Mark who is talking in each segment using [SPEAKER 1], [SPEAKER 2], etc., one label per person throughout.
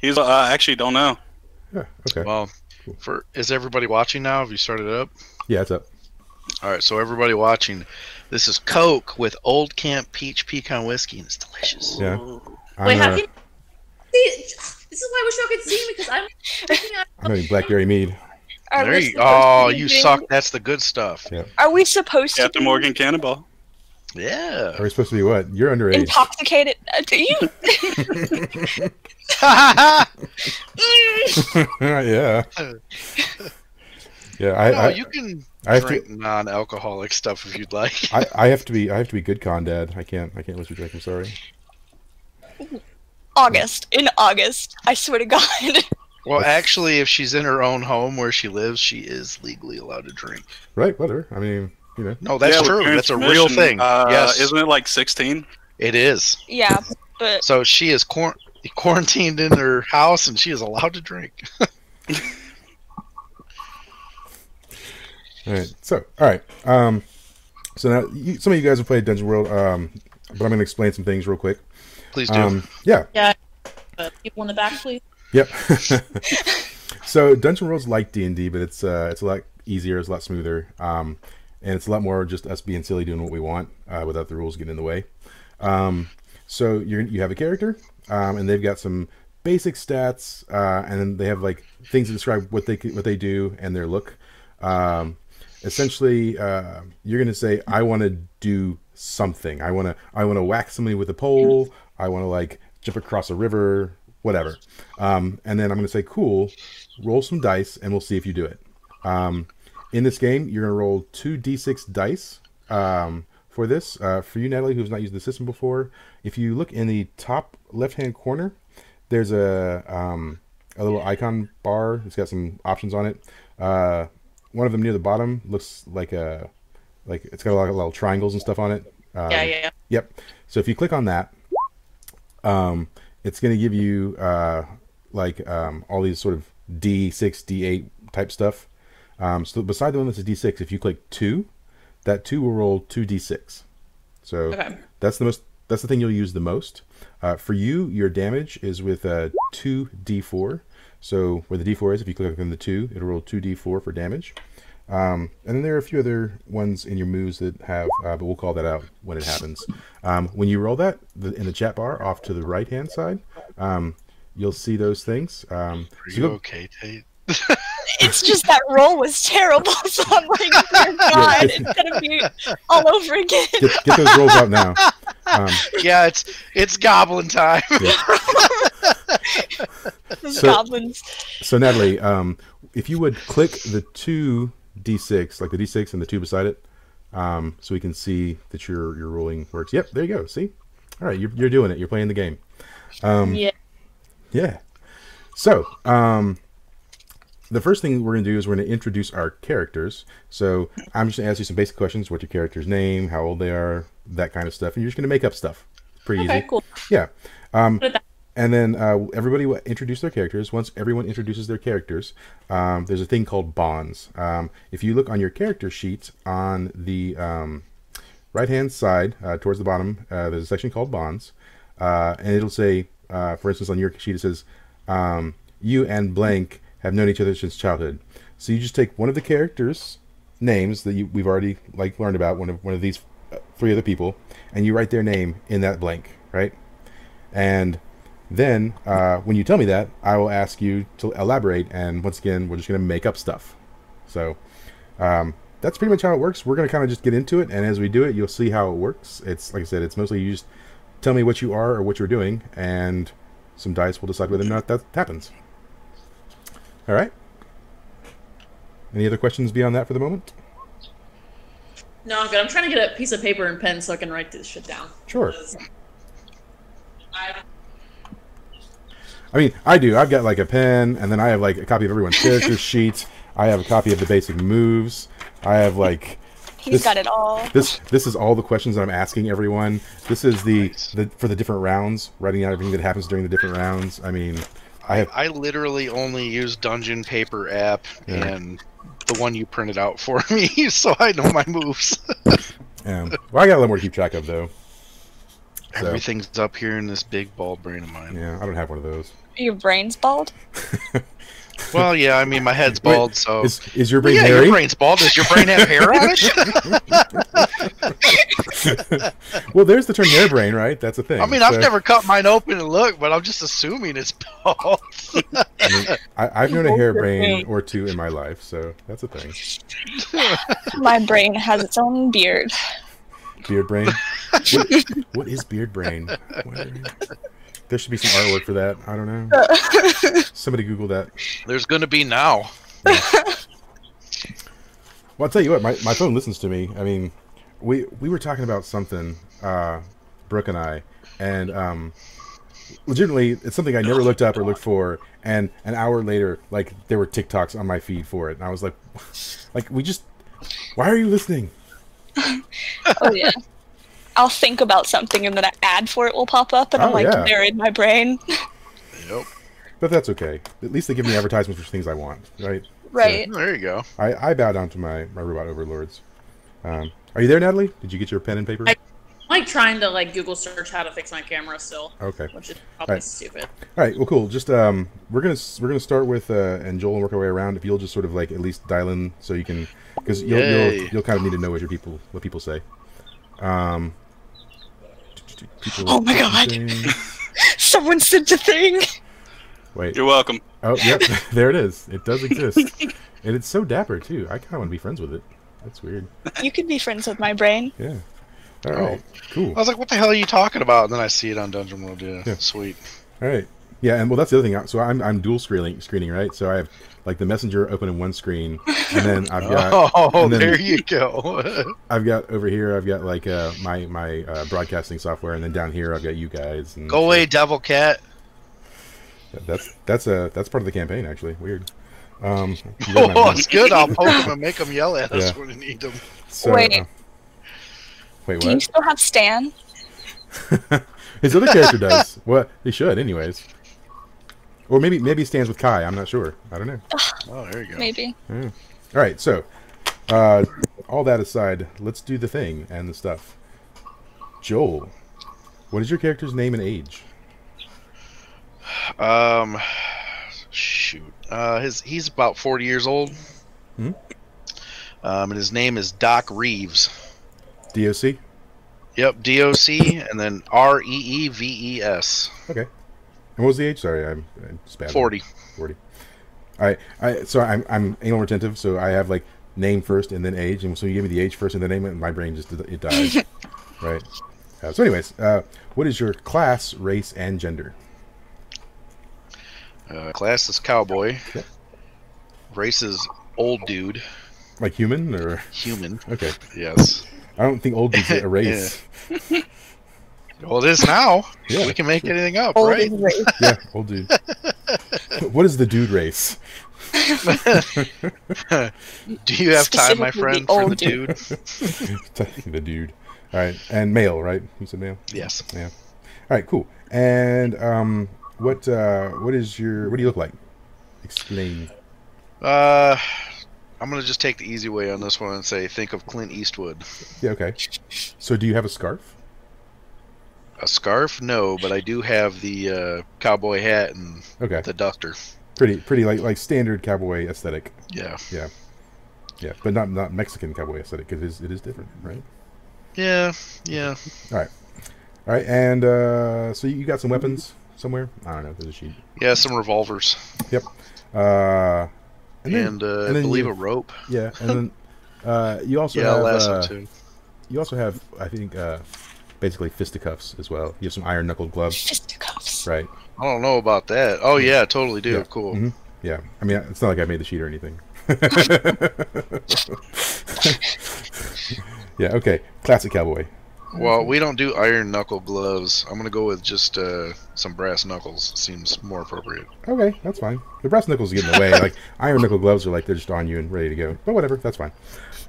[SPEAKER 1] He's. uh, I actually don't know.
[SPEAKER 2] Yeah, okay.
[SPEAKER 3] Well, for is everybody watching now? Have you started it up?
[SPEAKER 2] Yeah, it's up.
[SPEAKER 3] All right, so everybody watching, this is Coke with Old Camp Peach Pecan Whiskey, and it's delicious.
[SPEAKER 2] Yeah. I'm,
[SPEAKER 4] Wait, how
[SPEAKER 2] uh,
[SPEAKER 4] can see? This is why I wish y'all could see me because I'm. freaking out.
[SPEAKER 2] I'm eating blackberry mead.
[SPEAKER 5] Are
[SPEAKER 3] there
[SPEAKER 5] we
[SPEAKER 3] you,
[SPEAKER 5] supposed
[SPEAKER 3] oh,
[SPEAKER 5] to be
[SPEAKER 3] you
[SPEAKER 5] doing-
[SPEAKER 3] suck. That's the good stuff.
[SPEAKER 5] Are we supposed to
[SPEAKER 1] Captain
[SPEAKER 5] be
[SPEAKER 1] Morgan Cannonball.
[SPEAKER 3] Yeah.
[SPEAKER 2] Are we supposed to be what? You're underage.
[SPEAKER 5] intoxicated? Uh, do you? Mm.
[SPEAKER 2] yeah. Yeah, I,
[SPEAKER 3] no,
[SPEAKER 2] I,
[SPEAKER 3] you can
[SPEAKER 2] I have to-
[SPEAKER 3] drink non-alcoholic stuff if you'd like.
[SPEAKER 2] I, I have to be I have to be good con dad. I can't I can't let you drink. I'm sorry.
[SPEAKER 5] August. In August. I swear to God.
[SPEAKER 3] Well, actually, if she's in her own home where she lives, she is legally allowed to drink.
[SPEAKER 2] Right, whatever. I mean, you know,
[SPEAKER 3] No, that's
[SPEAKER 1] Yeah, with
[SPEAKER 3] true. That's a real
[SPEAKER 1] transmission,
[SPEAKER 3] thing.
[SPEAKER 1] Uh,
[SPEAKER 3] yes,
[SPEAKER 1] Isn't it like 16?
[SPEAKER 3] it is.
[SPEAKER 5] yeah, but
[SPEAKER 3] So she is quar- quarantined in her house, and she is allowed to drink.
[SPEAKER 2] All right. So, all right. Um, so now you, some of you guys have played Dungeon World, um, but I'm going to explain some things real quick.
[SPEAKER 3] Please do.
[SPEAKER 2] Um, yeah.
[SPEAKER 4] Uh, People in the back, please.
[SPEAKER 2] Yep. so Dungeon World's like D and D, but it's uh, it's a lot easier, it's a lot smoother, um, and it's a lot more just us being silly, doing what we want uh, without the rules getting in the way. Um, so you you have a character, um, and they've got some basic stats, uh, and then they have like things to describe what they c- what they do and their look. Um, essentially, uh, you're going to say, "I want to do something. I want to I want to whack somebody with a pole. I want to like jump across a river, whatever." Um, and then I'm going to say, "Cool, roll some dice, and we'll see if you do it." Um, in this game, you're going to roll two d6 dice um, for this. Uh, for you, Natalie, who's not used the system before, if you look in the top left-hand corner, there's a um, a little icon bar. It's got some options on it. Uh, one of them near the bottom looks like a like it's got a lot of little triangles and stuff on it. Um,
[SPEAKER 4] yeah, yeah.
[SPEAKER 2] Yep. So if you click on that, um, it's going to give you uh, like um, all these sort of D6, D8 type stuff. Um, so beside the one that's a D6, if you click two, that two will roll two D6. So
[SPEAKER 4] Okay.
[SPEAKER 2] that's the most. That's the thing you'll use the most. Uh, for you, your damage is with a two D4. So where the D4 is, if you click on the two, it'll roll two D4 for damage. Um, and then there are a few other ones in your moves that have, uh, but we'll call that out when it happens. Um, when you roll that the, in the chat bar off to the right hand side, um, you'll see those things. Um,
[SPEAKER 3] Are
[SPEAKER 2] so
[SPEAKER 3] you
[SPEAKER 2] go-
[SPEAKER 3] okay, Tate?
[SPEAKER 5] it's just that roll was terrible. So I'm like, dear God, it's gonna be all over again.
[SPEAKER 2] get, get those rolls out now. Um,
[SPEAKER 3] Yeah, it's it's goblin time.
[SPEAKER 5] Those
[SPEAKER 2] So-
[SPEAKER 5] goblins.
[SPEAKER 2] So Natalie, um, if you would click the two d6, like the d6 and the two beside it, um, so we can see that your your ruling works. Yep, there you go. See, all right, you're you're doing it. You're playing the game. Um,
[SPEAKER 4] Yeah.
[SPEAKER 2] Yeah. So um, the first thing we're going to do is we're going to introduce our characters. So I'm just going to ask you some basic questions: what your character's name, how old they are, that kind of stuff, and you're just going to make up stuff. Pretty
[SPEAKER 4] Okay,
[SPEAKER 2] easy.
[SPEAKER 4] cool.
[SPEAKER 2] Yeah. Um,
[SPEAKER 4] Put it back.
[SPEAKER 2] and then uh, everybody will introduce their characters. Once everyone introduces their characters, um, there's a thing called bonds. Um, if you look on your character sheet on the um, right hand side, uh, towards the bottom, uh, there's a section called bonds. Uh, and it'll say, uh, for instance, on your sheet, it says, um, You and blank have known each other since childhood. So you just take one of the characters' names that you, we've already like learned about, one of, one of these uh, three other people, and you write their name in that blank, right? And then uh, when you tell me that, I will ask you to elaborate. And once again, we're just going to make up stuff. So um, that's pretty much how it works. We're going to kind of just get into it. And as we do it, you'll see how it works. It's like I said, it's mostly you just tell me what you are or what you're doing, and some dice will decide whether or not that happens. All right. Any other questions beyond that for the moment?
[SPEAKER 4] No, I'm good. I'm trying to get a piece of paper and pen so I can write this shit down.
[SPEAKER 2] Sure.
[SPEAKER 4] 'Cause I-
[SPEAKER 2] I mean, I do. I've got like a pen, and then I have like a copy of everyone's character sheet. I have a copy of the basic moves. I have like
[SPEAKER 5] He's
[SPEAKER 2] This-
[SPEAKER 5] got it all.
[SPEAKER 2] this. This is all the questions that I'm asking everyone. This is the,
[SPEAKER 3] Nice.
[SPEAKER 2] the for the different rounds, writing out everything that happens during the different rounds. I mean, I have
[SPEAKER 3] I literally only use Dungeon Paper app
[SPEAKER 2] Yeah.
[SPEAKER 3] and the one you printed out for me, so I know my moves.
[SPEAKER 2] um, well, I got a lot more to keep track of though. So-
[SPEAKER 3] Everything's up here in this big bald brain of mine.
[SPEAKER 2] Yeah, I don't have one of those.
[SPEAKER 5] Your brain's bald.
[SPEAKER 3] Well, yeah, I mean my head's
[SPEAKER 2] Wait,
[SPEAKER 3] bald, so
[SPEAKER 2] Is, is your
[SPEAKER 3] Oh. Well,
[SPEAKER 2] brain
[SPEAKER 3] yeah,
[SPEAKER 2] hairy?
[SPEAKER 3] your brain's bald. Does your brain have hair on it?
[SPEAKER 2] Well, there's the term hair brain, right? That's a thing.
[SPEAKER 3] I mean,
[SPEAKER 2] So,
[SPEAKER 3] I've never cut mine open and looked, but I'm just assuming it's bald.
[SPEAKER 2] I mean, I, have known a
[SPEAKER 5] Both
[SPEAKER 2] hair
[SPEAKER 5] your
[SPEAKER 2] brain
[SPEAKER 5] brain.
[SPEAKER 2] or two in my life, so that's a thing.
[SPEAKER 5] My brain has its own beard.
[SPEAKER 2] Beard brain. What- what is beard brain? What- There should be some artwork for that. I don't know. Somebody Google that.
[SPEAKER 3] There's gonna be now.
[SPEAKER 2] Well, I'll tell you what, my, my phone listens to me. I mean, we we were talking about something, uh, Brooke and I, and um, legitimately, it's something I never looked up or looked for. And an hour later, like there were TikToks on my feed for it, and I was like, like we just, why are you listening?
[SPEAKER 5] Oh yeah. I'll think about something and then an ad for it will pop up, and
[SPEAKER 2] Oh,
[SPEAKER 5] I'm like,
[SPEAKER 2] yeah.
[SPEAKER 5] they're in my brain.
[SPEAKER 3] Yep.
[SPEAKER 2] But that's okay. At least they give me advertisements for things I want, right?
[SPEAKER 5] right.
[SPEAKER 3] There you go.
[SPEAKER 2] I, I bow down to my, my robot overlords. Um, are you there, Natalie? Did you get your pen and paper?
[SPEAKER 4] I- I'm like trying to like Google search how to fix my camera still,
[SPEAKER 2] okay.
[SPEAKER 4] which is probably
[SPEAKER 2] Right.
[SPEAKER 4] stupid.
[SPEAKER 2] All right, well, cool. Just um, we're gonna s- we're gonna start with uh, and Joel and work our way around. If you'll just sort of like at least dial in so you can, because you'll, you'll
[SPEAKER 3] Yay.
[SPEAKER 2] you'll kind of need to know what your people what people say. Um. people-
[SPEAKER 5] Oh my God. Someone sent a thing.
[SPEAKER 2] Wait.
[SPEAKER 1] You're welcome.
[SPEAKER 2] Oh, yep. There it is. It does exist, and it's so dapper too. I kind of want to be friends with it. That's weird.
[SPEAKER 5] You could be friends with my brain.
[SPEAKER 2] Yeah. All
[SPEAKER 3] Oh.
[SPEAKER 2] right. Cool.
[SPEAKER 3] I was like, "What the hell are you talking about?" And then I see it on Dungeon World. Yeah,
[SPEAKER 2] Yeah.
[SPEAKER 3] sweet.
[SPEAKER 2] All right. Yeah, and well, that's the other thing. So I'm I'm dual screening screening right. So I have like the messenger open in one screen, and then I've got
[SPEAKER 3] oh,
[SPEAKER 2] and then-
[SPEAKER 3] there you go.
[SPEAKER 2] I've got over here. I've got like uh, my my uh, broadcasting software, and then down here I've got you guys. And
[SPEAKER 3] go away, Devil Cat.
[SPEAKER 2] That's that's uh, that's part of the campaign actually. Weird. Um, you read my
[SPEAKER 3] Oh,
[SPEAKER 2] mind.
[SPEAKER 3] it's good. I'll poke him and make him yell at us
[SPEAKER 2] Yeah.
[SPEAKER 3] when we need them.
[SPEAKER 2] So,
[SPEAKER 5] Wait.
[SPEAKER 2] uh, wait,
[SPEAKER 5] Do you
[SPEAKER 2] what?
[SPEAKER 5] still have Stan?
[SPEAKER 2] His other character does. Well, he should, anyways. Or maybe maybe he stands with Kai. I'm not sure. I don't know.
[SPEAKER 3] Oh, there you go.
[SPEAKER 5] Maybe.
[SPEAKER 2] All right. So, uh, all that aside, let's do the thing and the stuff. Joel, what is your character's name and age?
[SPEAKER 3] Um, shoot. Uh, his he's about forty years old.
[SPEAKER 2] Hmm.
[SPEAKER 3] Um, and his name is Doc Reeves.
[SPEAKER 2] DOC.
[SPEAKER 3] Yep, D O C, and then R E E V E S.
[SPEAKER 2] Okay. And what was the age? Sorry, I'm, I'm spazzing.
[SPEAKER 3] Forty.
[SPEAKER 2] 40. I, I, so I'm, I'm anal retentive, so I have like name first and then age, and so you give me the age first and then name, and my brain just it dies, right? Uh, so, anyways, uh, what is your class, race, and gender?
[SPEAKER 3] Uh, class is cowboy.
[SPEAKER 2] Yep.
[SPEAKER 3] Race is old dude.
[SPEAKER 2] Like human or
[SPEAKER 3] Human.
[SPEAKER 2] okay?
[SPEAKER 3] Yes.
[SPEAKER 2] I don't think old is a race.
[SPEAKER 3] Well, it is now.
[SPEAKER 2] Yeah.
[SPEAKER 3] we can make anything up,
[SPEAKER 5] Old
[SPEAKER 3] right?
[SPEAKER 5] is raised.
[SPEAKER 2] yeah, old dude. what is the dude race?
[SPEAKER 3] Do you have time, my
[SPEAKER 5] Specifically
[SPEAKER 3] friend,
[SPEAKER 5] the
[SPEAKER 3] for
[SPEAKER 5] old
[SPEAKER 3] the dude?
[SPEAKER 2] the dude. All right, and male, right? You said male.
[SPEAKER 3] yes.
[SPEAKER 2] Yeah. All right, cool. And um, what uh, what is your what do you look like? Explain.
[SPEAKER 3] Uh, I'm gonna just take the easy way on this one and say, think of Clint Eastwood.
[SPEAKER 2] Yeah, okay. So do you have a scarf?
[SPEAKER 3] A scarf? No, but I do have the uh, cowboy hat and
[SPEAKER 2] Okay.
[SPEAKER 3] the duster.
[SPEAKER 2] Pretty pretty like like standard cowboy aesthetic.
[SPEAKER 3] Yeah.
[SPEAKER 2] Yeah, but not not Mexican cowboy aesthetic because it is, it is different, right?
[SPEAKER 3] Yeah. Yeah.
[SPEAKER 2] All right, and uh, so you got some weapons somewhere? I don't know. There's a sheet.
[SPEAKER 3] Yeah. Some revolvers
[SPEAKER 2] Uh, and
[SPEAKER 3] and,
[SPEAKER 2] then
[SPEAKER 3] uh,
[SPEAKER 2] and
[SPEAKER 3] I
[SPEAKER 2] then
[SPEAKER 3] believe
[SPEAKER 2] you-
[SPEAKER 3] a rope.
[SPEAKER 2] yeah, and then uh, you also
[SPEAKER 3] yeah,
[SPEAKER 2] have
[SPEAKER 3] last
[SPEAKER 2] uh,
[SPEAKER 3] one too.
[SPEAKER 2] you also have I think uh, basically fisticuffs as well. You have some iron knuckled gloves,
[SPEAKER 5] Fisticuffs.
[SPEAKER 2] right?
[SPEAKER 3] I don't know about that. Oh yeah, totally do.
[SPEAKER 2] Yeah.
[SPEAKER 3] Cool.
[SPEAKER 2] Mhm. Yeah, I mean it's not like I made the sheet or anything. yeah. Okay. Classic cowboy.
[SPEAKER 3] Well, we don't do iron knuckle gloves. I'm gonna go with just uh, some brass knuckles. Seems more appropriate.
[SPEAKER 2] Okay, that's fine. The brass knuckles get in the way. like iron knuckle gloves are like they're just on you and ready to go. But whatever, that's fine.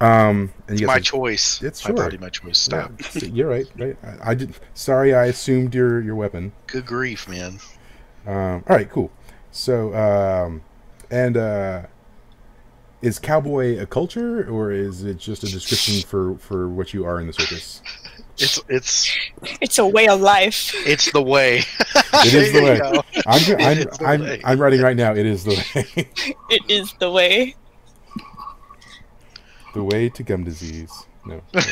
[SPEAKER 2] Um, and
[SPEAKER 3] It's
[SPEAKER 2] you
[SPEAKER 3] my
[SPEAKER 2] got some-
[SPEAKER 3] choice.
[SPEAKER 2] It's
[SPEAKER 3] my
[SPEAKER 2] sure.
[SPEAKER 3] body, my choice. Stop.
[SPEAKER 2] Yeah, you're right. Right. I, I did. Sorry, I assumed your your weapon.
[SPEAKER 3] Good grief, man.
[SPEAKER 2] Um, all right, cool. So, um, and uh, is cowboy a culture or is it just a description for for what you are in the circus?
[SPEAKER 3] It's it's
[SPEAKER 5] It's a way of life.
[SPEAKER 3] it's the way.
[SPEAKER 2] It is the
[SPEAKER 3] There you
[SPEAKER 2] way.
[SPEAKER 3] go.
[SPEAKER 2] I'm, go- I'm,
[SPEAKER 3] It's the
[SPEAKER 2] I'm,
[SPEAKER 3] way.
[SPEAKER 2] I'm writing right now. It is the way.
[SPEAKER 5] It is the way.
[SPEAKER 2] the way to gum disease. No.
[SPEAKER 5] Isn't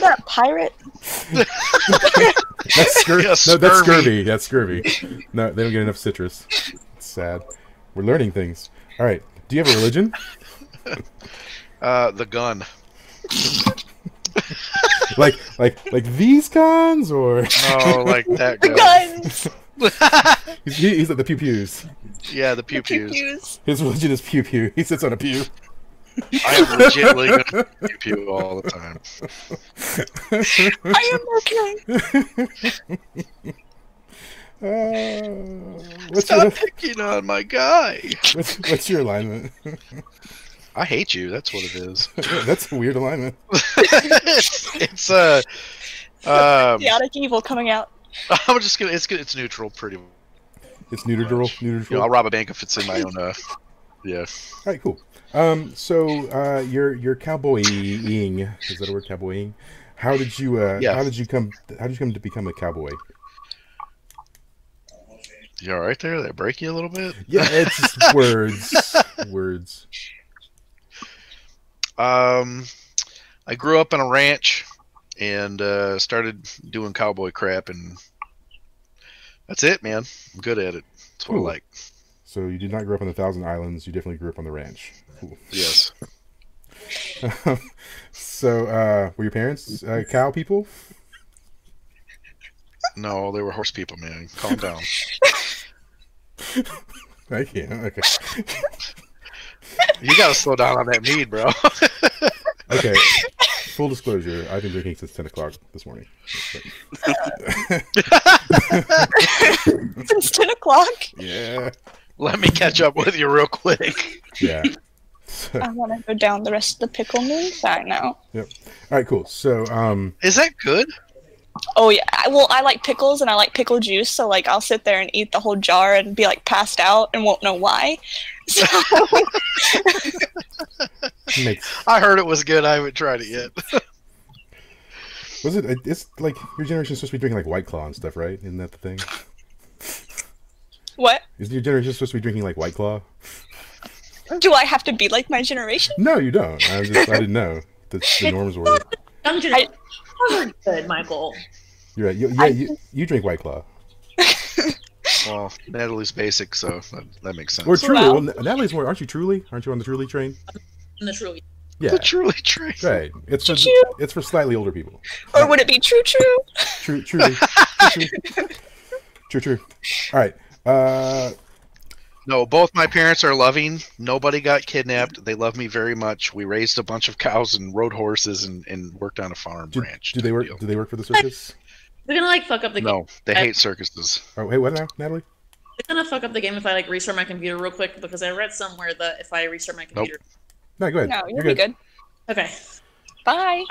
[SPEAKER 5] that pirate?
[SPEAKER 2] That's scur-
[SPEAKER 3] Yeah,
[SPEAKER 2] No, that's scurvy.
[SPEAKER 3] scurvy.
[SPEAKER 2] That's scurvy. No, they don't get enough citrus. It's sad. We're learning things. All right. Do you have a religion?
[SPEAKER 3] Uh, the gun.
[SPEAKER 2] Like, like, like these guns, or
[SPEAKER 3] Oh, like that
[SPEAKER 5] The guns.
[SPEAKER 3] gun.
[SPEAKER 2] he's, he's at the pew pews.
[SPEAKER 3] yeah, the pew pews.
[SPEAKER 5] Pew-pews.
[SPEAKER 2] His religion is pew pew. He sits on a pew.
[SPEAKER 3] I'm legitimately going to pew pew all the time.
[SPEAKER 5] I am okay.
[SPEAKER 2] Uh, what's your
[SPEAKER 3] Stop picking on my guy.
[SPEAKER 2] what's, what's your alignment?
[SPEAKER 3] I hate you. That's what it is.
[SPEAKER 2] That's a weird alignment.
[SPEAKER 3] it's, it's uh, um,
[SPEAKER 5] Chaotic evil coming out.
[SPEAKER 3] I'm just gonna. It's good. It's neutral, pretty.
[SPEAKER 2] It's neutral. Neutral.
[SPEAKER 3] You know, I'll rob a bank if it's in my own. Uh, yeah.
[SPEAKER 2] All right, cool. Um, so uh, your your cowboying is that a word? Cowboying. How did you? Uh,
[SPEAKER 3] Yeah.
[SPEAKER 2] How did you come? How did you come to become a cowboy?
[SPEAKER 3] You all right there? Did I break you a little bit?
[SPEAKER 2] Yeah, it's just words, words.
[SPEAKER 3] Um, I grew up on a ranch and uh, started doing cowboy crap, and that's it, man. I'm good at it. That's what
[SPEAKER 2] Cool.
[SPEAKER 3] I like.
[SPEAKER 2] So you did not grow up on the Thousand Islands. You definitely grew up on the ranch. Cool.
[SPEAKER 3] Yes.
[SPEAKER 2] so uh, were your parents uh, cow people?
[SPEAKER 3] No, they were horse people, man. Calm down.
[SPEAKER 2] I can't. Okay.
[SPEAKER 3] you gotta slow down on that mead, bro.
[SPEAKER 2] Okay. Full disclosure: I've been drinking since ten o'clock this morning.
[SPEAKER 5] Since 10 o'clock.
[SPEAKER 2] Yeah.
[SPEAKER 3] Let me catch up with you real quick.
[SPEAKER 2] Yeah.
[SPEAKER 5] I want to go down the rest of the pickle moon side now.
[SPEAKER 2] All right. Cool. So um,
[SPEAKER 3] Is that good?
[SPEAKER 5] Oh, yeah. I, well, I like pickles and I like pickle juice. So, like, I'll sit there and eat the whole jar and be, like, passed out and won't know why. So,
[SPEAKER 2] makes
[SPEAKER 3] I heard it was good. I haven't tried it yet.
[SPEAKER 2] Was it? It's like your generation's supposed to be drinking like White Claw and stuff, right? Isn't that the thing?
[SPEAKER 5] what?
[SPEAKER 2] Isn't your generation supposed to be drinking like White Claw?
[SPEAKER 5] Do I have to be like my generation?
[SPEAKER 2] No, you don't. I just I didn't know that the norms were.
[SPEAKER 4] Young
[SPEAKER 5] I-
[SPEAKER 4] generation are good, Michael.
[SPEAKER 2] You're right. You, yeah, you, you drink White Claw.
[SPEAKER 3] Well, Natalie's basic, so that, that makes sense.
[SPEAKER 2] Or truly.
[SPEAKER 5] Wow.
[SPEAKER 2] Well, Natalie's more. Aren't you truly? Aren't you on the truly train?
[SPEAKER 4] In the truly.
[SPEAKER 2] Yeah.
[SPEAKER 3] truly true.
[SPEAKER 2] Right. It's for
[SPEAKER 5] Choo-choo.
[SPEAKER 2] it's for slightly older people.
[SPEAKER 5] Or would it be true,
[SPEAKER 2] True.
[SPEAKER 5] true?
[SPEAKER 2] Truly. True. True. True. All right. Uh,
[SPEAKER 3] No, both my parents are loving. Nobody got kidnapped. They love me very much. We raised a bunch of cows and rode horses and, and worked on a farm
[SPEAKER 2] do,
[SPEAKER 3] ranch.
[SPEAKER 2] do they work? Do they work for the circus?
[SPEAKER 4] They're gonna like fuck up the game.
[SPEAKER 3] No, they hate circuses.
[SPEAKER 2] Oh, hey, what now, Natalie?
[SPEAKER 4] It's gonna fuck up the game if I like restart my computer real quick because I read somewhere that if I restart my
[SPEAKER 3] Nope.
[SPEAKER 4] computer.
[SPEAKER 2] No, go ahead.
[SPEAKER 5] No, you'll be good.
[SPEAKER 4] Okay.
[SPEAKER 5] Bye.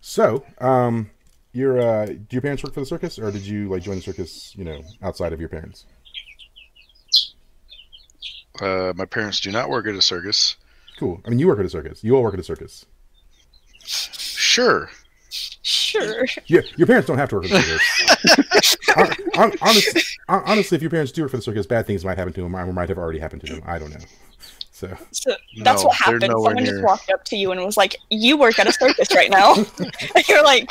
[SPEAKER 2] So, um, your uh, do your parents work for the circus, or did you like join the circus? You know, outside of your parents.
[SPEAKER 3] Uh, my parents do not work at a circus.
[SPEAKER 2] Cool. I mean, you work at a circus. You all work at a circus.
[SPEAKER 3] Sure.
[SPEAKER 5] Sure.
[SPEAKER 2] Yeah, your parents don't have to work at a circus. Hon- hon- honest- hon- honestly, if your parents do work for the circus, bad things might happen to them, or might have already happened to them. I don't know. So,
[SPEAKER 5] So that's
[SPEAKER 3] No,
[SPEAKER 5] what
[SPEAKER 3] they're
[SPEAKER 5] happened.
[SPEAKER 3] nowhere
[SPEAKER 5] Someone just
[SPEAKER 3] near.
[SPEAKER 5] walked up to you and was like, "You work at a circus right now." and you're like,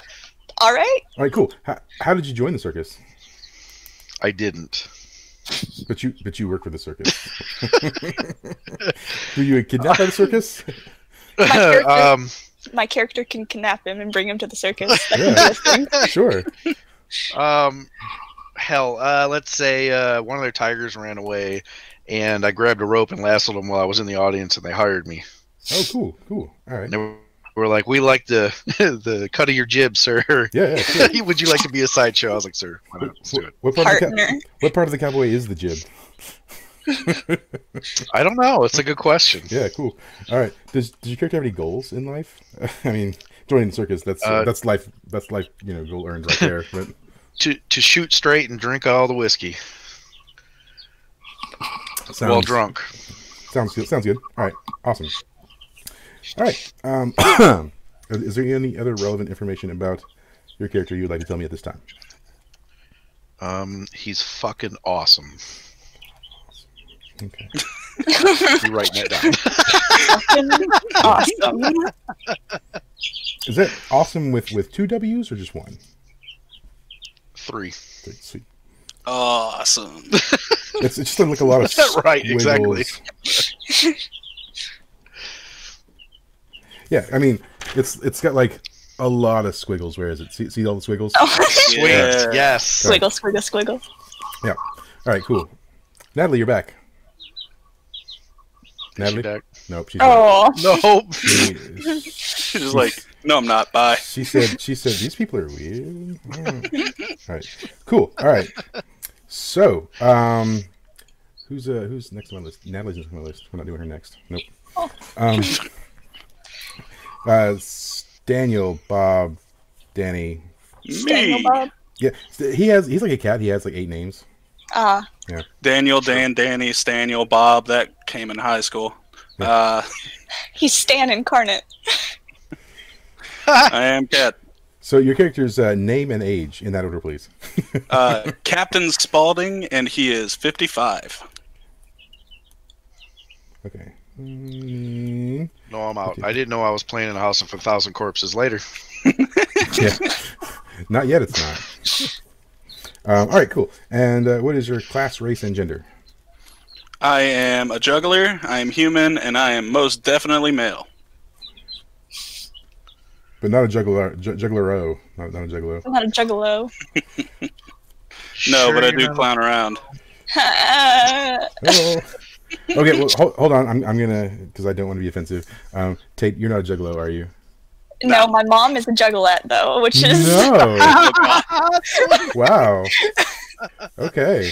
[SPEAKER 5] "All right."
[SPEAKER 2] all right, cool. How, how did you join the circus?
[SPEAKER 3] I didn't.
[SPEAKER 2] But you, but you work for the circus. Were you kidnapped by the circus?
[SPEAKER 5] character-
[SPEAKER 3] um,
[SPEAKER 5] My character can kidnap him and bring him to the circus. That can be
[SPEAKER 2] Yeah,
[SPEAKER 5] a thing.
[SPEAKER 2] sure.
[SPEAKER 3] um, hell, uh, let's say uh, one of their tigers ran away, and I grabbed a rope and lassoed them while I was in the audience, and they hired me.
[SPEAKER 2] Oh, cool, cool. All right.
[SPEAKER 3] And they were like, "We like the the cut of your jib, sir."
[SPEAKER 2] Yeah, yeah. Sure.
[SPEAKER 3] Would you like to be a sideshow? I was like, sir, why not? Let's do
[SPEAKER 2] What, what
[SPEAKER 3] it.
[SPEAKER 2] part of the
[SPEAKER 5] Partner.
[SPEAKER 2] cow- what part of the cowboy is the jib?
[SPEAKER 3] I don't know. It's a good question.
[SPEAKER 2] Yeah, cool. All right. Does does your character have any goals in life? I mean, joining the circus that's
[SPEAKER 3] Uh,
[SPEAKER 2] that's life that's life you know goal earned right there. But
[SPEAKER 3] To to shoot straight and drink all the whiskey
[SPEAKER 2] sounds,
[SPEAKER 3] while drunk.
[SPEAKER 2] Sounds good. Sounds good. All right. Awesome. All right. Um, is there any other relevant information about your character you'd like to tell me at this time?
[SPEAKER 3] Um, he's fucking awesome.
[SPEAKER 2] Okay.
[SPEAKER 3] You writing that down?
[SPEAKER 5] awesome. Oh.
[SPEAKER 2] Is that awesome with with two W's or just one?
[SPEAKER 3] Three.
[SPEAKER 2] Three, Sweet.
[SPEAKER 1] Awesome.
[SPEAKER 2] It's, it's just like a lot of
[SPEAKER 3] Right, exactly.
[SPEAKER 2] squiggles. yeah, I mean, it's it's got like a lot of squiggles. Where is it? See, see all the squiggles?
[SPEAKER 5] Oh.
[SPEAKER 3] Sweet.
[SPEAKER 1] Yeah.
[SPEAKER 3] Yes.
[SPEAKER 5] squiggle, squiggle, squiggle.
[SPEAKER 2] All right, cool. Natalie, you're back.
[SPEAKER 3] She
[SPEAKER 2] Natalie?
[SPEAKER 3] back.
[SPEAKER 2] Nope, she's not.
[SPEAKER 5] Oh,
[SPEAKER 3] No.
[SPEAKER 2] She,
[SPEAKER 1] She's just like, no, I'm not. Bye.
[SPEAKER 2] she said she said these people are weird. Mm. All right, cool. All right. So, um, who's uh who's next on my list? Natalie's next on my list. We're not doing her next. Nope. Um, uh, S- Daniel, Bob, Danny.
[SPEAKER 5] Daniel
[SPEAKER 1] Me.
[SPEAKER 5] Bob.
[SPEAKER 2] Yeah, s- he has. He's like a cat. He has like eight names.
[SPEAKER 5] Ah,
[SPEAKER 1] Daniel, Dan, Danny, Staniel, Bob. That came in high school. Uh,
[SPEAKER 5] he's Stan incarnate.
[SPEAKER 1] I am Cat.
[SPEAKER 2] So your character's uh, name and age in that order, please.
[SPEAKER 1] Uh, Captain Spaulding, and he is 55.
[SPEAKER 2] Okay. Mm,
[SPEAKER 3] No, I'm out. I didn't know I was playing in a house of a thousand corpses later.
[SPEAKER 2] yeah. not yet. It's not. Um, all right. Cool. And uh, what is your class, race, and gender?
[SPEAKER 1] I am a juggler. I am human, and I am most definitely male.
[SPEAKER 2] But not a juggler. Ju- juggler O. Not, not a juggler.
[SPEAKER 5] I'm not a juggalo.
[SPEAKER 1] No,
[SPEAKER 3] Sure
[SPEAKER 1] but I
[SPEAKER 3] you're
[SPEAKER 1] do
[SPEAKER 3] not-
[SPEAKER 1] clown around.
[SPEAKER 5] Uh,
[SPEAKER 2] Hello. okay. Well, hold, hold on. I'm, I'm gonna because I don't want to be offensive. Um, Tate, you're not a juggler, are you?
[SPEAKER 5] no, my mom is a juggalette though, which is
[SPEAKER 2] No.
[SPEAKER 1] Oh, God.
[SPEAKER 2] wow. Okay.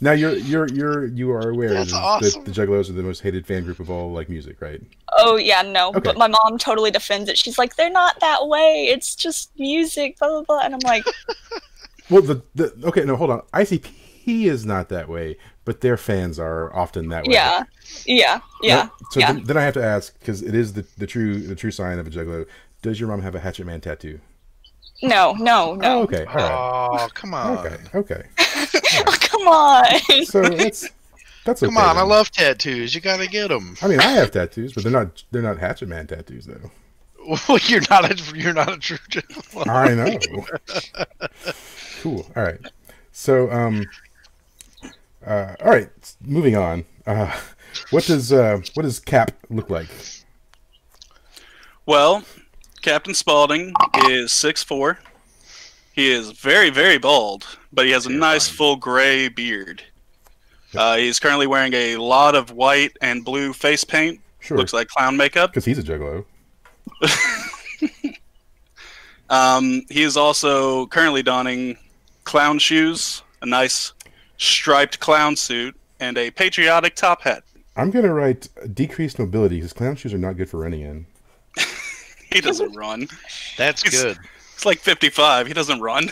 [SPEAKER 2] Now you're you're you're you are aware
[SPEAKER 3] That's
[SPEAKER 2] that
[SPEAKER 3] awesome.
[SPEAKER 2] the, the Juggalos are the most hated fan group of all like music, right?
[SPEAKER 5] oh yeah, no.
[SPEAKER 2] Okay.
[SPEAKER 5] But my mom totally defends it. She's like, they're not that way. It's just music, blah blah blah. And I'm like,
[SPEAKER 2] Well, the, the okay, no, hold on. ICP is not that way, but their fans are often that way.
[SPEAKER 5] yeah, yeah,
[SPEAKER 2] No,
[SPEAKER 5] yeah.
[SPEAKER 2] so Then, then I have to ask because it is the, the true the true sign of a Juggalo. Does your mom have a Hatchet Man tattoo?
[SPEAKER 5] No, no,
[SPEAKER 2] Oh,
[SPEAKER 5] no.
[SPEAKER 2] okay, all right,
[SPEAKER 3] Oh, come on.
[SPEAKER 2] okay, okay.
[SPEAKER 5] Oh, come on.
[SPEAKER 2] So that's that's okay.
[SPEAKER 3] Come on. I
[SPEAKER 2] then.
[SPEAKER 3] love tattoos. You got to get them.
[SPEAKER 2] I mean, I have tattoos, but they're not they're not Hatchet Man tattoos though.
[SPEAKER 3] Well, you're not a you're not a true gentleman.
[SPEAKER 2] I know. cool. All right. So, um, uh, all right. s- Moving on. Uh, what does uh, what does Cap look like?
[SPEAKER 1] Well, Captain Spaulding is 6'4. He is very, very bald, but he has a nice full gray beard. Uh, he's currently wearing a lot of white and blue face paint.
[SPEAKER 2] Sure.
[SPEAKER 1] Looks like clown makeup.
[SPEAKER 2] Because he's a juggalo.
[SPEAKER 1] Um, he is also currently donning clown shoes, a nice striped clown suit, and a patriotic top hat.
[SPEAKER 2] I'm gonna write decreased mobility because clown shoes are not good for running in.
[SPEAKER 1] He doesn't run.
[SPEAKER 3] That's
[SPEAKER 1] It's-
[SPEAKER 3] good.
[SPEAKER 1] It's like 55. He doesn't run.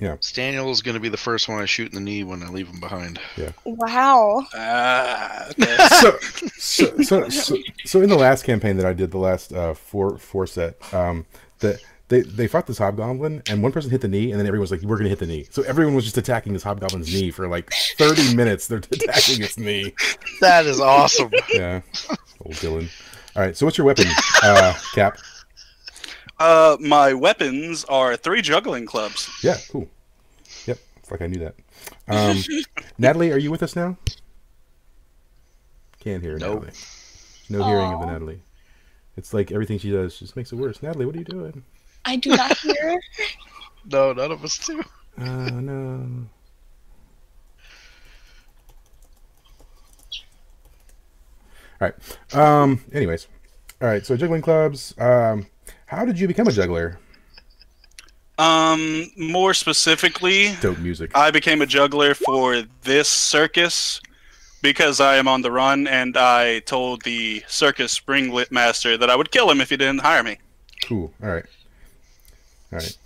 [SPEAKER 3] Staniel's gonna be the first one I shoot in the knee when I leave him behind.
[SPEAKER 5] wow.
[SPEAKER 1] Ah, okay.
[SPEAKER 2] So, so, so, so, so in the last campaign that I did, the last uh, four four set, um, the they, they fought this hobgoblin and one person hit the knee and then everyone was like we're gonna hit the knee so everyone was just attacking this hobgoblin's knee for like 30 minutes they're attacking its knee
[SPEAKER 3] That is awesome.
[SPEAKER 2] yeah. Old Dylan. All right. So what's your weapon, uh, Cap?
[SPEAKER 1] Uh, my weapons are three juggling clubs.
[SPEAKER 2] Yeah. Cool. Yep. It's like I knew that. Um, Natalie, are you with us now? Can't hear
[SPEAKER 3] Nope.
[SPEAKER 2] Natalie. No hearing of the
[SPEAKER 5] Aw.
[SPEAKER 2] Natalie. It's like everything she does just makes it worse. Natalie, what are you doing?
[SPEAKER 5] I do not hear.
[SPEAKER 3] No, none of us do.
[SPEAKER 2] Oh no. All right. Um. Anyways. All right. So juggling clubs. Um. How did you become a juggler?
[SPEAKER 1] Um, more specifically,
[SPEAKER 2] Dope music.
[SPEAKER 1] I became a juggler for this circus because I am on the run, and I told the circus ringlet master that I would kill him if he didn't hire me.
[SPEAKER 2] Cool. All right. All right.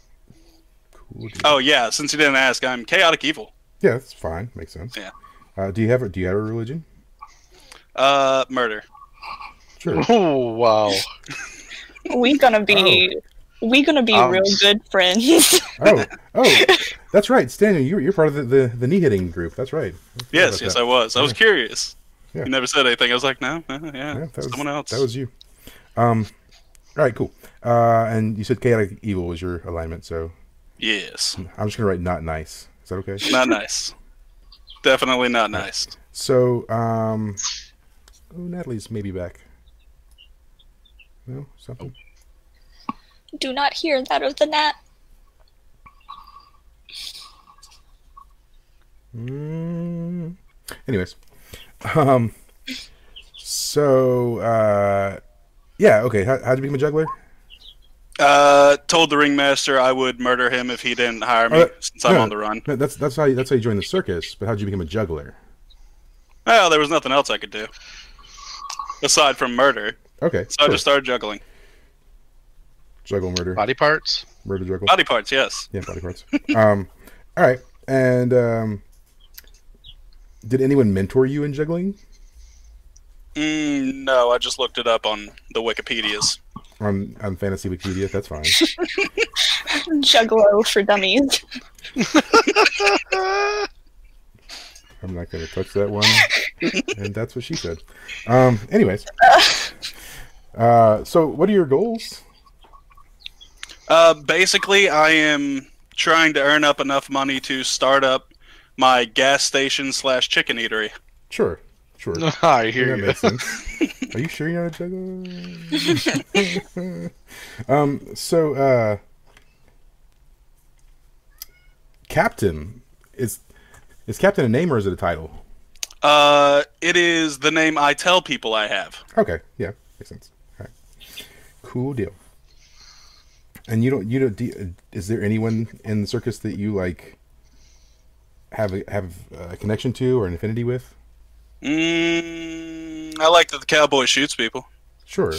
[SPEAKER 2] Cool. dude.
[SPEAKER 1] Oh yeah, since he didn't ask, I'm chaotic evil.
[SPEAKER 2] Yeah, that's fine. Makes sense.
[SPEAKER 1] Yeah.
[SPEAKER 2] Uh, do you have a Do you have a religion?
[SPEAKER 1] Uh, murder.
[SPEAKER 2] Sure.
[SPEAKER 3] Oh wow!
[SPEAKER 5] We gonna be we gonna be
[SPEAKER 3] Um,
[SPEAKER 5] real good friends.
[SPEAKER 2] Oh, oh, that's right, Stanley. You're you're part of the, the, the knee hitting group. That's right. I forgot
[SPEAKER 1] Yes,
[SPEAKER 2] about
[SPEAKER 1] yes,
[SPEAKER 2] that.
[SPEAKER 1] I was. I was curious.
[SPEAKER 2] Yeah.
[SPEAKER 1] You never said anything. I was like, no, no, yeah,
[SPEAKER 2] Yeah, that was,
[SPEAKER 1] someone else.
[SPEAKER 2] That was you. Um, all right, cool. Uh, and you said chaotic evil was your alignment, so
[SPEAKER 1] yes,
[SPEAKER 2] I'm just gonna write not nice. Is that okay?
[SPEAKER 1] not nice. Definitely not nice.
[SPEAKER 2] So, um, oh, Natalie's maybe back. No, something.
[SPEAKER 5] Do not hear that of the gnat.
[SPEAKER 2] Mm. Anyways, um, so uh, yeah, okay. How, how'd you become a juggler?
[SPEAKER 1] Uh, told the ringmaster I would murder him if he didn't hire me
[SPEAKER 2] Uh,
[SPEAKER 1] since I'm
[SPEAKER 2] no.
[SPEAKER 1] on the run.
[SPEAKER 2] No, that's that's how you, that's how you joined the circus. But how'd you become a juggler?
[SPEAKER 1] Well, there was nothing else I could do aside from murder,
[SPEAKER 2] Okay,
[SPEAKER 1] so I
[SPEAKER 2] sure.
[SPEAKER 1] just started juggling
[SPEAKER 2] juggle murder,
[SPEAKER 3] Body parts.
[SPEAKER 2] murder juggle.
[SPEAKER 1] body parts. Yes,
[SPEAKER 2] Yeah, body parts. um, all right. And um, did anyone mentor you in juggling
[SPEAKER 1] mm, no, I just looked it up on the Wikipedia's.
[SPEAKER 2] on on Fantasy Wikipedia? That's fine.
[SPEAKER 5] Juggalo for dummies.
[SPEAKER 2] I'm not going to touch that one. and that's what she said. Um, anyways, uh, so what are your goals?
[SPEAKER 1] Uh, basically, I am trying to earn up enough money to start up my gas station slash chicken eatery.
[SPEAKER 2] Sure, sure.
[SPEAKER 3] I hear
[SPEAKER 2] that
[SPEAKER 3] Oh, you.
[SPEAKER 2] makes sense. Are you sure you're not a juggler? um, so, uh, Captain is is Captain a name or is it a title?
[SPEAKER 1] Uh, it is the name I tell people I have.
[SPEAKER 2] Okay, yeah, makes sense. All right, cool deal. And you don't, you don't. Do, is there anyone in the circus that you like have a, have a uh, connection to or an affinity with?
[SPEAKER 1] Mm, I like that the cowboy shoots people.
[SPEAKER 2] Sure.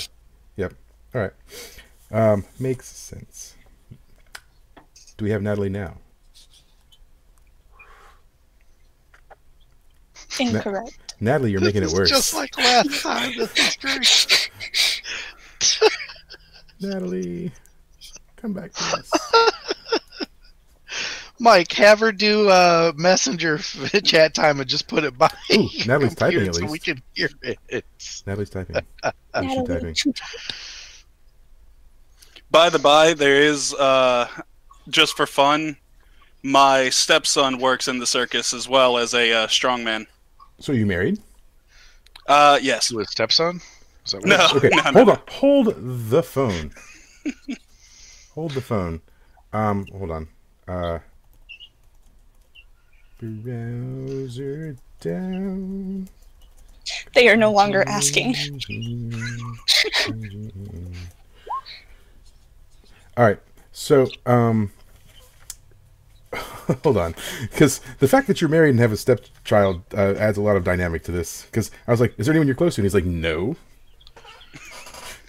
[SPEAKER 2] Yep. All right. Um, makes sense. Do we have Natalie now?
[SPEAKER 5] Incorrect.
[SPEAKER 2] Natalie, you're making it
[SPEAKER 3] It's
[SPEAKER 2] worse.
[SPEAKER 3] Just like last time. This is great.
[SPEAKER 2] Natalie, come back to us.
[SPEAKER 3] Mike, have her do uh, messenger chat time and just put it by.
[SPEAKER 2] Ooh,
[SPEAKER 3] your
[SPEAKER 2] Natalie's typing
[SPEAKER 3] computer
[SPEAKER 2] at
[SPEAKER 3] so
[SPEAKER 2] least.
[SPEAKER 3] we can hear it.
[SPEAKER 2] Natalie's typing. Who's she typing?
[SPEAKER 1] By the by, there is uh, just for fun. My stepson works in the circus as well as a uh, strongman.
[SPEAKER 2] So you married?
[SPEAKER 1] Uh, yes.
[SPEAKER 3] To a stepson? Is that what
[SPEAKER 1] No.
[SPEAKER 2] Okay.
[SPEAKER 1] no, no,
[SPEAKER 2] hold
[SPEAKER 1] no.
[SPEAKER 2] on. Hold the phone. hold the phone. Um, hold on. Uh, browser down.
[SPEAKER 5] They are no longer asking.
[SPEAKER 2] All right. So, um, hold on, because the fact that you're married and have a stepchild uh, adds a lot of dynamic to this. Because I was like, "Is there anyone you're close to?" And he's like, "No,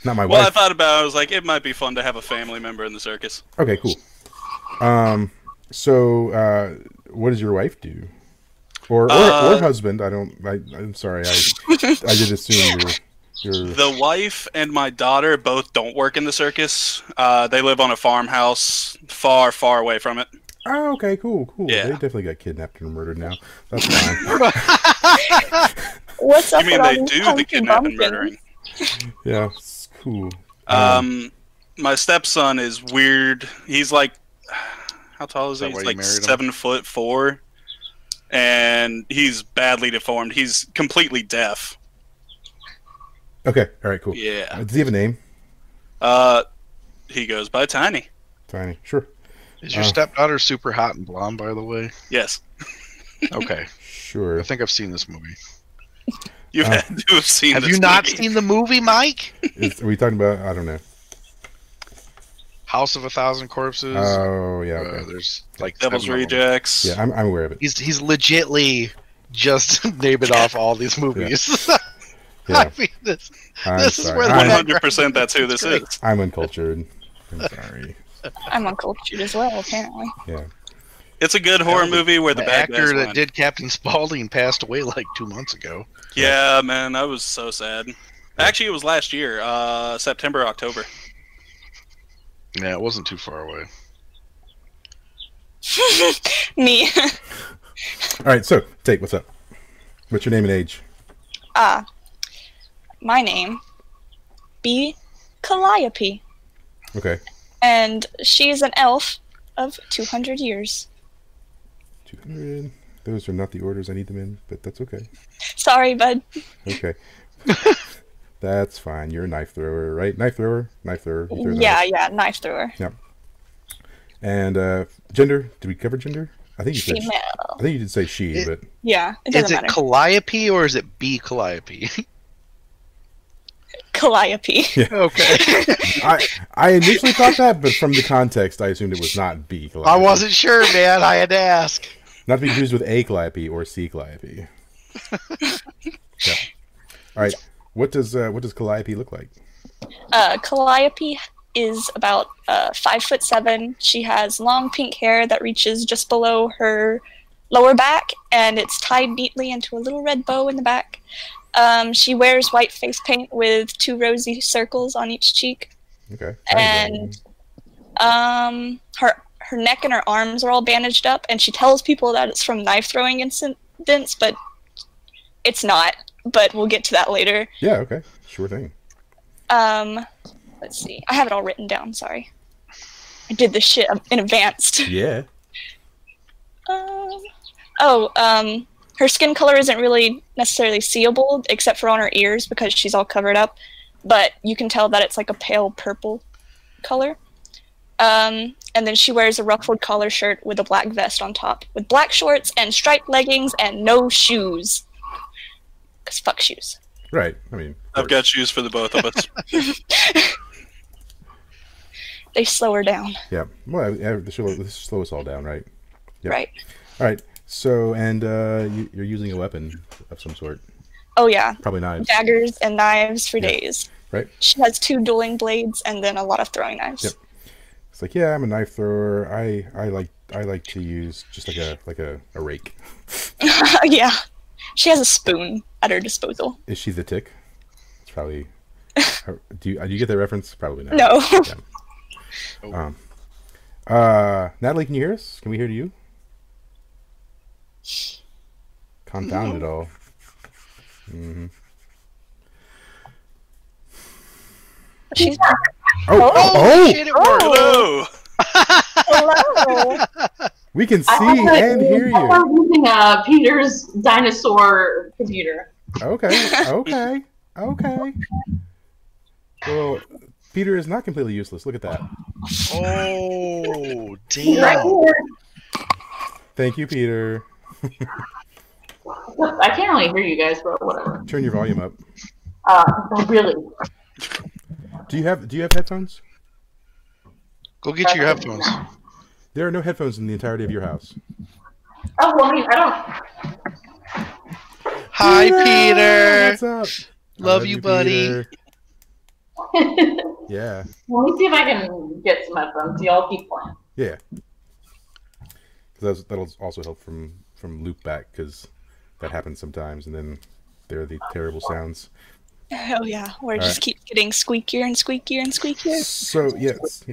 [SPEAKER 2] not my
[SPEAKER 1] Well, I
[SPEAKER 2] wife."
[SPEAKER 1] thought about. it. I was like, it might be fun to have a family member in the circus.
[SPEAKER 2] Okay, cool. Um, so uh, what does your wife do, or or,
[SPEAKER 1] Uh,
[SPEAKER 2] or husband? I don't. I, I'm sorry. I I did assume you're. you're
[SPEAKER 1] The wife and my daughter both don't work in the circus. Uh, they live on a farmhouse far, far away from it.
[SPEAKER 2] Oh, okay, cool, cool.
[SPEAKER 1] Yeah.
[SPEAKER 2] They definitely got kidnapped and murdered now. That's fine.
[SPEAKER 5] What's up
[SPEAKER 1] You mean
[SPEAKER 5] with all
[SPEAKER 1] they
[SPEAKER 5] these
[SPEAKER 1] do the
[SPEAKER 5] hunky
[SPEAKER 1] kidnapping and
[SPEAKER 5] bumpkins?
[SPEAKER 1] murdering?
[SPEAKER 2] yeah, it's cool.
[SPEAKER 1] Um, my stepson is weird. He's like, how tall is
[SPEAKER 3] that
[SPEAKER 1] he?
[SPEAKER 3] why
[SPEAKER 1] He's
[SPEAKER 3] you
[SPEAKER 1] like
[SPEAKER 3] married him?
[SPEAKER 1] seven foot four, and he's badly deformed. He's completely deaf.
[SPEAKER 2] Okay, all right, cool.
[SPEAKER 1] Yeah.
[SPEAKER 2] Uh, Does he have a name?
[SPEAKER 1] Uh, he goes by Tiny.
[SPEAKER 2] Tiny. Sure.
[SPEAKER 3] Is your
[SPEAKER 2] Uh.
[SPEAKER 3] stepdaughter super hot and blonde, by the way?
[SPEAKER 1] Yes,
[SPEAKER 3] Okay. I
[SPEAKER 2] Sure.
[SPEAKER 3] think I've seen this movie.
[SPEAKER 1] you've
[SPEAKER 2] Uh,
[SPEAKER 1] had to have seen.
[SPEAKER 3] Have
[SPEAKER 1] this
[SPEAKER 3] you not
[SPEAKER 1] movie.
[SPEAKER 3] seen the movie, Mike?
[SPEAKER 2] Is, are we talking about? I don't know.
[SPEAKER 3] House of a Thousand Corpses.
[SPEAKER 2] Oh, yeah.
[SPEAKER 3] Uh,
[SPEAKER 2] Okay.
[SPEAKER 3] there's like
[SPEAKER 1] Devil's
[SPEAKER 3] seven of them.
[SPEAKER 1] Rejects?
[SPEAKER 2] Yeah, I'm, I'm aware of it.
[SPEAKER 3] He's he's legitly just naming off all these movies.
[SPEAKER 2] Yeah,
[SPEAKER 3] I mean, this,
[SPEAKER 2] I'm
[SPEAKER 3] this is
[SPEAKER 2] sorry.
[SPEAKER 3] where the
[SPEAKER 1] One
[SPEAKER 2] I'm,
[SPEAKER 3] back-
[SPEAKER 1] hundred percent. That's who this
[SPEAKER 3] That's
[SPEAKER 1] is.
[SPEAKER 2] I'm uncultured. I'm sorry.
[SPEAKER 5] I'm uncultured as well, apparently.
[SPEAKER 2] Yeah.
[SPEAKER 1] It's a good horror
[SPEAKER 3] The-
[SPEAKER 1] movie where
[SPEAKER 3] the,
[SPEAKER 1] the, bad
[SPEAKER 3] actor
[SPEAKER 1] guys
[SPEAKER 3] that
[SPEAKER 1] win.
[SPEAKER 3] did Captain Spaulding passed away like two months ago.
[SPEAKER 1] Yeah, man, I was so sad. Actually, it was last year, uh, September, October.
[SPEAKER 3] Yeah, it wasn't too far away.
[SPEAKER 5] Me.
[SPEAKER 2] All right, so Tate, what's up? What's your name and age?
[SPEAKER 5] Ah. my name. Be Calliope.
[SPEAKER 2] Okay,
[SPEAKER 5] And she is an elf of 200 years.
[SPEAKER 2] two hundred. Those are not the orders I need them in, but that's okay.
[SPEAKER 5] Sorry, bud.
[SPEAKER 2] Okay, that's fine. You're a knife thrower, right? Knife thrower, knife thrower. you throw the
[SPEAKER 5] Yeah,
[SPEAKER 2] knife.
[SPEAKER 5] yeah, knife thrower.
[SPEAKER 2] And uh, gender? Did we cover gender? I think you said.
[SPEAKER 5] Female.
[SPEAKER 2] I think you did say she,
[SPEAKER 3] It-
[SPEAKER 2] but
[SPEAKER 5] Yeah, it
[SPEAKER 3] Is
[SPEAKER 5] doesn't
[SPEAKER 3] it
[SPEAKER 5] matter.
[SPEAKER 3] Calliope or is it B Calliope?
[SPEAKER 5] Calliope.
[SPEAKER 3] okay.
[SPEAKER 2] I I initially thought that, but from the context, I assumed it was not B. Calliope.
[SPEAKER 3] I wasn't sure, man. I had to ask.
[SPEAKER 2] not to be confused with A. Calliope or C. Calliope. yeah. All right. What does uh, what does Calliope look like?
[SPEAKER 5] Uh, Calliope is about uh, five foot seven. She has long pink hair that reaches just below her lower back, and it's tied neatly into a little red bow in the back. Um, she wears white face paint with two rosy circles on each cheek.
[SPEAKER 2] Okay.
[SPEAKER 5] And- Um, her her neck and her arms are all bandaged up, and she tells people that it's from knife throwing incidents, but it's not. But we'll get to that later.
[SPEAKER 2] yeah. Okay. Sure thing.
[SPEAKER 5] Um, let's see. I have it all written down. Sorry, I did this shit in advance.
[SPEAKER 2] Yeah.
[SPEAKER 5] Um, oh, um, her skin color isn't really necessarily seeable except for on her ears because she's all covered up, but you can tell that it's like a pale purple color. Um, and then she wears a ruffled collar shirt with a black vest on top, with black shorts and striped leggings and no shoes. Cause fuck shoes.
[SPEAKER 2] Right. I mean,
[SPEAKER 1] I've got shoes for the both of us.
[SPEAKER 5] They slow her down,
[SPEAKER 2] yeah. Well, I, I, this should this should slow us all down, right? Yep.
[SPEAKER 5] right?
[SPEAKER 2] All right. So, and uh, you, you're using a weapon of some sort,
[SPEAKER 5] Oh yeah,
[SPEAKER 2] probably knives.
[SPEAKER 5] daggers and knives for
[SPEAKER 2] Yeah.
[SPEAKER 5] days.
[SPEAKER 2] Right.
[SPEAKER 5] She has two dueling blades and then a lot of throwing knives.
[SPEAKER 2] Yep. It's like, yeah, I'm a knife thrower. I, I like I like to use just like a like a, a rake.
[SPEAKER 5] yeah. She has a spoon at her disposal.
[SPEAKER 2] Is she the tick? It's probably. do you do you get that reference? Probably not.
[SPEAKER 5] No.
[SPEAKER 2] Um, uh, Natalie, can you hear us? Can we hear you? Confound it all. hmm
[SPEAKER 5] She's back.
[SPEAKER 2] Oh, oh, oh!
[SPEAKER 3] Shit, it worked.
[SPEAKER 1] Hello.
[SPEAKER 5] Hello.
[SPEAKER 2] we can see
[SPEAKER 4] I have to-
[SPEAKER 2] and hear
[SPEAKER 4] I
[SPEAKER 2] you.
[SPEAKER 4] was using uh, Peter's dinosaur computer.
[SPEAKER 2] Okay, okay, okay. Well, Peter is not completely useless. Look at that.
[SPEAKER 3] Oh,
[SPEAKER 4] Right
[SPEAKER 3] damn.
[SPEAKER 4] here.
[SPEAKER 2] Thank you, Peter.
[SPEAKER 4] I can't really hear you guys, but whatever.
[SPEAKER 2] Turn your volume up.
[SPEAKER 4] Uh, really.
[SPEAKER 2] Do you have Do you have headphones?
[SPEAKER 3] Go get your headphones.
[SPEAKER 2] There are no headphones in the entirety of your house.
[SPEAKER 4] Oh, well, I mean, I don't.
[SPEAKER 3] Hi,
[SPEAKER 2] What's
[SPEAKER 3] Peter.
[SPEAKER 2] up? I
[SPEAKER 3] Love you, buddy.
[SPEAKER 2] Peter. Yeah.
[SPEAKER 4] Let me see if I can get some headphones. Y'all keep playing.
[SPEAKER 2] Yeah, because that'll also help from from loop back because that happens sometimes, and then there are the terrible sounds.
[SPEAKER 5] oh yeah, where it
[SPEAKER 2] All
[SPEAKER 5] just keeps getting squeakier and squeakier and squeakier.
[SPEAKER 2] So yes.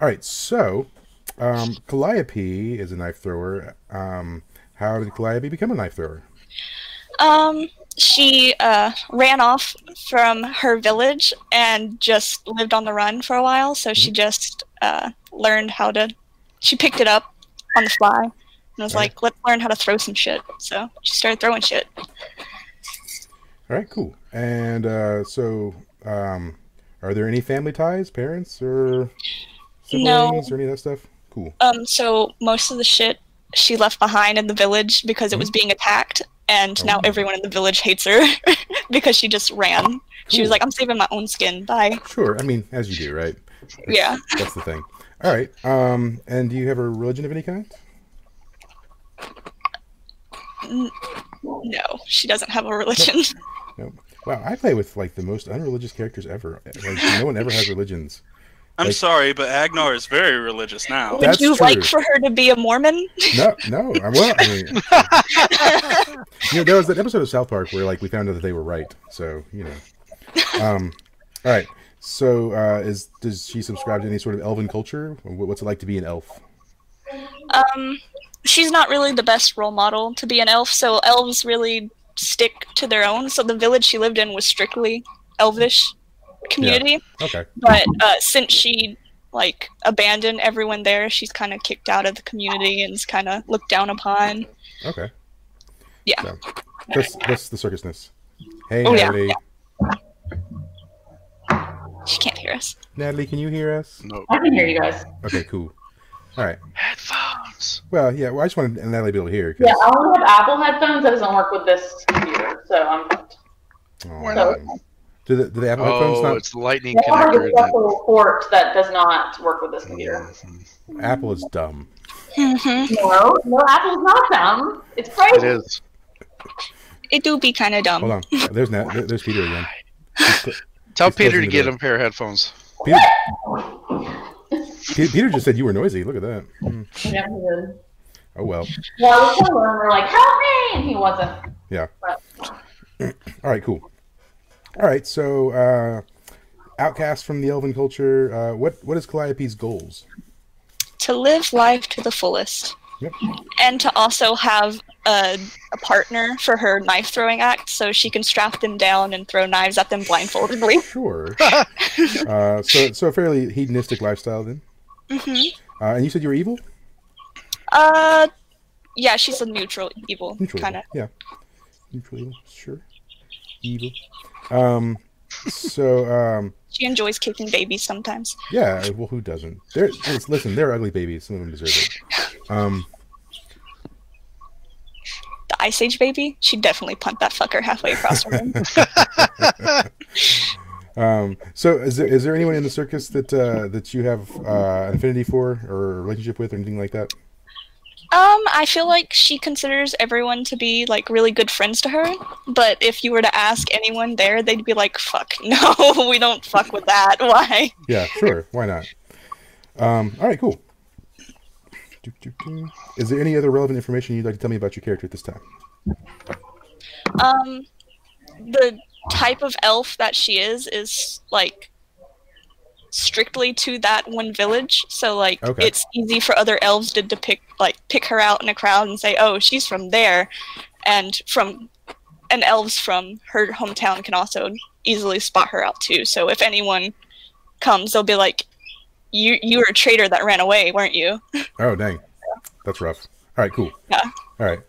[SPEAKER 2] All right. So, um, Calliope is a knife thrower. Um, how did Calliope become a knife thrower?
[SPEAKER 5] Um, she uh, ran off from her village and just lived on the run for a while. So she just uh, learned how to. She picked it up on the fly and was
[SPEAKER 2] Alright.
[SPEAKER 5] like, "Let's learn how to throw some shit." So she started throwing shit.
[SPEAKER 2] All right. Cool. And uh, so, um, are there any family ties, parents or siblings
[SPEAKER 5] No.
[SPEAKER 2] or any of that stuff? Cool.
[SPEAKER 5] Um, so most of the shit she left behind in the village because it was being attacked, and now
[SPEAKER 2] Hmm? Oh.
[SPEAKER 5] everyone in the village hates her because she just ran. She was
[SPEAKER 2] Cool.
[SPEAKER 5] like, "I'm saving my own skin." Bye.
[SPEAKER 2] Sure. I mean, as you do, right?
[SPEAKER 5] Yeah.
[SPEAKER 2] That's the thing. All right. Um, and do you have a religion of any kind?
[SPEAKER 5] No, she doesn't have a religion.
[SPEAKER 2] No. Wow, I play with like the most unreligious characters ever. Like no one ever has religions.
[SPEAKER 1] I'm
[SPEAKER 2] Like-
[SPEAKER 1] sorry, but Agnar is very religious now.
[SPEAKER 5] Would
[SPEAKER 2] That's
[SPEAKER 5] you
[SPEAKER 2] true.
[SPEAKER 5] like for her to be a Mormon?
[SPEAKER 2] No, no, I well, I mean, you know, there was an episode of South Park where like we found out that they were right. So you know, um, all right. So uh, is does she subscribe to any sort of elven culture? Wh- What's it like to be an elf?
[SPEAKER 5] Um, she's not really the best role model to be an elf, so elves really stick to their own. So the village she lived in was strictly elvish community,
[SPEAKER 2] Okay,
[SPEAKER 5] but uh, since she like abandoned everyone there, she's kind of kicked out of the community and is kind of looked down upon.
[SPEAKER 2] okay.
[SPEAKER 5] Yeah.
[SPEAKER 2] So, that's that's the circusness. Hey,
[SPEAKER 5] Oh, yeah.
[SPEAKER 2] Natalie.
[SPEAKER 5] She can't hear us.
[SPEAKER 2] Natalie, can you hear us?
[SPEAKER 3] No
[SPEAKER 6] I can hear you guys.
[SPEAKER 2] Okay, cool. All right.
[SPEAKER 3] headphones.
[SPEAKER 2] Well, yeah. Well, I just wanted Natalie to be able to hear. 'cause-
[SPEAKER 6] Yeah, I only have Apple headphones. That doesn't work with this computer, so um, I'm.
[SPEAKER 2] Aw,
[SPEAKER 3] Why
[SPEAKER 6] not?
[SPEAKER 2] man. um, Do the do the Apple headphones
[SPEAKER 3] Oh,
[SPEAKER 2] not?
[SPEAKER 3] it's lightning
[SPEAKER 6] I have a
[SPEAKER 3] connector. that-
[SPEAKER 6] special port that does not work with this computer.
[SPEAKER 3] Mhm.
[SPEAKER 2] Apple is dumb.
[SPEAKER 6] Mm-hmm.
[SPEAKER 5] hmm
[SPEAKER 6] No, no, Apple's not them. It's
[SPEAKER 3] It
[SPEAKER 6] crazy.
[SPEAKER 3] is.
[SPEAKER 5] It do be kind of dumb.
[SPEAKER 2] Hold on. There's Nat. there- There's Peter again.
[SPEAKER 3] Tell
[SPEAKER 2] He's closing
[SPEAKER 3] Peter to
[SPEAKER 2] the
[SPEAKER 3] get
[SPEAKER 2] door.
[SPEAKER 3] him a pair of headphones.
[SPEAKER 2] Peter, Pe- Peter just said you were noisy. Look at that. Hmm.
[SPEAKER 6] Yeah, he is.
[SPEAKER 2] Oh well.
[SPEAKER 6] Yeah, we told him, we're like, help me! And he wasn't.
[SPEAKER 2] All right. Cool. All right. So, uh, outcast from the elven culture. Uh, what what is Calliope's goals?
[SPEAKER 5] to live life to the fullest
[SPEAKER 2] Yep.
[SPEAKER 5] and to also have a, a partner for her knife throwing act so she can strap them down and throw knives at them blindfoldedly
[SPEAKER 2] Sure. uh, so so a fairly hedonistic lifestyle then.
[SPEAKER 5] hmm
[SPEAKER 2] Uh, and you said you were evil.
[SPEAKER 5] uh yeah she's a neutral evil
[SPEAKER 2] Neutral.
[SPEAKER 5] kind of
[SPEAKER 2] evil. Yeah. Neutral evil. Sure. Evil. Um. So um.
[SPEAKER 5] she enjoys kicking babies sometimes
[SPEAKER 2] Yeah, well, who doesn't? They're, just- listen, they're ugly babies. Some of them deserve it. Um,
[SPEAKER 5] the ice age baby she definitely punt that fucker halfway across the room
[SPEAKER 2] um, so, is there is there anyone in the circus that uh, that you have uh, an affinity for or a relationship with or anything like that?
[SPEAKER 5] um i feel like she considers everyone to be like really good friends to her but if you were to ask anyone there they'd be like fuck no we don't fuck with that why
[SPEAKER 2] Yeah, sure. Why not? Um, all right, cool. Doo, doo, doo. Is there any other relevant information you'd like to tell me about your character at this time?
[SPEAKER 5] um the type of elf that she is is like strictly to that one village so like
[SPEAKER 2] Okay.
[SPEAKER 5] it's easy for other elves to depict like pick her out in a crowd and say oh she's from there and from and elves from her hometown can also easily spot her out too so if anyone comes they'll be like you you were a traitor that ran away weren't you
[SPEAKER 2] Oh, dang, that's rough. All right, cool.
[SPEAKER 5] Yeah.
[SPEAKER 2] All right.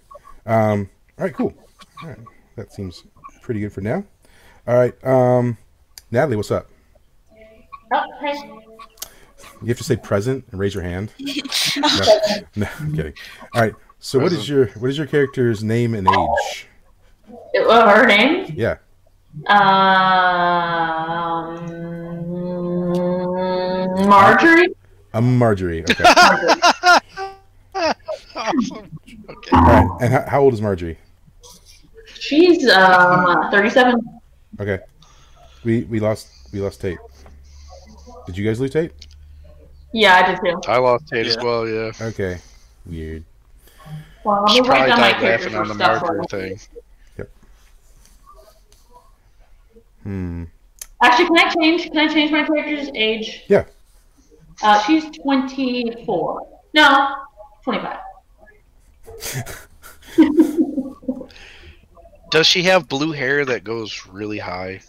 [SPEAKER 2] Um, all right, cool. All right, that seems pretty good for now. All right, um, Natalie, what's up?
[SPEAKER 6] Oh, hey.
[SPEAKER 2] You have to say present and raise your hand. no, no, I'm kidding. All right. So what is
[SPEAKER 3] Present.
[SPEAKER 2] your what is your character's name and age?
[SPEAKER 6] It- uh, her name?
[SPEAKER 2] Yeah.
[SPEAKER 6] Um, Marjorie?
[SPEAKER 2] I'm Marjorie. Okay.
[SPEAKER 6] Marjorie.
[SPEAKER 3] Awesome. Okay.
[SPEAKER 2] All right. And how, how old is Marjorie?
[SPEAKER 6] She's um, 37.
[SPEAKER 2] Okay. We we lost we lost Tate. Did you guys lose Tate?
[SPEAKER 6] Yeah, I did too.
[SPEAKER 3] I lost Tate as
[SPEAKER 1] Yeah.
[SPEAKER 3] well. Yeah.
[SPEAKER 2] Okay. Weird.
[SPEAKER 6] Well,
[SPEAKER 3] She
[SPEAKER 6] I'm
[SPEAKER 3] probably
[SPEAKER 6] write down my
[SPEAKER 3] died laughing
[SPEAKER 6] character
[SPEAKER 3] on the
[SPEAKER 6] stuff.
[SPEAKER 3] marker thing.
[SPEAKER 2] Hmm.
[SPEAKER 6] Actually, can I change? Can I change my character's age?
[SPEAKER 2] Yeah.
[SPEAKER 6] Uh, she's 24. No, 25.
[SPEAKER 3] Does she have blue hair that goes really high?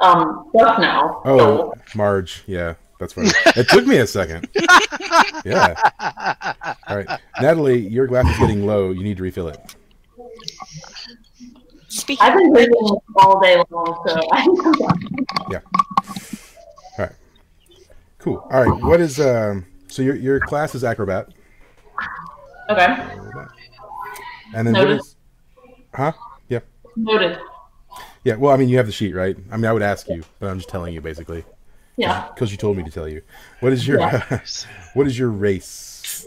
[SPEAKER 6] Um, Duck now.
[SPEAKER 2] Oh, Marge. Yeah, that's right. It took me a second. Yeah. All right, Natalie, your glass is getting low. You need to refill it.
[SPEAKER 5] speaking
[SPEAKER 6] I've been drinking all day long, so I
[SPEAKER 2] Cool. All right. What is um? So your your class is acrobat.
[SPEAKER 6] okay.
[SPEAKER 2] And then what
[SPEAKER 6] Noted.
[SPEAKER 2] is? Huh? Yeah.
[SPEAKER 6] Noted.
[SPEAKER 2] Yeah. Well, I mean, you have the sheet, right? I mean, I would ask you, but I'm just telling you basically
[SPEAKER 6] Yeah.
[SPEAKER 2] because you told me to tell you. What is your What is your race?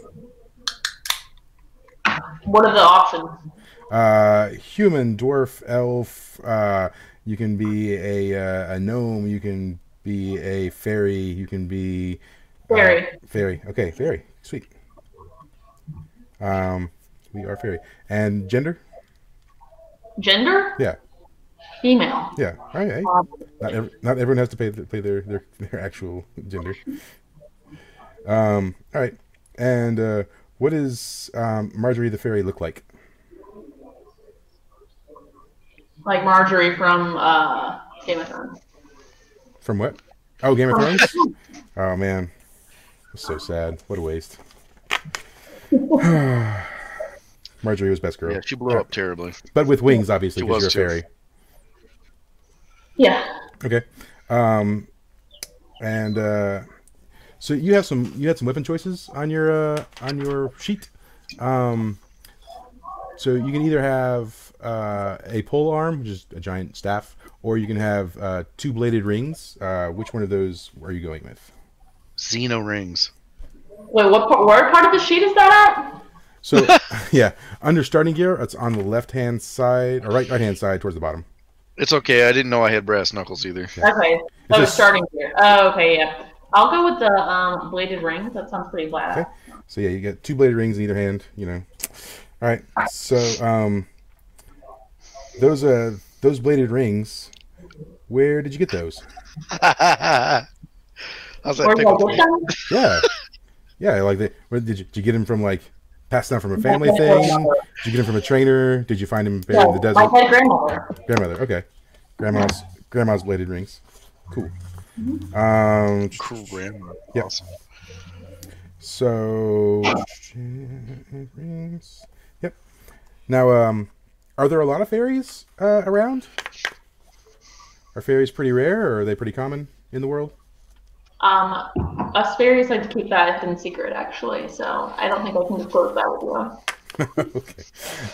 [SPEAKER 6] What are the options?
[SPEAKER 2] Uh, human, dwarf, elf. Uh, you can be a uh, a gnome. You can be a fairy. You can be uh,
[SPEAKER 6] Fairy.
[SPEAKER 2] Fairy. Okay, fairy. Sweet. Um, we are fairy. And gender?
[SPEAKER 6] Gender?
[SPEAKER 2] Yeah.
[SPEAKER 6] Female.
[SPEAKER 2] Yeah. All right. Not every, not everyone has to play th- play their their, their actual gender. Um. All right. And uh, what does um, Marjorie the fairy look like?
[SPEAKER 6] Like Marjorie from uh, Game of Thrones.
[SPEAKER 2] From what? Oh, Game of Thrones. oh man, That's so sad. What a waste. Marjorie was best girl,
[SPEAKER 3] Yeah, she blew up terribly.
[SPEAKER 2] but with wings, obviously,
[SPEAKER 3] She
[SPEAKER 2] because
[SPEAKER 3] was
[SPEAKER 2] you're a
[SPEAKER 3] too.
[SPEAKER 2] fairy.
[SPEAKER 6] Yeah.
[SPEAKER 2] Okay. Um, and uh, so you have some you had some weapon choices on your uh, on your sheet. Um, so you can either have uh, a pole arm, which is a giant staff, or you can have uh, two bladed rings. Uh, which one of those are you going with?
[SPEAKER 3] Xeno rings.
[SPEAKER 6] Wait, what part, where part of the sheet is that at?
[SPEAKER 2] So yeah, under starting gear, it's on the left hand side or right right hand side towards the bottom.
[SPEAKER 3] It's okay. I didn't know I had brass knuckles either.
[SPEAKER 6] Okay. Oh,
[SPEAKER 2] just-
[SPEAKER 6] starting here. Oh, okay, yeah. I'll go with the um, bladed rings. That sounds pretty bad.
[SPEAKER 2] Okay. So yeah, you get two bladed rings in either hand. You know. All right. So um, those uh those bladed rings, where did you get those?
[SPEAKER 3] How's that
[SPEAKER 6] Where's my
[SPEAKER 3] pickle for
[SPEAKER 6] book
[SPEAKER 3] you?
[SPEAKER 6] done?
[SPEAKER 2] Yeah, yeah. Like they, where did you, did you get them from? Like passed down from a family thing? Did you get them from a trainer? Did you find them buried in the
[SPEAKER 6] My
[SPEAKER 2] desert?
[SPEAKER 6] head grandmother.
[SPEAKER 2] Grandmother. Okay. Grandma's grandma's bladed rings. Cool. Um.
[SPEAKER 3] Cool grandma.
[SPEAKER 2] Yeah.
[SPEAKER 3] Awesome.
[SPEAKER 2] So rings. Yep. Now, um, are there a lot of fairies uh, around? Are fairies pretty rare, or are they pretty common in the world?
[SPEAKER 6] Um, us fairies like to keep that in secret, actually. So I don't think I can disclose that with you.
[SPEAKER 2] okay.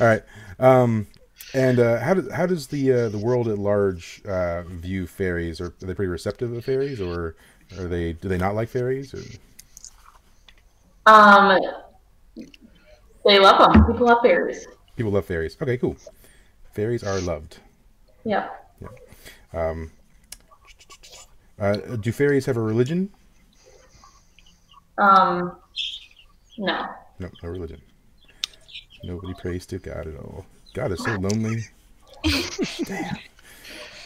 [SPEAKER 2] All right. Um, and uh, how does how does the uh, the world at large uh, view fairies? Are, are they pretty receptive of fairies, or are they do they not like fairies? Or...
[SPEAKER 6] Um, they love them. People love fairies.
[SPEAKER 2] People love fairies. Okay, cool. Fairies are loved.
[SPEAKER 6] Yep.
[SPEAKER 2] Um, uh, do fairies have a religion?
[SPEAKER 6] Um, no.
[SPEAKER 2] No, no religion. Nobody prays to God at all. God is so lonely. Damn.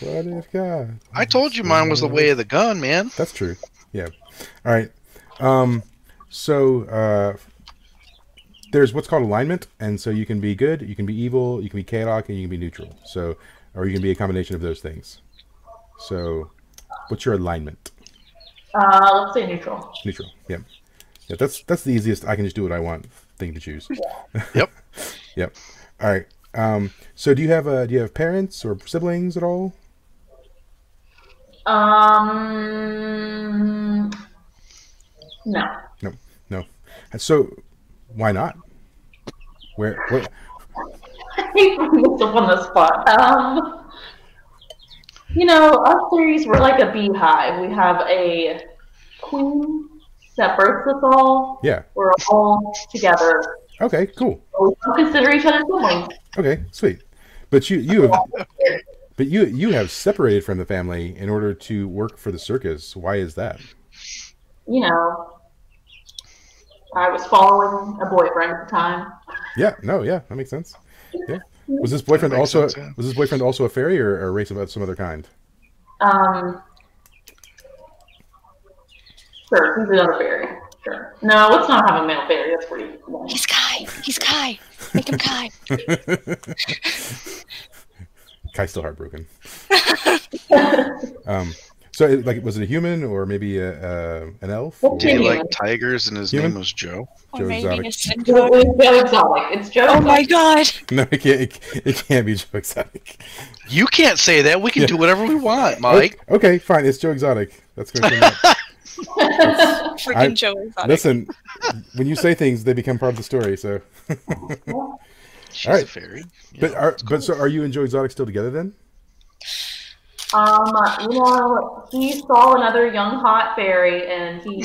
[SPEAKER 2] What if God?
[SPEAKER 3] I told you mine was the way of the gun, man.
[SPEAKER 2] That's true. Yeah. All right. Um, so uh, there's what's called alignment, and so you can be good, you can be evil, you can be chaotic, and you can be neutral. So, or you can be a combination of those things. So, what's your alignment?
[SPEAKER 6] Uh, let's say neutral.
[SPEAKER 2] Neutral. Yeah. Yeah. That's that's the easiest. I can just do what I want. Thing to choose.
[SPEAKER 3] Yep.
[SPEAKER 2] yep. All right. Um, so, do you have uh, do you have parents or siblings at all?
[SPEAKER 6] Um, no.
[SPEAKER 2] No, no. So, why not? Where? where
[SPEAKER 6] I hate putting myself on the spot. Um, you know, us fairies, we're like a beehive. We have a queen separates us all.
[SPEAKER 2] yeah.
[SPEAKER 6] We're all together.
[SPEAKER 2] Okay. Cool.
[SPEAKER 6] We don't consider each other siblings.
[SPEAKER 2] Okay, sweet. But you you have but you you have separated from the family in order to work for the circus. Why is that?
[SPEAKER 6] you know, I was following a boyfriend at the time.
[SPEAKER 2] Yeah, no, yeah, that makes sense. Yeah. Was this boyfriend
[SPEAKER 3] That makes
[SPEAKER 2] also
[SPEAKER 3] sense, yeah.
[SPEAKER 2] was this boyfriend also a fairy or, or a race of some other kind?
[SPEAKER 6] Um, sure, he's another fairy. Sure. No, let's not have a male fairy. That's pretty.
[SPEAKER 5] He's Kai. He's Kai. Make him Kai.
[SPEAKER 2] Kai's still heartbroken. um, so it, like was it a human or maybe a, a an elf? Or,
[SPEAKER 3] Did he
[SPEAKER 6] Yeah.
[SPEAKER 3] like tigers and his
[SPEAKER 2] Human?
[SPEAKER 3] name was Joe?
[SPEAKER 5] Or
[SPEAKER 2] Joe's exotic.
[SPEAKER 5] maybe a Sinbad.
[SPEAKER 6] It's Joe Exotic. It's Joe.
[SPEAKER 5] Oh my god.
[SPEAKER 2] no, it can't. It, can't- it can't be Joe Exotic.
[SPEAKER 3] You can't say that. We can
[SPEAKER 2] Yeah.
[SPEAKER 3] do whatever we want, Mike.
[SPEAKER 2] Okay, fine. It's Joe Exotic. That's going to
[SPEAKER 5] Freaking
[SPEAKER 2] I-
[SPEAKER 5] Joe exotic.
[SPEAKER 2] listen. When you say things, they become part of the story. So.
[SPEAKER 3] She's
[SPEAKER 2] All right.
[SPEAKER 3] a fairy. Yeah.
[SPEAKER 2] But are, but so are you and Joe Exotic still together then?
[SPEAKER 6] Um, you know, he saw another young hot fairy, and he.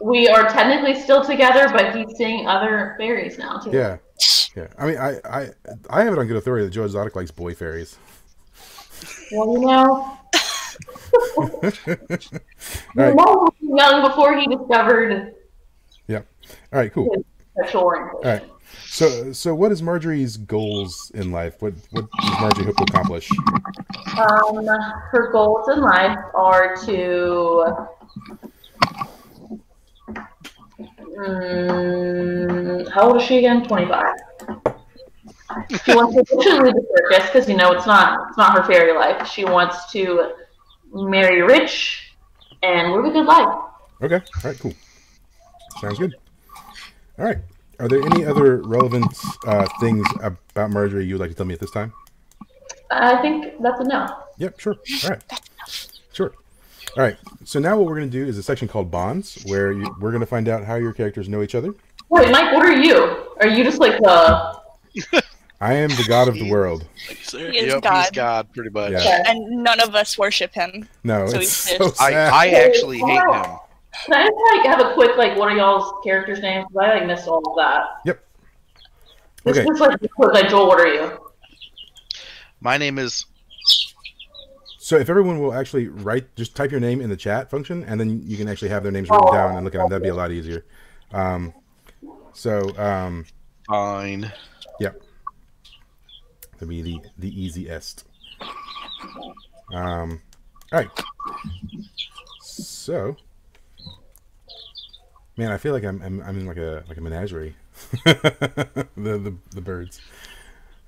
[SPEAKER 6] we are technically still together, but he's seeing other fairies now too.
[SPEAKER 2] Yeah, yeah. I mean, I I, I have it on good authority that Joe Exotic likes boy fairies.
[SPEAKER 6] Well, you know,
[SPEAKER 2] All right.
[SPEAKER 6] Mo was young before he discovered
[SPEAKER 2] All right. Cool.
[SPEAKER 6] sexual orientation.
[SPEAKER 2] All right. So, so what is Marjorie's goals in life? What what does Marjorie hope to accomplish?
[SPEAKER 6] Um, her goals in life are to. Mm, how old is she again? Twenty-five. She wants to eventually leave the circus because you know it's not it's not her fairy life. She wants to marry rich and live a good life.
[SPEAKER 2] Okay. All right. Cool. Sounds good. All right. Are there any other relevant uh, things about Marjorie you would like to tell me at this time?
[SPEAKER 6] I think that's a no.
[SPEAKER 2] Yep, sure. All right. Sure. All right. So now what we're going to do is a section called Bonds, where you, we're going to find out how your characters know each other.
[SPEAKER 6] Wait, Mike, what are you? Are you just like the?
[SPEAKER 2] I am the god of the world.
[SPEAKER 1] Like, is there-
[SPEAKER 5] He is
[SPEAKER 3] yep, he's
[SPEAKER 5] God,
[SPEAKER 3] God, pretty much.
[SPEAKER 2] Yeah.
[SPEAKER 5] and none of us worship him.
[SPEAKER 2] No,
[SPEAKER 5] So
[SPEAKER 2] it's
[SPEAKER 5] he's
[SPEAKER 2] so
[SPEAKER 5] fish.
[SPEAKER 3] I,
[SPEAKER 2] sad.
[SPEAKER 3] I actually hate him.
[SPEAKER 6] Can I just like have a quick like what are y'all's characters' names? 'Cause I like missed all of that.
[SPEAKER 2] Yep.
[SPEAKER 6] This
[SPEAKER 2] Okay.
[SPEAKER 6] is like a quick like Joel, what are you?
[SPEAKER 3] My name is
[SPEAKER 2] So if everyone will actually write, just type your name in the chat function, and then you can actually have their names written down and look at them. That'd be a lot easier. Um, so um,
[SPEAKER 3] Fine.
[SPEAKER 2] That'd be the the easiest. Um, all right. So, man, I feel like I'm I'm, I'm in like a like a menagerie. the, the the birds.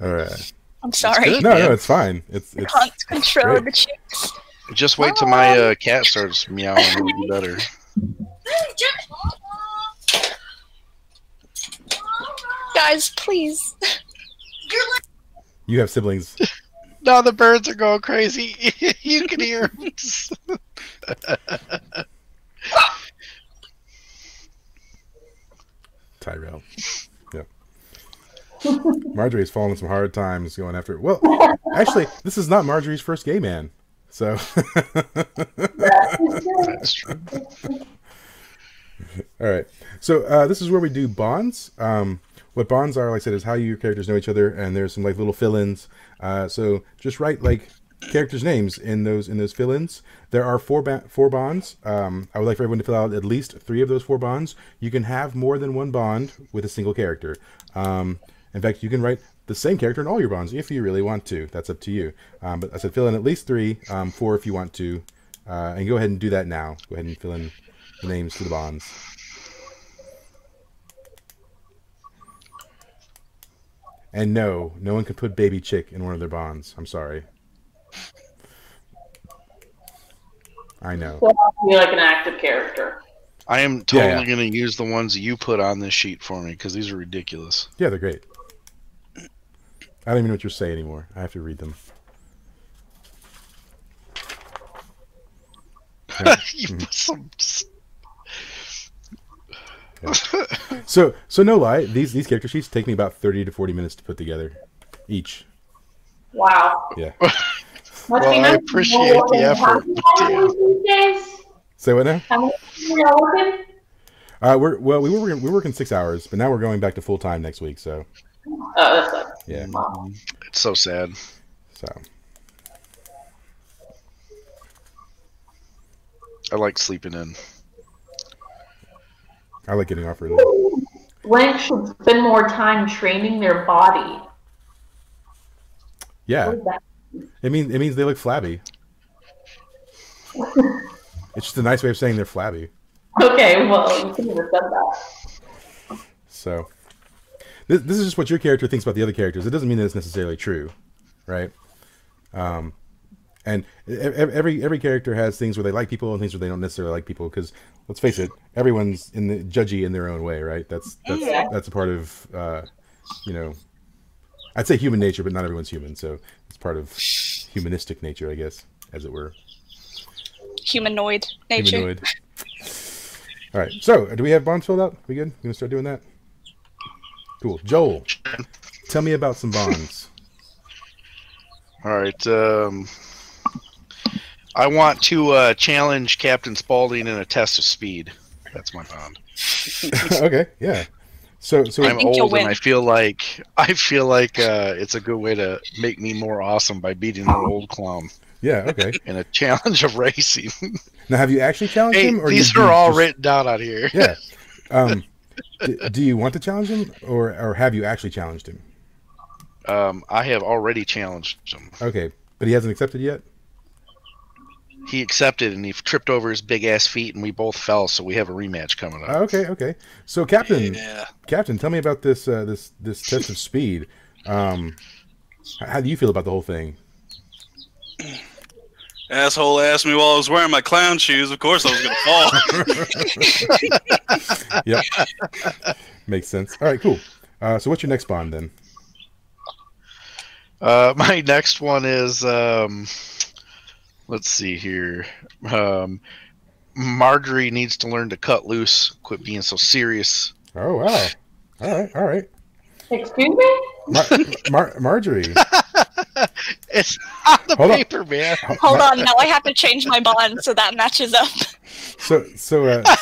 [SPEAKER 2] All right.
[SPEAKER 5] I'm sorry.
[SPEAKER 3] good.
[SPEAKER 2] No, no, it's fine. It's it's
[SPEAKER 5] Can't control
[SPEAKER 2] great.
[SPEAKER 5] the chicks.
[SPEAKER 3] Just wait till my uh, cat starts meowing. It'll be better.
[SPEAKER 5] Guys, please.
[SPEAKER 2] you have siblings.
[SPEAKER 3] No, the birds are going crazy. you can hear 'em.
[SPEAKER 2] Tyrell. Yep. Marjorie's fallen some hard times going after it. Well, actually, this is not Marjorie's first gay man. So,
[SPEAKER 3] That's true.
[SPEAKER 2] all right. So uh, this is where we do bonds. Um, what bonds are, like I said, is how your characters know each other, and there's some like little fill-ins. Uh, so just write like characters' names in those in those fill-ins. There are four ba- four bonds. Um, I would like for everyone to fill out at least three of those four bonds. You can have more than one bond with a single character. Um, in fact, you can write the same character in all your bonds if you really want to. That's up to you. Um, but I said fill in at least three, um, four if you want to, uh, and go ahead and do that now. Go ahead and fill in the names to the bonds. And no, no one can put baby chick in one of their bonds. I'm sorry. I know.
[SPEAKER 6] So you like an active character.
[SPEAKER 3] I am
[SPEAKER 2] Yeah,
[SPEAKER 3] totally
[SPEAKER 2] yeah.
[SPEAKER 3] going to use the ones you put on this sheet for me because these are ridiculous.
[SPEAKER 2] Yeah, they're great. I don't even know what you're saying anymore. I have to read them. Hmm.
[SPEAKER 3] you put some.
[SPEAKER 2] So, so no lie, these these character sheets take me about 30 to 40 minutes to put together each.
[SPEAKER 6] Wow.
[SPEAKER 2] Yeah.
[SPEAKER 6] Must
[SPEAKER 3] Well,
[SPEAKER 6] be
[SPEAKER 3] I
[SPEAKER 6] nice to
[SPEAKER 3] appreciate
[SPEAKER 6] know what
[SPEAKER 3] the
[SPEAKER 6] they
[SPEAKER 3] effort,
[SPEAKER 6] have
[SPEAKER 3] but
[SPEAKER 6] nowadays these days.
[SPEAKER 2] Say what now?
[SPEAKER 6] How many people are y'all working?
[SPEAKER 2] Uh, we're well, we were working- we were working six hours, but now we're going back to full time next week. So,
[SPEAKER 6] Oh, that's sucks.
[SPEAKER 2] yeah.
[SPEAKER 3] It's so sad.
[SPEAKER 2] So,
[SPEAKER 3] I like sleeping in.
[SPEAKER 2] I like getting off early.
[SPEAKER 6] Blank should spend more time training their body.
[SPEAKER 2] Yeah.
[SPEAKER 6] What is that?
[SPEAKER 2] It means it means they look flabby. it's just a nice way of saying they're flabby.
[SPEAKER 6] Okay, well, you couldn't have said that.
[SPEAKER 2] So this, this is just what your character thinks about the other characters. It doesn't mean that it's necessarily true, right? Um, and e- e- every every character has things where they like people and things where they don't necessarily like people. Because let's face it, everyone's in the judgy in their own way, right? That's that's that's a part of uh, you know, I'd say human nature, but not everyone's human, so it's part of humanistic nature, I guess, as it were.
[SPEAKER 5] Humanoid nature.
[SPEAKER 2] Humanoid. All right. So, uh, do we have bonds filled out? We good? We gonna start doing that? Cool. Joel, tell me about some bonds.
[SPEAKER 3] All right. Um, I want to uh, challenge Captain Spaulding in a test of speed. That's my bond.
[SPEAKER 2] okay. Yeah. So, so
[SPEAKER 3] I'm
[SPEAKER 5] think you'll
[SPEAKER 3] old, and
[SPEAKER 5] win.
[SPEAKER 3] I feel like I feel like uh, it's a good way to make me more awesome by beating an old clown.
[SPEAKER 2] Yeah. Okay.
[SPEAKER 3] in a challenge of racing.
[SPEAKER 2] now, have you actually challenged
[SPEAKER 3] hey,
[SPEAKER 2] him? Or
[SPEAKER 3] these
[SPEAKER 2] did you
[SPEAKER 3] are all
[SPEAKER 2] just-
[SPEAKER 3] written down out here.
[SPEAKER 2] Yeah. Um, d- do you want to challenge him, or or have you actually challenged him?
[SPEAKER 3] Um, I have already challenged him.
[SPEAKER 2] Okay, but he hasn't accepted yet.
[SPEAKER 3] He accepted and he tripped over his big ass feet and we both fell, so we have a rematch coming up.
[SPEAKER 2] Oh, okay. Okay. So, Captain,
[SPEAKER 1] Yeah.
[SPEAKER 2] Captain, tell me about this uh, this this test of speed. Um, h- how do you feel about the whole thing?
[SPEAKER 1] Asshole asked me while I was wearing my clown shoes. Of course I was gonna fall.
[SPEAKER 2] Yep. Makes sense. All right. Cool. Uh, so, what's your next bond then?
[SPEAKER 3] Uh, my next one is um, let's see here. Um, Marjorie needs to learn to cut loose, quit being so serious.
[SPEAKER 2] Oh wow. All right. All right.
[SPEAKER 6] Excuse me?
[SPEAKER 2] Mar- Mar- Marjorie.
[SPEAKER 3] It's on the
[SPEAKER 2] Hold on.
[SPEAKER 3] paper, man.
[SPEAKER 5] Hold on, now I have to change my bond so that matches up.
[SPEAKER 2] So so uh,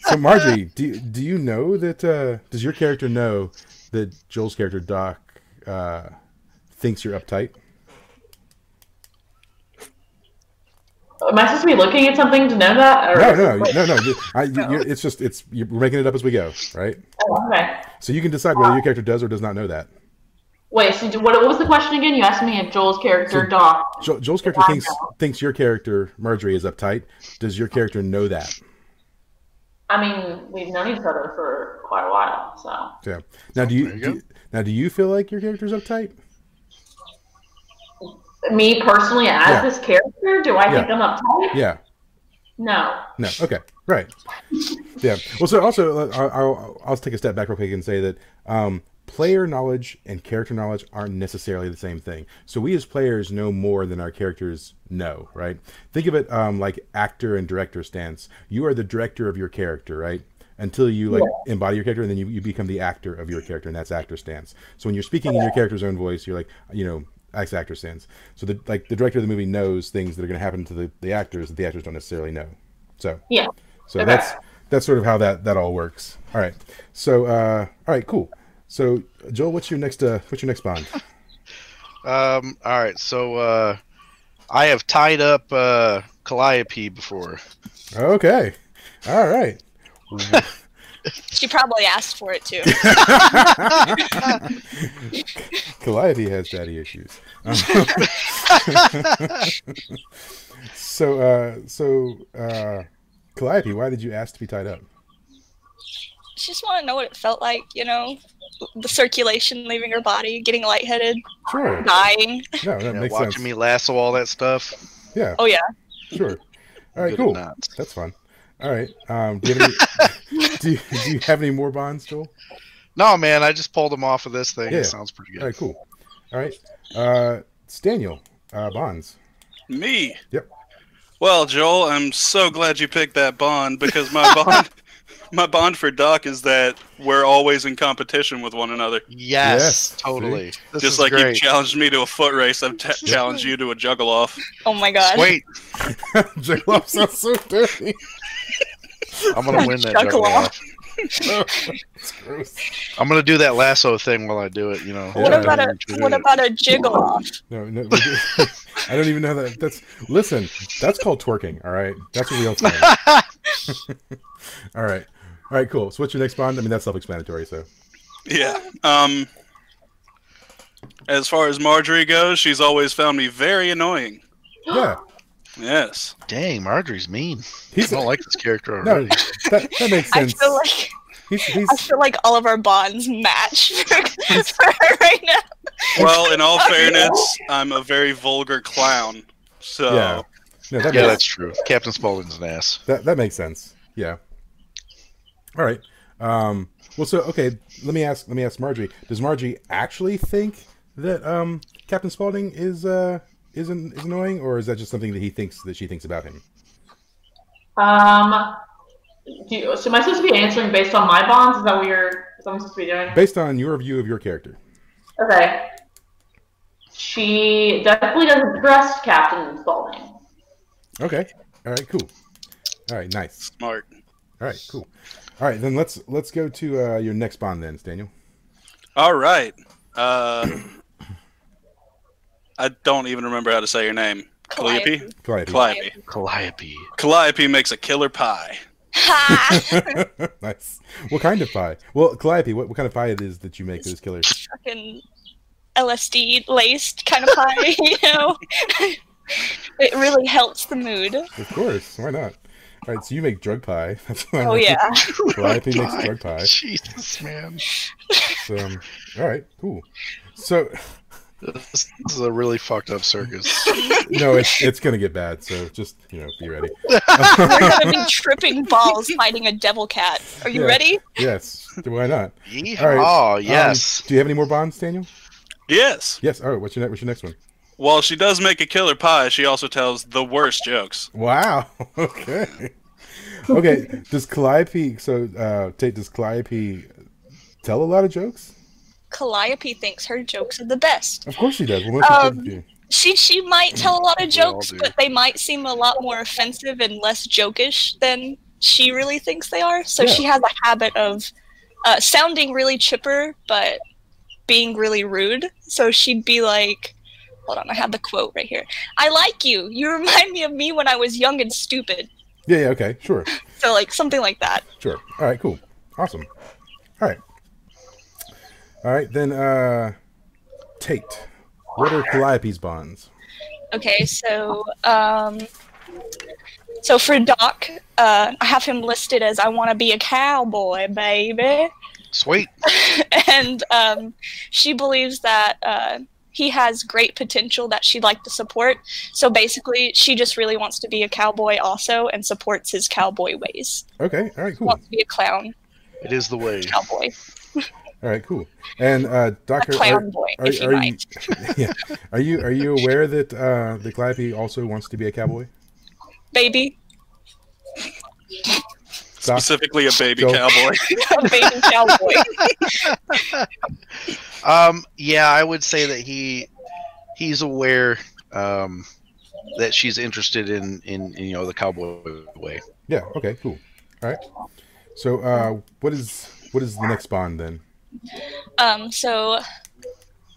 [SPEAKER 2] so Marjorie, do you- do you know that uh, does your character know that Joel's character Doc uh, thinks you're uptight?
[SPEAKER 6] Am I supposed to be looking at something to know that? Or...
[SPEAKER 2] No, no, no, no, no. I, you're, it's just it's you're making it up as we go, right?
[SPEAKER 6] Oh, okay.
[SPEAKER 2] So you can decide whether your character does or does not know that.
[SPEAKER 6] Wait, so do- what, what was the question again? You asked me if Joel's character,
[SPEAKER 2] So-
[SPEAKER 6] Doc.
[SPEAKER 2] Jo- Joel's character
[SPEAKER 6] Yeah, I
[SPEAKER 2] thinks
[SPEAKER 6] know.
[SPEAKER 2] thinks your character Marjorie is uptight. Does your character know that?
[SPEAKER 6] I mean, we've known each other for quite a while, so.
[SPEAKER 2] Yeah. Now do you,
[SPEAKER 3] There you
[SPEAKER 2] do
[SPEAKER 3] go.
[SPEAKER 2] you- now do you feel like your character's uptight?
[SPEAKER 6] Me personally, as
[SPEAKER 2] Yeah.
[SPEAKER 6] this character, do I think I'm uptight?
[SPEAKER 2] Yeah.
[SPEAKER 6] No.
[SPEAKER 2] No. Okay. Right. Yeah. Well, so also, uh, I'll, I'll, I'll take a step back real quick and say that um, player knowledge and character knowledge aren't necessarily the same thing. So we as players know more than our characters know, right? Think of it um, like actor and director stance. You are the director of your character, right? Until you like embody your character, and then you, you become the actor of your character, and that's actor stance. So when you're speaking in your character's own voice, you're like, you know, ex actor stance. So the like the director of the movie knows things that are going to happen to the, the actors that the actors don't necessarily know. So
[SPEAKER 6] Yeah.
[SPEAKER 2] so
[SPEAKER 6] Okay.
[SPEAKER 2] that's that's sort of how that that all works. All right. So uh, all right, cool. So Joel, what's your next uh, what's your next bond?
[SPEAKER 3] Um, all right, so uh, I have tied up uh, Calliope before.
[SPEAKER 2] Okay. All right.
[SPEAKER 5] She probably asked for it too.
[SPEAKER 2] Calliope has daddy issues. so uh, so uh, Calliope, why did you ask to be tied up?
[SPEAKER 5] She just wanted to know what it felt like, you know? The circulation leaving her body, getting lightheaded,
[SPEAKER 2] Sure. No,
[SPEAKER 5] dying.
[SPEAKER 2] that
[SPEAKER 3] You know,
[SPEAKER 2] makes
[SPEAKER 3] watching
[SPEAKER 2] sense.
[SPEAKER 3] me lasso all that stuff.
[SPEAKER 2] Yeah,
[SPEAKER 5] Oh, yeah.
[SPEAKER 2] sure. All right,
[SPEAKER 3] Good
[SPEAKER 2] cool.
[SPEAKER 3] nuts.
[SPEAKER 2] That's fun. All right. Um, do, you have any, do, you, do you have any more bonds, Joel?
[SPEAKER 3] No, man, I just pulled him off of this thing.
[SPEAKER 2] Yeah.
[SPEAKER 3] It sounds pretty good.
[SPEAKER 2] All right, cool. All right, uh, it's Daniel uh, Bonds.
[SPEAKER 1] me.
[SPEAKER 2] Yep.
[SPEAKER 1] Well, Joel, I'm so glad you picked that bond because my bond my bond for Doc is that we're always in competition with one another.
[SPEAKER 3] Yes,
[SPEAKER 2] Yes,
[SPEAKER 3] totally. This
[SPEAKER 1] Just
[SPEAKER 3] is
[SPEAKER 1] like you
[SPEAKER 3] great.
[SPEAKER 1] challenged me to a foot race, I've t- challenged you to a juggle off.
[SPEAKER 5] Oh, my God.
[SPEAKER 3] Wait,
[SPEAKER 2] Jigglypuff sounds so dirty.
[SPEAKER 3] I'm gonna win that
[SPEAKER 5] Chuckle
[SPEAKER 3] juggle
[SPEAKER 5] off.
[SPEAKER 3] off.
[SPEAKER 2] It's Oh, gross.
[SPEAKER 3] I'm gonna do that lasso thing while I do it. You know.
[SPEAKER 5] What
[SPEAKER 2] Yeah.
[SPEAKER 5] about a what about a jiggle off?
[SPEAKER 2] No, no. we do- I don't even know how that. That's listen. That's called twerking. All right. That's a real thing. all right. All right. Cool. So what's your next bond? I mean, that's self-explanatory. So
[SPEAKER 1] Yeah. Um as far as Marjorie goes, she's always found me very annoying.
[SPEAKER 2] yeah,
[SPEAKER 1] Yes.
[SPEAKER 3] Dang, Marjorie's mean.
[SPEAKER 2] he's
[SPEAKER 3] I don't like this character
[SPEAKER 2] no.
[SPEAKER 3] already.
[SPEAKER 2] That, that makes
[SPEAKER 5] I
[SPEAKER 2] sense.
[SPEAKER 5] feel like
[SPEAKER 2] He's, he's,
[SPEAKER 5] I feel like all of our bonds match for her right now.
[SPEAKER 1] Well, in all fairness, I'm a very vulgar clown. So
[SPEAKER 2] yeah. No, that,
[SPEAKER 3] yeah,
[SPEAKER 2] makes,
[SPEAKER 3] that's true. Captain Spaulding's an ass.
[SPEAKER 2] That that makes sense. Yeah. All right. Um, well, so okay. Let me ask. Let me ask Marjorie. Does Marjorie actually think that um, Captain Spaulding is uh, is an, is annoying, or is that just something that he thinks that she thinks about him?
[SPEAKER 6] Um, do you, so am I supposed to be answering based on my bonds? Is that what you're, is that what I'm supposed to be doing?
[SPEAKER 2] Based on your view of your character.
[SPEAKER 6] Okay. She definitely doesn't trust Captain Spaulding.
[SPEAKER 2] Okay. All right. Cool. All right. Nice.
[SPEAKER 1] smart.
[SPEAKER 2] All right. Cool. All right. Then let's let's go to uh, your next bond then, Daniel.
[SPEAKER 1] All right. Uh, I don't even remember how to say your name. Calliope?
[SPEAKER 2] Calliope.
[SPEAKER 1] Calliope.
[SPEAKER 3] Calliope.
[SPEAKER 1] Calliope makes a killer pie.
[SPEAKER 5] Ha!
[SPEAKER 2] nice. What kind of pie? Well, Calliope, what, what kind of pie it is that you make that is killer?
[SPEAKER 5] Fucking LSD laced kind of pie, you know? it really helps the mood.
[SPEAKER 2] Of course, why not? All right, so you make drug pie. That's what I'm
[SPEAKER 5] Oh,
[SPEAKER 2] like.
[SPEAKER 5] yeah.
[SPEAKER 2] Calliope makes drug pie.
[SPEAKER 3] Jesus, man.
[SPEAKER 2] So, um, all right, cool. So
[SPEAKER 3] This, this is a really fucked up circus.
[SPEAKER 2] no, it's it's gonna get bad. So just you know, be ready.
[SPEAKER 5] We're gonna be tripping balls fighting a devil cat. Are you
[SPEAKER 2] Yeah.
[SPEAKER 5] ready?
[SPEAKER 2] Yes, why not?
[SPEAKER 3] Yeehaw, yes.
[SPEAKER 2] Um, do you have any more bonds, Daniel?
[SPEAKER 1] Yes.
[SPEAKER 2] Yes. All right. What's your next? What's your next one?
[SPEAKER 1] While she does make a killer pie, she also tells the worst jokes.
[SPEAKER 2] Wow. Okay. Okay. Does Calliope? So, uh, Tate, does Calliope tell a lot of jokes?
[SPEAKER 5] Calliope thinks her jokes are the best.
[SPEAKER 2] Of course she does. Well, unless she
[SPEAKER 5] Um,
[SPEAKER 2] couldn't be.
[SPEAKER 5] She she might tell a lot of
[SPEAKER 3] We all
[SPEAKER 5] jokes,
[SPEAKER 3] do.
[SPEAKER 5] but they might seem a lot more offensive and less jokish than she really thinks they are. So
[SPEAKER 2] Yeah.
[SPEAKER 5] she has a habit of uh, sounding really chipper, but being really rude. So she'd be like, "Hold on, I have the quote right here. I like you. You remind me of me when I was young and stupid."
[SPEAKER 2] yeah. Yeah. Okay. Sure.
[SPEAKER 5] So like something like that.
[SPEAKER 2] Sure. All right. Cool. Awesome. All right. All right. Then, uh, Tate. What are Calliope's bonds?
[SPEAKER 5] Okay, so um, so for Doc, uh, I have him listed as I want to be a cowboy, baby,
[SPEAKER 3] Sweet.
[SPEAKER 5] and um, she believes that uh, he has great potential that she'd like to support. So basically, she just really wants to be a cowboy also, and supports his cowboy ways.
[SPEAKER 2] Okay. All right. Cool. All
[SPEAKER 5] Wants to be a clown
[SPEAKER 3] It is the way.
[SPEAKER 5] cowboy,
[SPEAKER 2] right. Cool. And uh,
[SPEAKER 5] a
[SPEAKER 2] Doctor.
[SPEAKER 5] clown boy,
[SPEAKER 2] are,
[SPEAKER 5] if you
[SPEAKER 2] are you,
[SPEAKER 5] might.
[SPEAKER 2] yeah. are you are you aware that uh, the Calliope also wants to be a cowboy?
[SPEAKER 5] Baby,
[SPEAKER 2] Doc,
[SPEAKER 1] Specifically, a baby
[SPEAKER 2] Go.
[SPEAKER 1] cowboy.
[SPEAKER 5] a baby cowboy.
[SPEAKER 3] Um, yeah, I would say that he he's aware um, that she's interested in, in in you know the cowboy way.
[SPEAKER 2] yeah. Okay. Cool. All right. So uh, what is what is the next bond then?
[SPEAKER 5] Um, so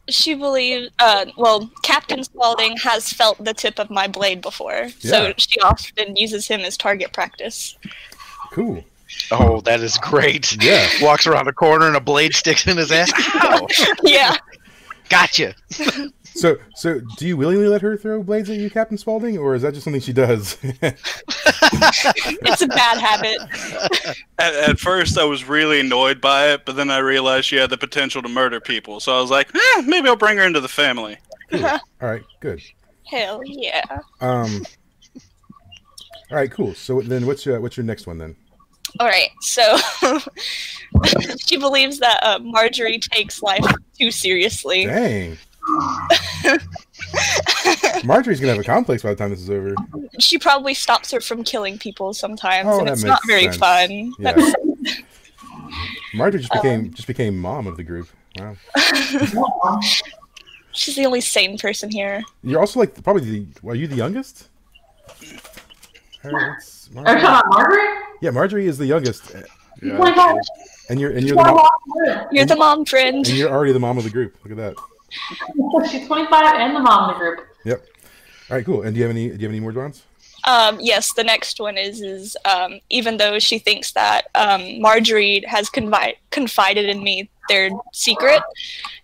[SPEAKER 5] she believes, uh, well, Captain Spaulding has felt the tip of my blade before,
[SPEAKER 2] Yeah.
[SPEAKER 5] so she often uses him as target practice.
[SPEAKER 2] Cool.
[SPEAKER 3] Oh, that is great.
[SPEAKER 2] Yeah.
[SPEAKER 3] Walks around a corner and a blade sticks in his ass. Ow!
[SPEAKER 5] yeah,
[SPEAKER 3] Gotcha.
[SPEAKER 2] So so do you willingly let her throw blades at you, Captain Spaulding, or is that just something she does?
[SPEAKER 5] it's a bad habit.
[SPEAKER 1] At, at first, I was really annoyed by it, but then I realized she had the potential to murder people. So I was like, eh, maybe I'll bring her into the family.
[SPEAKER 2] cool. All right. Good.
[SPEAKER 5] Hell yeah.
[SPEAKER 2] Um. All right. Cool. So then what's your what's your next one then?
[SPEAKER 5] All right, so she believes that uh, Marjorie takes life too seriously.
[SPEAKER 2] Dang. Marjorie's gonna have a complex by the time this is over.
[SPEAKER 5] She probably stops her from killing people sometimes,
[SPEAKER 2] Oh,
[SPEAKER 5] and
[SPEAKER 2] that
[SPEAKER 5] it's
[SPEAKER 2] makes
[SPEAKER 5] not very
[SPEAKER 2] sense.
[SPEAKER 5] fun.
[SPEAKER 2] Yeah.
[SPEAKER 5] That's-
[SPEAKER 2] Marjorie just became just became mom of the group. Wow.
[SPEAKER 5] she's the only sane person here.
[SPEAKER 2] You're also like probably the. Are you the youngest? Uh, it's
[SPEAKER 6] Are you talking
[SPEAKER 5] Uh-huh.
[SPEAKER 2] Marjorie.
[SPEAKER 6] about Margaret?
[SPEAKER 2] Yeah, Marjorie is the youngest,
[SPEAKER 6] Oh my God,
[SPEAKER 2] and you're and you're the mom,
[SPEAKER 6] she's
[SPEAKER 5] You're the mom friend.
[SPEAKER 2] and you're already the mom of the group. Look at that.
[SPEAKER 6] 25. She's 25 and the mom of the group.
[SPEAKER 2] Yep. All right, cool. And do you have any? Do you have any more drawings?
[SPEAKER 5] Um, yes, the next one is is um, even though she thinks that um, Marjorie has confi- confided in me their secret,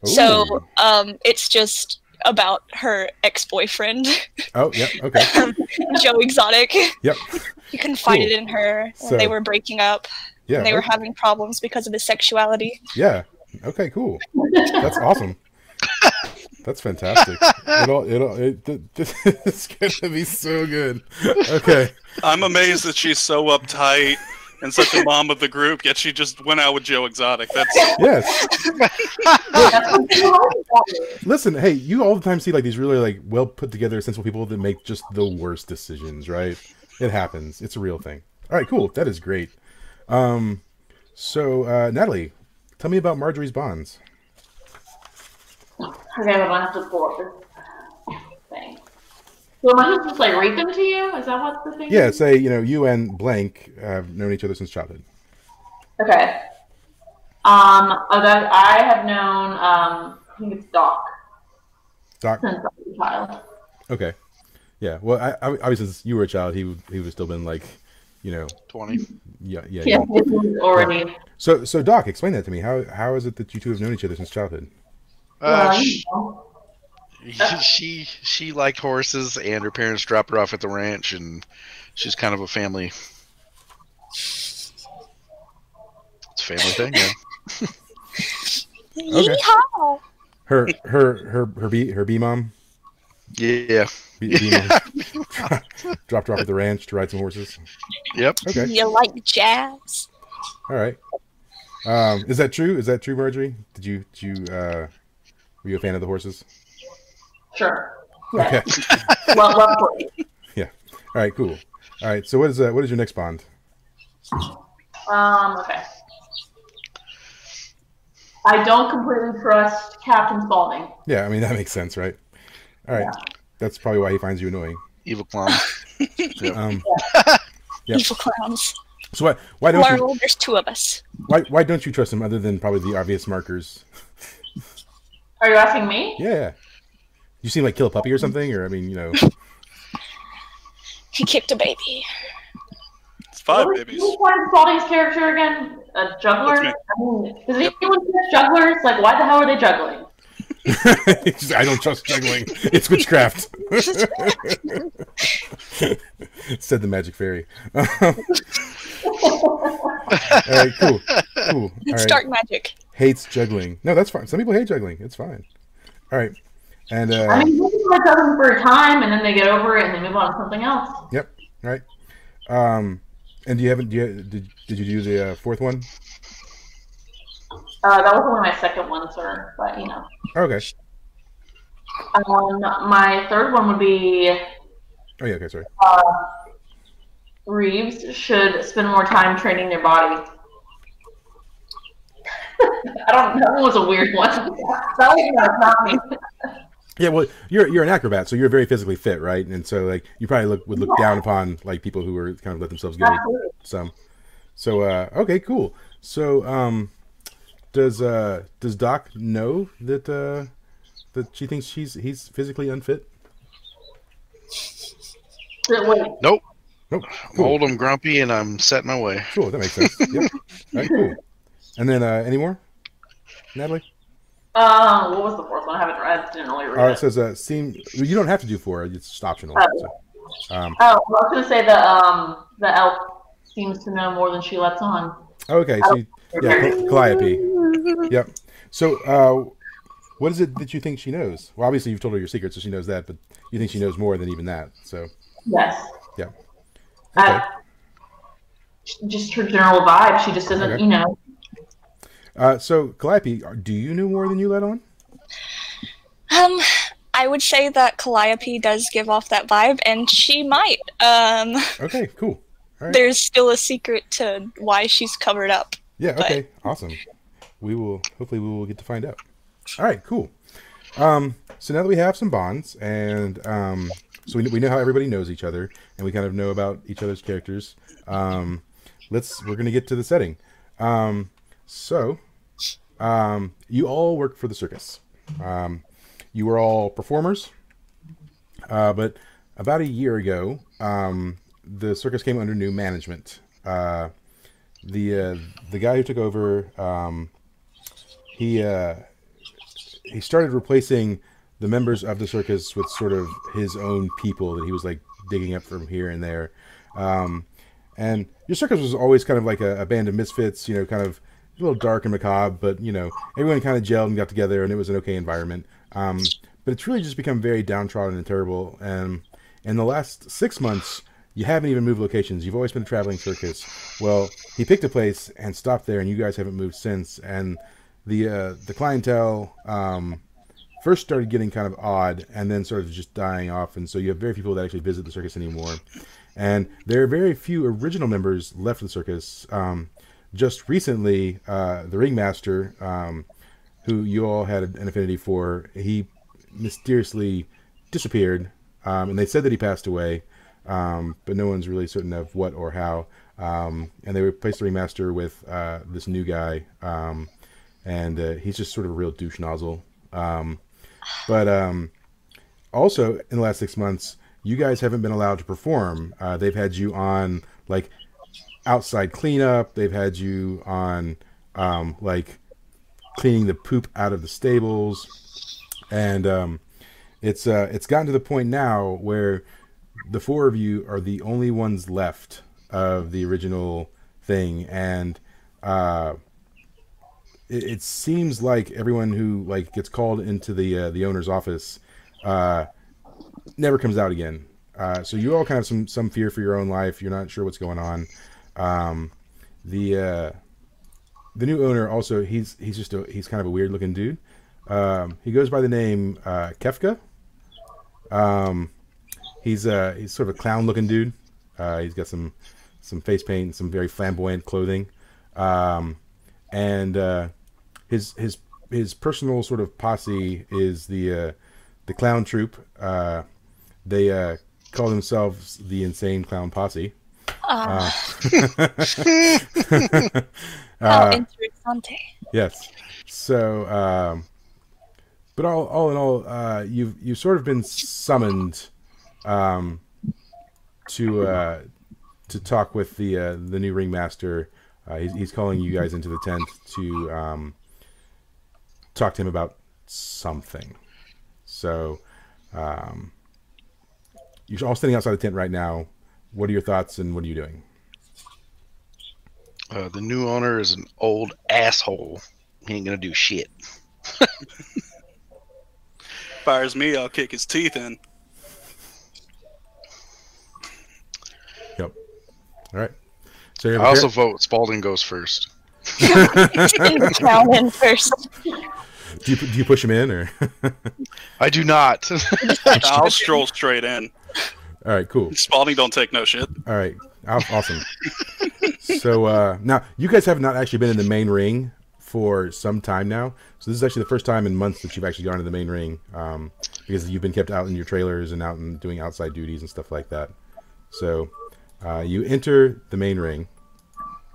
[SPEAKER 5] so
[SPEAKER 2] Ooh.
[SPEAKER 5] um, it's just about her ex boyfriend
[SPEAKER 2] Oh, yep. Okay.
[SPEAKER 5] Joe Exotic.
[SPEAKER 2] Yep.
[SPEAKER 5] He confided in her when
[SPEAKER 2] So-
[SPEAKER 5] they were breaking up.
[SPEAKER 2] Yeah.
[SPEAKER 5] and they were
[SPEAKER 2] okay.
[SPEAKER 5] having problems because of his sexuality.
[SPEAKER 2] Yeah. Okay. Cool. That's awesome. That's fantastic. It'll. It'll. It, th- th- it's gonna be so good. Okay.
[SPEAKER 1] I'm amazed that she's so uptight and such a mom of the group, yet she just went out with Joe Exotic. That's
[SPEAKER 2] Yes.
[SPEAKER 6] That's what she likes.
[SPEAKER 2] Listen, hey, you all the time see like these really like well put together sensible people that make just the worst decisions, right? It happens. It's a real thing. All right, cool. That is great. Um, so uh, Natalie, tell me about Marjorie's bonds.
[SPEAKER 6] Okay, I'm gonna have to pull up this thing. So am I supposed to just like read them to you? Is that what the thing?
[SPEAKER 2] Yeah,
[SPEAKER 6] is?
[SPEAKER 2] say you know you and blank have known each other since childhood.
[SPEAKER 6] Okay. Um, I got- I have known. Um, I think it's Doc
[SPEAKER 2] Doc.
[SPEAKER 6] since I was a child.
[SPEAKER 2] Okay. Yeah. Well, I, I, obviously, since you were a child, he would he would have still been like, you know,
[SPEAKER 3] Twenty.
[SPEAKER 2] yeah, yeah, Uh,
[SPEAKER 6] Yeah,
[SPEAKER 2] yeah.
[SPEAKER 6] this is already.
[SPEAKER 2] So, so Doc, explain that to me. How how is it that you two have known each other since childhood?
[SPEAKER 3] Uh,
[SPEAKER 6] well,
[SPEAKER 3] sh-
[SPEAKER 6] you know.
[SPEAKER 3] she she liked horses, and her parents dropped her off at the ranch, and she's kind of a family. It's a family thing, man.
[SPEAKER 2] Okay.
[SPEAKER 5] Yeehaw!
[SPEAKER 2] Her her her her B her B mom
[SPEAKER 3] Yeah.
[SPEAKER 2] B, B mom dropped her off at the ranch to ride some horses.
[SPEAKER 3] Yep.
[SPEAKER 2] Okay.
[SPEAKER 5] You like jazz?
[SPEAKER 2] All right. Um, is that true? Is that true, Marjorie? Did you did you uh, were you a fan of the horses?
[SPEAKER 6] Sure.
[SPEAKER 2] Okay.
[SPEAKER 6] Yeah. well, lovely.
[SPEAKER 2] All right. Cool. All right. So what is uh, what is your next bond?
[SPEAKER 6] Um, okay. I don't completely trust Captain Spaulding.
[SPEAKER 2] Yeah. I mean that makes sense, right? All right. That's probably why he finds you annoying.
[SPEAKER 3] Evil clown.
[SPEAKER 2] Um, Yeah.
[SPEAKER 5] Evil clowns.
[SPEAKER 2] so why why don't you,
[SPEAKER 5] Marvel, there's two of us.
[SPEAKER 2] why why don't you trust him other than probably the obvious markers?
[SPEAKER 6] Are you asking me?
[SPEAKER 2] Yeah. You seem like kill a puppy or something, or I mean, you know.
[SPEAKER 5] He kicked a baby.
[SPEAKER 1] It's five
[SPEAKER 6] What was-
[SPEAKER 1] babies.
[SPEAKER 6] Who was Captain Spaulding's character again? A juggler?
[SPEAKER 1] That's me.
[SPEAKER 6] I mean, does anyone catch jugglers? Like, why the hell are they juggling?
[SPEAKER 2] I don't trust juggling. It's witchcraft. Said the magic fairy. All right, cool, cool. All
[SPEAKER 5] It's
[SPEAKER 2] right.
[SPEAKER 5] dark magic.
[SPEAKER 2] Hates juggling. No, that's fine. Some people hate juggling. It's fine. All right, and
[SPEAKER 6] I
[SPEAKER 2] uh,
[SPEAKER 6] mean, they can like them for a time, and then they get over it, and they move on to something else.
[SPEAKER 2] yep. All right. Um, and do you haven't? Do you, did did you do the uh, fourth one?
[SPEAKER 6] Uh, that was only my second one, sir. But you know,
[SPEAKER 2] Oh, Okay.
[SPEAKER 6] um, my third one would be
[SPEAKER 2] Oh yeah. Okay. Sorry.
[SPEAKER 6] Reeves should spend more time training their body. I don't. That one was a weird one. that was not me.
[SPEAKER 2] Yeah, well, you're you're an acrobat, so you're very physically fit, right? And so like you probably look would look down upon like people who are kind of let themselves go
[SPEAKER 6] Absolutely.
[SPEAKER 2] some. So uh okay, cool. So um does uh does Doc know that uh that she thinks she's he's physically unfit?
[SPEAKER 6] So, wait,
[SPEAKER 3] Nope.
[SPEAKER 2] Nope.
[SPEAKER 3] I'm
[SPEAKER 2] Cool.
[SPEAKER 3] old, I'm grumpy, and I'm set my way.
[SPEAKER 2] Cool, that makes sense. yep. All right, cool. And then uh any more? Natalie?
[SPEAKER 6] um, what was the fourth one? I haven't read. Didn't really read.
[SPEAKER 2] All right,
[SPEAKER 6] it.
[SPEAKER 2] it says uh seem well, you don't have to do four, it's just optional. So, um
[SPEAKER 6] oh, well, I was gonna say the um the elf seems to know more than she lets on.
[SPEAKER 2] okay, so you, yeah, Cal- Calliope. Yep. So, uh, what is it that you think she knows? Well, obviously you've told her your secret, so she knows that. But you think she knows more than even that. So,
[SPEAKER 6] Yes.
[SPEAKER 2] yeah.
[SPEAKER 6] Uh, just her general vibe. She just doesn't,
[SPEAKER 2] Okay.
[SPEAKER 6] you know.
[SPEAKER 2] Uh, so, Calliope, are- do you know more than you let on?
[SPEAKER 5] Um, I would say that Calliope does give off that vibe, and she might. Um,
[SPEAKER 2] Okay, cool. All right.
[SPEAKER 5] there's still a secret to why she's covered up.
[SPEAKER 2] Yeah.
[SPEAKER 5] But-
[SPEAKER 2] Okay. Awesome. We will. Hopefully, we will get to find out. All right. Cool. Um, so now that we have some bonds, and um, so we, we know how everybody knows each other, and we kind of know about each other's characters. Um, let's. We're gonna get to the setting. Um, so, um, you all work for the circus. Um, you were all performers, uh, but about a year ago, um, the circus came under new management. Uh, the uh, the guy who took over um, he uh, he started replacing the members of the circus with sort of his own people that he was like digging up from here and there um, and your circus was always kind of like a, a band of misfits you know kind of a little dark and macabre but you know everyone kind of gelled and got together and it was an okay environment um, but it's really just become very downtrodden and terrible and in the last six months you haven't even moved locations. You've always been a traveling circus. Well, he picked a place and stopped there, and you guys haven't moved since. And the uh, the clientele um, first started getting kind of odd, and then sort of just dying off. And so you have very few people that actually visit the circus anymore. And there are very few original members left of the circus. Um, just recently, uh, the ringmaster, um, who you all had an affinity for, he mysteriously disappeared, um, and they said that he passed away um, but no one's really certain of what or how. Um, and they replaced the remaster with uh, this new guy, um, and uh, he's just sort of a real douche nozzle. Um, but um, also, in the last six months, you guys haven't been allowed to perform. Uh, they've had you on like outside cleanup. They've had you on um, like cleaning the poop out of the stables, and um, it's uh, it's gotten to the point now where the four of you are the only ones left of the original thing, and uh, it, it seems like everyone who like gets called into the uh, the owner's office uh, never comes out again. Uh, so you all kind of have some some fear for your own life. You're not sure what's going on. Um, the uh, the new owner also he's he's just a, he's kind of a weird looking dude. Um, he goes by the name uh, Kefka. Um, he's uh he's sort of a clown looking dude. Uh, he's got some some face paint and some very flamboyant clothing. Um, and uh, his his his personal sort of posse is the uh, the clown troupe. Uh, they uh, call themselves the Insane Clown Posse.
[SPEAKER 5] Ah,
[SPEAKER 2] Uh,
[SPEAKER 5] how interessante.
[SPEAKER 2] yes. So, um, but all, all in all, uh, you've you've sort of been summoned um, to uh, to talk with the uh, the new ringmaster. Uh, he's, he's calling you guys into the tent to um, talk to him about something. So, um, you're all standing outside the tent right now. What are your thoughts, and what are you doing?
[SPEAKER 3] Uh, the new owner is an old asshole. He ain't gonna do shit.
[SPEAKER 1] Fires me, I'll kick his teeth in.
[SPEAKER 2] All right. So you're
[SPEAKER 3] I also vote Spalding goes first.
[SPEAKER 5] Crown in first.
[SPEAKER 2] do you, do you push him in or?
[SPEAKER 3] I do not.
[SPEAKER 1] I'll stroll straight in.
[SPEAKER 2] All right, cool.
[SPEAKER 1] Spalding don't take no shit.
[SPEAKER 2] All right, Aw- awesome. so uh, now you guys have not actually been in the main ring for some time now. So this is actually the first time in months that you've actually gone to the main ring um, because you've been kept out in your trailers and out and doing outside duties and stuff like that. So uh, you enter the main ring,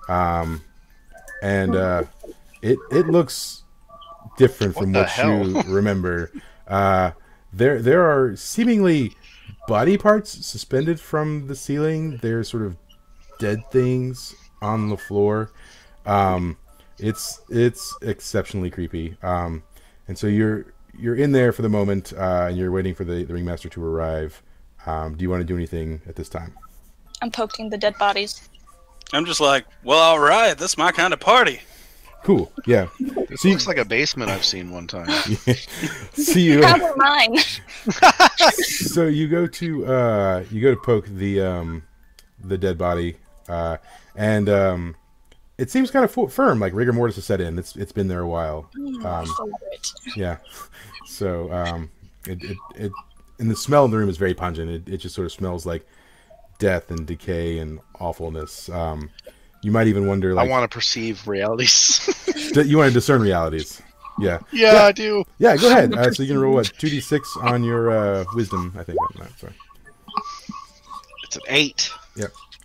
[SPEAKER 2] um, and uh, it it looks different from
[SPEAKER 3] What
[SPEAKER 2] what
[SPEAKER 3] the
[SPEAKER 2] you remember. Uh, there there are seemingly body parts suspended from the ceiling. They're sort of dead things on the floor. Um, it's it's exceptionally creepy. Um, and so you're you're in there for the moment, uh, and you're waiting for the, the ringmaster to arrive. Um, do you want to do anything at this time?
[SPEAKER 5] I'm poking the dead bodies.
[SPEAKER 1] I'm just like, well, all right, that's my kind of party.
[SPEAKER 2] Cool. Yeah.
[SPEAKER 3] This looks like a basement I've seen one time.
[SPEAKER 2] See you.
[SPEAKER 5] How are mine?
[SPEAKER 2] so you go to uh, you go to poke the um, the dead body, uh, and um, it seems kind of fu- firm. Like rigor mortis has set in. It's it's been there a while. Um, yeah. So um, it, it it and the smell in the room is very pungent. It it just sort of smells like death and decay and awfulness. Um, you might even wonder
[SPEAKER 3] I
[SPEAKER 2] like
[SPEAKER 3] want to perceive realities.
[SPEAKER 2] d- you want to discern realities. Yeah.
[SPEAKER 3] yeah, I do.
[SPEAKER 2] Yeah, go ahead. Uh, so you can roll what two d six on your uh, wisdom, I think. No, sorry.
[SPEAKER 3] It's an eight.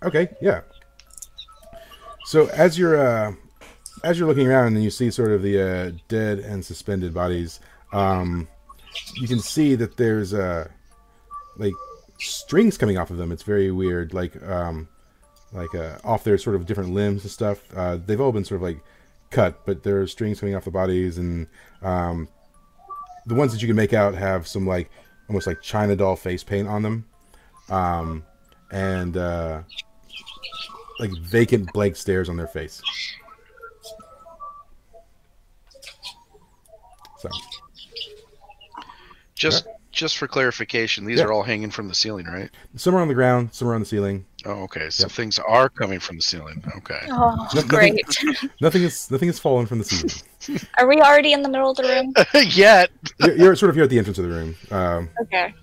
[SPEAKER 2] Okay, yeah. So as you're uh, as you're looking around and you see sort of the uh, dead and suspended bodies, um, you can see that there's uh, like strings coming off of them. It's very weird, like um, like uh, off their sort of different limbs and stuff. Uh, they've all been sort of like cut, but there are strings coming off the bodies, and um, the ones that you can make out have some like almost like China doll face paint on them. Um, and uh, like vacant blank stares on their face. So
[SPEAKER 3] Just just for clarification, these
[SPEAKER 2] Yeah.
[SPEAKER 3] are all hanging from the ceiling, right?
[SPEAKER 2] some are on the ground, some are on the ceiling.
[SPEAKER 3] Oh, okay. So
[SPEAKER 2] Yep.
[SPEAKER 3] things are coming from the ceiling. Okay.
[SPEAKER 5] Oh,
[SPEAKER 2] Nothing-
[SPEAKER 5] great.
[SPEAKER 2] Nothing is nothing has fallen from the ceiling.
[SPEAKER 5] Are we already in the middle of the room?
[SPEAKER 3] Yet.
[SPEAKER 2] You're, you're sort of here at the entrance of the room, um,
[SPEAKER 5] Okay.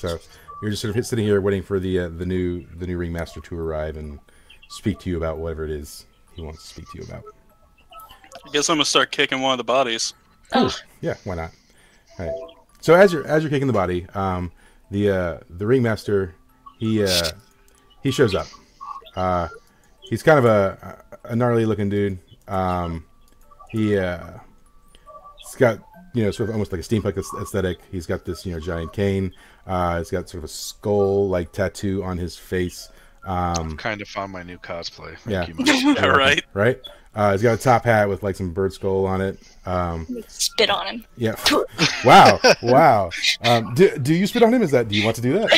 [SPEAKER 2] so you're just sort of sitting here waiting for the uh, the new the new ringmaster to arrive and speak to you about whatever it is he wants to speak to you about.
[SPEAKER 1] I guess I'm gonna start kicking one of the bodies.
[SPEAKER 2] Yeah, why not? All right. So as you're as you're kicking the body, um, the uh, the ringmaster he uh, he shows up. Uh, he's kind of a a gnarly looking dude. Um, he uh, he's got you know, sort of almost like a steampunk aes- aesthetic. He's got this, you know, giant cane. Uh, he's got sort of a skull like tattoo on his face. Um,
[SPEAKER 3] Kind of found my new cosplay. Thank
[SPEAKER 2] Yeah.
[SPEAKER 3] you, Mike.
[SPEAKER 2] Yeah.
[SPEAKER 1] All right.
[SPEAKER 2] right? Uh, he's got a top hat with like some bird skull on it. Um,
[SPEAKER 5] Spit on him.
[SPEAKER 2] yeah. wow. Wow. Um, do, do you spit on him? Is that? Do you want to do that?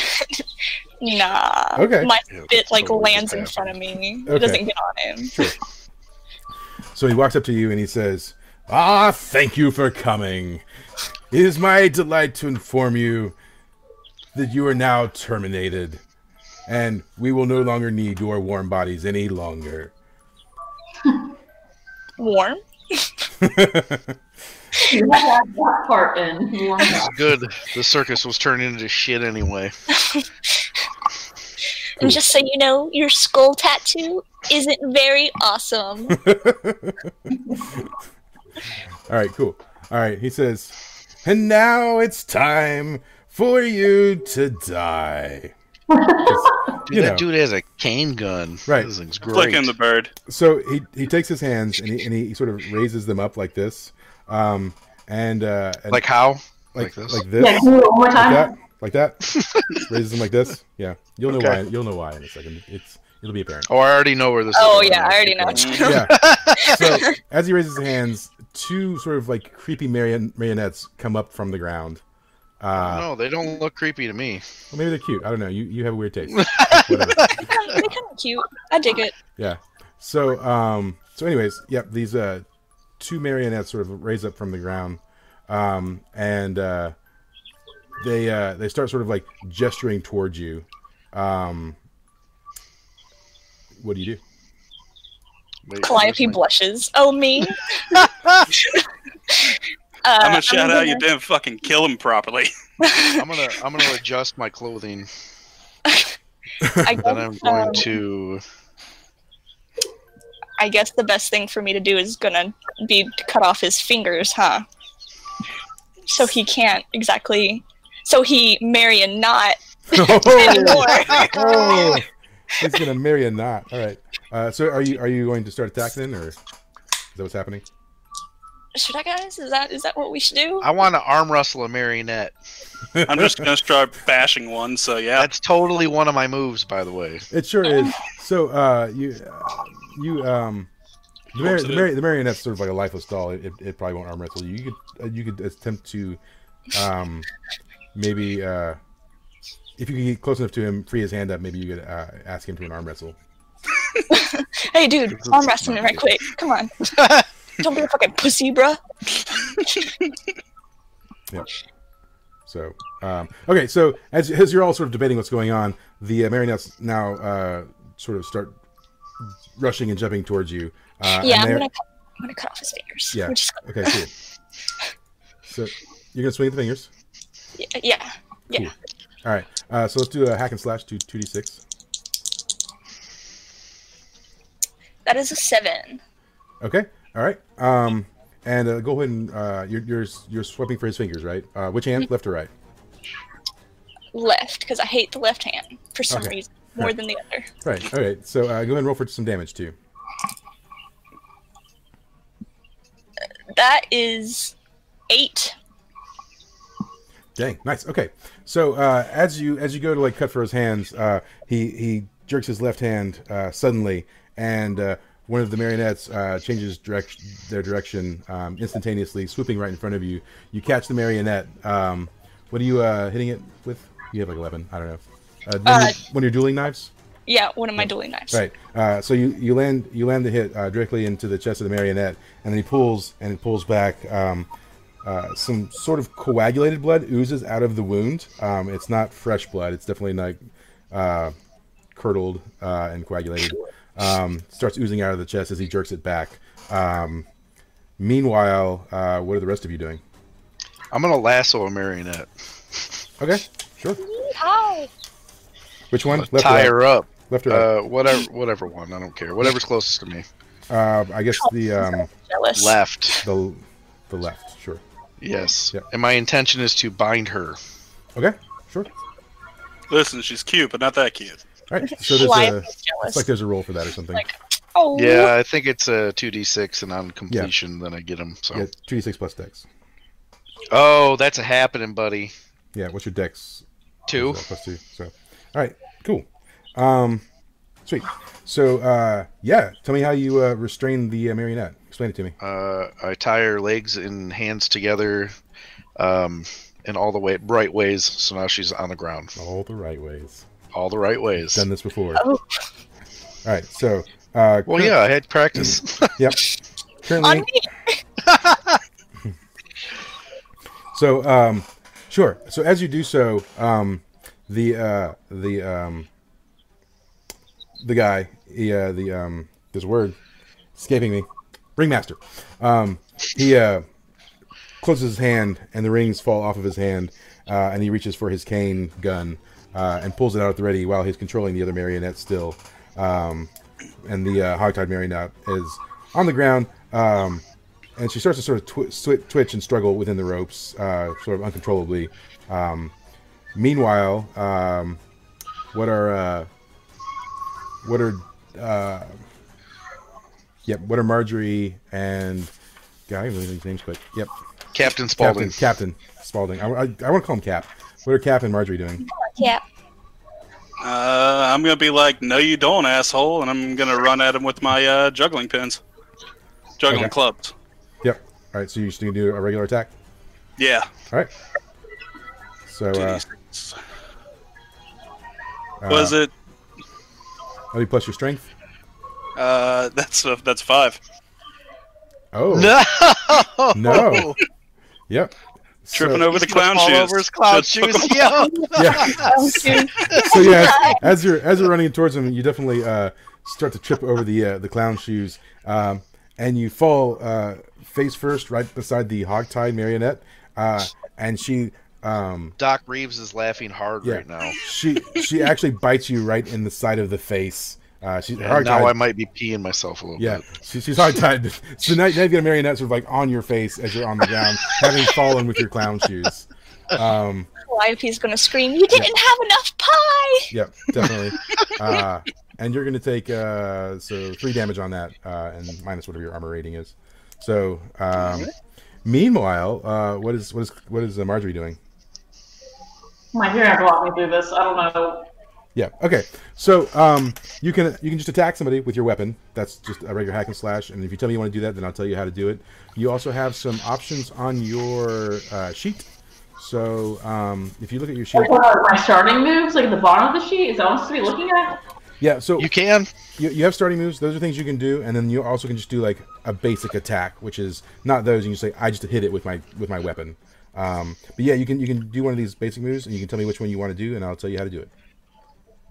[SPEAKER 5] Nah.
[SPEAKER 2] Okay.
[SPEAKER 5] My
[SPEAKER 3] Yeah,
[SPEAKER 5] spit like
[SPEAKER 3] totally
[SPEAKER 5] lands in
[SPEAKER 3] just
[SPEAKER 5] front of me.
[SPEAKER 2] Okay.
[SPEAKER 5] It doesn't get on him.
[SPEAKER 2] So he walks up to you and he says, Ah, thank you for coming. It is my delight to inform you that you are now terminated, and we will no longer need your warm bodies any longer.
[SPEAKER 5] Warm.
[SPEAKER 6] You have that part in. You want that.
[SPEAKER 3] Good. The circus was turned into shit anyway.
[SPEAKER 5] And just so you know, your skull tattoo isn't very awesome.
[SPEAKER 2] All right, cool. All right, he says, And now it's time for you to die.
[SPEAKER 3] Dude,
[SPEAKER 2] You
[SPEAKER 3] that
[SPEAKER 2] know.
[SPEAKER 3] dude has a cane gun.
[SPEAKER 2] Right.
[SPEAKER 3] This thing's
[SPEAKER 1] Flick
[SPEAKER 3] great.
[SPEAKER 1] in the bird.
[SPEAKER 2] so he, he takes his hands and he, and he sort of raises them up like this. Um, and, uh, and
[SPEAKER 3] like how?
[SPEAKER 2] like,
[SPEAKER 3] like this?
[SPEAKER 2] Like this.
[SPEAKER 6] Yeah, do it one more
[SPEAKER 2] like
[SPEAKER 6] time.
[SPEAKER 2] that, like that, raises them like this. Yeah, you'll know
[SPEAKER 3] Okay.
[SPEAKER 2] why. You'll know why in a second. It's it'll be apparent.
[SPEAKER 3] Oh, I already know where this
[SPEAKER 5] Oh
[SPEAKER 3] is. going.
[SPEAKER 5] yeah, I already know.
[SPEAKER 2] Yeah. So as he raises his hands, two sort of like creepy marion- marionettes come up from the ground. Uh,
[SPEAKER 3] No, they don't look creepy to me.
[SPEAKER 2] well, maybe they're cute. I don't know. You you have a weird taste. Whatever.
[SPEAKER 5] They're kind of cute. I dig it.
[SPEAKER 2] Yeah. So um so anyways, yep, these uh two marionettes sort of raise up from the ground. Um and uh they uh they start sort of like gesturing towards you. Um what do you do?
[SPEAKER 3] Wait, where's
[SPEAKER 5] Calliope
[SPEAKER 3] my-
[SPEAKER 5] blushes. Oh me. uh,
[SPEAKER 1] I'm gonna shout out you
[SPEAKER 5] gonna-
[SPEAKER 1] didn't fucking kill him properly.
[SPEAKER 3] I'm gonna I'm gonna adjust my clothing.
[SPEAKER 5] I
[SPEAKER 3] Then
[SPEAKER 5] guess,
[SPEAKER 3] I'm going
[SPEAKER 5] um,
[SPEAKER 3] to
[SPEAKER 5] I guess the best thing for me to do is gonna be to cut off his fingers, huh? So he can't exactly. So he marry and not anymore.
[SPEAKER 2] oh, he's gonna marry a knot. All right. Uh, so are you are you going to start attacking then, or is that what's happening?
[SPEAKER 5] should I guys? Is that is that what we should do?
[SPEAKER 3] I want to arm wrestle a marionette.
[SPEAKER 1] I'm just gonna start bashing one. So yeah,
[SPEAKER 3] That's totally one of my moves, by the way.
[SPEAKER 2] It sure is. So uh, you uh, you um the, mar-
[SPEAKER 1] Hopes
[SPEAKER 2] the,
[SPEAKER 1] it
[SPEAKER 2] mar- the marionette's sort of like a lifeless doll. It, it probably won't arm wrestle you. You could uh, you could attempt to um maybe uh if you could get close enough to him, free his hand up. Maybe you could uh, ask him to an arm wrestle.
[SPEAKER 5] Hey, dude, arm wrestle me right quick. Come on. Don't be a fucking pussy, bruh.
[SPEAKER 2] So, um, okay, so as, as you're all sort of debating what's going on, the uh, marionettes now uh, sort of start rushing and jumping towards you. Uh, and
[SPEAKER 5] yeah, I'm
[SPEAKER 2] they're-
[SPEAKER 5] gonna, cut, I'm gonna cut off his fingers.
[SPEAKER 2] Yeah.
[SPEAKER 5] We're just gonna-
[SPEAKER 2] Okay, cool. So you're gonna swing the fingers.
[SPEAKER 5] yeah, yeah.
[SPEAKER 2] All right. Uh, so let's do a hack and slash to two d six.
[SPEAKER 5] That is a seven.
[SPEAKER 2] Okay. All right. Um, and uh, go ahead and uh, you're, you're you're swiping for his fingers, right? Uh, which hand, left or right?
[SPEAKER 5] Left, because I hate the left hand for some
[SPEAKER 2] Okay.
[SPEAKER 5] reason more than the other.
[SPEAKER 2] Right. All right. So uh, go ahead and roll for some damage too.
[SPEAKER 5] That is eight.
[SPEAKER 2] Dang, nice. Okay, so uh, as you as you go to like cut for his hands, uh, he he jerks his left hand uh, suddenly, and uh, one of the marionettes uh, changes direct their direction um, instantaneously, swooping right in front of you. You catch the marionette. Um, what are you uh, hitting it with? You have like eleven. I don't know. Uh, one,
[SPEAKER 5] Uh,
[SPEAKER 2] of your, one of your dueling knives.
[SPEAKER 5] Yeah, one of my dueling knives.
[SPEAKER 2] Right. Uh, so you, you land you land the hit uh, directly into the chest of the marionette, and then he pulls and he pulls back. Um, uh, some sort of coagulated blood oozes out of the wound. Um, it's not fresh blood. It's definitely not uh, curdled uh, and coagulated. Um, starts oozing out of the chest as he jerks it back. Um, meanwhile, uh, what are the rest of you doing?
[SPEAKER 3] I'm gonna lasso a marionette.
[SPEAKER 2] Okay, sure.
[SPEAKER 5] How?
[SPEAKER 2] Which one? Left
[SPEAKER 3] Tie
[SPEAKER 2] or right?
[SPEAKER 3] her up.
[SPEAKER 2] Left or right?
[SPEAKER 3] Uh, whatever, whatever one. I don't care. Whatever's closest to me.
[SPEAKER 2] Uh, I guess the um,
[SPEAKER 5] Jealous.
[SPEAKER 3] Left.
[SPEAKER 2] the the left. Sure.
[SPEAKER 3] Yes.
[SPEAKER 2] Yeah.
[SPEAKER 3] And my intention is to bind her.
[SPEAKER 2] Okay, sure.
[SPEAKER 1] listen, she's cute, but not that cute.
[SPEAKER 2] All right. So there's
[SPEAKER 5] Why
[SPEAKER 2] a,
[SPEAKER 5] am I jealous?
[SPEAKER 2] it's like there's a role for that or something.
[SPEAKER 5] Like, oh,
[SPEAKER 3] Yeah, I think it's a two d six, and on completion, then I get them. So
[SPEAKER 2] yeah, two d six plus dex.
[SPEAKER 3] Oh, that's a happening, buddy.
[SPEAKER 2] Yeah, what's your dex?
[SPEAKER 3] Two.
[SPEAKER 2] Is that plus two. So, all right, cool. Um, sweet. So, uh, yeah, tell me how you uh, restrain the uh, marionette. Explain it to me.
[SPEAKER 3] Uh, I tie her legs and hands together, um, in all the way right ways. So now she's on the ground,
[SPEAKER 2] All the right ways.
[SPEAKER 3] all the right ways.
[SPEAKER 2] Done this before.
[SPEAKER 5] Oh.
[SPEAKER 2] All right, so uh,
[SPEAKER 3] well,
[SPEAKER 2] cur-
[SPEAKER 3] yeah, I had practice.
[SPEAKER 2] yep.
[SPEAKER 5] On
[SPEAKER 2] Currently,
[SPEAKER 5] me.
[SPEAKER 2] So, um, sure. So as you do so, um, the uh, the um, the guy, he, uh, the um, this word escaping me, ringmaster. Um, he uh, closes his hand, and the rings fall off of his hand, uh, and he reaches for his cane gun uh, and pulls it out at the ready while he's controlling the other marionette still. Um, and the uh, hogtied marionette is on the ground. Um, and she starts to sort of twi- swi- twitch and struggle within the ropes, uh, sort of uncontrollably. Um, meanwhile, um, what are uh, what are uh, yep, what are Marjorie and guy? I'm losing his names quick. Yep,
[SPEAKER 3] Captain Spaulding.
[SPEAKER 2] Captain, Captain Spaulding. I, I, I want to call him Cap. What are Cap and Marjorie doing?
[SPEAKER 5] Yeah.
[SPEAKER 1] Uh, I'm gonna be like, no, you don't, asshole, and I'm gonna run at him with my uh, juggling pins, juggling
[SPEAKER 2] Okay.
[SPEAKER 1] clubs.
[SPEAKER 2] Yep. All right, so you're just gonna do a regular attack.
[SPEAKER 1] Yeah.
[SPEAKER 2] All right. So uh,
[SPEAKER 1] 2d6.
[SPEAKER 2] uh,
[SPEAKER 1] Was it?
[SPEAKER 2] that'll be plus your strength.
[SPEAKER 1] Uh, that's a, that's five.
[SPEAKER 2] Oh
[SPEAKER 3] No.
[SPEAKER 2] No. Yep.
[SPEAKER 1] Tripping
[SPEAKER 2] So-
[SPEAKER 1] over the clown
[SPEAKER 3] fall
[SPEAKER 1] shoes.
[SPEAKER 3] over his clown
[SPEAKER 1] Just took
[SPEAKER 3] shoes.
[SPEAKER 1] them
[SPEAKER 3] Yo.
[SPEAKER 2] Yeah.
[SPEAKER 5] Oh, dude.
[SPEAKER 2] so yeah, as, as you're as you're running towards him, you definitely uh, start to trip over the uh, the clown shoes, um, and you fall uh, face first right beside the hogtied marionette, uh, and she um,
[SPEAKER 3] Doc Reeves is laughing hard
[SPEAKER 2] Yeah.
[SPEAKER 3] right now.
[SPEAKER 2] she she actually bites you right in the side of the face. Uh, she's
[SPEAKER 3] And now I
[SPEAKER 2] hogtied-
[SPEAKER 3] might be peeing myself a little
[SPEAKER 2] yeah,
[SPEAKER 3] bit.
[SPEAKER 2] she, she's hogtied. So now, now you've got a marionette sort of like on your face as you're on the ground, having fallen with your clown shoes. Um,
[SPEAKER 5] Calliope's gonna scream, You didn't have enough pie!
[SPEAKER 2] Yep, definitely. uh, and you're going to take uh, so three damage on that, uh, and minus whatever your armor rating is. So, um, meanwhile, uh, what is what is what is uh, Marjorie doing?
[SPEAKER 6] My you're gonna walk me through this. I don't know.
[SPEAKER 2] Yeah. Okay. So um, you can you can just attack somebody with your weapon. That's just a regular hack and slash. And if you tell me you want to do that, then I'll tell you how to do it. You also have some options on your uh, sheet. So um, if you look at your sheet,
[SPEAKER 6] Like, what are my starting moves, like the bottom of the sheet, is that what I'm supposed to be looking at?
[SPEAKER 2] yeah. So
[SPEAKER 3] You can.
[SPEAKER 2] You, you have starting moves. Those are things you can do, and then you also can just do like a basic attack, which is not those. You can say, "I just hit it with my with my weapon." Um, but yeah, you can you can do one of these basic moves, and you can tell me which one you want to do, and I'll tell you how to do it.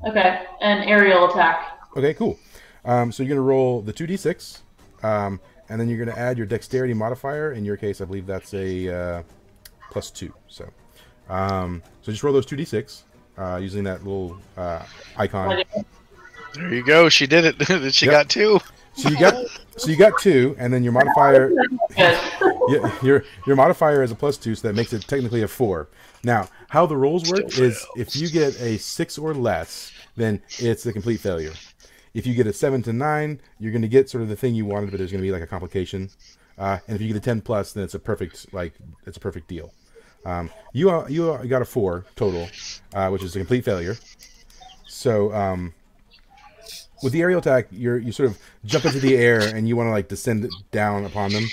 [SPEAKER 6] Okay, an aerial attack.
[SPEAKER 2] Okay, cool. Um, so you're gonna roll the two d six, um, and then you're gonna add your dexterity modifier. In your case, I believe that's a uh, plus two. So, um, so just roll those two d six uh, using that little uh, icon.
[SPEAKER 6] Like,
[SPEAKER 3] There you go. She did it. she
[SPEAKER 2] Yep.
[SPEAKER 3] got two.
[SPEAKER 2] So you got so you got two, and then your modifier
[SPEAKER 6] good.
[SPEAKER 2] yeah, your your modifier is a plus two, so that makes it technically a four. Now, how the rules work is if you get a six or less, then it's a complete failure. If you get a seven to nine, you're going to get sort of the thing you wanted, but there's going to be like a complication. Uh, and if you get a ten plus, then it's a perfect like it's a perfect deal. Um, you are, you are, got a four total, uh, which is a complete failure. So um, with the aerial attack, you're you sort of jump into the air and you want to like descend down upon them.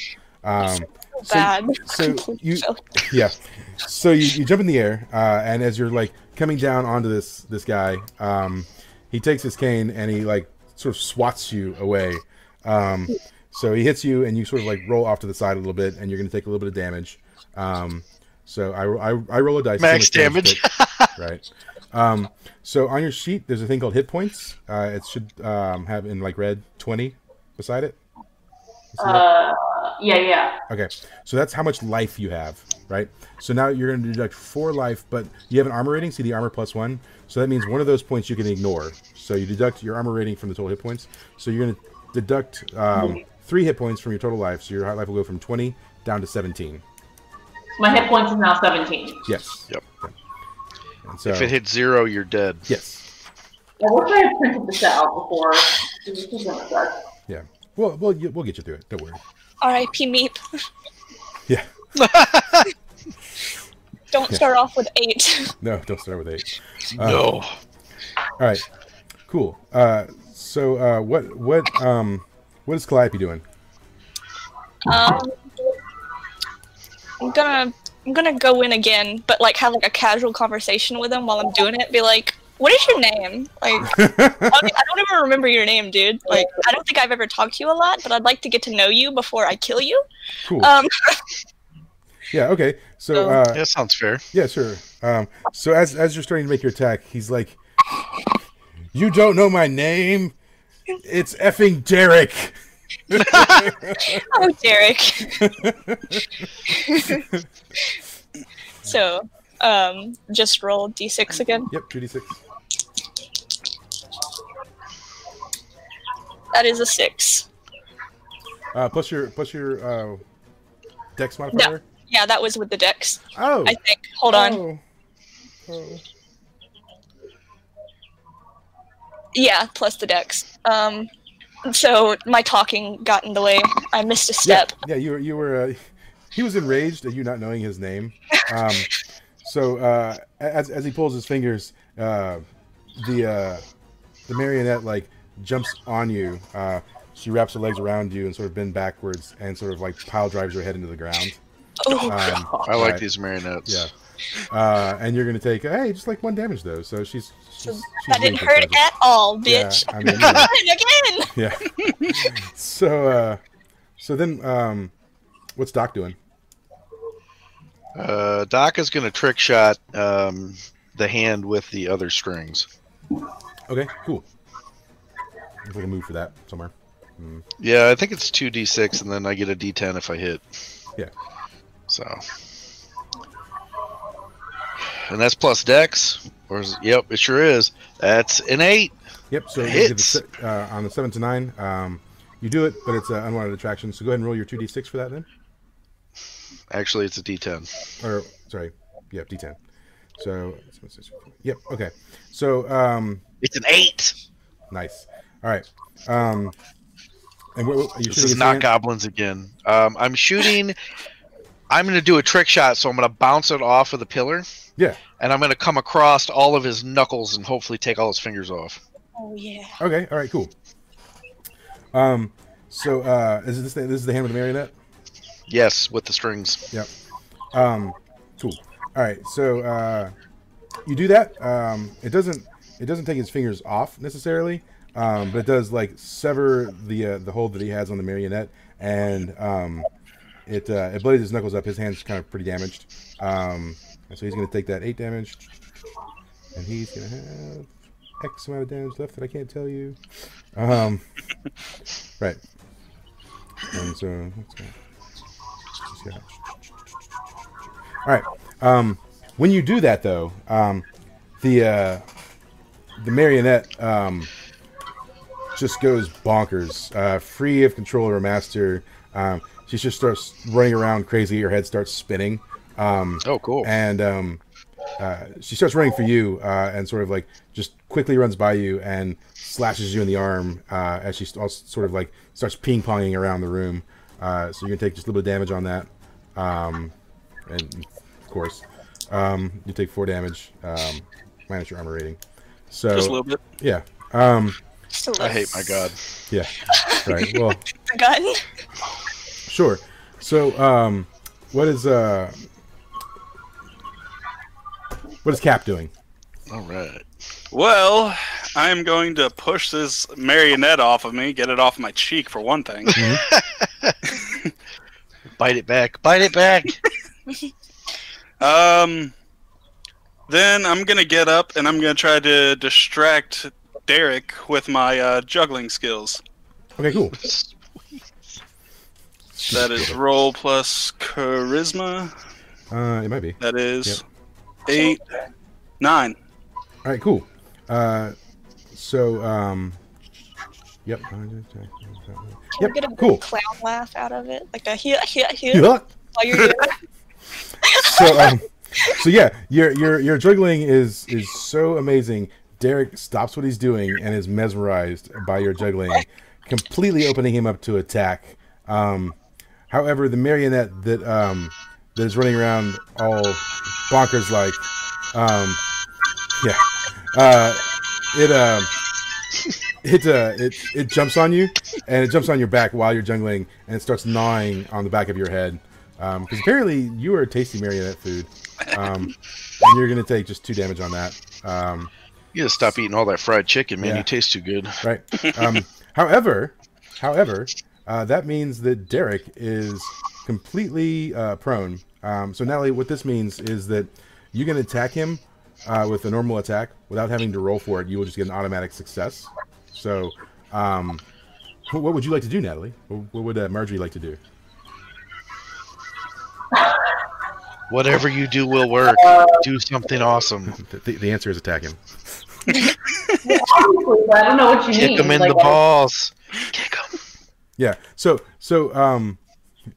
[SPEAKER 2] Um, So-
[SPEAKER 5] Bad.
[SPEAKER 2] so
[SPEAKER 5] Complete
[SPEAKER 2] you-
[SPEAKER 5] failure.
[SPEAKER 2] yeah. So you, you jump in the air, uh, and as you're like coming down onto this this guy, um, he takes his cane and he like sort of swats you away. Um, so he hits you, and you sort of like roll off to the side a little bit, and you're going to take a little bit of damage. Um, so I, I, I roll a dice. see how
[SPEAKER 3] Max
[SPEAKER 2] much
[SPEAKER 3] damage.
[SPEAKER 2] but- right. Um, so on your sheet, there's a thing called hit points. Uh, it should um, have in like red twenty beside it. You see that?
[SPEAKER 6] Uh, yeah, yeah.
[SPEAKER 2] Okay, so that's how much life you have, right? So now you're going to deduct four life, but you have an armor rating. See the armor plus one. So that means one of those points you can ignore. So you deduct your armor rating from the total hit points. So you're going to deduct um, three hit points from your total life. So your high life will go from 20 down to 17.
[SPEAKER 6] My hit points is now 17.
[SPEAKER 2] Yes.
[SPEAKER 3] Yep.
[SPEAKER 2] And so,
[SPEAKER 3] If it hits zero, you're dead.
[SPEAKER 2] yes.
[SPEAKER 6] I wish I had printed this out before. This is gonna suck.
[SPEAKER 2] Yeah. Well, we'll, we'll get you through it. Don't worry.
[SPEAKER 5] R.I.P. Meep.
[SPEAKER 2] Yeah.
[SPEAKER 5] Don't start off with eight.
[SPEAKER 2] No, don't start with eight.
[SPEAKER 3] no.
[SPEAKER 2] All right, cool. Uh, so uh, what what um what is Calliope doing?
[SPEAKER 5] Um, I'm gonna I'm gonna go in again, but like have like a casual conversation with him while I'm doing it. Be like, "What is your name?" Like, I don't, I don't even remember your name, dude. Like, I don't think I've ever talked to you a lot, but I'd like to get to know you before I kill you.
[SPEAKER 2] cool.
[SPEAKER 5] Um,
[SPEAKER 2] yeah. Okay.
[SPEAKER 5] Oh.
[SPEAKER 2] So uh,
[SPEAKER 3] That sounds fair.
[SPEAKER 2] yeah, sure. Um, so as as you're starting to make your attack, he's like, "You don't know my name. It's effing Derek."
[SPEAKER 5] oh, Derek. so, um, just roll d6 again.
[SPEAKER 2] Yep, two d six.
[SPEAKER 5] That is a six.
[SPEAKER 2] Uh, plus your plus your uh, dex modifier.
[SPEAKER 5] Yeah, that was with the dex.
[SPEAKER 2] Oh,
[SPEAKER 5] I think. Hold on.
[SPEAKER 2] Oh. Oh.
[SPEAKER 5] Yeah, plus the dex. Um, so my talking got in the way. I missed a
[SPEAKER 2] Yeah,
[SPEAKER 5] step.
[SPEAKER 2] yeah. You were you were. Uh, he was enraged at you not knowing his name. Um, so uh, as as he pulls his fingers, uh, the uh, the marionette like jumps on you. Uh, she wraps her legs around you and sort of bend backwards and sort of like pile drives your head into the ground.
[SPEAKER 5] Oh,
[SPEAKER 2] Um,
[SPEAKER 3] I like
[SPEAKER 2] Right.
[SPEAKER 3] these marionettes.
[SPEAKER 2] yeah. Uh, and you're gonna take hey just like one damage though. So she's, she's, she's
[SPEAKER 5] that didn't
[SPEAKER 2] really
[SPEAKER 5] hurt
[SPEAKER 2] pathetic.
[SPEAKER 5] at all,
[SPEAKER 2] Yeah,
[SPEAKER 5] bitch.
[SPEAKER 2] I mean, you know.
[SPEAKER 5] again.
[SPEAKER 2] yeah. so uh so then um what's Doc doing?
[SPEAKER 3] Uh, Doc is going to trick shot um, the hand with the other strings.
[SPEAKER 2] Okay, cool. Looks like a move for that somewhere.
[SPEAKER 3] Yeah, I think it's 2d6, and then I get a d10 if I hit.
[SPEAKER 2] Yeah.
[SPEAKER 3] So. And that's plus dex. Or is, yep, it sure is. That's an 8.
[SPEAKER 2] Yep, so you
[SPEAKER 3] Hits.
[SPEAKER 2] did the se- uh, on the seven to nine. Um you do it, but it's an unwanted attraction. So go ahead and roll your two d six for that then.
[SPEAKER 3] Actually, it's a d10.
[SPEAKER 2] Or sorry, yep, d ten. So yep, okay. So um
[SPEAKER 3] It's an 8.
[SPEAKER 2] nice. All right. Um and what, what- are you
[SPEAKER 3] This
[SPEAKER 2] shooting
[SPEAKER 3] is
[SPEAKER 2] his
[SPEAKER 3] not
[SPEAKER 2] hand?
[SPEAKER 3] goblins again. Um, I'm shooting. I'm going to do a trick shot, so I'm going to bounce it off of the pillar,
[SPEAKER 2] Yeah.
[SPEAKER 3] and I'm going to come across all of his knuckles and hopefully take all his fingers off.
[SPEAKER 5] Oh yeah.
[SPEAKER 2] Okay, all right, cool. Um so uh is this the, this is the hand with the marionette?
[SPEAKER 3] Yes, with the strings.
[SPEAKER 2] Um, cool. All right. So uh, you do that. Um, it doesn't. It doesn't take his fingers off necessarily, um, but it does like sever the uh, the hold that he has on the marionette, and um, it uh, it bloodies his knuckles up. His hand's kind of pretty damaged, um, and so he's going to take that eight damage, and he's going to have X amount of damage left that I can't tell you. Um, right. And so let's go. Let's see how- all right. Um, when you do that, though, um, the uh, the marionette um, just goes bonkers, uh, free of control of her master. Um, she just starts running around crazy. Her head starts spinning, um,
[SPEAKER 3] Oh, cool.
[SPEAKER 2] and um, uh, she starts running for you, uh, and sort of like just quickly runs by you and slashes you in the arm uh, as she st- also sort of like starts ping ponging around the room. Uh, so you're gonna take just a little bit of damage on that. Um, and of course, um, you take four damage um, minus your armor rating. So
[SPEAKER 1] Just a little bit.
[SPEAKER 2] yeah, um,
[SPEAKER 5] Still
[SPEAKER 3] I hate my god.
[SPEAKER 2] yeah, right. Well,
[SPEAKER 5] the gun.
[SPEAKER 2] sure. So um, what is uh, what is Cap doing?
[SPEAKER 3] All right.
[SPEAKER 1] Well, I am going to push this marionette off of me, get it off my cheek for one thing.
[SPEAKER 3] Bite it back. Bite it back.
[SPEAKER 1] um, then I'm gonna get up and I'm gonna try to distract Derek with my uh, juggling skills.
[SPEAKER 2] Okay, cool.
[SPEAKER 1] That is roll plus charisma.
[SPEAKER 2] Uh, it might be.
[SPEAKER 1] That is eight, nine.
[SPEAKER 2] All right, cool. Uh, so, um, yep.
[SPEAKER 5] Can we
[SPEAKER 2] Yep,
[SPEAKER 5] get a good
[SPEAKER 2] cool.
[SPEAKER 5] clown laugh out of it? Like a yeah yeah yeah.
[SPEAKER 2] Yeah.
[SPEAKER 5] While you're doing it.
[SPEAKER 2] So, um, so yeah, your your your juggling is is so amazing. Derek stops what he's doing and is mesmerized by your juggling, completely opening him up to attack. Um, however, the marionette that um, that is running around all bonkers like. Um, yeah. Uh, it um, it uh, it it jumps on you, and it jumps on your back while you're jungling, and it starts gnawing on the back of your head. Because apparently you are a tasty marionette food, um, and you're gonna take just two damage on that. Um,
[SPEAKER 3] You just stop eating all that fried chicken, man.
[SPEAKER 2] Yeah.
[SPEAKER 3] You taste too good.
[SPEAKER 2] Right. Um, however, however, uh, that means that Derek is completely uh, prone. Um, so Natalie, what this means is that you can attack him uh, with a normal attack without having to roll for it. You will just get an automatic success. So, um, wh- what would you like to do, Natalie? Wh- What would uh, Marjorie like to do?
[SPEAKER 3] Whatever you do will work. Do something awesome.
[SPEAKER 2] The, the, the answer is attack him.
[SPEAKER 6] Obviously, but I don't know what you mean.
[SPEAKER 3] Kick them in the
[SPEAKER 6] Like,
[SPEAKER 3] balls. Kick them.
[SPEAKER 2] Yeah. So so um,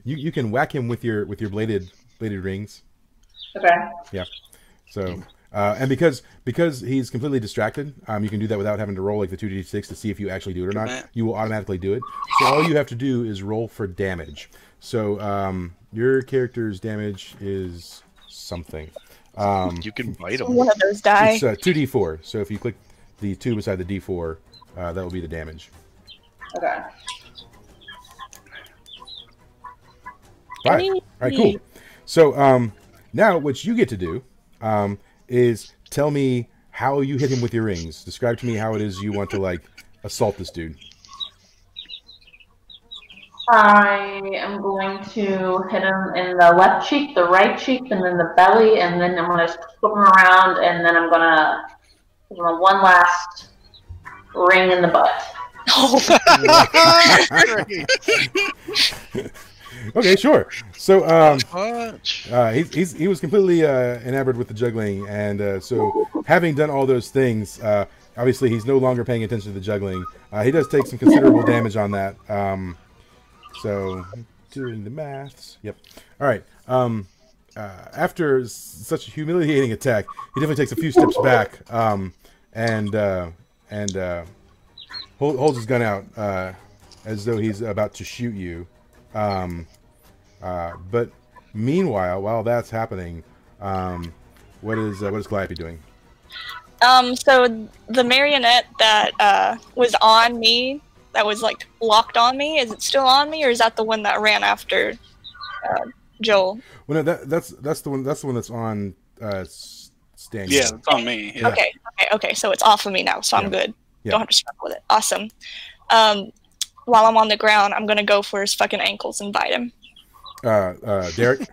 [SPEAKER 2] you you can whack him with your with your bladed bladed rings.
[SPEAKER 6] Okay.
[SPEAKER 2] So, uh, and because because he's completely distracted, um, you can do that without having to roll like the two d six to see if you actually do it or not.
[SPEAKER 1] Matt.
[SPEAKER 2] You will automatically do it. So all you have to do is roll for damage. So um, your character's damage is something. Um,
[SPEAKER 3] You can bite them.
[SPEAKER 5] One of those die.
[SPEAKER 2] it's uh, two d four. So if you click the two beside the d four, uh, that will be the damage.
[SPEAKER 6] Okay.
[SPEAKER 2] All right. All right. Cool. So um, now what you get to do um, is tell me how you hit him with your rings. Describe to me how it is you want to like assault this dude.
[SPEAKER 6] I am going to hit him in the left cheek, the right cheek, and then the belly, and then I'm going to flip him around, and then I'm going to give him one last ring in the butt.
[SPEAKER 2] Okay, sure. So um,
[SPEAKER 3] Punch.
[SPEAKER 2] uh, he's, he's, he was completely uh, enamored with the juggling, and uh, so having done all those things, uh, obviously he's no longer paying attention to the juggling. Uh, he does take some considerable damage on that. Um, so doing the maths, yep. All right. Um, uh, after s- such a humiliating attack, he definitely takes a few steps back um, and uh, and uh, hold, holds his gun out uh, as though he's about to shoot you. Um, uh, but meanwhile, while that's happening, um, what is uh, what is Calliope doing?
[SPEAKER 5] Um, so the marionette that uh, was on me, that was like locked on me, is it still on me, or is that the one that ran after uh, Joel?
[SPEAKER 2] Well, no, that, that's that's the one that's the one that's on uh, S- Stan.
[SPEAKER 1] Yeah, it's on me. Yeah.
[SPEAKER 5] Okay, okay, okay. So it's off of me now, so
[SPEAKER 2] Yeah.
[SPEAKER 5] I'm good.
[SPEAKER 2] Yeah.
[SPEAKER 5] Don't have to struggle with it. Awesome. Um, while I'm on the ground, I'm gonna go for his fucking ankles and bite him.
[SPEAKER 2] Uh, uh, Derek.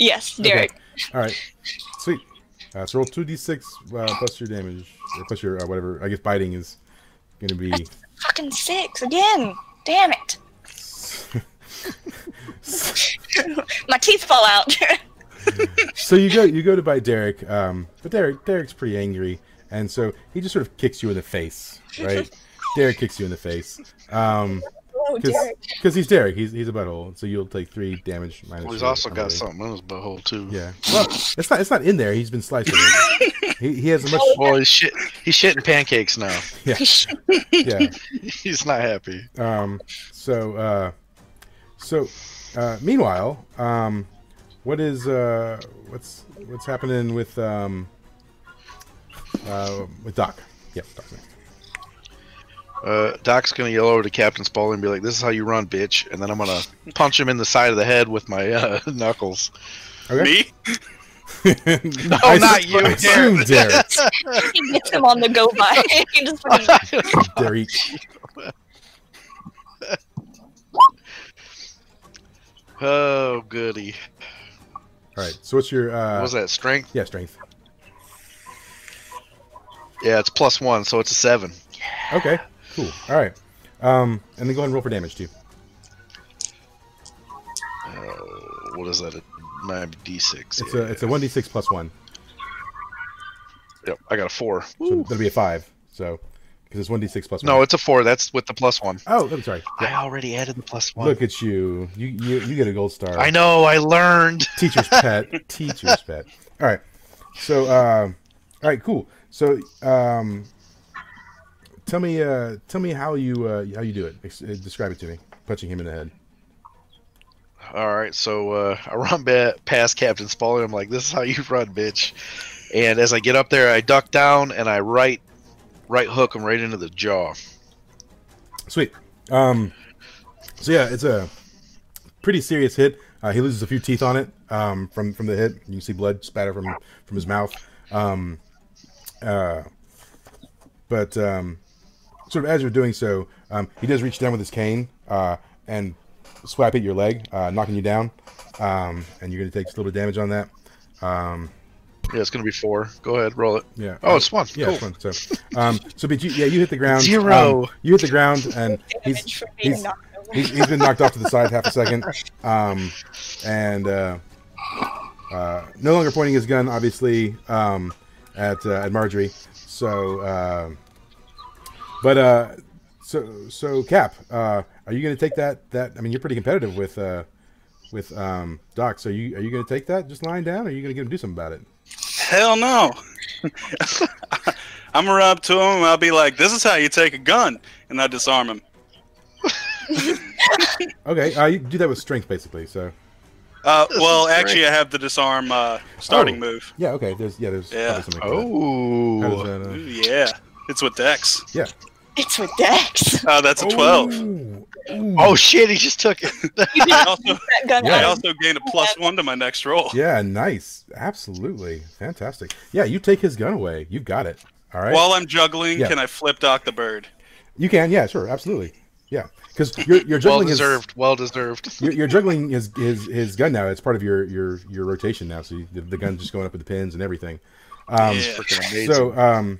[SPEAKER 5] Yes, Derek.
[SPEAKER 2] All right, sweet. Uh, so roll two d six uh, plus your damage, or plus your uh, whatever. I guess biting is going to be
[SPEAKER 5] Fucking six again. Damn it. My teeth fall out.
[SPEAKER 2] so you go you go to bite Derek, um, but Derek Derek's pretty angry, and so he just sort of kicks you in the face, right? Derek kicks you in the face um,
[SPEAKER 5] oh, Derek.
[SPEAKER 2] because he's Derek. He's he's a butthole, so you'll take three damage minus.
[SPEAKER 3] Well, he's
[SPEAKER 2] your
[SPEAKER 3] also got
[SPEAKER 2] ability.
[SPEAKER 3] something in his butthole too.
[SPEAKER 2] Yeah, well, it's not it's not in there. He's been slicing. It. He he has a much
[SPEAKER 3] Well, he's shit. He's shitting pancakes now.
[SPEAKER 2] yeah.
[SPEAKER 3] He's not happy.
[SPEAKER 2] Um, so uh, so uh, meanwhile, um, what is uh, what's what's happening with um, uh, with Doc? Yeah, Doc's next.
[SPEAKER 3] Uh, Doc's gonna yell over to Captain Spaulding and be like, "This is how you run, bitch!" And then I'm gonna punch him in the side of the head with my uh, knuckles.
[SPEAKER 2] Okay.
[SPEAKER 1] Me?
[SPEAKER 2] no,
[SPEAKER 3] not you,
[SPEAKER 2] I assume Oh, Derek.
[SPEAKER 5] he gets him on the go by. He just fucking-
[SPEAKER 2] Derek.
[SPEAKER 3] Oh goody!
[SPEAKER 2] Uh, All right. So what's your uh,
[SPEAKER 3] What was that strength?
[SPEAKER 2] yeah strength?
[SPEAKER 3] Yeah, it's plus one, so it's a seven.
[SPEAKER 2] Okay. Cool. All right. Um, and then go ahead and roll for damage too.
[SPEAKER 3] Uh, what is that? A nine d6.
[SPEAKER 2] It's
[SPEAKER 3] yeah.
[SPEAKER 2] a it's a one d six plus one.
[SPEAKER 3] Yep, I got a four.
[SPEAKER 2] So that'll be a five. So because it's one d six plus one.
[SPEAKER 3] No, it's a four. That's with the plus one.
[SPEAKER 2] Oh, I'm sorry.
[SPEAKER 3] I already added the plus one.
[SPEAKER 2] Look at you. You you, you get a gold star.
[SPEAKER 3] I know. I learned.
[SPEAKER 2] Teacher's pet. Teacher's pet. All right. So um, all right, cool. So um, tell me uh, tell me how you uh, how you do it. Ex- uh, Describe it to me. Punching him in the head.
[SPEAKER 3] All right, so uh, I run ba- past Captain Spaulding. I'm like, "This is how you run, bitch!" And as I get up there, I duck down and I right, right hook him right into the jaw.
[SPEAKER 2] Sweet. Um, so yeah, it's a pretty serious hit. Uh, he loses a few teeth on it um, from from the hit. You can see blood spatter from from his mouth. Um, uh, but um, sort of as you're doing so, um, he does reach down with his cane uh, and swipe at your leg, uh, knocking you down, um, and you're going to take just a little bit of damage on that. Um,
[SPEAKER 3] Yeah, it's gonna be four. Go ahead, roll it.
[SPEAKER 2] yeah.
[SPEAKER 3] Oh, it's one.
[SPEAKER 2] Yeah,
[SPEAKER 3] cool.
[SPEAKER 2] it's fun. So, um, so but you, yeah, you hit the ground.
[SPEAKER 3] Zero.
[SPEAKER 2] um, you hit the ground, and he's
[SPEAKER 5] Damage for being
[SPEAKER 2] he's,
[SPEAKER 5] knocked over.
[SPEAKER 2] he's he's been knocked off to the side half a second, um, and uh, uh, no longer pointing his gun, obviously, um, at uh, at Marjorie. So, uh, but uh, so so Cap, uh, are you going to take that? That I mean, you're pretty competitive with uh, with um, Doc. So you are you going to take that just lying down, or are you going to get him to do something about it?
[SPEAKER 1] Hell no. I'm gonna rub to him. and I'll be like, "This is how you take a gun," and I disarm him.
[SPEAKER 2] Okay, uh, you do that with strength, basically. So.
[SPEAKER 1] Uh,
[SPEAKER 3] This
[SPEAKER 1] well,
[SPEAKER 3] is great.
[SPEAKER 1] actually, I have the disarm uh, starting
[SPEAKER 2] Oh.
[SPEAKER 1] move.
[SPEAKER 2] Yeah. Okay. There's yeah. There's
[SPEAKER 1] Yeah.
[SPEAKER 2] probably something like that. How does
[SPEAKER 3] Oh,
[SPEAKER 2] that, uh,
[SPEAKER 1] Ooh, yeah, it's with Dex.
[SPEAKER 5] It's with Dex.
[SPEAKER 1] Uh, that's
[SPEAKER 2] Oh.
[SPEAKER 1] a twelve.
[SPEAKER 2] Ooh,
[SPEAKER 3] oh shit! He just took it.
[SPEAKER 1] I also,
[SPEAKER 5] That gun
[SPEAKER 1] I
[SPEAKER 2] Yeah.
[SPEAKER 1] also gain a plus one to my next roll.
[SPEAKER 2] Yeah. Nice. Absolutely. Fantastic. Yeah. You take his gun away. You've got it. All right.
[SPEAKER 1] While I'm juggling,
[SPEAKER 2] Yeah.
[SPEAKER 1] can I flip Doc the bird?
[SPEAKER 2] you can. Yeah. Sure. Absolutely. Yeah. Because you're you're
[SPEAKER 3] well
[SPEAKER 2] juggling his
[SPEAKER 3] deserved. Well deserved.
[SPEAKER 2] you're, you're juggling his, his his gun now. It's part of your your your rotation now. So you, the, the gun's just going up with the pins and everything. Um,
[SPEAKER 1] yeah.
[SPEAKER 3] Freaking amazing.
[SPEAKER 2] So um,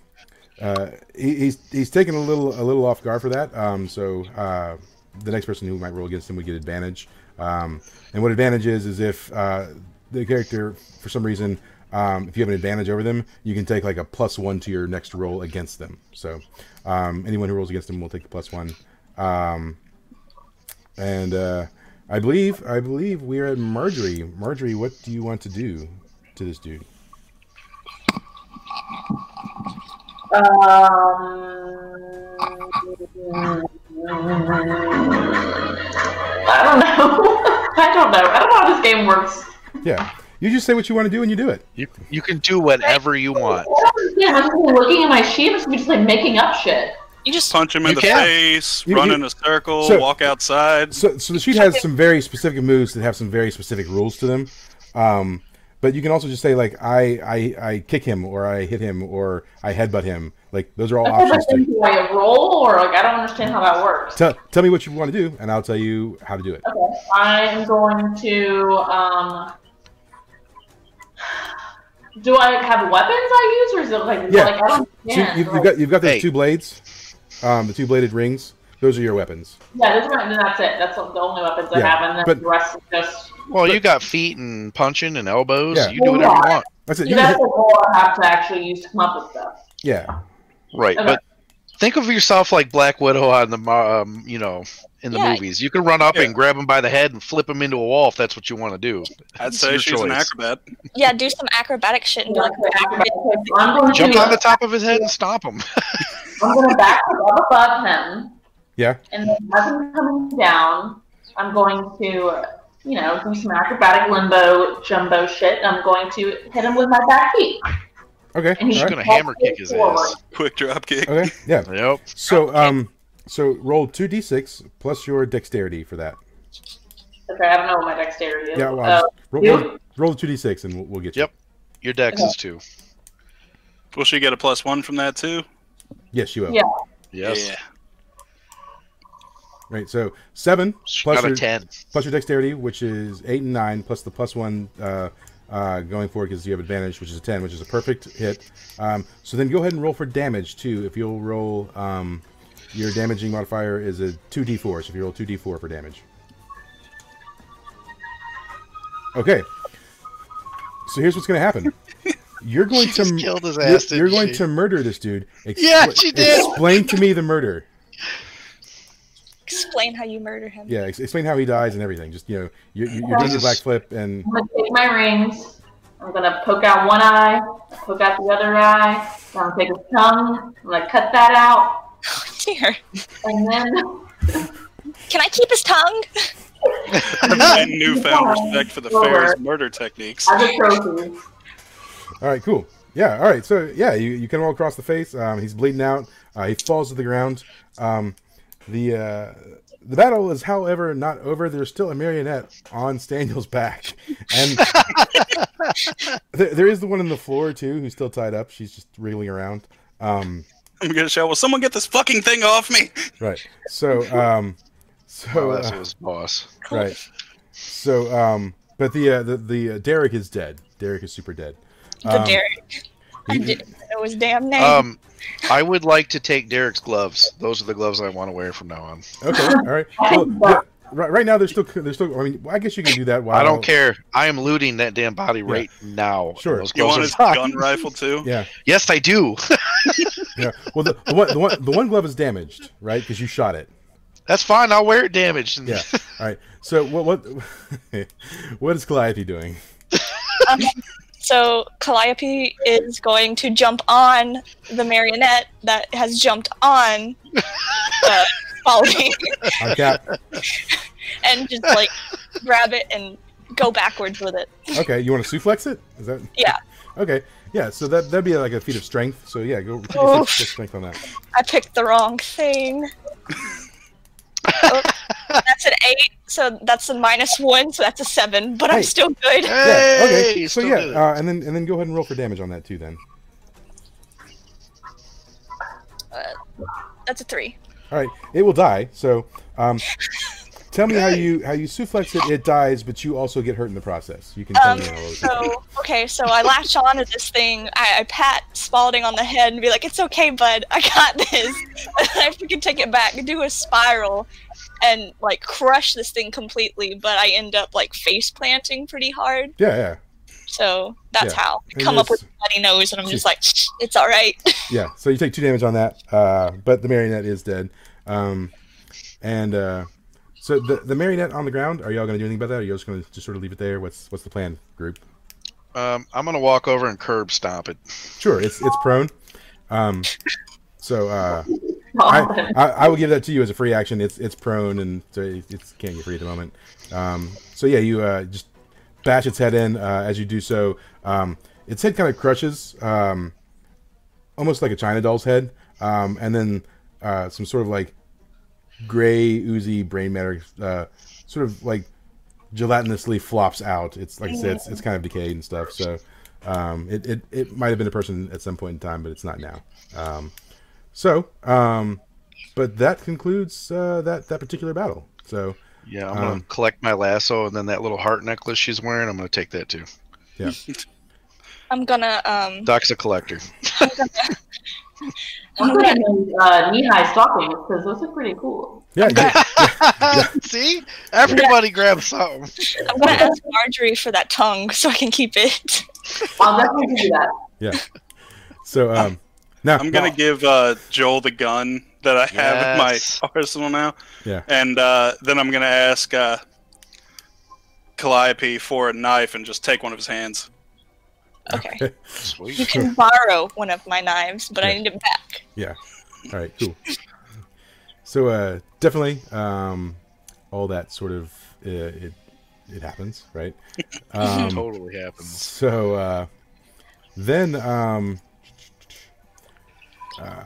[SPEAKER 2] uh, he, he's he's taken a little a little off guard for that. Um, so uh, the next person who might roll against him would get advantage. Um, and what advantage is is if uh, the character for some reason um, if you have an advantage over them, you can take like a plus one to your next roll against them. So um, anyone who rolls against them will take the plus one. Um, and uh, I believe I believe we are at Marjorie. Marjorie, what do you want to do to this dude?
[SPEAKER 6] Um, I don't know. I don't know. I don't know how this game works.
[SPEAKER 2] Yeah, you just say what you want to do and you do it.
[SPEAKER 3] you you can do whatever you want.
[SPEAKER 6] Yeah, I'm just gonna be looking at my sheet. I'm just gonna be just like making up shit.
[SPEAKER 5] You just
[SPEAKER 1] Punch him in
[SPEAKER 3] You
[SPEAKER 1] the
[SPEAKER 3] can.
[SPEAKER 1] face,
[SPEAKER 2] You-
[SPEAKER 1] run
[SPEAKER 2] you-
[SPEAKER 1] in a circle,
[SPEAKER 2] So-
[SPEAKER 1] walk outside.
[SPEAKER 2] So, so the sheet has some very specific moves that have some very specific rules to them. Um, but you can also just say like I, I I kick him or I hit him or I headbutt him. Like those are all
[SPEAKER 6] Okay, but
[SPEAKER 2] options.
[SPEAKER 6] then
[SPEAKER 2] To,
[SPEAKER 6] do I roll or like I don't understand how that works.
[SPEAKER 2] tell tell me what you want to do and I'll tell you how to do it.
[SPEAKER 6] Okay, I'm going to. Um, do I have weapons I use, or is it like
[SPEAKER 2] Yeah,
[SPEAKER 6] like I don't
[SPEAKER 2] So
[SPEAKER 6] understand?
[SPEAKER 2] you,
[SPEAKER 6] like-
[SPEAKER 2] have got you've got those
[SPEAKER 3] Hey.
[SPEAKER 2] two blades, um, the two bladed rings. Those are your weapons.
[SPEAKER 6] yeah, this one, and that's it. That's the only weapons I
[SPEAKER 2] Yeah,
[SPEAKER 6] have, and then
[SPEAKER 2] but-
[SPEAKER 6] the rest is just.
[SPEAKER 3] Well, you got feet and punching and elbows.
[SPEAKER 2] Yeah.
[SPEAKER 3] You do whatever you want.
[SPEAKER 2] That's it. You
[SPEAKER 6] See,
[SPEAKER 2] can
[SPEAKER 6] that's
[SPEAKER 2] hit,
[SPEAKER 6] the roll I have to actually use to come up with stuff.
[SPEAKER 2] yeah,
[SPEAKER 3] Right,
[SPEAKER 6] Okay.
[SPEAKER 3] but think of yourself like Black Widow on the mo- um, you know in the
[SPEAKER 5] Yeah.
[SPEAKER 3] movies. You can run up
[SPEAKER 1] Yeah.
[SPEAKER 3] and grab him by the head and flip him into a wall if that's what you want to do.
[SPEAKER 1] I'd
[SPEAKER 3] It's
[SPEAKER 1] say
[SPEAKER 3] your
[SPEAKER 1] she's an
[SPEAKER 3] choice.
[SPEAKER 1] acrobat.
[SPEAKER 5] yeah, do some acrobatic shit and be like,
[SPEAKER 6] I'm going
[SPEAKER 3] Jump
[SPEAKER 6] to
[SPEAKER 3] on the top of his head and stomp him.
[SPEAKER 6] I'm going to back up above him.
[SPEAKER 2] Yeah.
[SPEAKER 6] And then as I'm coming down, I'm going to, you know, do some acrobatic limbo jumbo shit. And I'm going to hit him with my back feet.
[SPEAKER 2] okay,
[SPEAKER 6] And he's
[SPEAKER 2] all
[SPEAKER 3] Just
[SPEAKER 2] right.
[SPEAKER 3] gonna hammer kick his ass.
[SPEAKER 1] Quick drop kick.
[SPEAKER 2] okay, yeah.
[SPEAKER 3] Yep.
[SPEAKER 2] So um, so roll two d6 plus your dexterity for that.
[SPEAKER 6] Okay, I don't know what my dexterity is.
[SPEAKER 2] Yeah, well,
[SPEAKER 6] Uh,
[SPEAKER 2] just roll,
[SPEAKER 6] you?
[SPEAKER 2] roll, roll the 2d6 and we'll, we'll get you.
[SPEAKER 3] Yep. Your dex is two.
[SPEAKER 1] Will she get a plus one from that too?
[SPEAKER 2] Yes, you will.
[SPEAKER 6] Yeah.
[SPEAKER 3] Yes.
[SPEAKER 1] Yeah.
[SPEAKER 2] Right, so 7
[SPEAKER 3] She
[SPEAKER 2] plus
[SPEAKER 3] got a
[SPEAKER 2] your,
[SPEAKER 3] ten.
[SPEAKER 2] plus your dexterity, which is 8 and 9, plus the plus 1 uh, uh, going forward because you have advantage, which is a 10, which is a perfect hit. Um, so then go ahead and roll for damage, too. If you'll roll, um, your damaging modifier is a 2d4, so if you roll 2d4 for damage. Okay. So here's what's going to happen. You're going
[SPEAKER 3] She
[SPEAKER 2] to
[SPEAKER 3] just
[SPEAKER 2] m-
[SPEAKER 3] killed his
[SPEAKER 2] You're-
[SPEAKER 3] ass.
[SPEAKER 2] You're,
[SPEAKER 3] didn't
[SPEAKER 2] going
[SPEAKER 3] she?
[SPEAKER 2] to murder this dude. Expl-
[SPEAKER 3] Yeah, she did.
[SPEAKER 2] Explain to me the murder.
[SPEAKER 5] explain how you murder him.
[SPEAKER 2] Yeah, ex- explain how he dies and everything. Just you know, you're, you're
[SPEAKER 6] Okay.
[SPEAKER 2] doing your black flip, and
[SPEAKER 6] I'm going to take my rings. I'm going to poke out one eye, poke out the other eye. I'm going to take his tongue. I'm going to cut that out.
[SPEAKER 5] Dear.
[SPEAKER 6] And then.
[SPEAKER 5] Can I keep his tongue?
[SPEAKER 1] and newfound respect for the fair's murder techniques.
[SPEAKER 6] As a trophy.
[SPEAKER 2] All right, cool. Yeah, all right. So yeah, you, you can roll across the face. Um, he's bleeding out. Uh, he falls to the ground. Um, the uh, the battle is, however, not over. There's still a marionette on Staniel's back, and there, there is the one on the floor too, who's still tied up. She's just wriggling around. Um,
[SPEAKER 1] I'm gonna shout, "Will someone get this fucking thing off me?"
[SPEAKER 2] right. So um, so
[SPEAKER 3] Oh, that's
[SPEAKER 2] uh,
[SPEAKER 3] his boss.
[SPEAKER 2] right. So um, but the uh, the the uh, Derek is dead. Derek is super dead.
[SPEAKER 5] The
[SPEAKER 2] Um,
[SPEAKER 5] Derek. I
[SPEAKER 2] he-
[SPEAKER 5] didn't know his damn name.
[SPEAKER 3] Um, I would like to take Derek's gloves. Those are the gloves I want to wear from now on.
[SPEAKER 2] Okay. All right. Well, yeah, right, right now, they're still they're still. I mean, I guess you can do that. While
[SPEAKER 3] I don't care. I am looting that damn body right now. and
[SPEAKER 2] Sure.
[SPEAKER 3] those
[SPEAKER 1] You
[SPEAKER 3] gloves
[SPEAKER 1] want
[SPEAKER 3] are
[SPEAKER 1] his
[SPEAKER 3] fine.
[SPEAKER 1] gun rifle too?
[SPEAKER 2] Yeah.
[SPEAKER 3] Yes, I do.
[SPEAKER 2] Yeah. Well, the, the one the one the one glove is damaged, right? Because you shot it.
[SPEAKER 3] That's fine. I'll wear it damaged. And
[SPEAKER 2] Yeah. All right. So what what what is Calliope doing?
[SPEAKER 5] So Calliope is going to jump on the marionette that has jumped on uh, Polly
[SPEAKER 2] On cap.
[SPEAKER 5] and just like grab it and go backwards with it.
[SPEAKER 2] Okay. You want to suplex it? Is that?
[SPEAKER 5] Yeah.
[SPEAKER 2] Okay. Yeah. So that that'd be like a feat of strength. So yeah, go take
[SPEAKER 5] Oh.
[SPEAKER 2] a feat of strength on that.
[SPEAKER 5] I picked the wrong thing. Oh, that's an eight, so that's a minus one, so that's a seven, but
[SPEAKER 2] Hey.
[SPEAKER 5] I'm still good.
[SPEAKER 2] Yeah.
[SPEAKER 3] Hey,
[SPEAKER 2] Okay.
[SPEAKER 3] you
[SPEAKER 2] so
[SPEAKER 3] still
[SPEAKER 2] yeah,
[SPEAKER 3] did it.
[SPEAKER 2] uh, and then and then go ahead and roll for damage on that too. Then.
[SPEAKER 5] That's a three.
[SPEAKER 2] All right, it will die. So, um, tell me how you how you suplex it. It dies, but you also get hurt in the process. You can tell
[SPEAKER 5] Um,
[SPEAKER 2] me all of it.
[SPEAKER 5] so okay, so I latch on to this thing. I, I pat Spalding on the head and be like, "It's okay, bud. I got this." And I freaking take it back, do a spiral, and like crush this thing completely. But I end up like face planting pretty hard.
[SPEAKER 2] Yeah, yeah,
[SPEAKER 5] So that's
[SPEAKER 2] Yeah.
[SPEAKER 5] how I
[SPEAKER 2] And
[SPEAKER 5] come up
[SPEAKER 2] it's-
[SPEAKER 5] with bloody nose, and I'm just like, "It's all right."
[SPEAKER 2] yeah. So you take two damage on that, uh, but the marionette is dead. Um, and uh, so the the marionette on the ground. Are y'all going to do anything about that? Or are you just going to just sort of leave it there? What's what's the plan, group?
[SPEAKER 3] Um, I'm gonna walk over and curb stomp it.
[SPEAKER 2] Sure, it's it's prone. Um, so uh, I,
[SPEAKER 6] Oh,
[SPEAKER 2] I I will give that to you as a free action. It's it's prone and so it it's, can't get free at the moment. Um, so yeah, you uh, just bash its head in. Uh, as you do so, um, its head kind of crushes, um, almost like a china doll's head, um, and then uh, some sort of like gray oozy brain matter, uh, sort of like gelatinously flops out. It's like I said, it's, it's kind of decayed and stuff. So um, it, it it might have been a person at some point in time, but it's not now. Um, so, um, but that concludes uh, that that particular battle. So,
[SPEAKER 3] Yeah, I'm gonna
[SPEAKER 2] Um,
[SPEAKER 3] collect my lasso and then that little heart necklace she's wearing. I'm gonna take that too.
[SPEAKER 5] I'm gonna um,
[SPEAKER 3] Doc's a collector.
[SPEAKER 5] I'm
[SPEAKER 6] I'm
[SPEAKER 5] gonna
[SPEAKER 6] going uh, knee high stockings because those are pretty cool.
[SPEAKER 2] yeah, yeah,
[SPEAKER 3] See, everybody grabs something.
[SPEAKER 5] I'm gonna ask Marjorie for that tongue so I can keep it.
[SPEAKER 6] I'll definitely do that.
[SPEAKER 2] yeah. So, um, now
[SPEAKER 1] I'm gonna give uh, Joel the gun that I have
[SPEAKER 3] Yes.
[SPEAKER 1] in my arsenal now.
[SPEAKER 2] Yeah.
[SPEAKER 1] And uh, then I'm gonna ask uh, Calliope for a knife and just take one of his hands.
[SPEAKER 5] Okay, you
[SPEAKER 3] Sweet.
[SPEAKER 5] can borrow one of my knives, but I
[SPEAKER 2] Yeah.
[SPEAKER 5] need it back.
[SPEAKER 2] All right, cool. So, uh, definitely, um, all that sort of uh, it it happens, right? Um,
[SPEAKER 3] totally happens.
[SPEAKER 2] So uh, then, um, uh,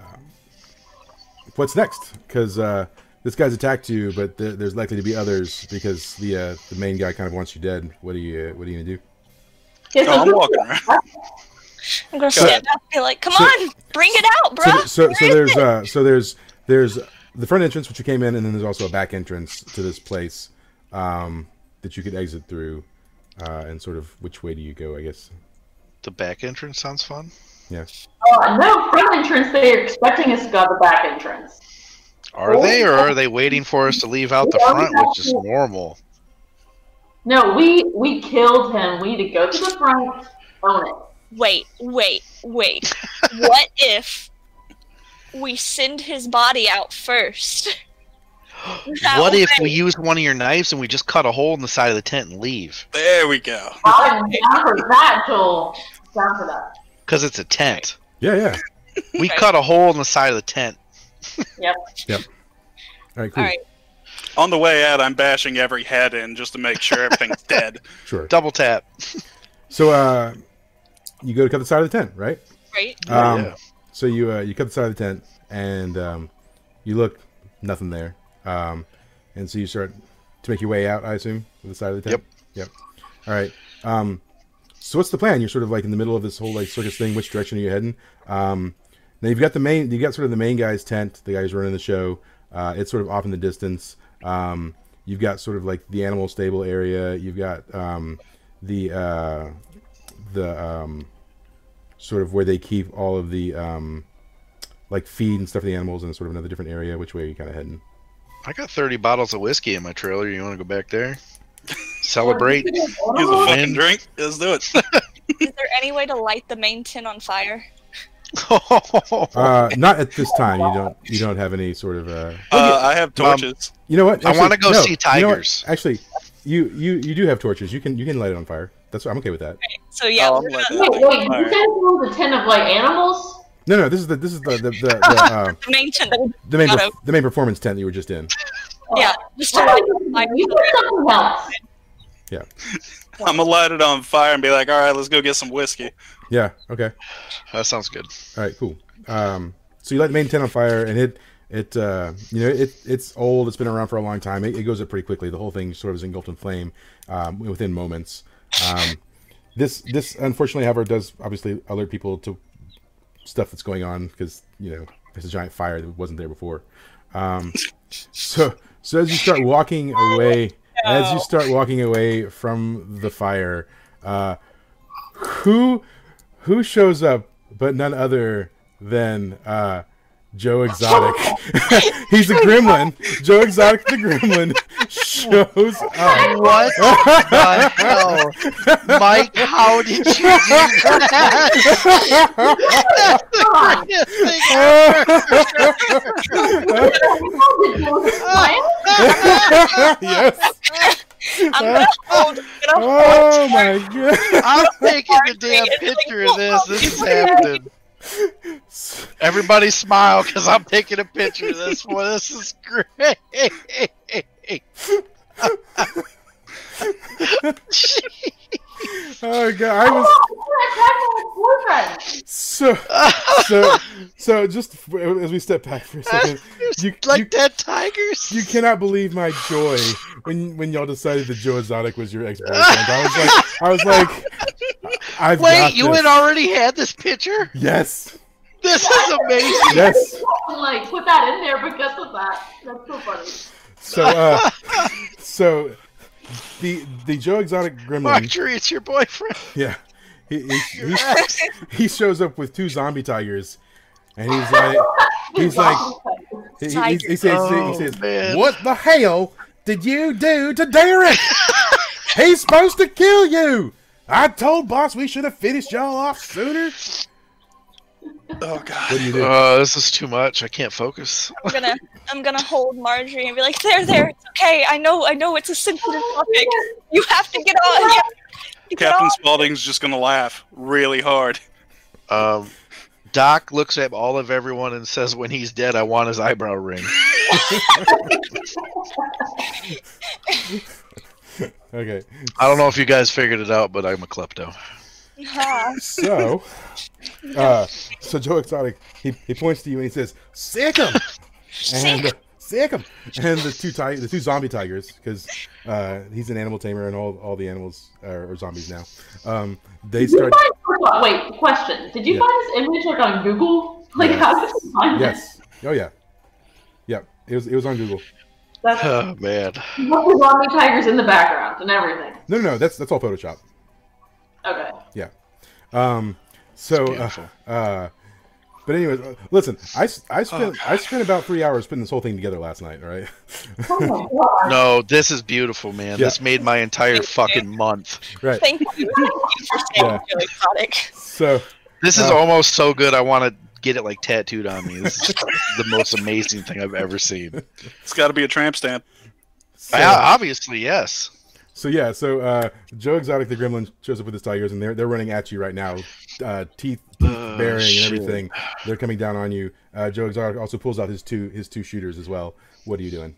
[SPEAKER 2] what's next? Because uh, this guy's attacked you, but th- there's likely to be others because the uh, the main guy kind of wants you dead. What are you uh, What are you gonna do?
[SPEAKER 6] Okay,
[SPEAKER 1] Oh,
[SPEAKER 6] so
[SPEAKER 1] I'm walking around.
[SPEAKER 5] I'm gonna
[SPEAKER 1] Go
[SPEAKER 5] stand up and be like, "Come
[SPEAKER 2] So-
[SPEAKER 5] on, bring it out, bro!"
[SPEAKER 2] So, so, so there's uh, so there's there's the front entrance which you came in, and then there's also a back entrance to this place um, that you could exit through. Uh, and sort of which way do you go? I guess.
[SPEAKER 3] The back entrance sounds fun.
[SPEAKER 2] Yeah.
[SPEAKER 6] uh, no front entrance. They're expecting us to go to the back entrance.
[SPEAKER 3] Are
[SPEAKER 2] Oh,
[SPEAKER 3] they, or are they waiting for us to leave out the front, which is normal?
[SPEAKER 6] No, we we killed him. We need to go to the front, own it.
[SPEAKER 5] wait, wait, wait. what if we send his body out first? That
[SPEAKER 3] What if
[SPEAKER 5] way-
[SPEAKER 3] we use one of your knives and we just cut a hole in the side of the tent and leave?
[SPEAKER 1] There we go.
[SPEAKER 6] I'm down for that, Joel. Down for that.
[SPEAKER 3] Because it's a tent.
[SPEAKER 2] Yeah. Yeah.
[SPEAKER 3] We
[SPEAKER 5] Right.
[SPEAKER 3] cut a hole in the side of the tent.
[SPEAKER 2] All right. Cool.
[SPEAKER 5] All right.
[SPEAKER 1] On the way out, I'm bashing every head in just to make sure everything's dead.
[SPEAKER 2] Sure.
[SPEAKER 3] Double tap.
[SPEAKER 2] So uh, you go to cut the side of the tent, right?
[SPEAKER 5] Right?
[SPEAKER 3] Yeah,
[SPEAKER 2] Um,
[SPEAKER 3] Oh, yeah.
[SPEAKER 2] So you uh, you cut the side of the tent and um, you look nothing there, um, and so you start to make your way out. I assume to the side of the tent. Yep. Yep. All right. Um, so what's the plan? You're sort of like in the middle of this whole like circus thing. Which direction are you heading? Um, now you've got the main. You've got sort of the main guy's tent. The guy who's running the show. Uh, it's sort of off in the distance. Um, you've got sort of like the animal stable area. You've got um, the uh, the um, sort of where they keep all of the um, like feed and stuff for the animals in sort of another different area. Which way are you kind of heading?
[SPEAKER 3] I got 30 bottles of whiskey in my trailer. You want to go back there? Celebrate?
[SPEAKER 1] Here's a fucking
[SPEAKER 3] Wind.
[SPEAKER 1] drink. Let's do it.
[SPEAKER 5] Is there any way to light the main tin on fire?
[SPEAKER 2] Uh, not at this time. You don't. You don't have any sort of. Uh,
[SPEAKER 1] Uh, I have torches.
[SPEAKER 2] you know what?
[SPEAKER 3] I wanna
[SPEAKER 2] Actually,
[SPEAKER 3] go
[SPEAKER 2] no.
[SPEAKER 3] see
[SPEAKER 2] You know what?
[SPEAKER 3] tigers.
[SPEAKER 2] Actually, you you you do have torches. You can you can light it on fire. That's I'm okay with that.
[SPEAKER 5] So yeah,
[SPEAKER 1] I'll
[SPEAKER 3] Oh
[SPEAKER 5] we're
[SPEAKER 1] let
[SPEAKER 5] gonna-
[SPEAKER 1] that
[SPEAKER 6] Wait,
[SPEAKER 1] thing
[SPEAKER 6] wait, you
[SPEAKER 1] fire.
[SPEAKER 6] guys know the ten of like animals?
[SPEAKER 2] No, no. This is the this is the the the, the, uh,
[SPEAKER 5] the main tin that we
[SPEAKER 2] the main
[SPEAKER 5] Got it.
[SPEAKER 2] the main performance tent that you were just in.
[SPEAKER 5] yeah, just to
[SPEAKER 6] Why
[SPEAKER 5] light
[SPEAKER 6] would
[SPEAKER 5] light
[SPEAKER 6] You
[SPEAKER 5] the
[SPEAKER 6] said something else.
[SPEAKER 1] I'm gonna light it on fire and be like, "All right, let's go get some whiskey."
[SPEAKER 2] Yeah. Okay.
[SPEAKER 3] that sounds good.
[SPEAKER 2] All right, cool. Um, so you light the main tent on fire, and it it uh, you know it it's old. It's been around for a long time. It, it goes up pretty quickly. The whole thing sort of is engulfed in flame um, within moments. Um, this this unfortunately, however, does obviously alert people to stuff that's going on because you know there's a giant fire that wasn't there before. Um, so so as you start walking away, as you start walking away from the fire, uh, who who shows up but none other than uh, Joe Exotic. He's a gremlin. Joe Exotic the gremlin shows up.
[SPEAKER 3] What the hell? Mike, how did you do that?
[SPEAKER 6] How did you explain?
[SPEAKER 2] yes.
[SPEAKER 5] I'm gonna hold. I'm gonna
[SPEAKER 2] Oh my god.
[SPEAKER 3] I'm taking a damn picture of this. This is happening. Everybody smile because I'm taking a picture of this one. This is great.
[SPEAKER 2] Oh god. I was
[SPEAKER 6] Oh, I tried to have
[SPEAKER 2] so so so just f- as we step back for a second. You, you,
[SPEAKER 3] like that, tigers?
[SPEAKER 2] you cannot believe my joy when when y'all decided that Joe Exotic was your ex boyfriend. I was like I was like I've
[SPEAKER 3] Wait,
[SPEAKER 2] got
[SPEAKER 3] you
[SPEAKER 2] this.
[SPEAKER 3] had already had this picture?
[SPEAKER 2] Yes.
[SPEAKER 3] This is amazing.
[SPEAKER 2] Yes.
[SPEAKER 6] boyfriend. Like put that in there because of that. That's so
[SPEAKER 2] So,
[SPEAKER 6] funny.
[SPEAKER 2] uh, so the the Joe Exotic
[SPEAKER 3] Mark
[SPEAKER 2] Gremlin,
[SPEAKER 3] Tree, it's your boyfriend.
[SPEAKER 2] yeah, he he, he he shows up with two zombie tigers, and he's like, he's like, he, he, he, he says, he
[SPEAKER 3] Oh,
[SPEAKER 2] says,
[SPEAKER 3] man.
[SPEAKER 2] "What the hell did you do to Derek? he's supposed to kill you." I told boss we should have finished y'all off sooner.
[SPEAKER 1] Oh
[SPEAKER 2] What
[SPEAKER 1] god.
[SPEAKER 2] do you do?
[SPEAKER 3] Oh, this is too much. I can't focus.
[SPEAKER 5] I'm gonna I'm gonna hold Marjorie and be like, there, there, it's okay. I know, I know, it's a sensitive topic. You have to get on. You have to get
[SPEAKER 1] Captain
[SPEAKER 5] on.
[SPEAKER 1] Spaulding's just gonna laugh really hard.
[SPEAKER 3] Um, Doc looks at all of everyone and says, "When he's dead, I want his eyebrow ring."
[SPEAKER 2] Okay,
[SPEAKER 3] I don't know if you guys figured it out, but I'm a klepto.
[SPEAKER 5] Huh.
[SPEAKER 2] so, uh, so Joe Exotic, he, he points to you and he says, "Sick him." and uh,
[SPEAKER 5] Sick.
[SPEAKER 2] sick 'em. and the two ti- the two zombie tigers because uh, he's an animal tamer and all, all the animals are, are zombies now um, they
[SPEAKER 6] Did you
[SPEAKER 2] start
[SPEAKER 6] find, wait, question. Did you
[SPEAKER 2] Yeah.
[SPEAKER 6] find this image like on Google? Like
[SPEAKER 2] Yes.
[SPEAKER 6] how did you find this?
[SPEAKER 2] yes oh yeah yep it was it was on google
[SPEAKER 6] That's
[SPEAKER 3] Oh man,
[SPEAKER 6] lots of zombie tigers in the background and everything.
[SPEAKER 2] no no no that's that's all photoshop
[SPEAKER 6] Okay.
[SPEAKER 2] um, so uh,
[SPEAKER 3] beautiful.
[SPEAKER 2] uh, but anyways uh, listen I, s-
[SPEAKER 3] Oh.
[SPEAKER 2] I spent i spent about three hours putting this whole thing together last night all right
[SPEAKER 6] Oh my god.
[SPEAKER 3] No, this is beautiful, man.
[SPEAKER 2] Yeah.
[SPEAKER 3] This made my entire fucking month.
[SPEAKER 2] right
[SPEAKER 5] Thank you. Thank you for saying
[SPEAKER 2] Yeah.
[SPEAKER 5] Joe Exotic.
[SPEAKER 2] so
[SPEAKER 3] This is
[SPEAKER 2] Oh.
[SPEAKER 3] almost so good. I want to get it like tattooed on me. This is the most amazing thing I've ever seen.
[SPEAKER 1] It's got to be a tramp stamp.
[SPEAKER 2] so,
[SPEAKER 3] I, obviously, yes.
[SPEAKER 2] so yeah so uh, joe exotic the gremlin shows up with his tigers and they're they're running at you right now uh, teeth
[SPEAKER 3] Oh,
[SPEAKER 2] bearing
[SPEAKER 3] shit.
[SPEAKER 2] and everything. They're coming down on you. Uh, Joe Exotic also pulls out his two his two shooters as well. What are you doing?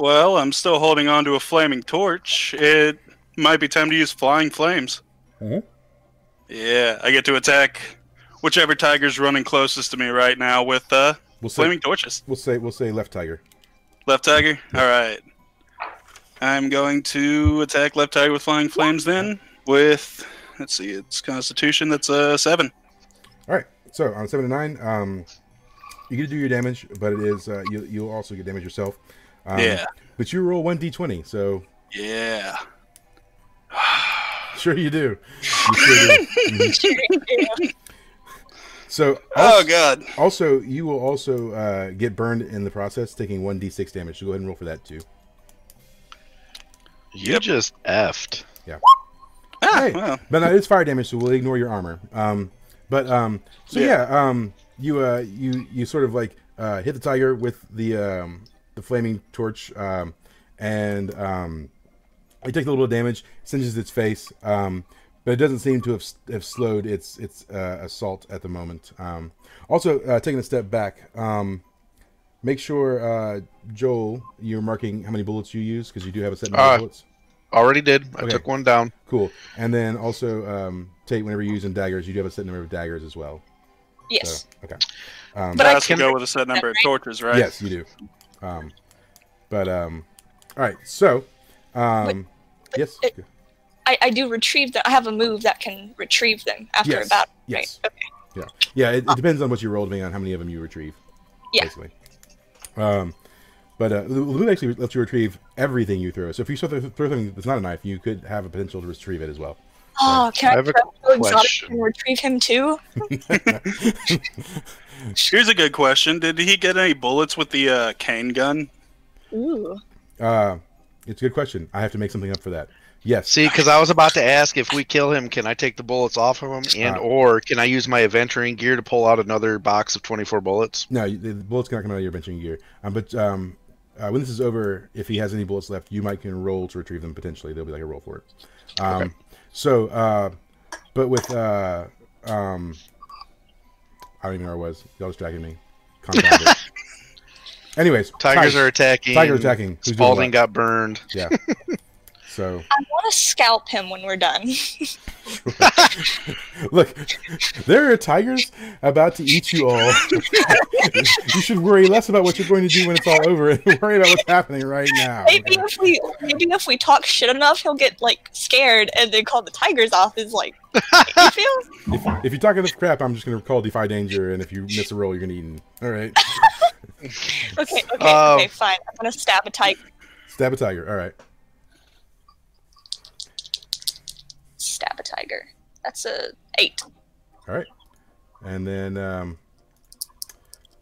[SPEAKER 1] Well, I'm still holding on to a flaming torch. It might be time to use flying flames.
[SPEAKER 2] Mhm.
[SPEAKER 1] Yeah, I get to attack whichever tiger's running closest to me right now with uh,
[SPEAKER 2] We'll say
[SPEAKER 1] flaming torches.
[SPEAKER 2] we'll say we'll say left tiger.
[SPEAKER 1] Left tiger. All right. I'm going to attack left tiger with flying flames then. With let's see, it's Constitution. That's a seven.
[SPEAKER 2] All right. So on seven to nine, um, you get to do your damage, but it is uh, you you'll also get damage yourself. Um,
[SPEAKER 1] yeah.
[SPEAKER 2] But you roll one d twenty, so
[SPEAKER 1] Yeah.
[SPEAKER 2] sure you do. You sure do. So
[SPEAKER 1] Oh
[SPEAKER 2] also,
[SPEAKER 1] god.
[SPEAKER 2] also, you will also uh, get burned in the process, taking one d six damage. So go ahead and roll for that too.
[SPEAKER 3] You
[SPEAKER 1] Yep.
[SPEAKER 3] just effed.
[SPEAKER 1] Ah,
[SPEAKER 2] Hey.
[SPEAKER 1] well,
[SPEAKER 2] But no, it's fire damage, so we'll ignore your armor. Um, but um, so yeah,
[SPEAKER 1] Yeah.
[SPEAKER 2] um, you uh, you you sort of like uh, hit the tiger with the um, the flaming torch, um, and um, it takes a little bit of damage, singes its face, um, but it doesn't seem to have, s- have slowed its its uh, assault at the moment. Um, also, uh, taking a step back, um, make sure uh, Joel, you're marking how many bullets you use because you do have a set number
[SPEAKER 3] Uh,
[SPEAKER 2] of bullets.
[SPEAKER 3] Already did. I
[SPEAKER 2] Okay.
[SPEAKER 3] took one down.
[SPEAKER 2] Cool. And then also, um, Tate, whenever you're using daggers, you do have a set number of daggers as well.
[SPEAKER 5] yes.
[SPEAKER 2] So, okay. Um,
[SPEAKER 5] But I
[SPEAKER 1] I can
[SPEAKER 3] can-
[SPEAKER 1] go with a set number of torches, right?
[SPEAKER 2] Yes, you do. Um, but, um, all right. So, um, yes.
[SPEAKER 5] it- I, I do retrieve them. I have a move that can retrieve them after
[SPEAKER 2] Yes,
[SPEAKER 5] a battle.
[SPEAKER 2] yes.
[SPEAKER 5] Right.
[SPEAKER 2] Yeah. Yeah. It, it depends on what you roll, depending on how many of them you retrieve.
[SPEAKER 5] Yeah.
[SPEAKER 2] Basically. Um, but uh, the the loot actually lets you retrieve everything you throw. So if you throw throw something that's not a knife, you could have a potential to retrieve it as well.
[SPEAKER 5] Oh, can
[SPEAKER 3] I
[SPEAKER 5] I,
[SPEAKER 3] have a
[SPEAKER 5] grab Joe Exotic
[SPEAKER 3] question.
[SPEAKER 5] and retrieve him too?
[SPEAKER 1] Here's a good question. Did he get any bullets with the uh, cane gun?
[SPEAKER 5] Ooh.
[SPEAKER 2] Uh, it's a good question. I have to make something up for that. Yes.
[SPEAKER 3] See, because I was about to ask if we kill him, can I take the bullets off of him, and
[SPEAKER 2] Uh,
[SPEAKER 3] or can I use my adventuring gear to pull out another box of twenty-four bullets?
[SPEAKER 2] No, you- the the bullets cannot come out of your benching gear. Um, but um, uh, when this is over, if he has any bullets left, you might can roll to retrieve them potentially. There'll be like a roll for it. Um, So, uh, but with uh, um, I don't even know where I was. Y'all distracted me. Compounded. Anyways,
[SPEAKER 3] Tigers
[SPEAKER 2] Tiger-
[SPEAKER 3] are attacking.
[SPEAKER 2] Tiger's attacking. Who's doing
[SPEAKER 3] Spalding
[SPEAKER 2] what?
[SPEAKER 3] got burned.
[SPEAKER 2] yeah. So
[SPEAKER 5] I want to scalp him when we're done.
[SPEAKER 2] look, there are tigers about to eat you all. you should worry less about what you're going to do when it's all over and worry about what's happening right now.
[SPEAKER 5] Maybe if we maybe if we talk shit enough, he'll get like scared and then call the tigers off. Is like, you feel?
[SPEAKER 2] If, if you talk enough crap, I'm just gonna call defy danger, and if you miss a roll, you're gonna eat. him. All right,
[SPEAKER 5] Okay, okay,
[SPEAKER 3] Um,
[SPEAKER 5] okay, fine. I'm gonna stab a tiger.
[SPEAKER 2] stab a tiger. All right,
[SPEAKER 5] Stab a tiger. That's a eight.
[SPEAKER 2] all right, and then um,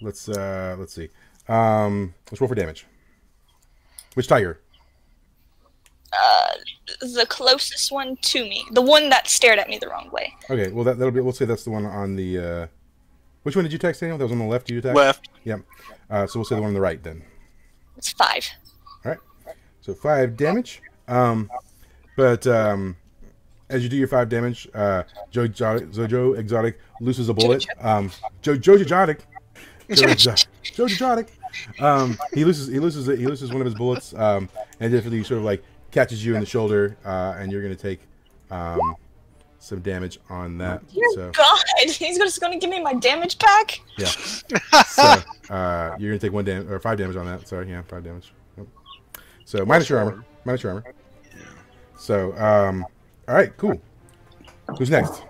[SPEAKER 2] let's uh, let's see. Um, let's roll for damage. Which tiger?
[SPEAKER 5] Uh, the closest one to me, the one that stared at me the wrong way.
[SPEAKER 2] Okay, well that that'll be. We'll say that's the one on the. Uh, which one did you attack, Daniel? That was on the left. You attacked.
[SPEAKER 1] Left.
[SPEAKER 2] Yep. Uh, so we'll say the one on the right then.
[SPEAKER 5] It's five.
[SPEAKER 2] So five damage. Um, but um, as you do your five damage, uh, Joe Jo- Jojo Exotic loses a bullet. Um, Joe Jojo Exotic. Joe Exo- Joe Exotic. Um, he loses. He loses. He loses one of his bullets. Um, and definitely sort of like catches you in the shoulder, uh, and you're gonna take um, some damage on that. So
[SPEAKER 5] God, he's just gonna give me my damage pack.
[SPEAKER 2] yeah. So uh, you're gonna take one damage or five damage on that. Sorry, yeah, five damage. Yep. So minus your armor. Minus your armor. So um, all right, cool. Who's next?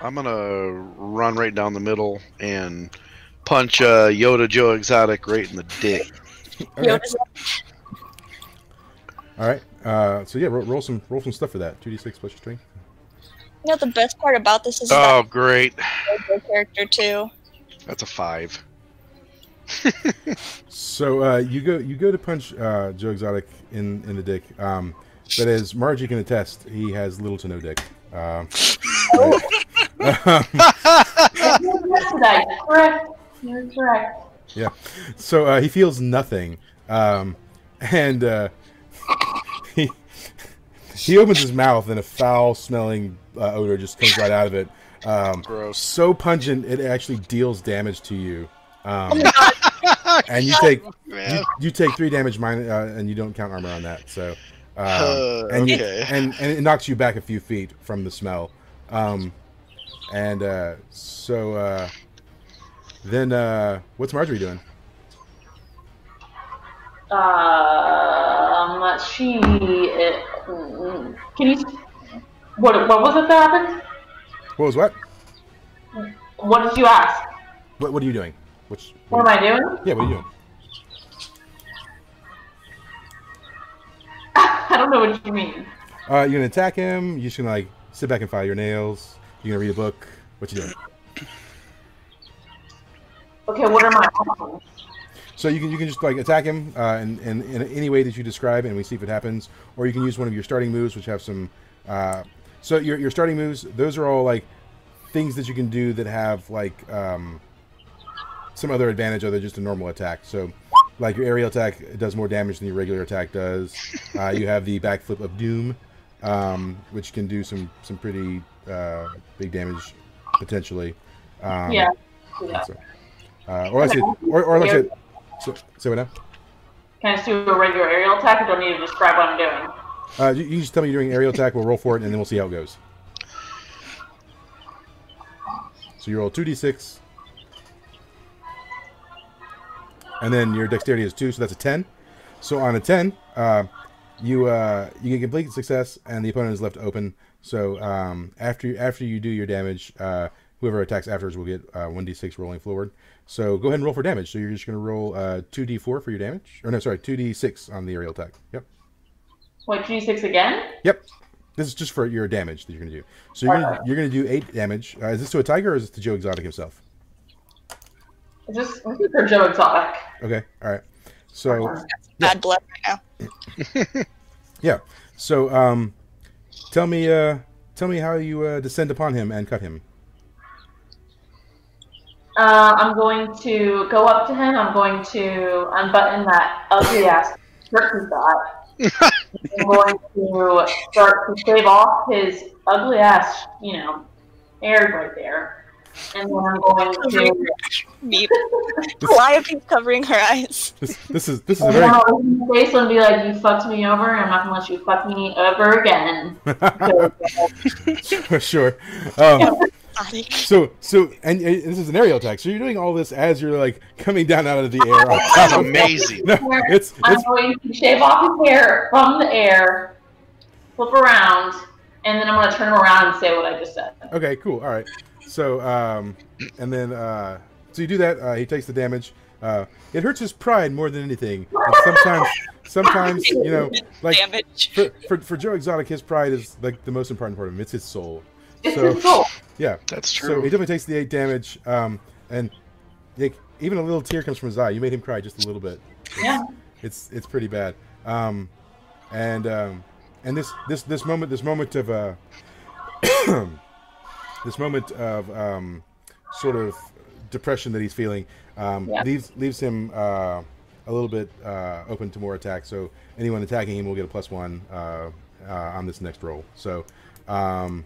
[SPEAKER 3] I'm gonna run right down the middle and punch uh, Yoda Joe Exotic right in the dick.
[SPEAKER 5] You know,
[SPEAKER 2] Okay. All right. Uh, so yeah, roll, roll some roll some stuff for that. Two d six plus your strength.
[SPEAKER 5] you know the best part about this is that
[SPEAKER 3] Oh, great!
[SPEAKER 5] Jojo character too.
[SPEAKER 3] That's a five.
[SPEAKER 2] So uh, you go you go to punch uh, Joe Exotic in in the dick. Um, but as Margie can attest, he has little to no dick. Um,
[SPEAKER 6] You're correct today. You're correct. You're correct.
[SPEAKER 2] Yeah. So uh, he feels nothing, um, and uh, he he opens his mouth, and a foul-smelling uh, odor just comes right out of it. Um,
[SPEAKER 3] Gross.
[SPEAKER 2] so pungent, it actually deals damage to you. Um, and you take
[SPEAKER 3] Man.
[SPEAKER 2] you, you take three damage, minus, uh, and you don't count armor on that. So, uh,
[SPEAKER 3] Uh,
[SPEAKER 2] and, you-
[SPEAKER 3] okay.
[SPEAKER 2] and and it knocks you back a few feet from the smell. Um, and uh, so uh, then, uh, what's Marjorie doing?
[SPEAKER 6] Um, she. It, mm, can you? What? What was it that happened?
[SPEAKER 2] What was what?
[SPEAKER 6] What did you ask?
[SPEAKER 2] What, what are you doing? Which?
[SPEAKER 6] What am I doing?
[SPEAKER 2] yeah, what are you doing?
[SPEAKER 6] I don't know what you mean.
[SPEAKER 2] Uh, you're gonna attack him. You're just gonna like sit back and file your nails. You're gonna read a book. What you doing?
[SPEAKER 6] Okay, what are my options?
[SPEAKER 2] So you can you can just like attack him uh, in, in in any way that you describe, and we see if it happens. Or you can use one of your starting moves, which have some. Uh, so your your starting moves, those are all like things that you can do that have like um, some other advantage other than just a normal attack. So like your aerial attack does more damage than your regular attack does. Uh, you have the backflip of doom, um, which can do some some pretty uh, big damage potentially. Um,
[SPEAKER 6] yeah. Yeah.
[SPEAKER 2] so, uh, or like I said, or, or like I said, so, say what now?
[SPEAKER 6] Can I just do a regular aerial attack? I don't need to describe what I'm doing.
[SPEAKER 2] Uh, you, you just tell me you're doing aerial attack. We'll roll for it, and then we'll see how it goes. So you roll two d six, and then your dexterity is two, so that's a ten. So on a ten, uh, you uh, you get complete success, and the opponent is left open. So um, after after you do your damage, uh, whoever attacks afterwards will get uh, one d six rolling forward. So go ahead and roll for damage. So you're just going to roll uh, two d four for your damage, or no, sorry, two d six on the aerial attack. Yep.
[SPEAKER 6] What G6 again?
[SPEAKER 2] Yep. This is just for your damage that you're gonna do. So you're gonna, you're gonna do eight damage. Uh, is this to a tiger or is this to Joe Exotic himself?
[SPEAKER 6] Is this this is for Joe Exotic?
[SPEAKER 2] Okay. All right. So
[SPEAKER 5] Bad blood right now.
[SPEAKER 2] yeah. So um, tell me uh, tell me how you uh, descend upon him and cut him.
[SPEAKER 6] Uh, I'm going to go up to him. I'm going to unbutton that ugly ass shirt he's got. I'm going to start to shave off his ugly ass, you know, hair right there. And then I'm going to.
[SPEAKER 5] Beep. Why are covering her eyes?
[SPEAKER 2] This this is this is a
[SPEAKER 6] I'm
[SPEAKER 2] very
[SPEAKER 6] gonna look in his face and be like, "You fucked me over, and I'm not gonna let you fuck me over again." So,
[SPEAKER 2] sure. Um,
[SPEAKER 5] Exotic.
[SPEAKER 2] so so and, and this is an aerial attack. So you're doing all this as you're like coming down out of the air. on top
[SPEAKER 3] That's
[SPEAKER 2] of-
[SPEAKER 3] amazing.
[SPEAKER 2] No, it's
[SPEAKER 6] I'm
[SPEAKER 2] it's
[SPEAKER 6] going to shave off his hair from the air, flip around, and then I'm gonna turn him around and say what I just said.
[SPEAKER 2] Okay, cool. All right. So, um, and then, uh, so you do that. Uh, he takes the damage. Uh, it hurts his pride more than anything. And sometimes, sometimes, you know, like
[SPEAKER 5] Damage.
[SPEAKER 2] for, for, for Joe Exotic, his pride is like the most important part of him. It's his soul.
[SPEAKER 6] It's
[SPEAKER 2] So-
[SPEAKER 6] his soul.
[SPEAKER 2] Yeah.
[SPEAKER 3] That's
[SPEAKER 2] So
[SPEAKER 3] true.
[SPEAKER 2] he definitely takes the eight damage. Um, and like even a little tear comes from his eye. You made him cry just a little bit. It's,
[SPEAKER 6] Yeah.
[SPEAKER 2] It's it's pretty bad. Um, and um, and this this this moment this moment of uh, this moment of um, sort of depression that he's feeling um,
[SPEAKER 6] Yeah.
[SPEAKER 2] leaves leaves him uh, a little bit uh, open to more attacks. So anyone attacking him will get a plus one uh, uh, on this next roll. So um,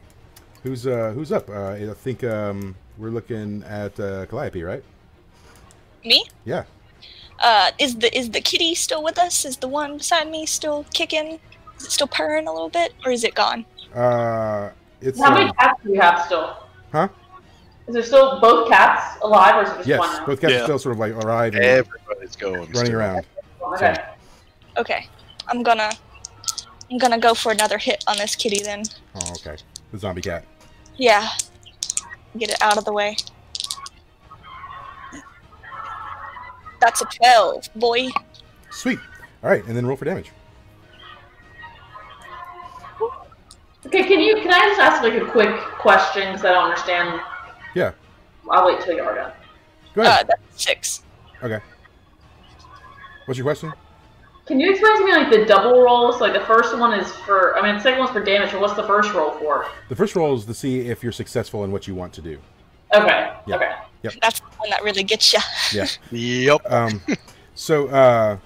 [SPEAKER 2] who's uh, who's up? Uh, I think um, we're looking at uh, Calliope, right?
[SPEAKER 5] Me?
[SPEAKER 2] Yeah.
[SPEAKER 5] Uh, is the is the kitty still with us? Is the one beside me still kicking? Is it still purring a little bit, or is it gone?
[SPEAKER 2] Uh, it's
[SPEAKER 6] How
[SPEAKER 2] um,
[SPEAKER 6] many cats do you have still?
[SPEAKER 2] Huh?
[SPEAKER 6] Is there still both cats alive, or is it just
[SPEAKER 2] yes,
[SPEAKER 6] one now?
[SPEAKER 2] both cats are
[SPEAKER 1] Yeah.
[SPEAKER 2] still sort of like arrive and
[SPEAKER 3] Everybody's going.
[SPEAKER 2] running
[SPEAKER 3] still.
[SPEAKER 2] around.
[SPEAKER 6] Okay.
[SPEAKER 5] Okay, I'm gonna I'm gonna go for another hit on this kitty then.
[SPEAKER 2] Oh, okay. The zombie cat.
[SPEAKER 5] Yeah, get it out of the way. That's a twelve, boy.
[SPEAKER 2] Sweet. All right, and then roll for damage.
[SPEAKER 6] Okay. Can you? Can I just ask like a quick question because I don't understand?
[SPEAKER 2] Yeah.
[SPEAKER 6] I'll wait till you are done.
[SPEAKER 2] Go ahead.
[SPEAKER 5] Uh, that's six.
[SPEAKER 2] What's your question?
[SPEAKER 6] Can you explain to me like the double roll? So like the first one is for. I mean, the second one's for damage. But what's the first roll for?
[SPEAKER 2] The first roll is to see if you're successful in what you want to do.
[SPEAKER 6] Okay.
[SPEAKER 2] Yeah.
[SPEAKER 6] Okay.
[SPEAKER 5] That's the one that really gets you.
[SPEAKER 3] Yep.
[SPEAKER 2] Um, so, uh,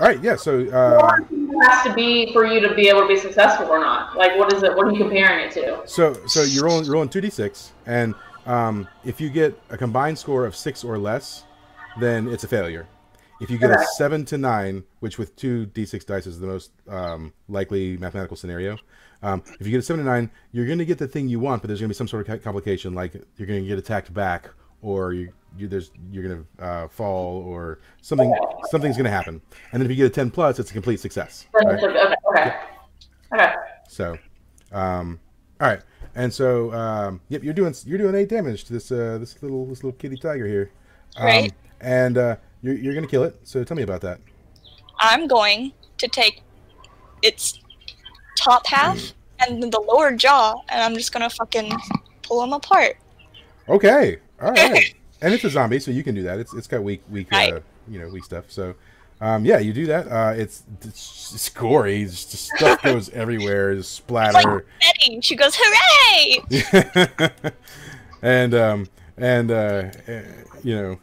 [SPEAKER 2] all right, yeah. So, uh,
[SPEAKER 6] What has to be for you to be able to be successful or not? Like, what is it? What are you comparing it to?
[SPEAKER 2] so, so you're rolling, rolling two d six, and um, if you get a combined score of six or less, then it's a failure. If you get a
[SPEAKER 6] Okay.
[SPEAKER 2] seven to nine, which with two d6 dice is the most um, likely mathematical scenario, um, if you get a seven to nine, you're going to get the thing you want, but there's going to be some sort of ca- complication, like you're going to get attacked back, or you, you there's you're going to uh, fall, or something something's going to happen. And then if you get a ten plus, it's a complete success.
[SPEAKER 6] Then
[SPEAKER 2] right?
[SPEAKER 6] it's like, okay, okay. Okay.
[SPEAKER 2] So, um, all right, and so um, yep, you're doing you're doing eight damage to this uh, this little this little kitty tiger here, um,
[SPEAKER 5] Right.
[SPEAKER 2] And uh, you're you're gonna kill it. So tell me about that.
[SPEAKER 5] I'm going to take its top half and then the lower jaw, and I'm just gonna fucking pull them apart.
[SPEAKER 2] Okay, all right. and it's a zombie, so you can do that. It's it's got weak weak uh,
[SPEAKER 5] Right.
[SPEAKER 2] you know weak stuff. So. Um, yeah, you do that. Uh, it's, it's, it's gory. It's just, stuff goes everywhere. There's
[SPEAKER 5] Like
[SPEAKER 2] splatter.
[SPEAKER 5] Betty, she goes, "Hooray!"
[SPEAKER 2] and um, and uh, eh, you know,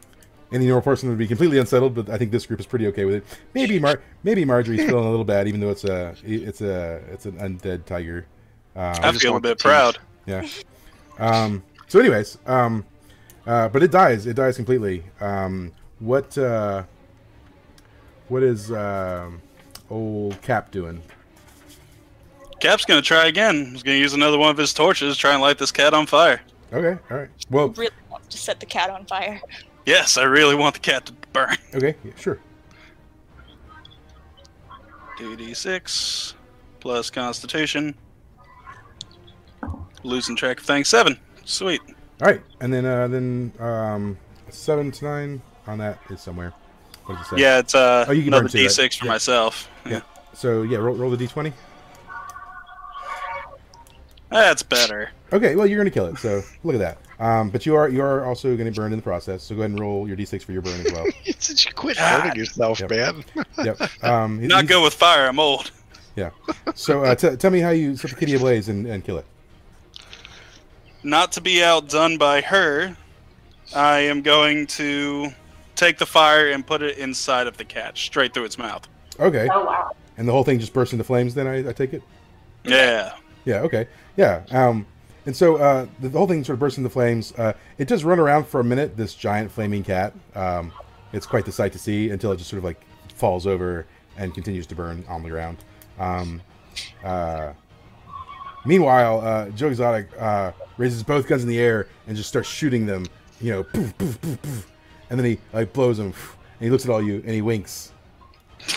[SPEAKER 2] any normal person would be completely unsettled, but I think this group is pretty okay with it. Maybe Mar- maybe Marjorie's feeling a little bad, even though it's a it's a it's an undead tiger.
[SPEAKER 1] I
[SPEAKER 2] Um,
[SPEAKER 3] just
[SPEAKER 1] feel a
[SPEAKER 3] want the
[SPEAKER 1] bit
[SPEAKER 3] teeth.
[SPEAKER 1] proud.
[SPEAKER 2] yeah. Um, so, anyways, um, uh, but it dies. It dies completely. Um, what uh, what is um old Cap doing?
[SPEAKER 1] Cap's gonna try again. He's gonna use another one of his torches, try and light this cat on fire.
[SPEAKER 2] Okay, all right. Well,
[SPEAKER 5] Really want to set the cat on fire.
[SPEAKER 1] Yes, I really want the cat to burn.
[SPEAKER 2] okay, yeah, sure.
[SPEAKER 1] 2d6 plus Constitution. Losing track of things. Seven. Sweet.
[SPEAKER 2] All right, and then uh, then um, seven to nine on that is somewhere. What does it say?
[SPEAKER 1] Yeah, it's uh,
[SPEAKER 2] Oh, you can
[SPEAKER 1] another
[SPEAKER 2] burn two, right?
[SPEAKER 1] d6 for
[SPEAKER 2] Yeah.
[SPEAKER 1] myself. Yeah.
[SPEAKER 2] So yeah, roll, roll the d20.
[SPEAKER 1] That's better.
[SPEAKER 2] Okay, well you're gonna kill it. So look at that. Um, but you are you are also gonna burn in the process. So go ahead and roll your d6 for your burn as well.
[SPEAKER 3] Since you quit
[SPEAKER 1] God.
[SPEAKER 3] hurting yourself,
[SPEAKER 2] Yep.
[SPEAKER 3] man.
[SPEAKER 2] yep. Um, he-
[SPEAKER 1] Not
[SPEAKER 2] he's-
[SPEAKER 1] good with fire. I'm old.
[SPEAKER 2] So uh, t- tell me how you set the kitty ablaze and, and kill it.
[SPEAKER 1] Not to be outdone by her, I am going to take the fire and put it inside of the cat, straight through its mouth.
[SPEAKER 2] Okay,
[SPEAKER 6] Oh wow.
[SPEAKER 2] and the whole thing just bursts into flames. Then I, I take it.
[SPEAKER 1] Yeah.
[SPEAKER 2] Yeah. Okay. Yeah. Um, and so uh, the, the whole thing sort of bursts into flames. Uh, it does run around for a minute. This giant flaming cat. Um, it's quite the sight to see until it just sort of like falls over and continues to burn on the ground. Um, uh, meanwhile, uh, Joe Exotic uh, raises both guns in the air and just starts shooting them. You know, poof, poof, poof, poof, and then he like blows them. And he looks at all you and he winks.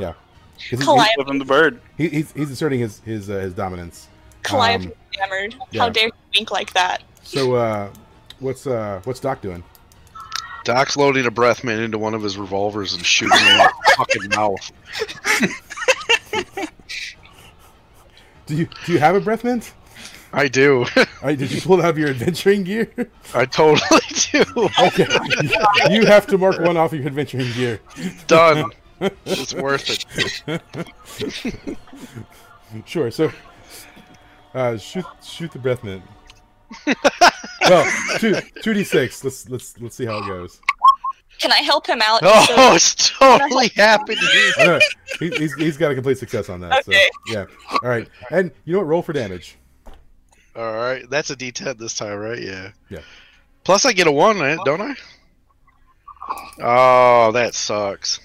[SPEAKER 2] Yeah. 'Cause he- he-
[SPEAKER 5] Calliope,
[SPEAKER 1] Flip him the bird.
[SPEAKER 2] he, he's, he's asserting his his uh, his dominance.
[SPEAKER 5] Calliope
[SPEAKER 2] Um,
[SPEAKER 5] hammered.
[SPEAKER 2] yeah.
[SPEAKER 5] How dare you wink like that?
[SPEAKER 2] So uh, what's uh, what's Doc doing?
[SPEAKER 3] Doc's loading a breath mint into one of his revolvers and shooting him in the fucking mouth.
[SPEAKER 2] Do you do you have a breath mint?
[SPEAKER 3] I do.
[SPEAKER 2] All right, did you pull out your adventuring gear?
[SPEAKER 3] I totally do.
[SPEAKER 2] okay, you have to mark one off your adventuring gear.
[SPEAKER 3] Done. It's worth it.
[SPEAKER 2] Sure. So uh, shoot shoot the breath mint. well, two two d six. Let's let's let's see how it goes.
[SPEAKER 5] Can I help him out?
[SPEAKER 3] Oh, it's totally happening.
[SPEAKER 2] I know, he, he's, he's got a complete success on that.
[SPEAKER 5] Okay.
[SPEAKER 2] So, yeah. All right. And you know what? Roll for damage.
[SPEAKER 3] All right, that's a D10 this time, right? Yeah.
[SPEAKER 2] Yeah.
[SPEAKER 3] Plus, I get a one, right? don't I? Oh, that sucks.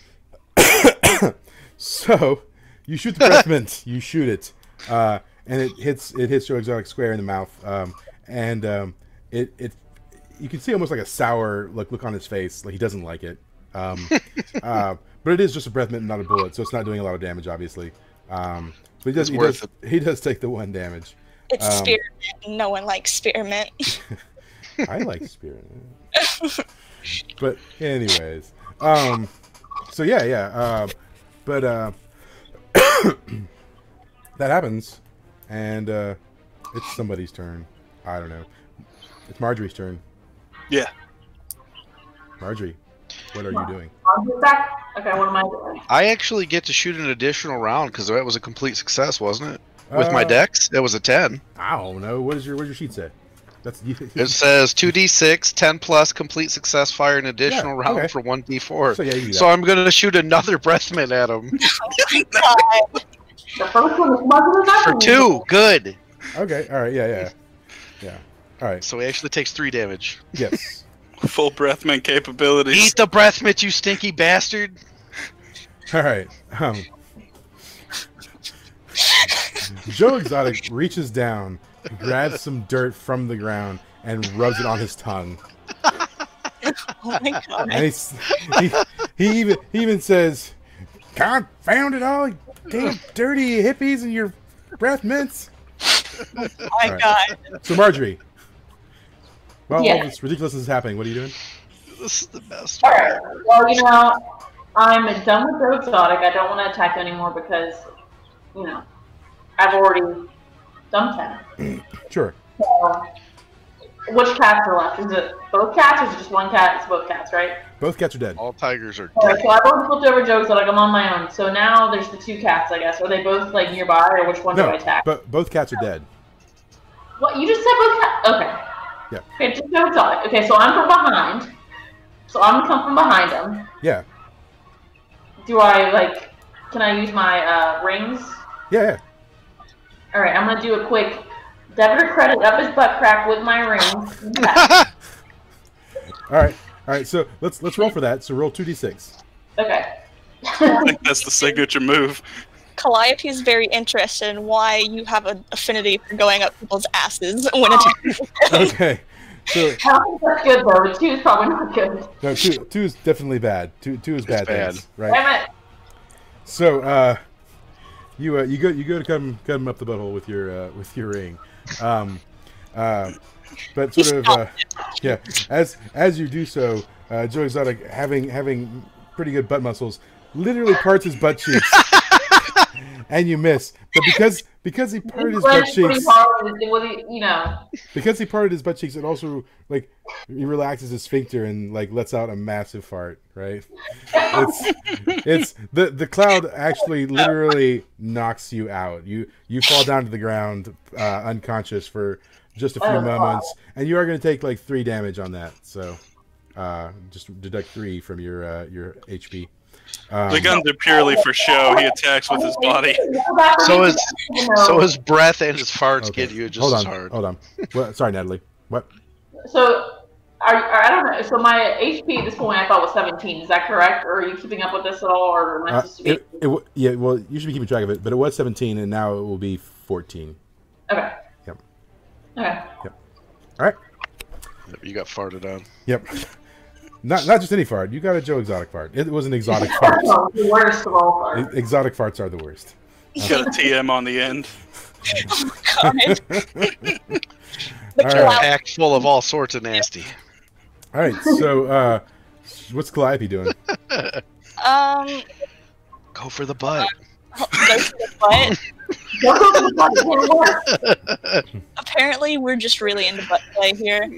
[SPEAKER 2] So you shoot the breath mint. You shoot it, uh, and it hits it hits Joe Exotic square in the mouth, um, and um, it it you can see almost like a sour look look on his face, like he doesn't like it. Um, uh, but it is just a breath mint, not a bullet, so it's not doing a lot of damage, obviously. Um, but he does,
[SPEAKER 3] It's
[SPEAKER 2] he,
[SPEAKER 3] worth
[SPEAKER 2] does he does take the one damage.
[SPEAKER 5] It's
[SPEAKER 2] Um,
[SPEAKER 5] spearmint. No one likes spearmint.
[SPEAKER 2] I like spirit. but anyways, um, so yeah, yeah. Um, but uh, that happens, and uh, it's somebody's turn. I don't know. It's Marjorie's turn.
[SPEAKER 1] Yeah.
[SPEAKER 2] Marjorie, what are you doing?
[SPEAKER 6] I'll get back. Okay, what am I doing?
[SPEAKER 3] I actually get to shoot an additional round because that was a complete success, wasn't it? With my
[SPEAKER 2] Uh,
[SPEAKER 3] dex, it was a 10.
[SPEAKER 2] I don't know. What is your what does your sheet say? That's you.
[SPEAKER 3] It says 2d6, 10 plus, complete success, fire an additional
[SPEAKER 2] Yeah,
[SPEAKER 3] round
[SPEAKER 2] okay.
[SPEAKER 3] for 1d4.
[SPEAKER 2] so
[SPEAKER 3] So,
[SPEAKER 2] yeah, you do that.
[SPEAKER 3] I'm going to shoot another breathman at him
[SPEAKER 5] God,
[SPEAKER 6] The first one is smarter than that
[SPEAKER 3] for
[SPEAKER 6] one.
[SPEAKER 3] two. Good.
[SPEAKER 2] okay. All right. Yeah. Yeah. Yeah. All right.
[SPEAKER 3] So he actually takes three damage.
[SPEAKER 2] Yes.
[SPEAKER 1] full breath mint capabilities.
[SPEAKER 3] Eat the breath mitt, you stinky bastard.
[SPEAKER 2] All right. Um, Joe Exotic reaches down, grabs some dirt from the ground, and rubs it on his tongue.
[SPEAKER 5] Oh my god.
[SPEAKER 2] And he's, he, he even he even says, "Confound it all, you damn dirty hippies and your breath mints."
[SPEAKER 5] Oh my
[SPEAKER 2] Alright.
[SPEAKER 5] god.
[SPEAKER 2] So Marjorie, well, all
[SPEAKER 6] Yeah.
[SPEAKER 2] this ridiculousness is happening. What are you doing?
[SPEAKER 3] This is the best.
[SPEAKER 6] All right. Well, you know, I'm done with Joe Exotic. I don't want to attack anymore because, you know, I've already dumped him.
[SPEAKER 2] Sure.
[SPEAKER 6] So, which cats are left? Is it both cats or is it just one cat? It's both cats, right?
[SPEAKER 2] Both cats are dead.
[SPEAKER 3] All tigers are
[SPEAKER 6] All right,
[SPEAKER 3] dead.
[SPEAKER 6] so I've already flipped over Joe Exotic. I'm on my own. So now there's the two cats, I guess. Are they both like nearby, or which one do I
[SPEAKER 2] No,
[SPEAKER 6] attack?
[SPEAKER 2] but both cats are dead.
[SPEAKER 6] What you just said both cats? Okay.
[SPEAKER 2] Yeah.
[SPEAKER 6] Okay, just Joe Exotic. Okay, so I'm from behind. So I'm gonna come from behind him.
[SPEAKER 2] Yeah,
[SPEAKER 6] Do I like? Can I use my uh, rings?
[SPEAKER 2] yeah, yeah.
[SPEAKER 6] All right, I'm gonna do a quick debit or credit up his butt crack with my ring.
[SPEAKER 2] All right, all right. So let's let's roll for that. So roll two d six.
[SPEAKER 6] okay.
[SPEAKER 1] I think that's the signature move.
[SPEAKER 5] Calliope is very interested in why you have an affinity for going up people's asses
[SPEAKER 2] Oh.
[SPEAKER 5] when attacking.
[SPEAKER 2] Okay. So
[SPEAKER 6] How is that good though? But two is probably not good.
[SPEAKER 2] no, two two is definitely bad. Two two is bad.
[SPEAKER 3] bad.
[SPEAKER 2] things, right.
[SPEAKER 6] Damn it.
[SPEAKER 2] So uh, you uh, you go you go to come come up the butthole with your uh, with your ring, um, uh, but sort of uh, yeah. As as you do so, uh, Joe Exotic having having pretty good butt muscles, literally parts his butt cheeks, and you miss. But because because he parted
[SPEAKER 6] He
[SPEAKER 2] his butt
[SPEAKER 6] went pretty
[SPEAKER 2] cheeks,
[SPEAKER 6] hard. It was, you know.
[SPEAKER 2] because he parted his butt cheeks, it also like he relaxes his sphincter and like lets out a massive fart. Right? It's it's the the cloud actually literally knocks you out. You you fall down to the ground uh, unconscious for just a few
[SPEAKER 6] Oh, wow.
[SPEAKER 2] moments, and you are going to take like three damage on that. So uh, just deduct three from your uh, your HP. Um,
[SPEAKER 1] The guns are purely for show. He attacks with his body.
[SPEAKER 3] So is
[SPEAKER 6] You know,
[SPEAKER 3] so his breath and his farts
[SPEAKER 2] okay.
[SPEAKER 3] get you just
[SPEAKER 2] hold
[SPEAKER 3] as
[SPEAKER 2] on,
[SPEAKER 3] hard.
[SPEAKER 2] hold on. What, sorry, Natalie. What?
[SPEAKER 6] so are, are, I don't know. So my HP at this point I thought was 17. Is that correct? Or are you keeping up with this at all? Or am I
[SPEAKER 2] Uh,
[SPEAKER 6] supposed to be?
[SPEAKER 2] it, it, w- yeah, well, you should be keeping track of it, but it was 17, and now it will be 14.
[SPEAKER 6] okay.
[SPEAKER 2] Yep.
[SPEAKER 6] Okay.
[SPEAKER 2] All right.
[SPEAKER 3] You got farted on.
[SPEAKER 2] Yep. Not not just any fart. You got a Joe Exotic fart. It was an exotic fart.
[SPEAKER 6] Oh, the worst of all. are-
[SPEAKER 2] E- Exotic farts are the worst.
[SPEAKER 1] He's got a TM on the end.
[SPEAKER 5] God.
[SPEAKER 2] All
[SPEAKER 5] But you're
[SPEAKER 2] right.
[SPEAKER 5] out.
[SPEAKER 3] Packed full of all sorts of nasty.
[SPEAKER 2] All right. So, uh, what's Calliope doing?
[SPEAKER 5] Um,
[SPEAKER 3] Go for the butt.
[SPEAKER 5] but
[SPEAKER 6] Don't go to the front, it can't work.
[SPEAKER 5] apparently we're just really into butt play here.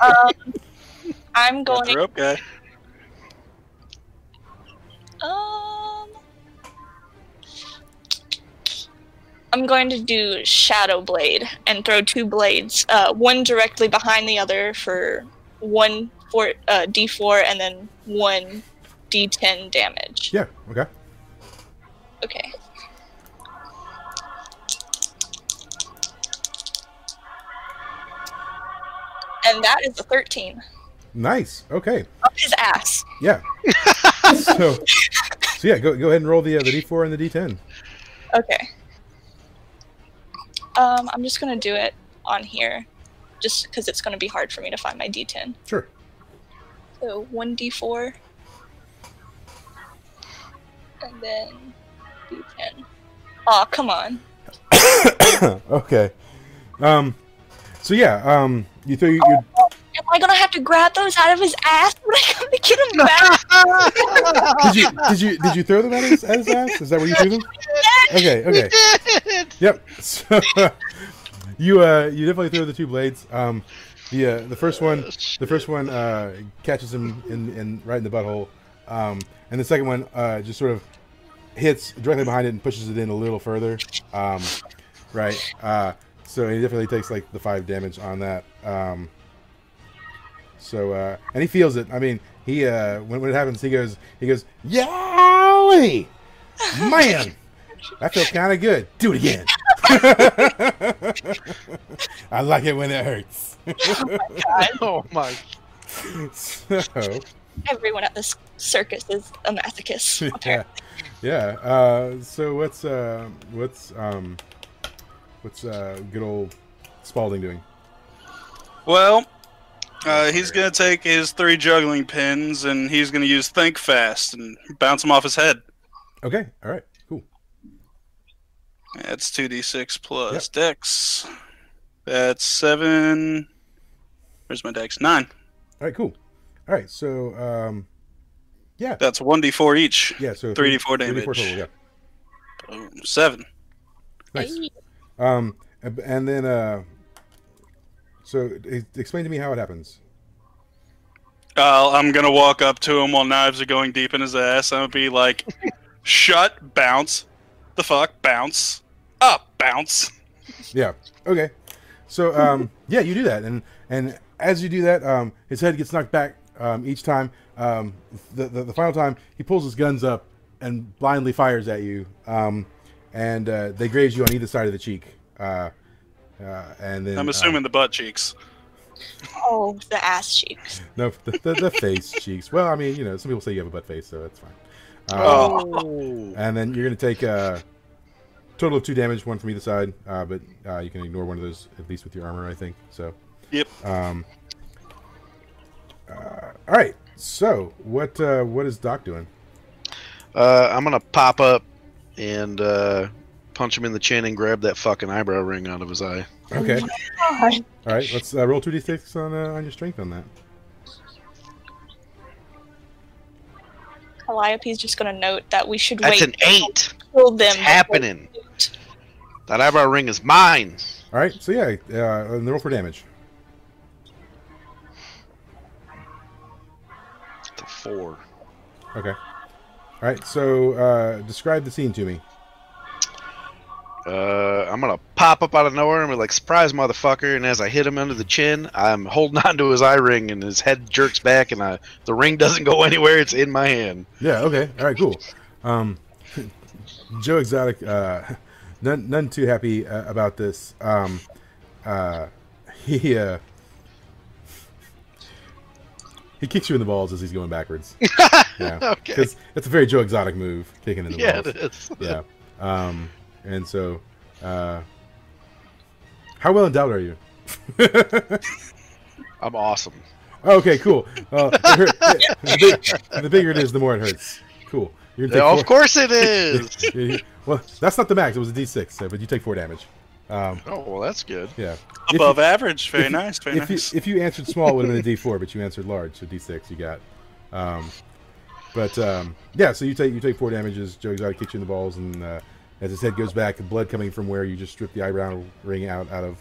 [SPEAKER 5] Um, I'm
[SPEAKER 1] Got
[SPEAKER 5] going.
[SPEAKER 1] her up, guy.
[SPEAKER 5] Um, I'm going to do Shadow Blade and throw two blades, uh, one directly behind the other for one for uh, D4 and then one D10 damage.
[SPEAKER 2] Yeah. Okay.
[SPEAKER 5] Okay. And that is a 13.
[SPEAKER 2] Nice. Okay.
[SPEAKER 5] Up his ass.
[SPEAKER 2] Yeah. so, so yeah. Go go ahead and roll the uh, the D4 and the D10.
[SPEAKER 5] Okay. Um, I'm just gonna do it on here, just because it's gonna be hard for me to find my D10.
[SPEAKER 2] Sure.
[SPEAKER 5] So one D4, and then D10. Aw, come on.
[SPEAKER 2] okay. Um. So yeah. Um. You throw your, your
[SPEAKER 5] Am I gonna have to grab those out of his ass when I come to get him back?
[SPEAKER 2] did you did you did you throw them at his, at his ass? Is that where you threw them? Okay, okay. Yep. So, you uh you definitely threw the two blades. Um, the uh, the first one the first one uh, catches him in, in right in the butthole, um, and the second one uh, just sort of hits directly behind it and pushes it in a little further. Um, right. Uh, so he definitely takes like the five damage on that. Um, so uh, and he feels it. I mean, he uh, when, when it happens, he goes he goes yowie, man. That feels kind of good. Do it again. I like it when it hurts.
[SPEAKER 3] Oh my
[SPEAKER 2] so,
[SPEAKER 5] Everyone at this circus is a masochist.
[SPEAKER 2] yeah, yeah. Uh, so what's uh, what's um, what's uh, good old Spalding doing?
[SPEAKER 1] Well, uh, he's gonna take his three juggling pins and he's gonna use Think Fast and bounce them off his head.
[SPEAKER 2] Okay, all right, cool.
[SPEAKER 1] That's two d six plus Dex. That's seven. Where's my Dex? Nine.
[SPEAKER 2] All right, cool. All right, so um, yeah,
[SPEAKER 1] That's one d four each.
[SPEAKER 2] yeah. So
[SPEAKER 1] 3d4
[SPEAKER 2] 3d4
[SPEAKER 1] damage.
[SPEAKER 2] total, yeah.
[SPEAKER 1] Boom. Seven.
[SPEAKER 2] Nice. Um, and and then uh, so e- explain to me how it happens.
[SPEAKER 1] Uh, I'm gonna walk up to him while knives are going deep in his ass. I'm gonna be like, "Shut, bounce, the fuck, bounce, up, bounce."
[SPEAKER 2] Yeah. Okay. So um, yeah, you do that, and and as you do that, um, his head gets knocked back um, each time. Um, the, the the final time, he pulls his guns up and blindly fires at you, um, and uh, they graze you on either side of the cheek. Uh, uh, and then
[SPEAKER 1] I'm
[SPEAKER 2] uh,
[SPEAKER 1] assuming the butt cheeks.
[SPEAKER 5] Oh, the ass cheeks.
[SPEAKER 2] no, the, the, the face cheeks. Well, I mean, you know, some people say you have a butt face, so that's fine. Um,
[SPEAKER 3] Oh.
[SPEAKER 2] And then you're going to take a total of two damage, one from either side, uh, but uh, you can ignore one of those, at least with your armor, I think. So.
[SPEAKER 1] Yep.
[SPEAKER 2] Um, uh, all right. So, what uh, what is Doc doing?
[SPEAKER 3] Uh, I'm gonna pop up and uh, punch him in the chin and grab that fucking eyebrow ring out of his eye.
[SPEAKER 2] Okay. All right. Let's uh, roll two d6 on uh, on your strength on that.
[SPEAKER 5] Calliope's just gonna note that we should
[SPEAKER 3] That's
[SPEAKER 5] wait.
[SPEAKER 3] an eight.
[SPEAKER 5] Kill them.
[SPEAKER 3] It's happening. That eyebrow ring is mine.
[SPEAKER 2] All right. So yeah, uh, and roll for damage.
[SPEAKER 3] It's a four.
[SPEAKER 2] Okay. All right. So, uh, describe the scene to me.
[SPEAKER 3] Uh, I'm gonna pop up out of nowhere and be like, "Surprise, motherfucker!" And as I hit him under the chin, I'm holding on to his eye ring, and his head jerks back, and I, the ring doesn't go anywhere. It's in my hand.
[SPEAKER 2] Yeah. Okay. All right. Cool. Um, Joe Exotic, uh, none, none too happy uh, about this. Um, uh, he uh, he kicks you in the balls as he's going backwards. yeah,
[SPEAKER 3] Okay.
[SPEAKER 2] because that's a very Joe Exotic move, kicking in the
[SPEAKER 3] Yeah,
[SPEAKER 2] balls.
[SPEAKER 3] it is.
[SPEAKER 2] Yeah. Um, and so, uh, how well endowed are you?
[SPEAKER 3] I'm awesome.
[SPEAKER 2] okay, cool. Uh, it hurt- the, big- the bigger it is, the more it hurts. Cool. You're gonna take
[SPEAKER 3] Yeah,
[SPEAKER 2] four-
[SPEAKER 3] of course it is.
[SPEAKER 2] Yeah, well, that's not the max. It was a D6, so, but you take four damage. Um,
[SPEAKER 3] oh well, that's good.
[SPEAKER 2] yeah. If
[SPEAKER 1] Above
[SPEAKER 2] you-
[SPEAKER 1] average. Very
[SPEAKER 2] if you-
[SPEAKER 1] nice. Very
[SPEAKER 2] If you,
[SPEAKER 1] nice.
[SPEAKER 2] if you answered small, it would have been a D4, but you answered large, so D6 you got. Um, but um, yeah, so you take you take four damages. Joe Exotic kicks you in the balls, and uh, as his head goes back, the blood coming from where you just stripped the eyebrow ring out out of.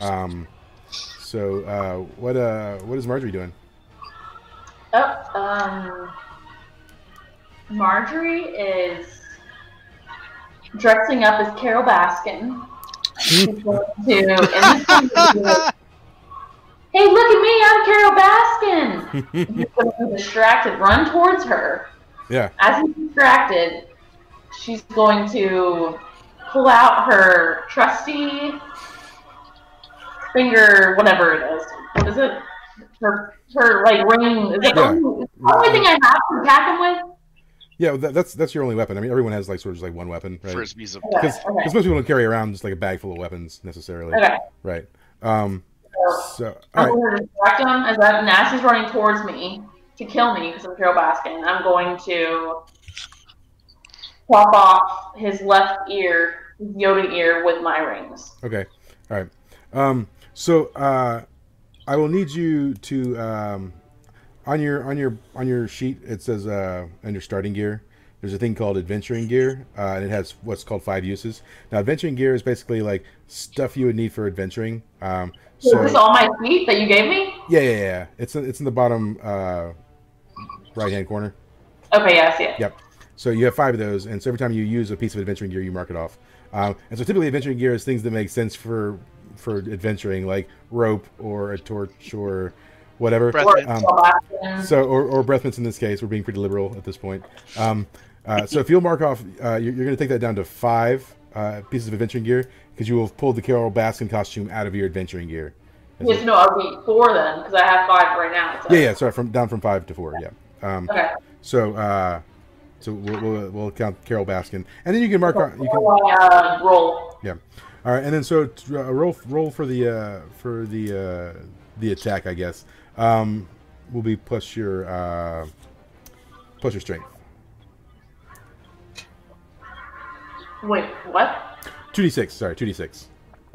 [SPEAKER 2] Um, so uh, what uh, what is Marjorie doing?
[SPEAKER 6] Oh, um, Marjorie is dressing up as Carol Baskin. She's going to, and this is gonna be like, hey, look at me! I'm Carol Baskin. He's going to be distracted, run towards her.
[SPEAKER 2] Yeah.
[SPEAKER 6] As he's distracted, she's going to pull out her trusty finger, whatever it is. What is it? Her, her like ring. Is it
[SPEAKER 2] Yeah.
[SPEAKER 6] only- the only thing I have to attack him with?
[SPEAKER 2] Yeah, that, that's that's your only weapon. I mean, everyone has like sort of just like one weapon, right?
[SPEAKER 3] Frisbees of
[SPEAKER 6] Okay,
[SPEAKER 2] Because
[SPEAKER 6] okay,
[SPEAKER 2] most people don't carry around just like a bag full of weapons necessarily,
[SPEAKER 6] okay.
[SPEAKER 2] right? Um,
[SPEAKER 6] So
[SPEAKER 2] so all
[SPEAKER 6] I'm
[SPEAKER 2] right.
[SPEAKER 6] going to distract him as that Nash is running towards me to kill me because I'm Carol Baskin. I'm going to pop off his left ear, his Yoda ear, with my rings.
[SPEAKER 2] Okay. All right. Um, so uh, I will need you to um, on your on your on your sheet. It says uh, under starting gear. There's a thing called adventuring gear, uh, and it has what's called five uses. Now, adventuring gear is basically like stuff you would need for adventuring. Um, so
[SPEAKER 6] is this all my feet that you gave me?
[SPEAKER 2] yeah, yeah, yeah. It's in, it's in the bottom uh, right hand corner.
[SPEAKER 6] Okay, yeah, I see it.
[SPEAKER 2] Yep. So you have five of those, and so every time you use a piece of adventuring gear, you mark it off. Um, and so typically, adventuring gear is things that make sense for for adventuring, like rope or a torch or whatever.
[SPEAKER 3] Breath
[SPEAKER 6] Or
[SPEAKER 3] mint.
[SPEAKER 2] Um,
[SPEAKER 6] Carol Baskin.
[SPEAKER 2] So or or breath mints in this case, we're being pretty liberal at this point. Um, uh, so if you'll mark off, uh, you're, you're going to take that down to five uh, pieces of adventuring gear because you will have pulled the Carol Baskin costume out of your adventuring gear. Is
[SPEAKER 6] Yes,
[SPEAKER 2] it-
[SPEAKER 6] no, I'll be four then, because I have five right now. So.
[SPEAKER 2] Yeah, yeah. Sorry, from down from five to four. Yeah. Um,
[SPEAKER 6] Okay.
[SPEAKER 2] so, uh, so we'll, we'll, we'll count Carol Baskin, and then you can mark on. You can,
[SPEAKER 6] Roll, uh, roll.
[SPEAKER 2] All right, and then so t- uh, roll roll for the uh, for the uh, the attack, I guess. Um, will be plus your uh, plus your strength.
[SPEAKER 6] Wait, what?
[SPEAKER 2] Two d six. Sorry, two d six.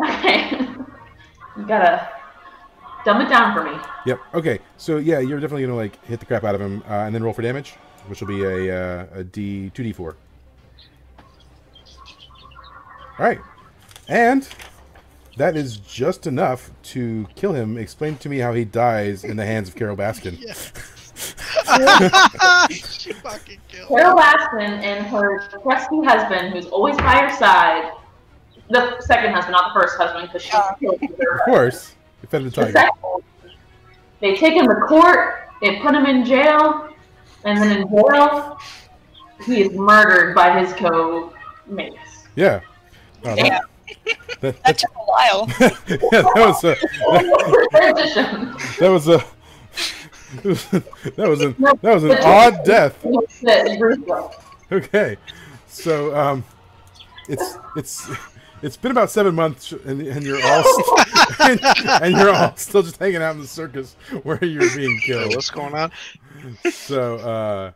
[SPEAKER 6] Okay. you gotta dumb it down for me.
[SPEAKER 2] Yep. Okay. So yeah, you're definitely gonna like hit the crap out of him, uh, and then roll for damage, which will be a uh, a d two d four. All right, and that is just enough to kill him. Explain to me how he dies in the hands of Carol Baskin.
[SPEAKER 3] she fucking killed.
[SPEAKER 6] Carol Baskin and her trusty husband, who's always by her side, the second husband, not the first husband, because she killed
[SPEAKER 2] Of
[SPEAKER 6] her.
[SPEAKER 2] course, defend the
[SPEAKER 6] The
[SPEAKER 2] tiger.
[SPEAKER 6] second, they take him to court, they put him in jail, and then in jail, he is murdered by his co-mates.
[SPEAKER 2] Yeah. Oh, that-
[SPEAKER 5] Yeah.
[SPEAKER 2] that-
[SPEAKER 5] That took a while.
[SPEAKER 2] yeah, that was a
[SPEAKER 6] Transition.
[SPEAKER 2] that was a that was an that was an odd death. Okay, so um, it's it's it's been about seven months, and, and you're all st- and, and you're all still just hanging out in the circus where you're being
[SPEAKER 3] So
[SPEAKER 2] killed.
[SPEAKER 3] what's going on?
[SPEAKER 2] So uh,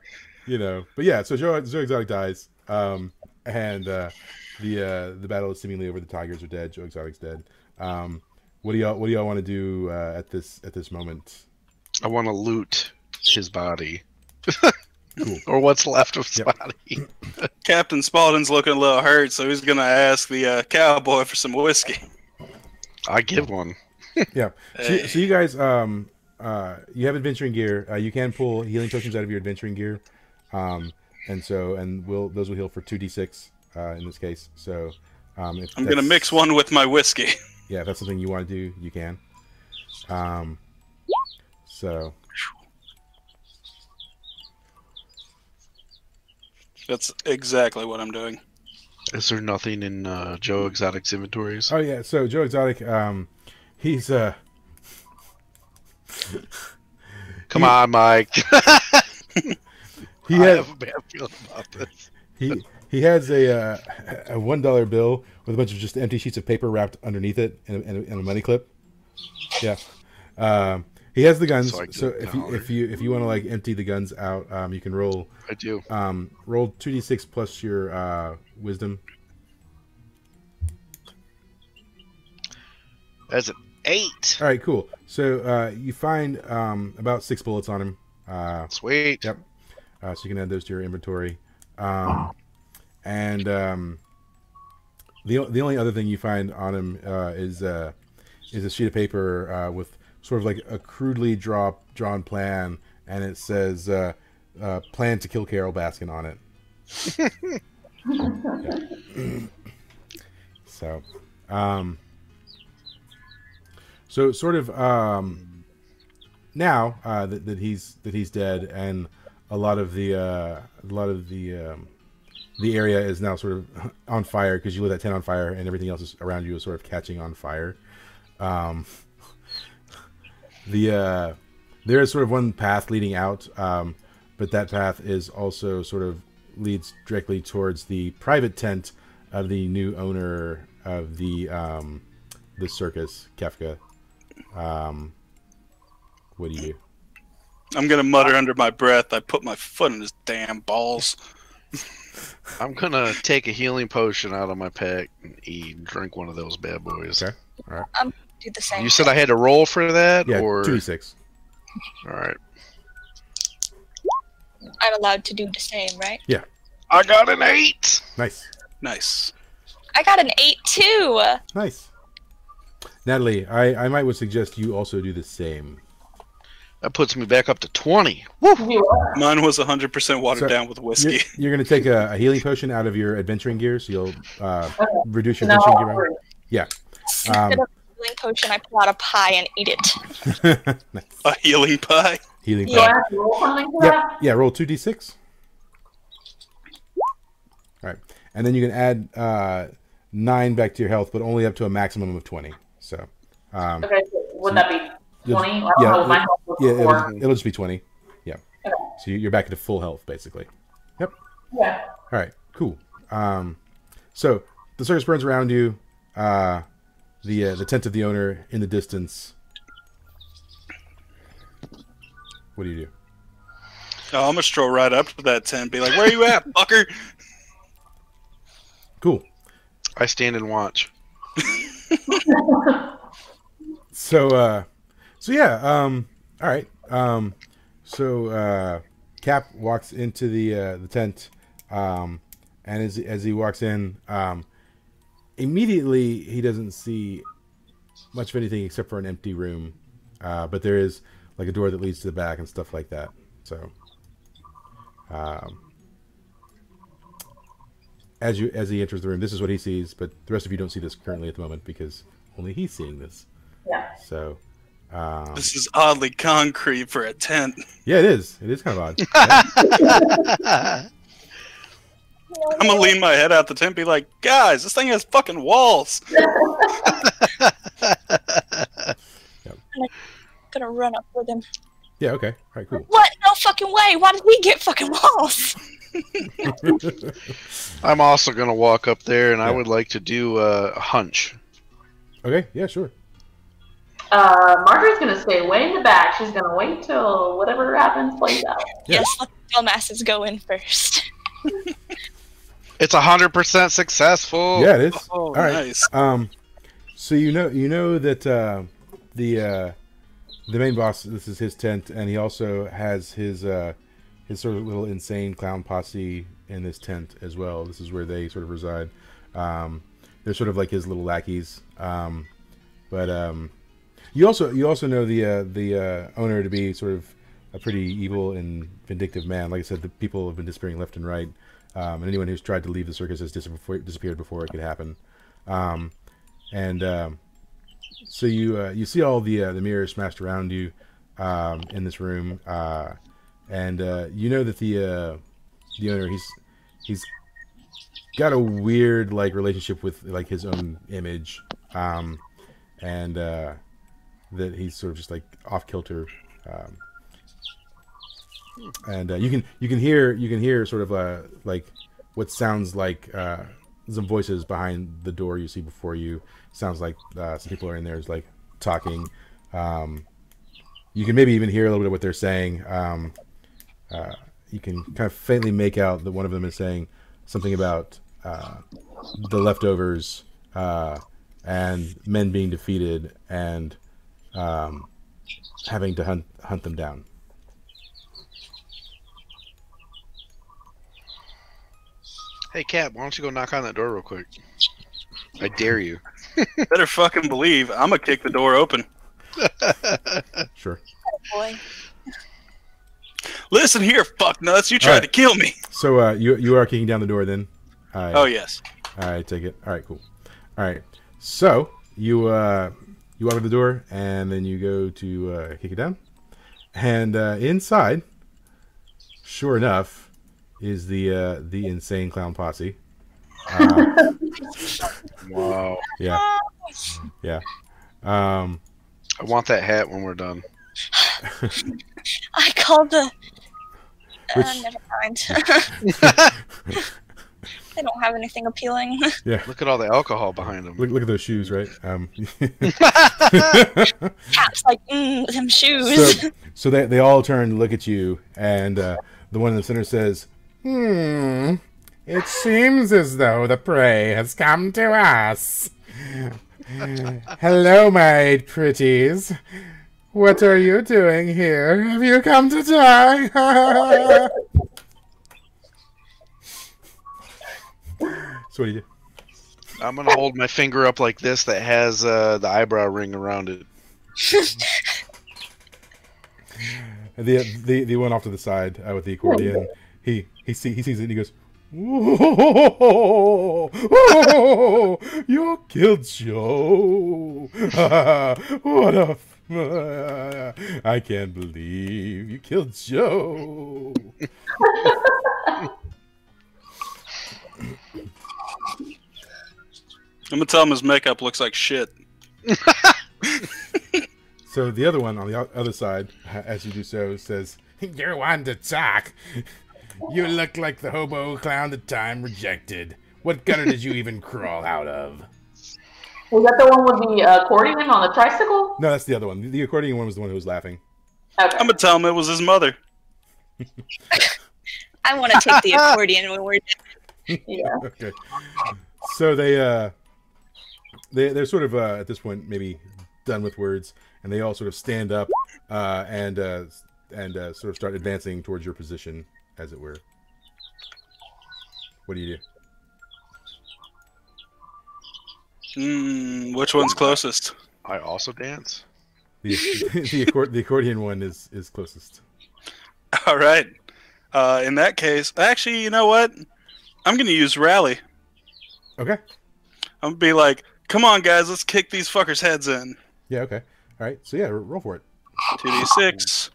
[SPEAKER 2] you know, but yeah, so Joe, Joe Exotic dies, um, and uh, the uh, the battle is seemingly over. The tigers are dead. Joe Exotic's dead. Um, what do y'all what do y'all want to do uh, at this at this moment?
[SPEAKER 3] I want to loot his body.
[SPEAKER 2] Cool.
[SPEAKER 3] or what's left of his
[SPEAKER 2] Yep.
[SPEAKER 3] body.
[SPEAKER 1] Captain Spaulding's looking a little hurt, so he's gonna ask the uh, cowboy for some whiskey.
[SPEAKER 3] I give one.
[SPEAKER 2] Yeah. So, so you guys, um, uh, you have adventuring gear. Uh, you can pull healing potions out of your adventuring gear, um, and so and will those will heal for two d six uh, in this case. So um, if
[SPEAKER 1] I'm gonna
[SPEAKER 2] that's-
[SPEAKER 1] mix one with my whiskey.
[SPEAKER 2] Yeah, if that's something you want to do, you can. Um, so
[SPEAKER 1] That's exactly what I'm doing.
[SPEAKER 3] Is there nothing in uh, Joe Exotic's inventories?
[SPEAKER 2] oh yeah, so Joe Exotic, um, he's uh,
[SPEAKER 3] Come on, Mike.
[SPEAKER 2] he
[SPEAKER 3] I
[SPEAKER 2] has
[SPEAKER 3] have a bad feeling about this.
[SPEAKER 2] he he has a uh, a one dollar bill with a bunch of just empty sheets of paper wrapped underneath it and a, and a, and a money clip. Yeah, um, he has the guns.
[SPEAKER 3] So I
[SPEAKER 2] So,
[SPEAKER 3] get a
[SPEAKER 2] if you
[SPEAKER 3] dollar.
[SPEAKER 2] if you if you want to like empty the guns out, um, you can roll
[SPEAKER 3] I do.
[SPEAKER 2] um, roll two d six plus your uh, wisdom.
[SPEAKER 3] That's an eight.
[SPEAKER 2] All right, cool. So uh, you find um, about six bullets on him. Uh,
[SPEAKER 3] Sweet.
[SPEAKER 2] Yep. uh, so you can add those to your inventory. Um, and um, the o- the only other thing you find on him uh, is uh, is a sheet of paper uh, with sort of like a crudely draw, drawn plan, and it says uh, uh, "Plan to kill Carol Baskin" on it. Yeah. so, um, so sort of um, now uh, that, that he's that he's dead and a lot of the uh, a lot of the um, the area is now sort of on fire because you lit that tent on fire and everything else is around you is sort of catching on fire. Um, the uh, there is sort of one path leading out, um, but that path is also sort of leads directly towards the private tent of the new owner of the um, the circus, Kefka. Um, what do you do?
[SPEAKER 1] I'm gonna mutter under my breath. I put my foot in his damn balls.
[SPEAKER 3] I'm gonna take a healing potion out of my pack and eat and drink one of those bad boys.
[SPEAKER 2] Okay.
[SPEAKER 5] Do the same.
[SPEAKER 3] You said I had to roll for that,
[SPEAKER 2] Yeah,
[SPEAKER 3] or
[SPEAKER 2] two six.
[SPEAKER 3] all right,
[SPEAKER 5] I'm allowed to do the same, right?
[SPEAKER 3] I got an eight.
[SPEAKER 2] Nice.
[SPEAKER 1] Nice.
[SPEAKER 5] I got an eight too.
[SPEAKER 2] Um, Nice. Natalie, I, I might would suggest you also do the same.
[SPEAKER 3] That puts me back up to twenty.
[SPEAKER 1] Mine was 100% watered
[SPEAKER 2] So,
[SPEAKER 1] down with whiskey.
[SPEAKER 2] You're, you're going to take a, a healing potion out of your adventuring gear, so you'll uh,
[SPEAKER 6] Okay.
[SPEAKER 2] reduce your
[SPEAKER 6] Now
[SPEAKER 2] adventuring
[SPEAKER 6] I'll
[SPEAKER 2] gear.
[SPEAKER 6] agree.
[SPEAKER 2] Um,
[SPEAKER 5] Instead of healing potion, I pull out a pie and eat it.
[SPEAKER 2] by- Nice.
[SPEAKER 1] A healing pie.
[SPEAKER 2] Healing
[SPEAKER 6] Do I
[SPEAKER 2] potion.
[SPEAKER 6] have to roll something for
[SPEAKER 2] Yep.
[SPEAKER 6] that?
[SPEAKER 2] Yeah, roll 2d6. All right. And then you can add uh, 9 back to your health, but only up to a maximum of 20. So, um,
[SPEAKER 6] Okay, so Would that be
[SPEAKER 2] You'll-
[SPEAKER 6] 20? I don't
[SPEAKER 2] yeah,
[SPEAKER 6] know what my
[SPEAKER 2] it-
[SPEAKER 6] health was
[SPEAKER 2] Yeah,
[SPEAKER 6] before.
[SPEAKER 2] it'll, it'll just be 20. Yeah.
[SPEAKER 6] Okay.
[SPEAKER 2] So you- you're back into full health, basically.
[SPEAKER 6] Yeah.
[SPEAKER 2] All right, cool. Um, so the circus burns around you. Uh, the uh, the tent of the owner in the distance. What do you do?
[SPEAKER 1] I'll almost Oh, stroll right up to that tent, and be like, "Where you at, fucker?"
[SPEAKER 2] Cool.
[SPEAKER 3] I stand and watch.
[SPEAKER 2] So uh, so yeah. Um, all right. Um, so uh, Cap walks into the uh, the tent, um, and as as he walks in, um, immediately he doesn't see much of anything except for an empty room. Uh, but there is like a door that leads to the back and stuff like that. So, um, as you as he enters the room, this is what he sees. But the rest of you don't see this currently at the moment because only he's seeing this.
[SPEAKER 6] Yeah.
[SPEAKER 2] So, um,
[SPEAKER 1] This is oddly concrete for a tent.
[SPEAKER 2] yeah, it is. It is kind of odd. Yeah.
[SPEAKER 1] I'm gonna lean my head out the tent, and be like, "Guys, this thing has fucking walls."
[SPEAKER 5] gonna run up with him.
[SPEAKER 2] yeah. Okay. All right. Cool.
[SPEAKER 5] What? No fucking way! Why did we get fucking walls?
[SPEAKER 3] I'm also going to walk up there, and I
[SPEAKER 2] Yeah.
[SPEAKER 3] would like to do uh, a hunch.
[SPEAKER 2] Okay. Yeah. Sure.
[SPEAKER 6] Uh, Margaret's gonna stay way in the back. She's gonna wait till whatever happens plays out.
[SPEAKER 2] Yeah.
[SPEAKER 5] Yes, let the dumbasses go in first.
[SPEAKER 3] It's 100% successful.
[SPEAKER 2] Yeah, it is.
[SPEAKER 1] Oh,
[SPEAKER 2] All right.
[SPEAKER 1] nice.
[SPEAKER 2] Um, so you know, you know that uh, the uh, the main boss. This is his tent, and he also has his uh, his sort of little insane clown posse in this tent as well. This is where they sort of reside. Um, they're sort of like his little lackeys. Um, but um, you also you also know the uh, the uh, owner to be sort of a pretty evil and vindictive man. Like I said, the people have been disappearing left and right. Um, and anyone who's tried to leave the circus has disappo- disappeared before it could happen um, and um, so you uh, you see all the uh, the mirrors smashed around you um, in this room, uh, and uh, you know that the uh, the owner he's he's got a weird like relationship with like his own image, um, and uh, that he's sort of just like off kilter. Um, and uh, you can you can hear you can hear sort of uh, like what sounds like uh, some voices behind the door you see before you. Sounds like uh, some people are in there, is like talking. Um, you can maybe even hear a little bit of what they're saying. Um, uh, you can kind of faintly make out that one of them is saying something about uh, the leftovers uh, and men being defeated and um, having to hunt hunt them down.
[SPEAKER 3] Hey, Cap, why don't you go knock on that door real quick? I dare you.
[SPEAKER 1] Better fucking believe I'm gonna kick the door open.
[SPEAKER 2] Sure.
[SPEAKER 5] Boy,
[SPEAKER 1] Listen here, fuck nuts! You tried
[SPEAKER 2] All right.
[SPEAKER 1] to kill me.
[SPEAKER 2] So uh, you you are kicking down the door then? I,
[SPEAKER 1] Oh yes.
[SPEAKER 2] I take it. All right, cool. All right, so you uh, you walk to the door and then you go to uh, kick it down, and uh, inside, sure enough, is the uh, the insane clown posse. Uh,
[SPEAKER 3] Wow.
[SPEAKER 5] Ah,
[SPEAKER 2] yeah, yeah. Um,
[SPEAKER 3] I want that hat when we're done.
[SPEAKER 5] I called the.
[SPEAKER 2] Which-
[SPEAKER 5] Uh, never mind. they don't have anything appealing.
[SPEAKER 2] yeah.
[SPEAKER 3] Look at all the alcohol behind him.
[SPEAKER 2] Look, look at those shoes, right? Um,
[SPEAKER 5] Cap's like, mm, them shoes.
[SPEAKER 2] so, so they, they all turn to look at you, and uh, the one in the center says, Hmm, it seems as though the prey has come to us. Hello, my pretties. What are you doing here? Have you come to die? so what do you do?
[SPEAKER 3] I'm gonna hold my finger up like this that has uh, the eyebrow ring around it.
[SPEAKER 2] the the the one off to the side uh, with the accordion. He he see, he sees it and he goes, "Whoa, whoa, you killed Joe! what a f- I can't believe you killed Joe!"
[SPEAKER 1] I'm gonna tell him his makeup looks like shit.
[SPEAKER 2] So the other one on the o- other side, ha- as you do so, says, "You want to talk? You look like the hobo clown the time rejected. What gutter did you even crawl out of?"
[SPEAKER 6] Was that the one with the accordion on the tricycle?
[SPEAKER 2] No, that's the other one. The- The accordion one was the one who was laughing.
[SPEAKER 6] Okay.
[SPEAKER 1] I'm gonna tell him it was his mother.
[SPEAKER 5] I want to take the accordion when we're
[SPEAKER 6] yeah.
[SPEAKER 2] okay. So they uh they they're sort of uh, at this point maybe done with words, and they all sort of stand up uh, and uh, and uh, sort of start advancing towards your position, as it were. What do you do?
[SPEAKER 1] Mm, which one's closest?
[SPEAKER 3] I also dance.
[SPEAKER 2] The the, accor- the accordion one is is closest.
[SPEAKER 1] All right. Uh, in that case, actually, you know what? I'm gonna use rally.
[SPEAKER 2] Okay.
[SPEAKER 1] I'm gonna be like, "Come on, guys, let's kick these fuckers' heads in."
[SPEAKER 2] Yeah. Okay. All right. So yeah, r- roll for it.
[SPEAKER 1] Two d six.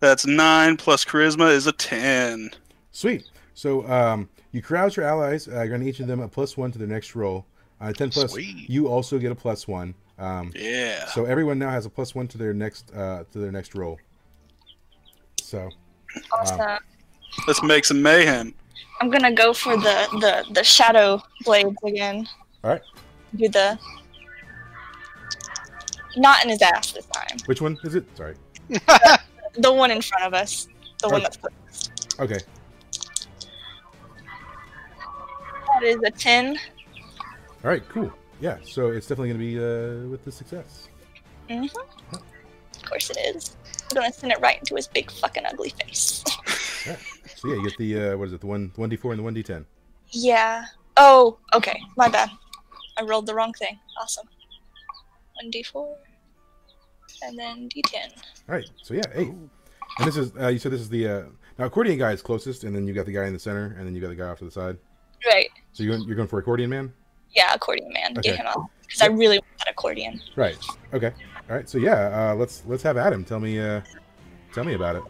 [SPEAKER 1] That's nine plus charisma is a ten.
[SPEAKER 2] Sweet. So um, you crowd your allies, uh, grant each of them a plus one to their next roll. Uh, ten plus.
[SPEAKER 3] Sweet.
[SPEAKER 2] You also get a plus one. Um,
[SPEAKER 1] Yeah.
[SPEAKER 2] So everyone now has a plus one to their next uh, to their next roll. So
[SPEAKER 5] awesome.
[SPEAKER 1] Let's make some mayhem.
[SPEAKER 5] I'm gonna go for the the the shadow blades again.
[SPEAKER 2] All right.
[SPEAKER 5] Do the not in his ass this time.
[SPEAKER 2] which one is it? Sorry.
[SPEAKER 5] The one in front of us. The one that's
[SPEAKER 2] Okay.
[SPEAKER 5] that is a ten.
[SPEAKER 2] All right. Cool. Yeah. So it's definitely going to be uh, with the success.
[SPEAKER 5] Of course it is. I'm gonna send it right into his big fucking ugly face.
[SPEAKER 2] So yeah, you get the uh, what is it? The one one d four and the one d ten.
[SPEAKER 5] Yeah. Oh, okay. My bad. I rolled the wrong thing. Awesome. One D four. And then D ten.
[SPEAKER 2] All right. So yeah, eight. And this is uh, you said this is the uh, now accordion guy is closest, and then you got the guy in the center, and then you got the guy off to the side.
[SPEAKER 5] Right.
[SPEAKER 2] So you're going, you're going for accordion man.
[SPEAKER 5] Yeah, accordion man.
[SPEAKER 2] Okay.
[SPEAKER 5] Get him out. Because I really want that accordion.
[SPEAKER 2] Right. Okay. All right. So yeah, uh, let's let's have Adam tell me uh, tell me about it.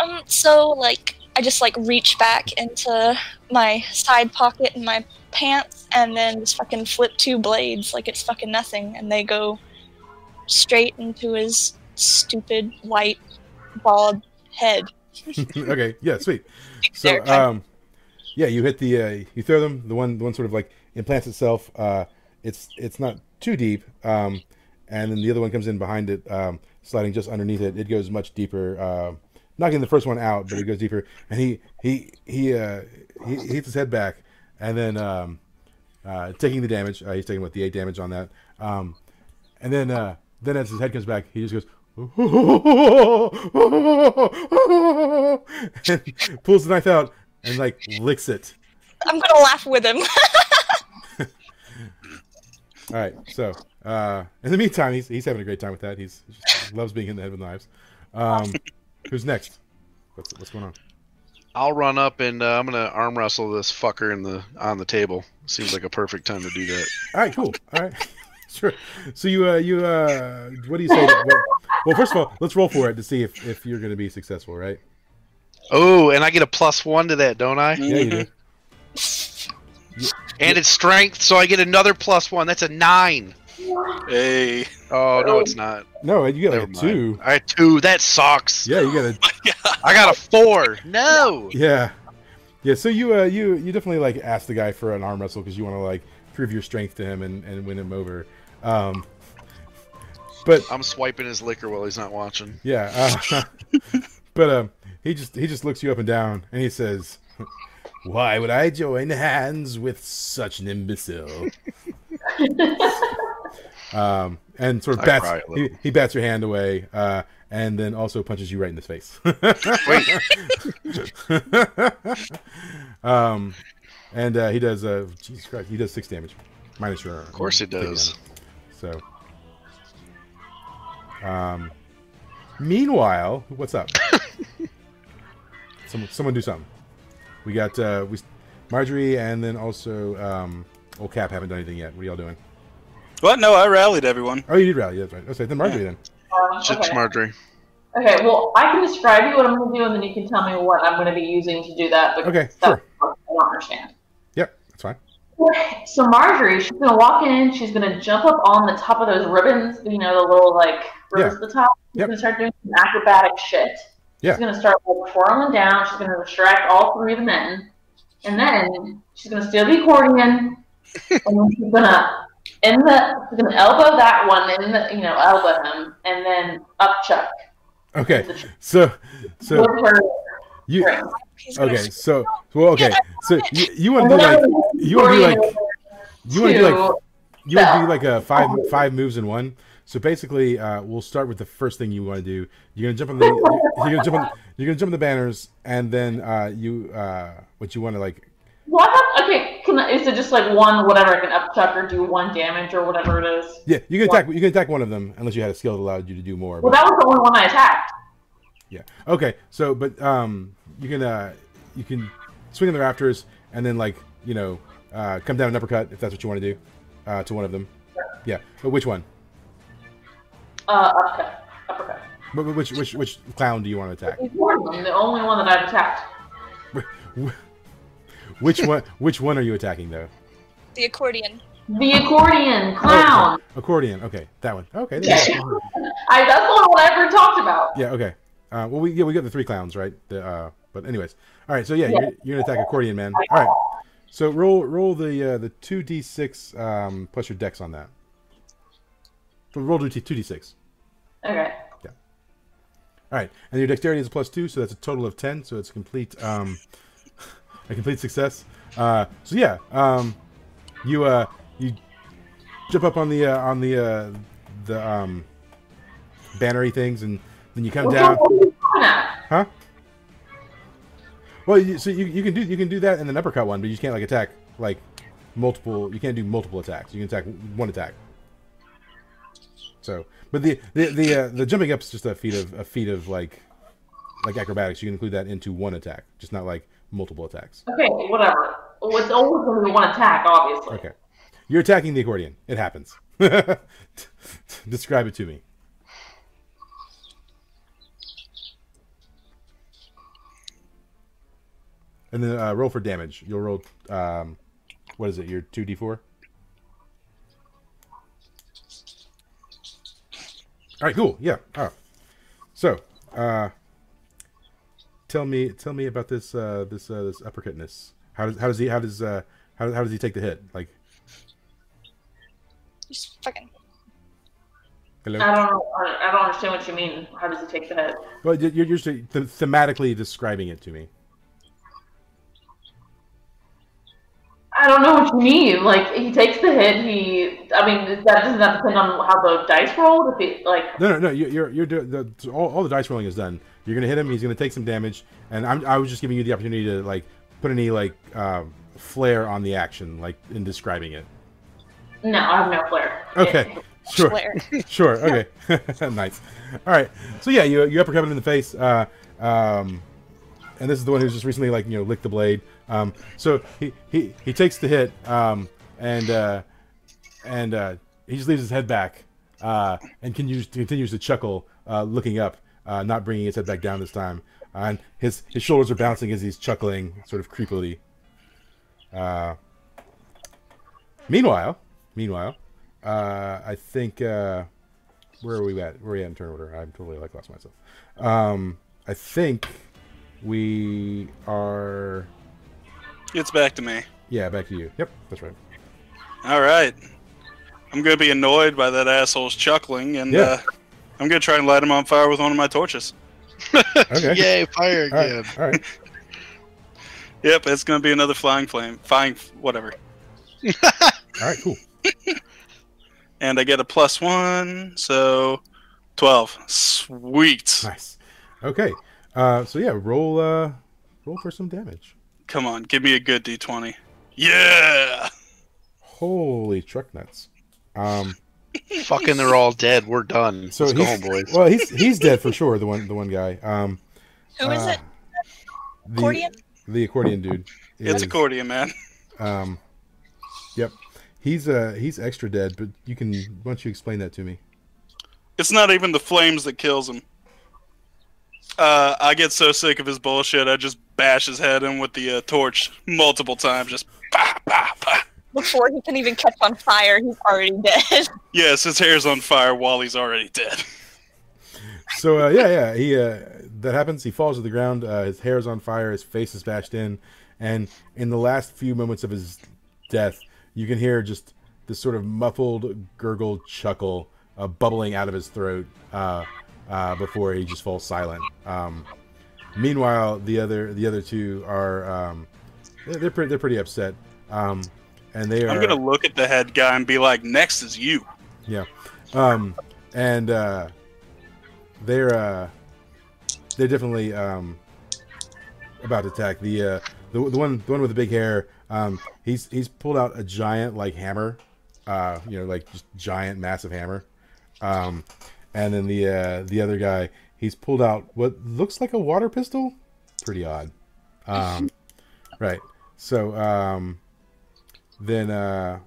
[SPEAKER 5] Um, so like I just like reach back into my side pocket in my pants and then just fucking flip two blades like it's fucking nothing and they go straight into his stupid white bald head.
[SPEAKER 2] okay. Yeah. Sweet. So,
[SPEAKER 5] They're kind
[SPEAKER 2] um, yeah, you hit the uh, you throw them. The one the one sort of like implants itself. Uh, it's it's not too deep. Um, and then the other one comes in behind it, um, sliding just underneath it. It goes much deeper, uh, knocking the first one out, but it goes deeper. And he he he uh, he, he hits his head back, and then um, uh, taking the damage. Uh, he's taking what the eight damage on that. Um, and then uh, then as his head comes back, he just goes and pulls the knife out and like licks it.
[SPEAKER 5] I'm gonna laugh with him.
[SPEAKER 2] All right, so uh, in the meantime, he's he's having a great time with that. He's he just loves being in the head with knives. Um, who's next? What's what's going on?
[SPEAKER 3] I'll run up and uh, I'm gonna arm wrestle this fucker in the on the table. Seems like a perfect time to do that.
[SPEAKER 2] All right, cool. All right, sure. So you uh, you uh, what do you say? to- well, well, first of all, let's roll for it to see if, if you're going to be successful, right?
[SPEAKER 3] Oh, and I get a plus one to that, don't I?
[SPEAKER 2] Yeah, you do.
[SPEAKER 3] And it's strength, so I get another plus one. That's a nine.
[SPEAKER 1] Hey.
[SPEAKER 3] Oh no, it's not.
[SPEAKER 2] No, you get
[SPEAKER 3] Never
[SPEAKER 2] like a
[SPEAKER 3] mind.
[SPEAKER 2] two.
[SPEAKER 3] I had two. That sucks.
[SPEAKER 2] Yeah, you got a
[SPEAKER 3] I got a four. No.
[SPEAKER 2] Yeah, yeah. So you uh, you you definitely like ask the guy for an arm wrestle because you want to like prove your strength to him and, and win him over. Um, but
[SPEAKER 3] I'm swiping his liquor while he's not watching.
[SPEAKER 2] yeah, uh, but um, he just he just looks you up and down and he says, "Why would I join hands with such an imbecile?" um, and sort of
[SPEAKER 3] I cry
[SPEAKER 2] bats
[SPEAKER 3] a
[SPEAKER 2] he,
[SPEAKER 3] little.
[SPEAKER 2] he bats your hand away. Uh, and then also punches you right in the face.
[SPEAKER 3] Wait,
[SPEAKER 2] um, and uh, he does. Uh, Jesus Christ, he does six damage, minus your. Of
[SPEAKER 3] course he does.
[SPEAKER 2] So, um, meanwhile, what's up? someone, someone do something. We got uh, we, Marjorie, and then also um, old Cap haven't done anything yet. What are y'all doing?
[SPEAKER 1] What? No, I rallied everyone.
[SPEAKER 2] Oh, you did rally. Yeah, that's right. Okay, then Marjorie. Then
[SPEAKER 6] Um,
[SPEAKER 3] shit's
[SPEAKER 6] okay.
[SPEAKER 3] Marjorie.
[SPEAKER 6] okay, well, I can describe you what I'm going to do, and then you can tell me what I'm going to be using to do that. Because
[SPEAKER 2] Okay,
[SPEAKER 6] that's what I don't understand.
[SPEAKER 2] yep, that's fine.
[SPEAKER 6] So Marjorie, she's gonna walk in. She's gonna jump up on the top of those ribbons. You know, the little like ribbons at the top. She's
[SPEAKER 2] Yep.
[SPEAKER 6] gonna start doing some acrobatic shit.
[SPEAKER 2] Yeah.
[SPEAKER 6] She's gonna start like, twirling down. She's gonna distract all three of the men, and then she's gonna steal the accordion, and then she's gonna in the she's gonna elbow that one, and the, you know elbow him, and then up chuck
[SPEAKER 2] Okay, so so
[SPEAKER 6] with her.
[SPEAKER 2] you
[SPEAKER 5] He's gonna
[SPEAKER 2] okay so well okay so you, you want to do like you want to do
[SPEAKER 6] accordion
[SPEAKER 2] like you want to do like
[SPEAKER 6] to-
[SPEAKER 2] you would do
[SPEAKER 6] Yeah.
[SPEAKER 2] like a five five moves in one. So basically, uh, we'll start with the first thing you want to do. You're gonna jump on the you're gonna jump on you're gonna jump on the banners, and then uh, you uh, what you want to like.
[SPEAKER 6] Well, I thought- okay, can I, is it just like one whatever I can upchuck or do one damage or whatever it is?
[SPEAKER 2] Yeah, you can attack you can attack one of them unless you had a skill that allowed you to do more.
[SPEAKER 6] Well,
[SPEAKER 2] but-
[SPEAKER 6] that was the only one I attacked.
[SPEAKER 2] yeah. Okay. So, but um, you can uh, you can swing in the rafters, and then like you know uh, come down an uppercut if that's what you want to do uh, to one of them. Yeah. But which one?
[SPEAKER 6] Uh, upcut, uppercut.
[SPEAKER 2] Wh- wh- Which which which clown do you want to attack?
[SPEAKER 6] It's one of them, the only one that I've attacked.
[SPEAKER 2] Wh- Which one which one are you attacking though?
[SPEAKER 5] the accordion.
[SPEAKER 6] The accordion
[SPEAKER 2] Oh,
[SPEAKER 6] clown.
[SPEAKER 2] okay. Accordion. Okay, that one. Okay. there
[SPEAKER 6] Yeah.
[SPEAKER 2] you go.
[SPEAKER 6] I, that's the one I ever talked about.
[SPEAKER 2] Yeah. Okay. Uh, well, we yeah we got the three clowns right. The, uh, but anyways, all right. So yeah, You're, you're gonna attack accordion man. All right. So roll roll the uh, the two d six um, plus your dex on that. So roll two d six.
[SPEAKER 6] Okay.
[SPEAKER 2] All right, and your dexterity is a plus two, so that's a total of ten. So it's complete, um, a complete success. Uh, so yeah, um, you uh, you jump up on the uh, on the uh, the um, bannery things, and then you come
[SPEAKER 6] Which
[SPEAKER 2] down,
[SPEAKER 6] one are you looking at?
[SPEAKER 2] huh? Well, you, so you, you can do you can do that in an uppercut one, but you can't like attack like multiple. You can't do multiple attacks. You can attack one attack. So, but the the the, uh, the jumping up's just a feat of a feat of like like acrobatics. You can include that into one attack, just not like multiple attacks.
[SPEAKER 6] Okay, whatever. Well, It's always going to be one attack, obviously.
[SPEAKER 2] Okay, you're attacking the accordion. It happens. Describe it to me. And then uh, roll for damage. You'll roll. Um, what is it? Your two d four. All right. Cool. Yeah. Oh. So, uh, tell me, tell me about this uh, this uh, this uppercutness. How does how does he how does uh, how, how does he take the hit? Like
[SPEAKER 5] Just fucking.
[SPEAKER 2] hello.
[SPEAKER 6] I don't know. I I don't understand what you mean. How does it take the hit?
[SPEAKER 2] Well, you're, you're just uh, th- thematically describing it to me.
[SPEAKER 6] I don't know what you mean. Like he takes the hit. He, I mean, that doesn't that depend on how the dice rolled. If he, like,
[SPEAKER 2] No, no, no. you- You're you're doing the, so all, all the dice rolling is done. You're gonna hit him. He's gonna take some damage, and I'm I was just giving you the opportunity to like put any like um flair on the action, like in describing it.
[SPEAKER 6] no, I have no flair.
[SPEAKER 2] Okay, sure,
[SPEAKER 5] Flare.
[SPEAKER 2] sure, okay, nice. All right, so yeah, you you uppercut him in the face, uh, um, and this is the one who's just recently like you know licked the blade. Um, so he he he takes the hit, um, and uh, and uh, he just leaves his head back, uh, and can use, continues to chuckle, uh, looking up, uh, not bringing his head back down this time, Uh, and his his shoulders are bouncing as he's chuckling, sort of creepily. Uh, meanwhile, meanwhile, uh, I think uh, where are we at? Where are we at in turn order? I'm totally like lost myself. Um, I think we are.
[SPEAKER 1] It's back to me.
[SPEAKER 2] Yeah, back to you. Yep, that's right.
[SPEAKER 1] All right. I'm gonna be annoyed by that asshole's chuckling, and
[SPEAKER 2] Yeah.
[SPEAKER 1] uh, I'm gonna try and light him on fire with one of my torches.
[SPEAKER 2] Okay.
[SPEAKER 3] Yay, fire
[SPEAKER 2] All
[SPEAKER 3] again.
[SPEAKER 2] right. All right.
[SPEAKER 1] Yep, it's gonna be another flying flame, flying whatever,
[SPEAKER 2] All right. Cool.
[SPEAKER 1] and I get a plus one, so twelve. Sweet.
[SPEAKER 2] Nice. Okay. Uh, so yeah, roll. Uh, roll for some damage.
[SPEAKER 1] Come on, give me a good d20. Yeah.
[SPEAKER 2] Holy truck nuts. Um,
[SPEAKER 3] Fucking they're all dead. We're done.
[SPEAKER 2] so
[SPEAKER 3] Let's go
[SPEAKER 2] he's,
[SPEAKER 3] home, boys.
[SPEAKER 2] well, he's he's dead for sure. The one the one guy. Um,
[SPEAKER 5] Who is
[SPEAKER 2] uh,
[SPEAKER 5] it?
[SPEAKER 2] the-
[SPEAKER 5] Accordion?
[SPEAKER 2] The accordion dude.
[SPEAKER 1] It's
[SPEAKER 2] is-
[SPEAKER 1] accordion, man.
[SPEAKER 2] Um, yep, he's uh he's extra dead, but you can why don't you explain that to me?
[SPEAKER 1] It's not even the flames that kills him. Uh, I get so sick of his bullshit, I just bash his head in with the uh, torch multiple times. Just bah, bah, bah.
[SPEAKER 5] Before he can even catch on fire, he's already dead.
[SPEAKER 1] Yes, his hair's on fire while he's already dead.
[SPEAKER 2] So uh, yeah, yeah, he uh, that happens. He falls to the ground. Uh, his hair is on fire. His face is bashed in, and in the last few moments of his death, you can hear just this sort of muffled gurgled chuckle uh, bubbling out of his throat uh, uh, before he just falls silent. Um, meanwhile, the other the other two are um, they're, they're pretty they're pretty upset, um, and they are
[SPEAKER 1] I'm gonna look at the head guy and be like, "Next is you."
[SPEAKER 2] um, and uh, they're uh, they're definitely um, about to attack the uh, the, the one the one with the big hair. Um, he's he's pulled out a giant like hammer, uh, you know, like just giant massive hammer. Um, and then the uh, the other guy, he's pulled out what looks like a water pistol. Pretty odd, um, right? So um, then, uh,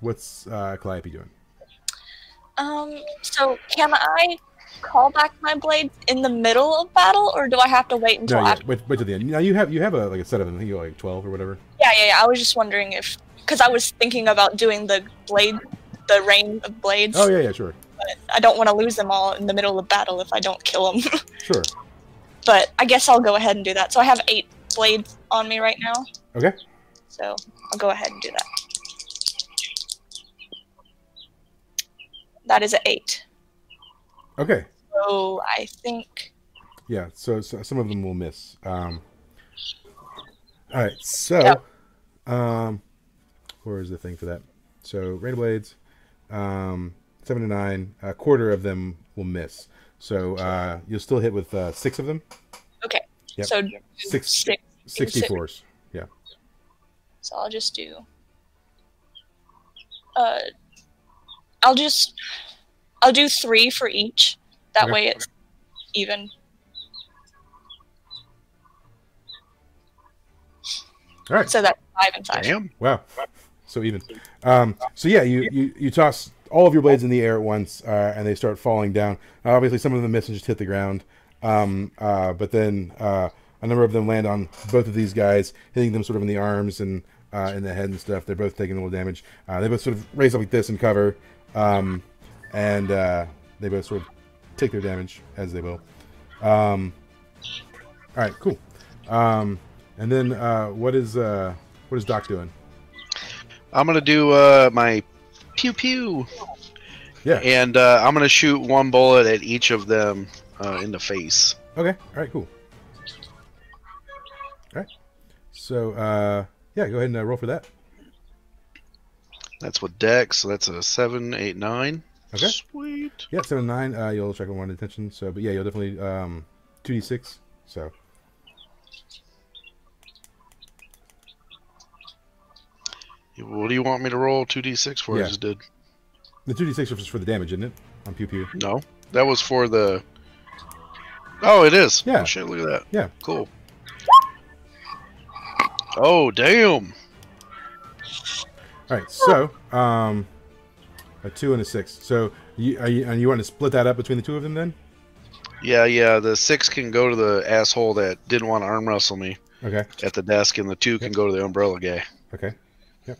[SPEAKER 2] what's uh, Calliope doing?
[SPEAKER 5] Um, so can I call back my blade in the middle of battle, or do I have to wait until
[SPEAKER 2] No, yeah,
[SPEAKER 5] after?
[SPEAKER 2] wait, wait till the end. Now you have you have a like a set of them. I think you got, like twelve or whatever.
[SPEAKER 5] Yeah, yeah, yeah. I was just wondering if, because I was thinking about doing the blade, the rain of blades.
[SPEAKER 2] Oh yeah, yeah, sure,
[SPEAKER 5] I don't want to lose them all in the middle of battle if I don't kill them.
[SPEAKER 2] sure.
[SPEAKER 5] but I guess I'll go ahead and do that. So I have eight blades on me right now.
[SPEAKER 2] Okay.
[SPEAKER 5] So I'll go ahead and do that. That is an eight.
[SPEAKER 2] Okay,
[SPEAKER 5] So I think
[SPEAKER 2] yeah. So, so some of them will miss. Um, all right, so
[SPEAKER 5] Yeah.
[SPEAKER 2] um, where is the thing for that? So rain of blades, um, seven to nine. A quarter of them will miss. So uh, you'll still hit with uh, six of them.
[SPEAKER 5] okay.
[SPEAKER 2] Yep.
[SPEAKER 5] So
[SPEAKER 2] Six-
[SPEAKER 5] six.
[SPEAKER 2] Sixty
[SPEAKER 5] Six.
[SPEAKER 2] fours. Yeah.
[SPEAKER 5] So I'll just do. Uh, I'll just, I'll do three for each. That
[SPEAKER 2] Okay.
[SPEAKER 5] way it's even.
[SPEAKER 2] All right.
[SPEAKER 5] So that's five and five.
[SPEAKER 3] Damn.
[SPEAKER 2] Wow. So even. Um, so yeah, you, you you toss all of your blades in the air at once, uh, and they start falling down. Uh, obviously, some of them miss and just hit the ground. Um, uh, but then uh, a number of them land on both of these guys, hitting them sort of in the arms and uh, in the head and stuff. They're both taking a little damage. Uh, they both sort of raise up like this and cover, um, and uh, they both sort of take their damage as they will. Um, all right, cool. Um, and then uh, what is uh, what is Doc doing?
[SPEAKER 3] I'm gonna do uh, my pew pew.
[SPEAKER 2] Yeah.
[SPEAKER 3] And uh, I'm gonna shoot one bullet at each of them uh, in the face.
[SPEAKER 2] Okay. All right. Cool. All right. So, uh, yeah, go ahead and uh, roll for that.
[SPEAKER 3] That's with Dex. So that's a seven, eight, nine.
[SPEAKER 2] Okay.
[SPEAKER 3] Sweet.
[SPEAKER 2] Yeah, seven nine. Uh, you'll check on one attention. So, but yeah, you'll definitely um, two d six. So,
[SPEAKER 3] What do you want me to roll? Two d six for?
[SPEAKER 2] Yeah.
[SPEAKER 3] I just did.
[SPEAKER 2] the two d six is for the damage, isn't it? On pew pew.
[SPEAKER 3] No, that was for the. Oh, it is.
[SPEAKER 2] Yeah.
[SPEAKER 3] Oh, shit, look at that.
[SPEAKER 2] Yeah.
[SPEAKER 3] Cool. Oh damn!
[SPEAKER 2] All right. So, um, a two and a six. So, you are you and you want to split that up between the two of them then?
[SPEAKER 3] Yeah, yeah. The six can go to the asshole that didn't want to arm wrestle me
[SPEAKER 2] Okay.
[SPEAKER 3] at the desk, and the two can go to the umbrella guy.
[SPEAKER 2] Okay. Yep.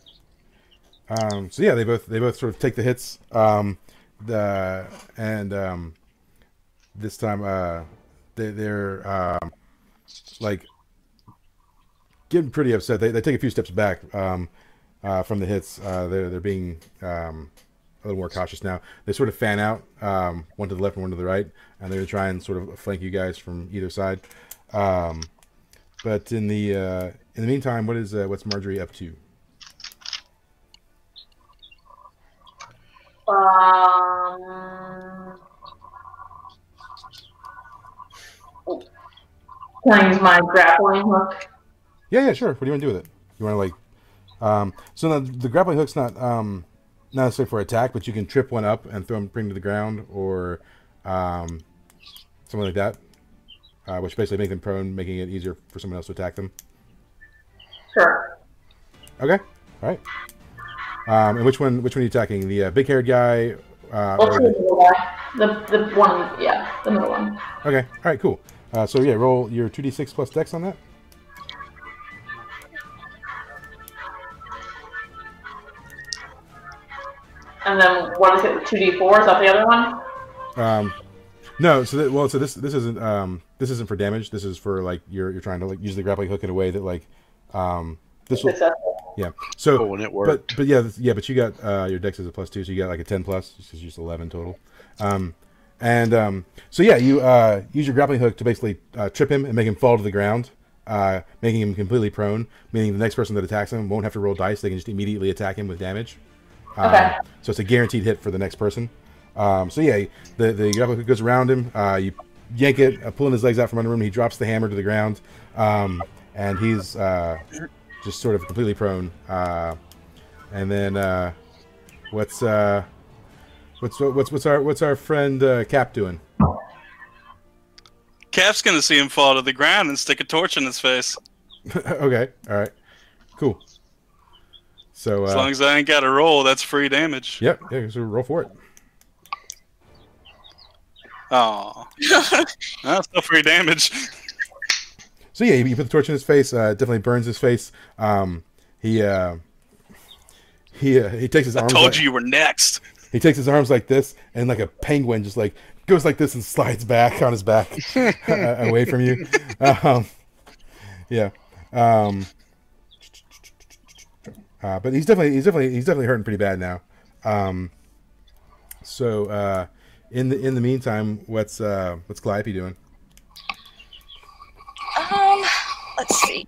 [SPEAKER 2] Um, so yeah, they both they both sort of take the hits. Um, the and um, this time uh, they they're um, like getting pretty upset. They, they take a few steps back um, uh, from the hits. Uh, they're they're being um, a little more cautious now. They sort of fan out, um, one to the left and one to the right, and they're gonna try and sort of flank you guys from either side. Um, but in the uh, in the meantime, what is uh, what's Marjorie up to?
[SPEAKER 6] Um, can I use my grappling hook?
[SPEAKER 2] Yeah, yeah, sure. What do you want to do with it? You want to like, um, so now the grappling hook's not um, not necessarily for attack, but you can trip one up and throw them, bring them to the ground, or um, something like that, uh, which basically make them prone, making it easier for someone else to attack them.
[SPEAKER 6] Sure.
[SPEAKER 2] Okay, all right. Um, and which one? Which one are you attacking? The uh, big-haired guy? Uh,
[SPEAKER 6] Let's
[SPEAKER 2] or
[SPEAKER 6] do
[SPEAKER 2] the-
[SPEAKER 6] the middle one. The, the one, yeah, the middle one.
[SPEAKER 2] Okay. All right. Cool. Uh, so yeah, roll your two d six plus dex on that.
[SPEAKER 6] and then one is hit with two d4. Is that the other one?
[SPEAKER 2] Um, no, so that, well, so this this isn't um this isn't for damage. This is for like you're you're trying to like use the grappling hook in a way that like um this will
[SPEAKER 6] Successful.
[SPEAKER 2] yeah. So
[SPEAKER 3] Oh, and it worked.
[SPEAKER 2] but but yeah th- yeah but you got uh your dex is a plus two, so you got like a ten plus, which is just eleven total. Um, and um, so yeah, you uh use your grappling hook to basically uh, trip him and make him fall to the ground. Uh, making him completely prone, meaning the next person that attacks him won't have to roll dice; they can just immediately attack him with damage. Um,
[SPEAKER 6] Okay.
[SPEAKER 2] So it's a guaranteed hit for the next person. Um, so yeah, the the grappling hook goes around him. Uh, you yank it, uh, pulling his legs out from under him. He drops the hammer to the ground, um, and he's uh, just sort of completely prone. Uh, and then uh, what's uh, what's what's what's our what's our friend uh, Cap doing?
[SPEAKER 1] Cap's gonna see him fall to the ground and stick a torch in his face.
[SPEAKER 2] okay, all right, cool. So
[SPEAKER 1] As long
[SPEAKER 2] uh,
[SPEAKER 1] as I ain't got a roll, that's free damage.
[SPEAKER 2] yep, yeah, so roll for it.
[SPEAKER 1] Oh, that's still free damage.
[SPEAKER 2] So yeah, you put the torch in his face. Uh, it definitely burns his face. Um, he uh, he uh, he takes his
[SPEAKER 1] I
[SPEAKER 2] arms.
[SPEAKER 1] told
[SPEAKER 2] like-
[SPEAKER 1] you you were next.
[SPEAKER 2] He takes his arms like this, and like a penguin, just like goes like this and slides back on his back uh, away from you. Um, yeah. Um, uh, but he's definitely he's definitely he's definitely hurting pretty bad now. Um, so uh, in the in the meantime, what's uh, what's Calliope doing?
[SPEAKER 5] Um, let's see.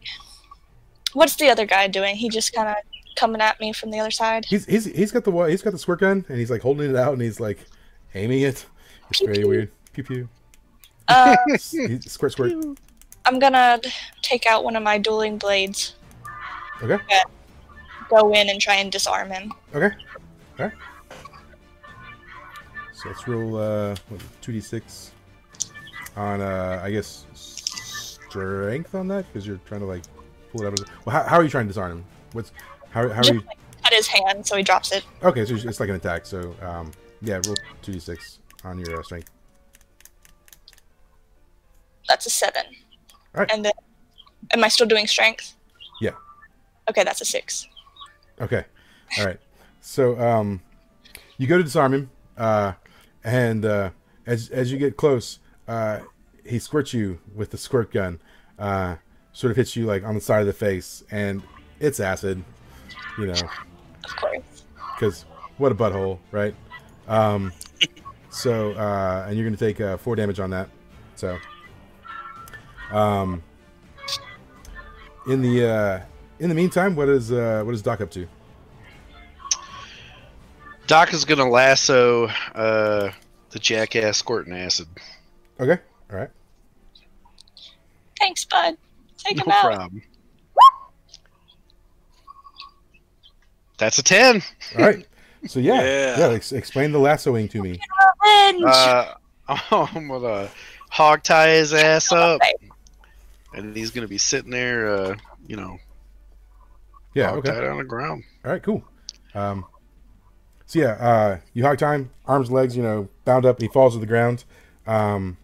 [SPEAKER 5] What's the other guy doing? He just kind of coming at me from the other side.
[SPEAKER 2] He's he's he's got the wa- he's got the squirt gun, and he's like holding it out, and he's like aiming it. It's very weird. Pew pew.
[SPEAKER 5] Uh,
[SPEAKER 2] He- squirt squirt.
[SPEAKER 5] I'm gonna take out one of my dueling blades,
[SPEAKER 2] Okay.
[SPEAKER 5] go in and try and disarm him.
[SPEAKER 2] Okay. Alright. So let's roll uh two D six on uh I guess strength on that because you're trying to like pull it out of the Well how, how are you trying to disarm him? What's how, how are
[SPEAKER 5] Just
[SPEAKER 2] you
[SPEAKER 5] like, cut his hand so he drops it.
[SPEAKER 2] Okay, so it's like an attack, so um yeah, roll two D six on your uh, strength.
[SPEAKER 5] That's a seven.
[SPEAKER 2] Alright.
[SPEAKER 5] And then, am I still doing strength?
[SPEAKER 2] Yeah.
[SPEAKER 5] Okay, that's a six.
[SPEAKER 2] Okay. All right. So um, you go to disarm him, uh, and uh, as as you get close, uh, he squirts you with the squirt gun. Uh, sort of hits you like on the side of the face, and it's acid. You know,
[SPEAKER 5] Of course.
[SPEAKER 2] because what a butthole, right? Um, so uh, and you're gonna take uh, four damage on that. So um, in the uh, in the meantime, what is uh, what is Doc up to?
[SPEAKER 3] Doc is gonna lasso uh, the jackass squirting acid.
[SPEAKER 2] Okay. All right.
[SPEAKER 5] Thanks, bud. Take
[SPEAKER 3] No
[SPEAKER 5] him out.
[SPEAKER 3] problem. That's a ten.
[SPEAKER 2] All right. So yeah, yeah.
[SPEAKER 1] Yeah.
[SPEAKER 2] ex- explain the lassoing to me.
[SPEAKER 5] Revenge!
[SPEAKER 3] Uh, I'm gonna hog tie his ass up, and he's gonna be sitting there, uh, you know,
[SPEAKER 2] Yeah.
[SPEAKER 3] hog
[SPEAKER 2] Okay.
[SPEAKER 3] tied on the ground.
[SPEAKER 2] All right. Cool. Um, so yeah, uh, you hog time, arms, legs, you know, bound up. He falls to the ground, um,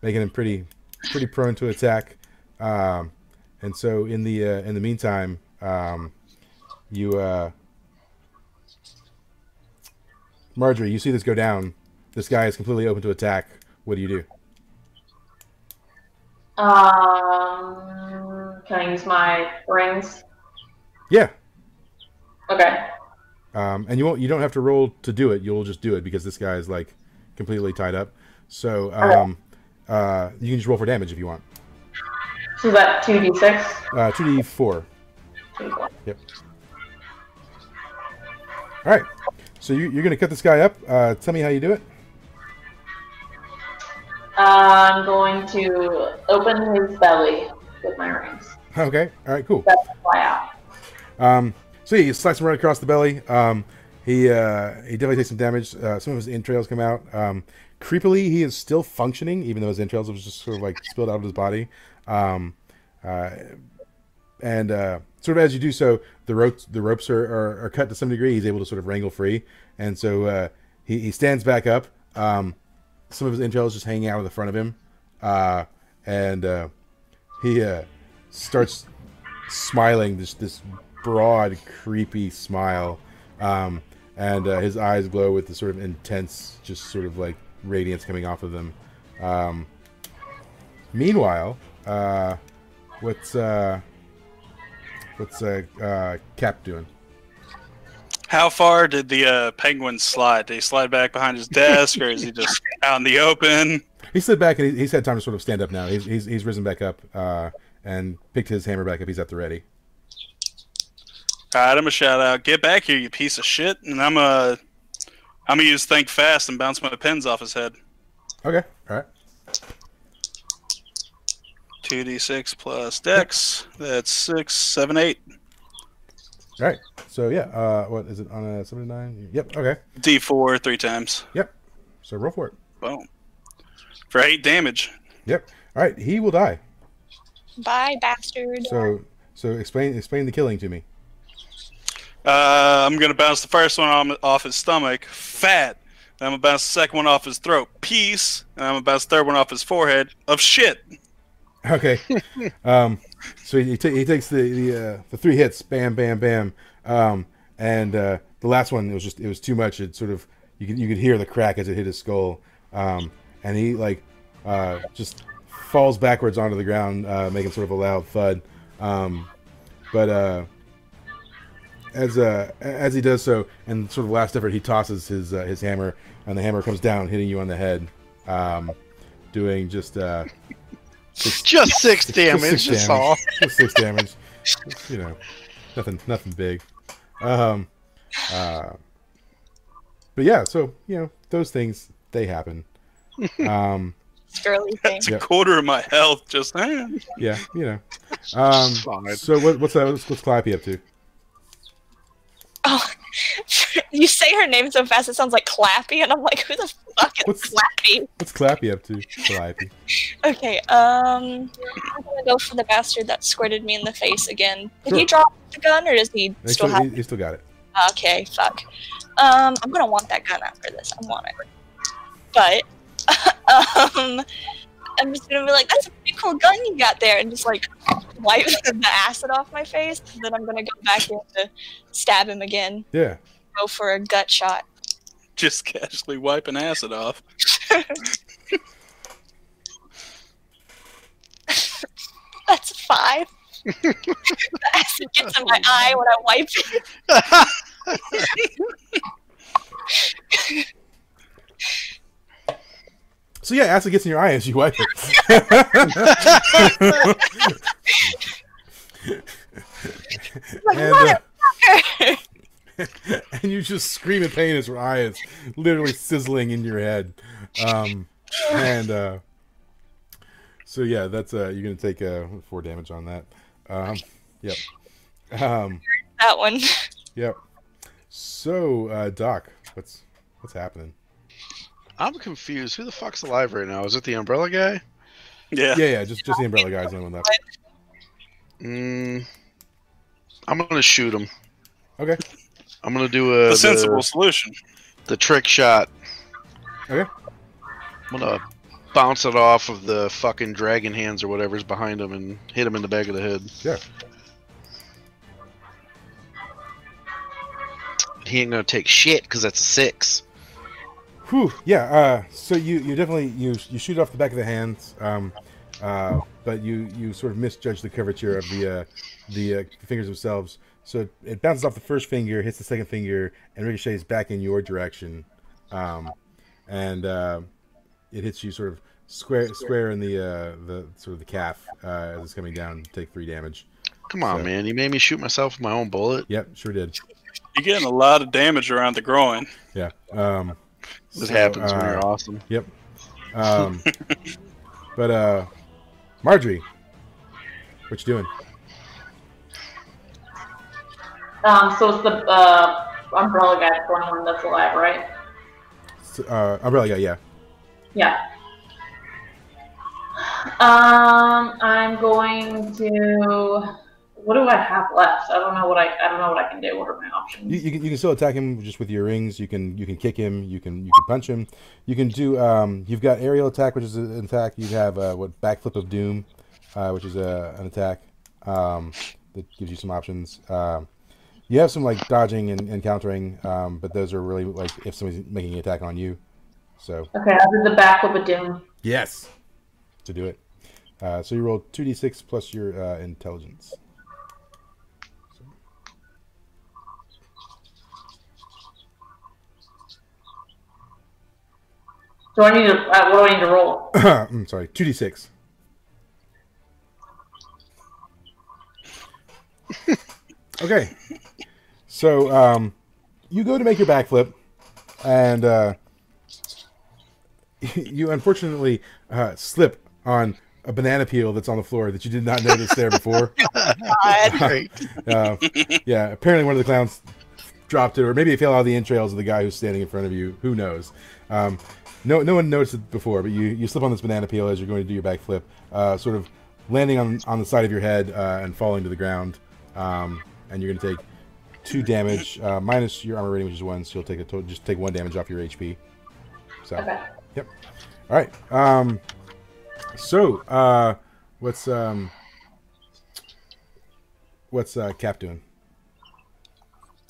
[SPEAKER 2] making him pretty, pretty prone to attack. Um, and so in the uh, in the meantime, um, you, uh, Marjorie, you see this go down. This guy is completely open to attack. What do you do?
[SPEAKER 6] Um, can I use my rings?
[SPEAKER 2] Yeah.
[SPEAKER 6] Okay.
[SPEAKER 2] um, and you won't you don't have to roll to do it you'll just do it because this guy is like completely tied up so um, uh, you can just roll for damage if you want
[SPEAKER 6] So is that two d six?
[SPEAKER 2] uh, 2d4 all right so you, you're gonna cut this guy up uh, tell me how you do it
[SPEAKER 6] I'm going to open his belly with my rings.
[SPEAKER 2] okay all right cool
[SPEAKER 6] That's fly out.
[SPEAKER 2] Um, so yeah, you slice him right across the belly. Um, he uh, he definitely takes some damage. Uh, some of his entrails come out. Um, creepily, he is still functioning, even though his entrails have just sort of like spilled out of his body. Um, uh, and uh, sort of as you do so, the ropes the ropes are, are, are cut to some degree. He's able to sort of wrangle free, and so uh, he he stands back up. Um, some of his entrails just hanging out of the front of him, uh, and uh, he uh, starts smiling this this broad creepy smile um, and uh, his eyes glow with the sort of intense, just sort of like radiance coming off of them. Um, meanwhile, uh, what's uh, what's uh, uh, Cap doing?
[SPEAKER 1] How far did the uh, penguin slide? Did he slide back behind his desk, or is he just out in the open?
[SPEAKER 2] He slid back and he, he's had time to sort of stand up now. He's he's, he's risen back up uh, and picked his hammer back up. He's at the ready.
[SPEAKER 1] All right, I'm gonna shout out. Get back here, you piece of shit! And I'm uh, I'm gonna use think fast and bounce my pins off his head.
[SPEAKER 2] Okay, all right.
[SPEAKER 1] Two d six plus dex. That's six, seven, eight.
[SPEAKER 2] All right. So yeah, uh, what is it on a seven to nine? Yep. Okay.
[SPEAKER 1] D four three times.
[SPEAKER 2] Yep. So roll for it.
[SPEAKER 1] Boom. For eight damage.
[SPEAKER 2] Yep. All right. He will die.
[SPEAKER 5] Bye, bastard.
[SPEAKER 2] So so explain explain the killing to me.
[SPEAKER 1] Uh, I'm gonna bounce the first one on- off his stomach, fat. And I'm gonna bounce the second one off his throat, peace. And I'm gonna bounce the third one off his forehead of shit.
[SPEAKER 2] Okay. um, so he, ta- he takes the the, uh, the three hits, bam, bam, bam, um, and uh, the last one it was just it was too much. It sort of you could you could hear the crack as it hit his skull, um, and he like uh, just falls backwards onto the ground, uh, making sort of a loud thud. Um, but uh, as uh, as he does so, and sort of last effort, he tosses his uh, his hammer, and the hammer comes down, hitting you on the head, um, doing just. Uh,
[SPEAKER 3] Just six damage.
[SPEAKER 2] Six
[SPEAKER 3] That's all.
[SPEAKER 2] Just six damage. you know, nothing, nothing big. Um, uh, but yeah, so you know, those things they happen. Um,
[SPEAKER 5] Girly thing.
[SPEAKER 1] It's
[SPEAKER 2] Yep.
[SPEAKER 1] a quarter of my health. Just eh.
[SPEAKER 2] yeah, you know. Um,
[SPEAKER 3] Fine.
[SPEAKER 2] so what, what's that? What's, what's Calliope up to?
[SPEAKER 5] Oh, you say her name so fast it sounds like Clappy, and I'm like, who the fuck is
[SPEAKER 2] What's-
[SPEAKER 5] Clappy?
[SPEAKER 2] What's Clappy up to? Calliope.
[SPEAKER 5] Okay, um, I'm gonna go for the bastard that squirted me in the face again. Did he
[SPEAKER 2] Sure.
[SPEAKER 5] drop the gun, or does he
[SPEAKER 2] They still,
[SPEAKER 5] still have?
[SPEAKER 2] he, he still got it.
[SPEAKER 5] Okay, fuck. Um, I'm gonna want that gun after this. I want it. But um, I'm just gonna be like, that's a pretty cool gun you got there, and just like wipe the acid off my face. And then I'm gonna go back in to stab him again.
[SPEAKER 2] Yeah.
[SPEAKER 5] Go for a gut shot.
[SPEAKER 1] just casually wiping acid off.
[SPEAKER 5] That's a five. the acid gets in my eye when I wipe it.
[SPEAKER 2] So yeah, acid gets in your eye as you wipe it.
[SPEAKER 5] Like,
[SPEAKER 2] and, uh,
[SPEAKER 5] motherfucker!
[SPEAKER 2] and you just scream in pain as her eye is literally sizzling in your head. Um, and uh, so yeah, that's uh, you're gonna take uh, four damage on that. Um, yep. Um,
[SPEAKER 5] that one.
[SPEAKER 2] yep. So uh, Doc, what's what's happening?
[SPEAKER 3] I'm confused. Who the fuck's alive right now? Is it the umbrella guy?
[SPEAKER 1] Yeah.
[SPEAKER 2] Yeah, yeah, just just the umbrella guy's the only one left.
[SPEAKER 3] Mm, I'm gonna shoot him.
[SPEAKER 2] Okay,
[SPEAKER 3] I'm gonna do a
[SPEAKER 1] The sensible solution.
[SPEAKER 3] the trick shot.
[SPEAKER 2] Okay.
[SPEAKER 3] I'm gonna bounce it off of the fucking dragon hands or whatever's behind him and hit him in the back of the head.
[SPEAKER 2] Yeah.
[SPEAKER 3] He ain't gonna take shit because that's a six.
[SPEAKER 2] Whew. Yeah. Uh, so you, you definitely you you shoot off the back of the hands, um, uh, but you you sort of misjudge the curvature of the uh, the uh, fingers themselves. So it, it bounces off the first finger, hits the second finger, and ricochets back in your direction, um, and uh, it hits you sort of square square in the uh, the sort of the calf uh, as it's coming down. Take three damage.
[SPEAKER 3] Come on,
[SPEAKER 2] So-
[SPEAKER 3] man! You made me shoot myself with my own bullet.
[SPEAKER 2] Yep, sure did.
[SPEAKER 1] You're getting a lot of damage around the groin.
[SPEAKER 2] Yeah. Um,
[SPEAKER 3] It
[SPEAKER 2] so,
[SPEAKER 3] happens when
[SPEAKER 2] uh,
[SPEAKER 3] you're awesome.
[SPEAKER 2] Um, but uh, Marjorie, what you doing?
[SPEAKER 6] Um, so it's the uh, umbrella guy, the only one that's alive, right?
[SPEAKER 2] S- Uh, umbrella guy, yeah.
[SPEAKER 6] Yeah. Um, I'm going to. What do I have left? I don't know what I. I don't know what I can do. What are my options?
[SPEAKER 2] You, you, can, you can still attack him just with your rings. You can you can kick him. You can you can punch him. You can do. Um, you've got aerial attack, which is an attack. You have uh, what backflip of doom, uh, which is a, an attack um, that gives you some options. Um, You have some like dodging and, and countering, um, but those are really like if somebody's making an attack on you. So
[SPEAKER 6] Okay, I'll do the back of a doom.
[SPEAKER 2] yes, to do it. Uh, so you roll two d six plus your uh, intelligence.
[SPEAKER 6] Do I need to? Uh, what do I need to roll?
[SPEAKER 2] I'm sorry, two d six. Okay, so um, you go to make your backflip, and uh, you unfortunately uh, slip on a banana peel that's on the floor that you did not notice there before.
[SPEAKER 3] Great.
[SPEAKER 2] Uh, yeah, apparently one of the clowns dropped it, or maybe it fell out of the entrails of the guy who's standing in front of you. Who knows? Um, no, no one noticed it before, but you, you slip on this banana peel as you're going to do your backflip, uh, sort of landing on, on the side of your head uh, and falling to the ground. Um, and you're going to take two damage uh, minus your armor rating, which is one, so you'll take a to- just take one damage off your HP. So,
[SPEAKER 6] Okay.
[SPEAKER 2] yep. All right. Um, so, uh, what's um, what's uh, Cap doing?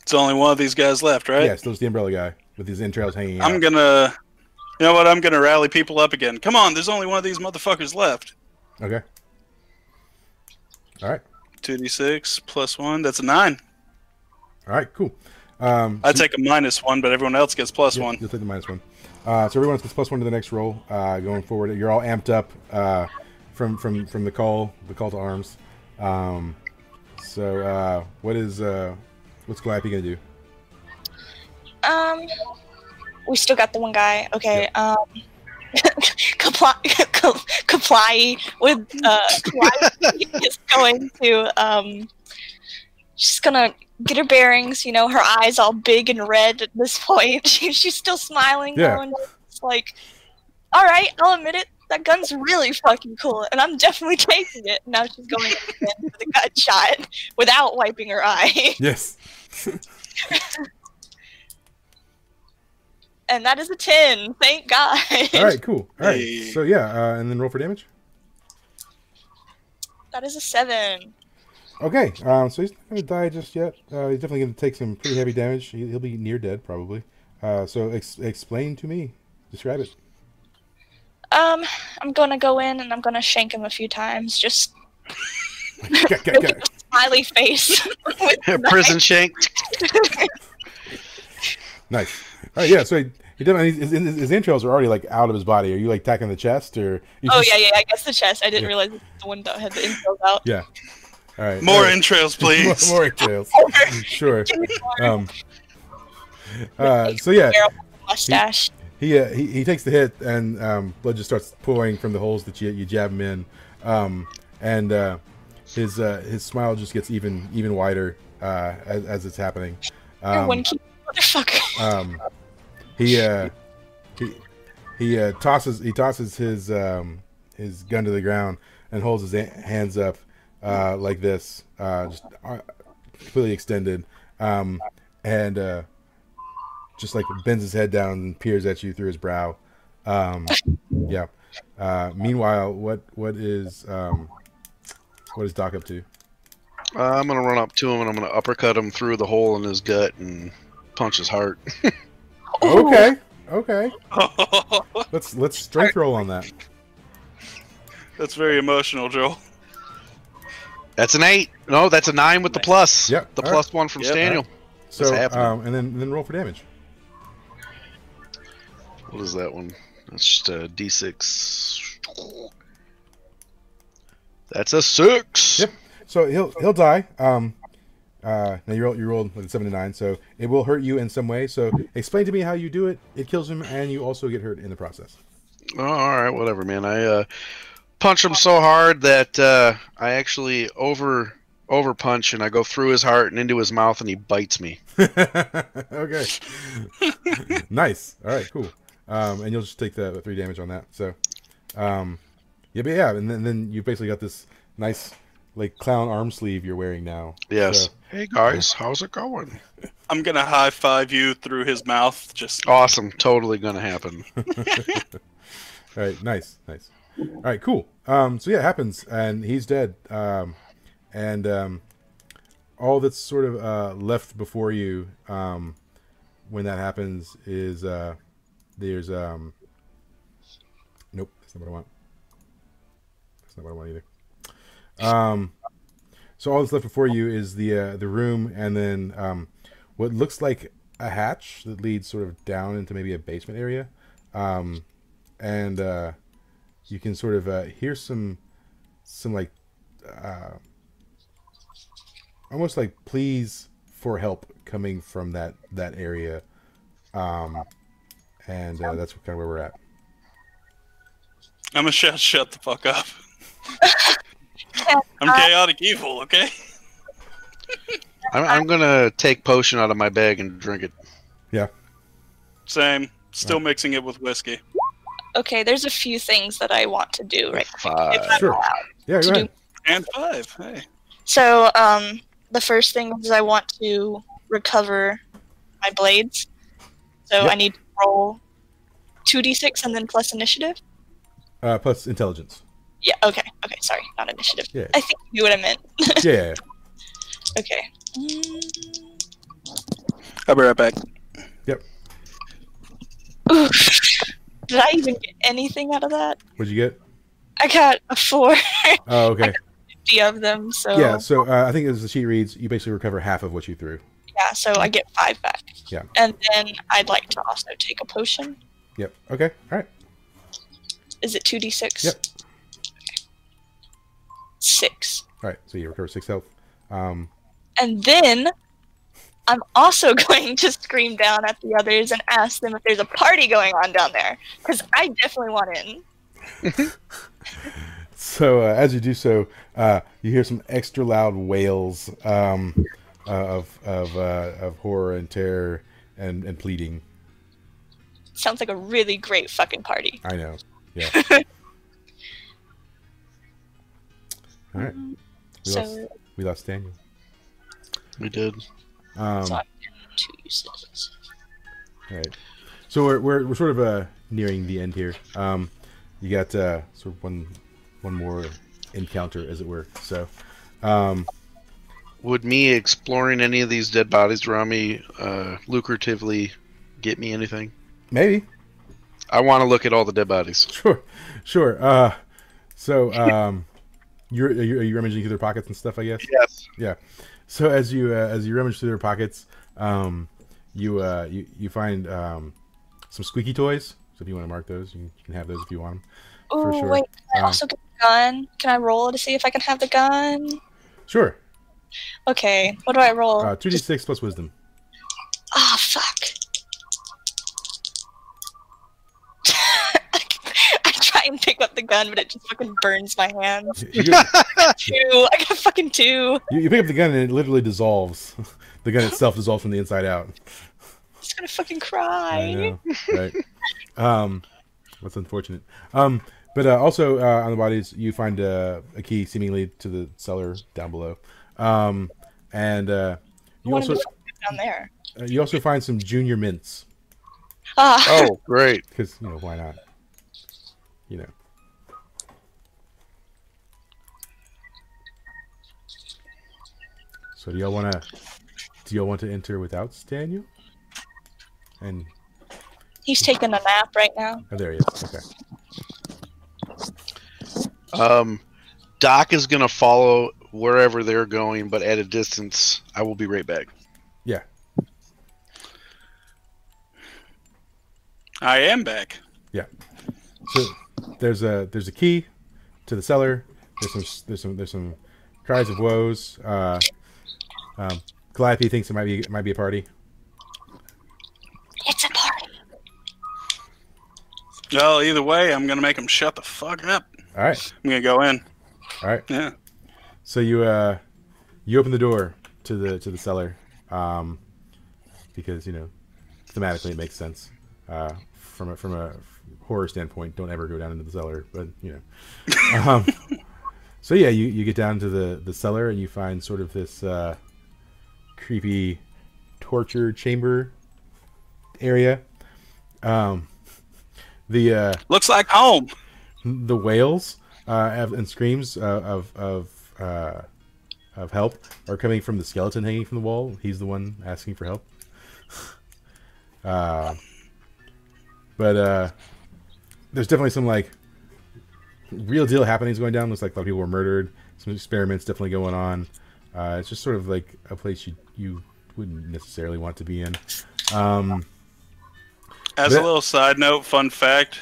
[SPEAKER 1] It's only one of these guys left, right?
[SPEAKER 2] Yes, those the umbrella guy with his entrails hanging out.
[SPEAKER 1] I'm gonna. You know what? I'm gonna rally people up again. Come on, there's only one of these motherfuckers left.
[SPEAKER 2] okay. All right.
[SPEAKER 1] 2d6 plus 1. That's a 9.
[SPEAKER 2] All right. Cool. Um,
[SPEAKER 1] I take a minus 1, but everyone else gets plus
[SPEAKER 2] yeah,
[SPEAKER 1] 1.
[SPEAKER 2] You'll take the minus one. Uh, so everyone else gets plus one to the next roll uh, going forward. You're all amped up uh, from from from the call, the call to arms. Um, so uh, what is uh, what's Calliope gonna do?
[SPEAKER 5] Um, we still got the one guy. Okay. Um, comply, co- comply with uh, comply is going to um, she's gonna get her bearings. You know, her eyes all big and red at this point. She, she's still smiling.
[SPEAKER 2] Yeah.
[SPEAKER 5] going, It's like, all right, I'll admit it. That gun's really fucking cool, and I'm definitely taking it. Now she's going in for the gunshot without wiping her eye,
[SPEAKER 2] Yes.
[SPEAKER 5] and that is a ten. Thank God.
[SPEAKER 2] All right. Cool. All right.
[SPEAKER 1] Hey.
[SPEAKER 2] So yeah, uh, and then roll for damage.
[SPEAKER 5] That is a seven.
[SPEAKER 2] Okay, um, so he's not going to die just yet. Uh, he's definitely going to take some pretty heavy damage. He, he'll be near dead, probably. Uh, so ex- explain to me. Describe it.
[SPEAKER 5] Um, I'm gonna go in and I'm gonna shank him a few times. Just
[SPEAKER 2] Cut, cut, cut.
[SPEAKER 5] smiley face. with the knife.
[SPEAKER 3] Prison shank.
[SPEAKER 2] Nice. All right, yeah, so he, he definitely, his, his, his entrails are already, like, out of his body. Are you, like, tacking the chest, or... You
[SPEAKER 5] Oh
[SPEAKER 2] just-
[SPEAKER 5] yeah, yeah. I guess the chest. I didn't
[SPEAKER 2] Yeah.
[SPEAKER 5] realize it was the one that had the info out.
[SPEAKER 2] Yeah. All right.
[SPEAKER 1] More
[SPEAKER 2] all right.
[SPEAKER 1] entrails, please.
[SPEAKER 2] more, more entrails. sure.
[SPEAKER 5] Give me more
[SPEAKER 2] Um, uh, so, yeah,
[SPEAKER 5] mustache.
[SPEAKER 2] he, uh, he he takes the hit and um, blood just starts pouring from the holes that you, you jab him in, um, and uh, his uh, his smile just gets even even wider uh, as, as it's happening.
[SPEAKER 5] Everyone
[SPEAKER 2] Um,
[SPEAKER 5] keep motherfucker.
[SPEAKER 2] um, he uh, he he uh, tosses he tosses his um, his gun to the ground and holds his a- hands up uh, like this, uh, just uh, completely extended, um, and uh, just like bends his head down and peers at you through his brow. Um, yeah. Uh, meanwhile, what what is um, what is Doc up to?
[SPEAKER 3] Uh, I'm gonna run up to him and I'm gonna uppercut him through the hole in his gut and punch his heart.
[SPEAKER 2] Okay, okay.
[SPEAKER 1] That's
[SPEAKER 2] Let's let's strength roll on that.
[SPEAKER 1] very emotional, Joel.
[SPEAKER 3] That's an eight. No, that's a nine with the plus.
[SPEAKER 2] Yep.
[SPEAKER 3] The
[SPEAKER 2] All
[SPEAKER 3] plus one from
[SPEAKER 1] Yep.
[SPEAKER 3] Staniel.
[SPEAKER 2] So
[SPEAKER 3] happening?
[SPEAKER 2] um, and then then roll for damage.
[SPEAKER 3] What is that one? That's just a D6. That's a six.
[SPEAKER 2] Yep. So he'll he'll die. Um, uh, now you rolled you rolled like a seven to nine, so it will hurt you in some way. So explain to me how you do it. It kills him, and you also get hurt in the process.
[SPEAKER 3] Oh, all right, whatever, man. I uh, punch him so hard that uh, I actually over over punch and I go through his heart and into his mouth and he bites me.
[SPEAKER 2] okay. nice. All right. Cool. Um, and you'll just take the three damage on that. So, um, yeah, but yeah, and then then you basically got this nice like clown arm sleeve you're wearing now.
[SPEAKER 3] Yes.
[SPEAKER 2] So-
[SPEAKER 3] Hey guys, how's it going?
[SPEAKER 1] I'm gonna high five you through his mouth. Just
[SPEAKER 3] Awesome. Totally gonna happen.
[SPEAKER 2] All right, nice, nice. All right, cool. Um, so yeah, it happens, and he's dead. Um, and um, all that's sort of uh, left before you um, when that happens is uh, there's um, nope, that's not what I want. That's not what I want either. Um, so all that's left before you is the uh, the room, and then um, what looks like a hatch that leads sort of down into maybe a basement area, um, and uh, you can sort of uh, hear some some like uh, almost like pleas for help coming from that that area, um, and uh, that's kind of where we're at.
[SPEAKER 1] I'm gonna shout, shut the fuck up. I'm chaotic evil, okay?
[SPEAKER 3] I'm, I'm gonna take potion out of my bag and drink it.
[SPEAKER 1] Same. Still mixing it with whiskey.
[SPEAKER 5] Okay, there's a few things that I want to do right
[SPEAKER 3] Five.
[SPEAKER 5] now.
[SPEAKER 2] Uh, Sure. Yeah, go
[SPEAKER 5] To do-
[SPEAKER 2] ahead.
[SPEAKER 1] And five. Hey.
[SPEAKER 5] So, um, the first thing is I want to recover my blades. So
[SPEAKER 2] Yep.
[SPEAKER 5] I need to roll 2d6 and then plus initiative.
[SPEAKER 2] Uh, plus intelligence.
[SPEAKER 5] Yeah, okay. Okay, sorry. Not initiative.
[SPEAKER 2] Yeah.
[SPEAKER 5] I think you knew what I meant.
[SPEAKER 2] Yeah, yeah, yeah.
[SPEAKER 5] Okay. Mm,
[SPEAKER 1] I'll be right back.
[SPEAKER 5] oof. Did I even get anything out of that?
[SPEAKER 2] What'd you get?
[SPEAKER 5] I got a 40
[SPEAKER 2] Oh, okay.
[SPEAKER 5] of them, so
[SPEAKER 2] Yeah. So uh, I think as the sheet reads, you basically recover half of what you threw.
[SPEAKER 5] yeah, so I get 5 back.
[SPEAKER 2] Yeah.
[SPEAKER 5] And then I'd like to also take a potion.
[SPEAKER 2] Yep. Okay. All right.
[SPEAKER 5] Is it 2d6?
[SPEAKER 2] Yep.
[SPEAKER 5] 6.
[SPEAKER 2] All right. So you recover six health. Um,
[SPEAKER 5] And then I'm also going to scream down at the others and ask them if there's a party going on down there. Because I definitely want in.
[SPEAKER 2] So uh, as you do so, uh, you hear some extra loud wails um, uh, of of uh, of horror and terror and, and pleading.
[SPEAKER 5] Sounds like a really great fucking party.
[SPEAKER 2] I know. Yeah. All right. We
[SPEAKER 5] so,
[SPEAKER 2] lost, we lost Daniel.
[SPEAKER 3] We did.
[SPEAKER 2] Um,
[SPEAKER 5] so I'm in two uses.
[SPEAKER 2] All right. So we're, we're, we're sort of uh, nearing the end here. Um, you got uh, sort of one one more encounter, as it were. So um,
[SPEAKER 3] Would me exploring any of these dead bodies around me uh, lucratively get me anything?
[SPEAKER 2] maybe
[SPEAKER 3] I want to look at all the dead bodies.
[SPEAKER 2] sure, sure. Uh, so um, you're, are you are you rummaging through their pockets and stuff? I guess.
[SPEAKER 3] Yes.
[SPEAKER 2] So as you uh, as you rummage through their pockets, um, you, uh, you you find um, some squeaky toys. So if you want to mark those, you, you can have those if you want them. For
[SPEAKER 5] Oh,
[SPEAKER 2] sure.
[SPEAKER 5] wait. Can I
[SPEAKER 2] Um,
[SPEAKER 5] also get a gun? Can I roll to see if I can have the gun?
[SPEAKER 2] Sure.
[SPEAKER 5] Okay. What do I roll?
[SPEAKER 2] Uh, 2d6 plus wisdom.
[SPEAKER 5] Ah, fuck. I try and pick up the gun, but it just fucking burns my hands.
[SPEAKER 2] You, you-
[SPEAKER 5] Two. I got a fucking two.
[SPEAKER 2] you pick up the gun and it literally dissolves. The gun itself dissolves from the inside out.
[SPEAKER 5] I'm just gonna fucking
[SPEAKER 2] I
[SPEAKER 5] cry.
[SPEAKER 2] know, right? um, that's unfortunate. Um, but uh, also uh, on the bodies, you find uh, a key seemingly to the cellar down below, um, and uh, you
[SPEAKER 5] want
[SPEAKER 2] also
[SPEAKER 5] to down there.
[SPEAKER 2] uh, you also find some junior mints
[SPEAKER 5] Ah,
[SPEAKER 3] Oh, great.
[SPEAKER 2] because you know why not? You know. So do y'all want to do y'all want to enter without Daniel? And
[SPEAKER 5] he's taking a nap right now.
[SPEAKER 2] oh, there he is. Okay.
[SPEAKER 3] Um, Doc is gonna follow wherever they're going, but at a distance. I will be right back.
[SPEAKER 2] Yeah.
[SPEAKER 1] I am back.
[SPEAKER 2] So there's a there's a key to the cellar. There's some there's some there's some cries of woes. Uh, um, Calliope thinks it might be it might be a party.
[SPEAKER 5] It's a party.
[SPEAKER 1] Well, either way, I'm gonna make them shut the fuck up.
[SPEAKER 2] All right,
[SPEAKER 1] I'm gonna go in.
[SPEAKER 2] all right.
[SPEAKER 1] Yeah.
[SPEAKER 2] So you uh, you open the door to the to the cellar, um, because you know thematically it makes sense uh, from a, from a horror standpoint. Don't ever go down into the cellar, but you know. Um, so yeah, you, you get down to the the cellar and you find sort of this uh, creepy torture chamber area. Um, the uh,
[SPEAKER 1] Looks like home.
[SPEAKER 2] the wails uh, of- and screams uh, of of uh, of help are coming from the skeleton hanging from the wall. He's the one asking for help. Uh, but uh, there's definitely some like real deal happenings going down. Looks like a lot of people were murdered. Some experiments definitely going on. Uh, it's just sort of like a place you you wouldn't necessarily want to be in. Um,
[SPEAKER 1] As
[SPEAKER 2] That-
[SPEAKER 1] a little side note, fun fact: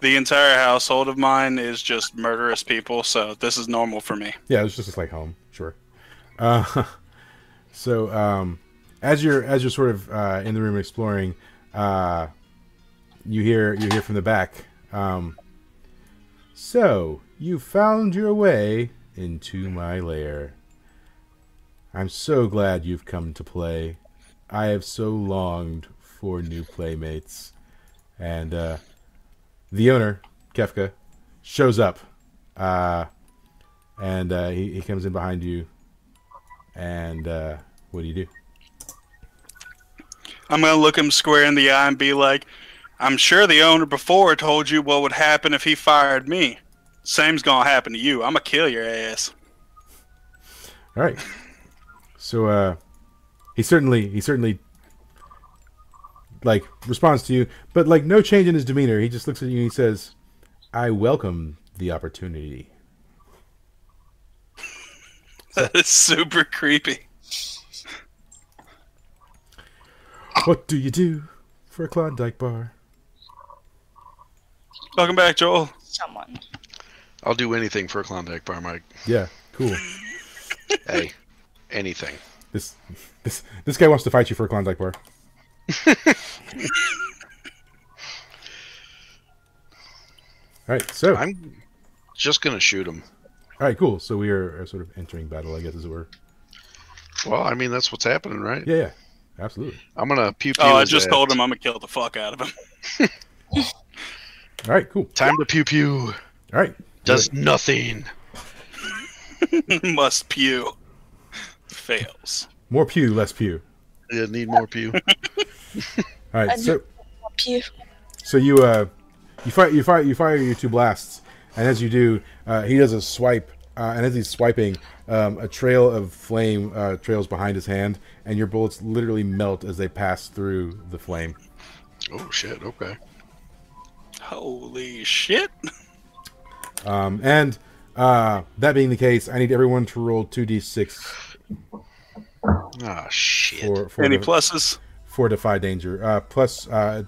[SPEAKER 1] the entire household of mine is just murderous people, so this is normal for me.
[SPEAKER 2] yeah, it's just like home, sure. Uh, so um, as you're as you're sort of uh, in the room exploring, uh, you hear you hear from the back. Um, so you found your way into my lair. I'm so glad you've come to play. I have so longed for new playmates, and uh, the owner Kefka shows up. Uh, and uh, he, he comes in behind you. And uh, what do you do?
[SPEAKER 1] I'm gonna look him square in the eye and be like, "I'm sure the owner before told you what would happen if he fired me. Same's gonna happen to you. I'm gonna kill your ass."
[SPEAKER 2] All right. So uh, he certainly he certainly like responds to you, but like no change in his demeanor. He just looks at you and he says, "I welcome the opportunity."
[SPEAKER 1] That is super creepy.
[SPEAKER 2] What do you do for a Klondike bar?
[SPEAKER 1] Welcome back, Joel.
[SPEAKER 5] Someone.
[SPEAKER 3] I'll do anything for a Klondike bar, Mike.
[SPEAKER 2] Yeah, cool.
[SPEAKER 3] Hey, anything.
[SPEAKER 2] This this this guy wants to fight you for a Klondike bar. All right, so
[SPEAKER 3] I'm just gonna shoot him.
[SPEAKER 2] All right, cool. So we are, are sort of entering battle, I guess, as it were.
[SPEAKER 3] Well, I mean that's what's happening, right?
[SPEAKER 2] Yeah, yeah, absolutely.
[SPEAKER 3] I'm gonna pew pew.
[SPEAKER 1] Oh, I
[SPEAKER 3] his
[SPEAKER 1] just
[SPEAKER 3] ass.
[SPEAKER 1] told him I'm gonna kill the fuck out of him.
[SPEAKER 2] All right, cool.
[SPEAKER 3] Time to pew pew.
[SPEAKER 2] All right,
[SPEAKER 3] Does nothing.
[SPEAKER 1] Must pew. Fails.
[SPEAKER 2] more pew, less pew.
[SPEAKER 3] Yeah, need more pew.
[SPEAKER 2] All right,
[SPEAKER 5] And-
[SPEAKER 2] so
[SPEAKER 5] Help you.
[SPEAKER 2] so you uh, you fire you fire you fire your two blasts, and as you do, uh, he does a swipe, uh, and as he's swiping, um, a trail of flame uh, trails behind his hand, and your bullets literally melt as they pass through the flame.
[SPEAKER 3] oh shit. Okay.
[SPEAKER 1] Holy shit.
[SPEAKER 2] Um, and uh, that being the case, I need everyone to roll two d six
[SPEAKER 3] Ah shit.
[SPEAKER 2] for for
[SPEAKER 1] Any
[SPEAKER 2] the-
[SPEAKER 1] pluses?
[SPEAKER 2] for defy danger. Uh, plus, uh,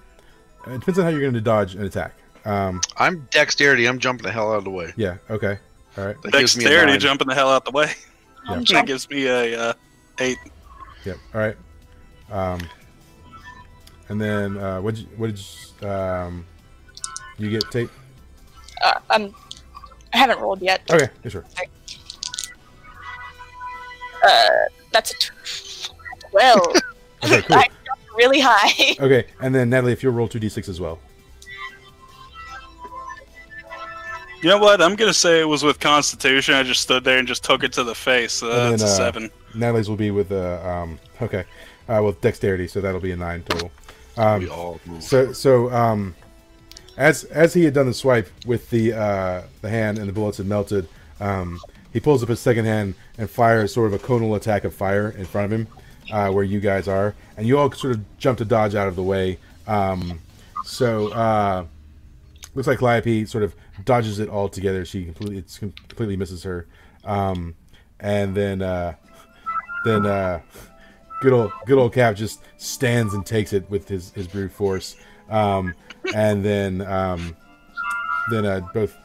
[SPEAKER 2] it depends on how you're going to dodge an attack. Um,
[SPEAKER 3] I'm dexterity. I'm jumping the hell out of the way.
[SPEAKER 2] yeah. Okay. All right.
[SPEAKER 3] That gives me a
[SPEAKER 1] Dexterity
[SPEAKER 3] nine.
[SPEAKER 1] jumping the hell out the way.
[SPEAKER 5] I'm
[SPEAKER 1] That
[SPEAKER 5] jumping.
[SPEAKER 1] gives me a uh, eight.
[SPEAKER 2] Yep. All right. Um, and then uh, what? What did you, um, you get? Take.
[SPEAKER 5] Uh, I'm. I haven't rolled yet.
[SPEAKER 2] Okay. Yeah, sure.
[SPEAKER 5] Uh, That's a tw- well.
[SPEAKER 2] Okay. Cool.
[SPEAKER 5] I jumped really high.
[SPEAKER 2] Okay. And then Natalie, if you'll roll two d six as well.
[SPEAKER 1] You know what? I'm gonna say it was with Constitution. I just stood there and just took it to the face. So
[SPEAKER 2] And
[SPEAKER 1] that's
[SPEAKER 2] then,
[SPEAKER 1] a
[SPEAKER 2] uh,
[SPEAKER 1] seven.
[SPEAKER 2] Natalie's will be with uh, um, okay, uh, with dexterity, so that'll be a nine total. Um,
[SPEAKER 3] We all move.
[SPEAKER 2] So so um, as as he had done the swipe with the uh, the hand and the bullets had melted, um, he pulls up his second hand and fires sort of a conal attack of fire in front of him, uh, where you guys are, and you all sort of jump to dodge out of the way. Um, so uh, looks like Liope sort of dodges it all together. She completely it's com- completely misses her, um, and then uh, then. Uh, good old good old Cap just stands and takes it with his his brute force, um, and then um, then uh, both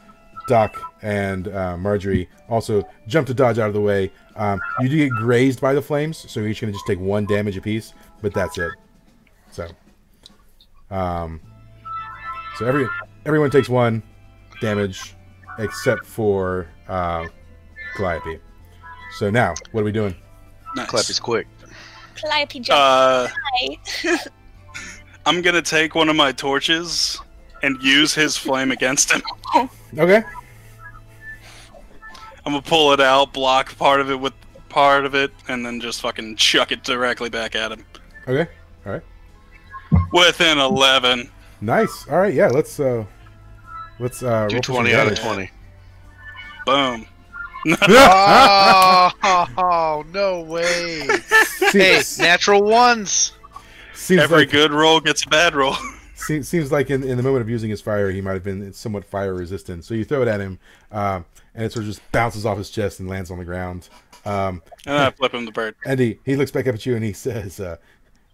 [SPEAKER 2] Doc and uh, Marjorie also jump to dodge out of the way. Um, you do get grazed by the flames, so you're each gonna just take one damage apiece, but that's it. So, um, so every everyone takes one damage, except for uh, Calliope. So now, what are we doing?
[SPEAKER 3] Clap is
[SPEAKER 1] Nice.
[SPEAKER 3] quick.
[SPEAKER 5] Calliope jumped
[SPEAKER 1] Uh,
[SPEAKER 5] high.
[SPEAKER 1] I'm gonna take one of my torches and use his flame against him.
[SPEAKER 2] Okay.
[SPEAKER 1] I'm gonna pull it out, block part of it with part of it, and then just fucking chuck it directly back at him.
[SPEAKER 2] Okay. All right.
[SPEAKER 1] With an eleven.
[SPEAKER 2] Nice. All right. Yeah. Let's uh, let's uh,
[SPEAKER 3] Do
[SPEAKER 2] roll for some
[SPEAKER 3] twenty out of
[SPEAKER 2] damage.
[SPEAKER 3] twenty.
[SPEAKER 1] Boom.
[SPEAKER 3] oh, no way! Hey,
[SPEAKER 2] Seems,
[SPEAKER 3] natural ones.
[SPEAKER 2] seems
[SPEAKER 1] Every
[SPEAKER 2] like
[SPEAKER 1] good roll gets a bad roll.
[SPEAKER 2] seems, seems like in, in the moment of using his fire, he might have been somewhat fire resistant. So you throw it at him, um, and it sort of just bounces off his chest and lands on the ground. Um,
[SPEAKER 1] And I flip him the bird.
[SPEAKER 2] and he, he looks back up at you and he says, uh,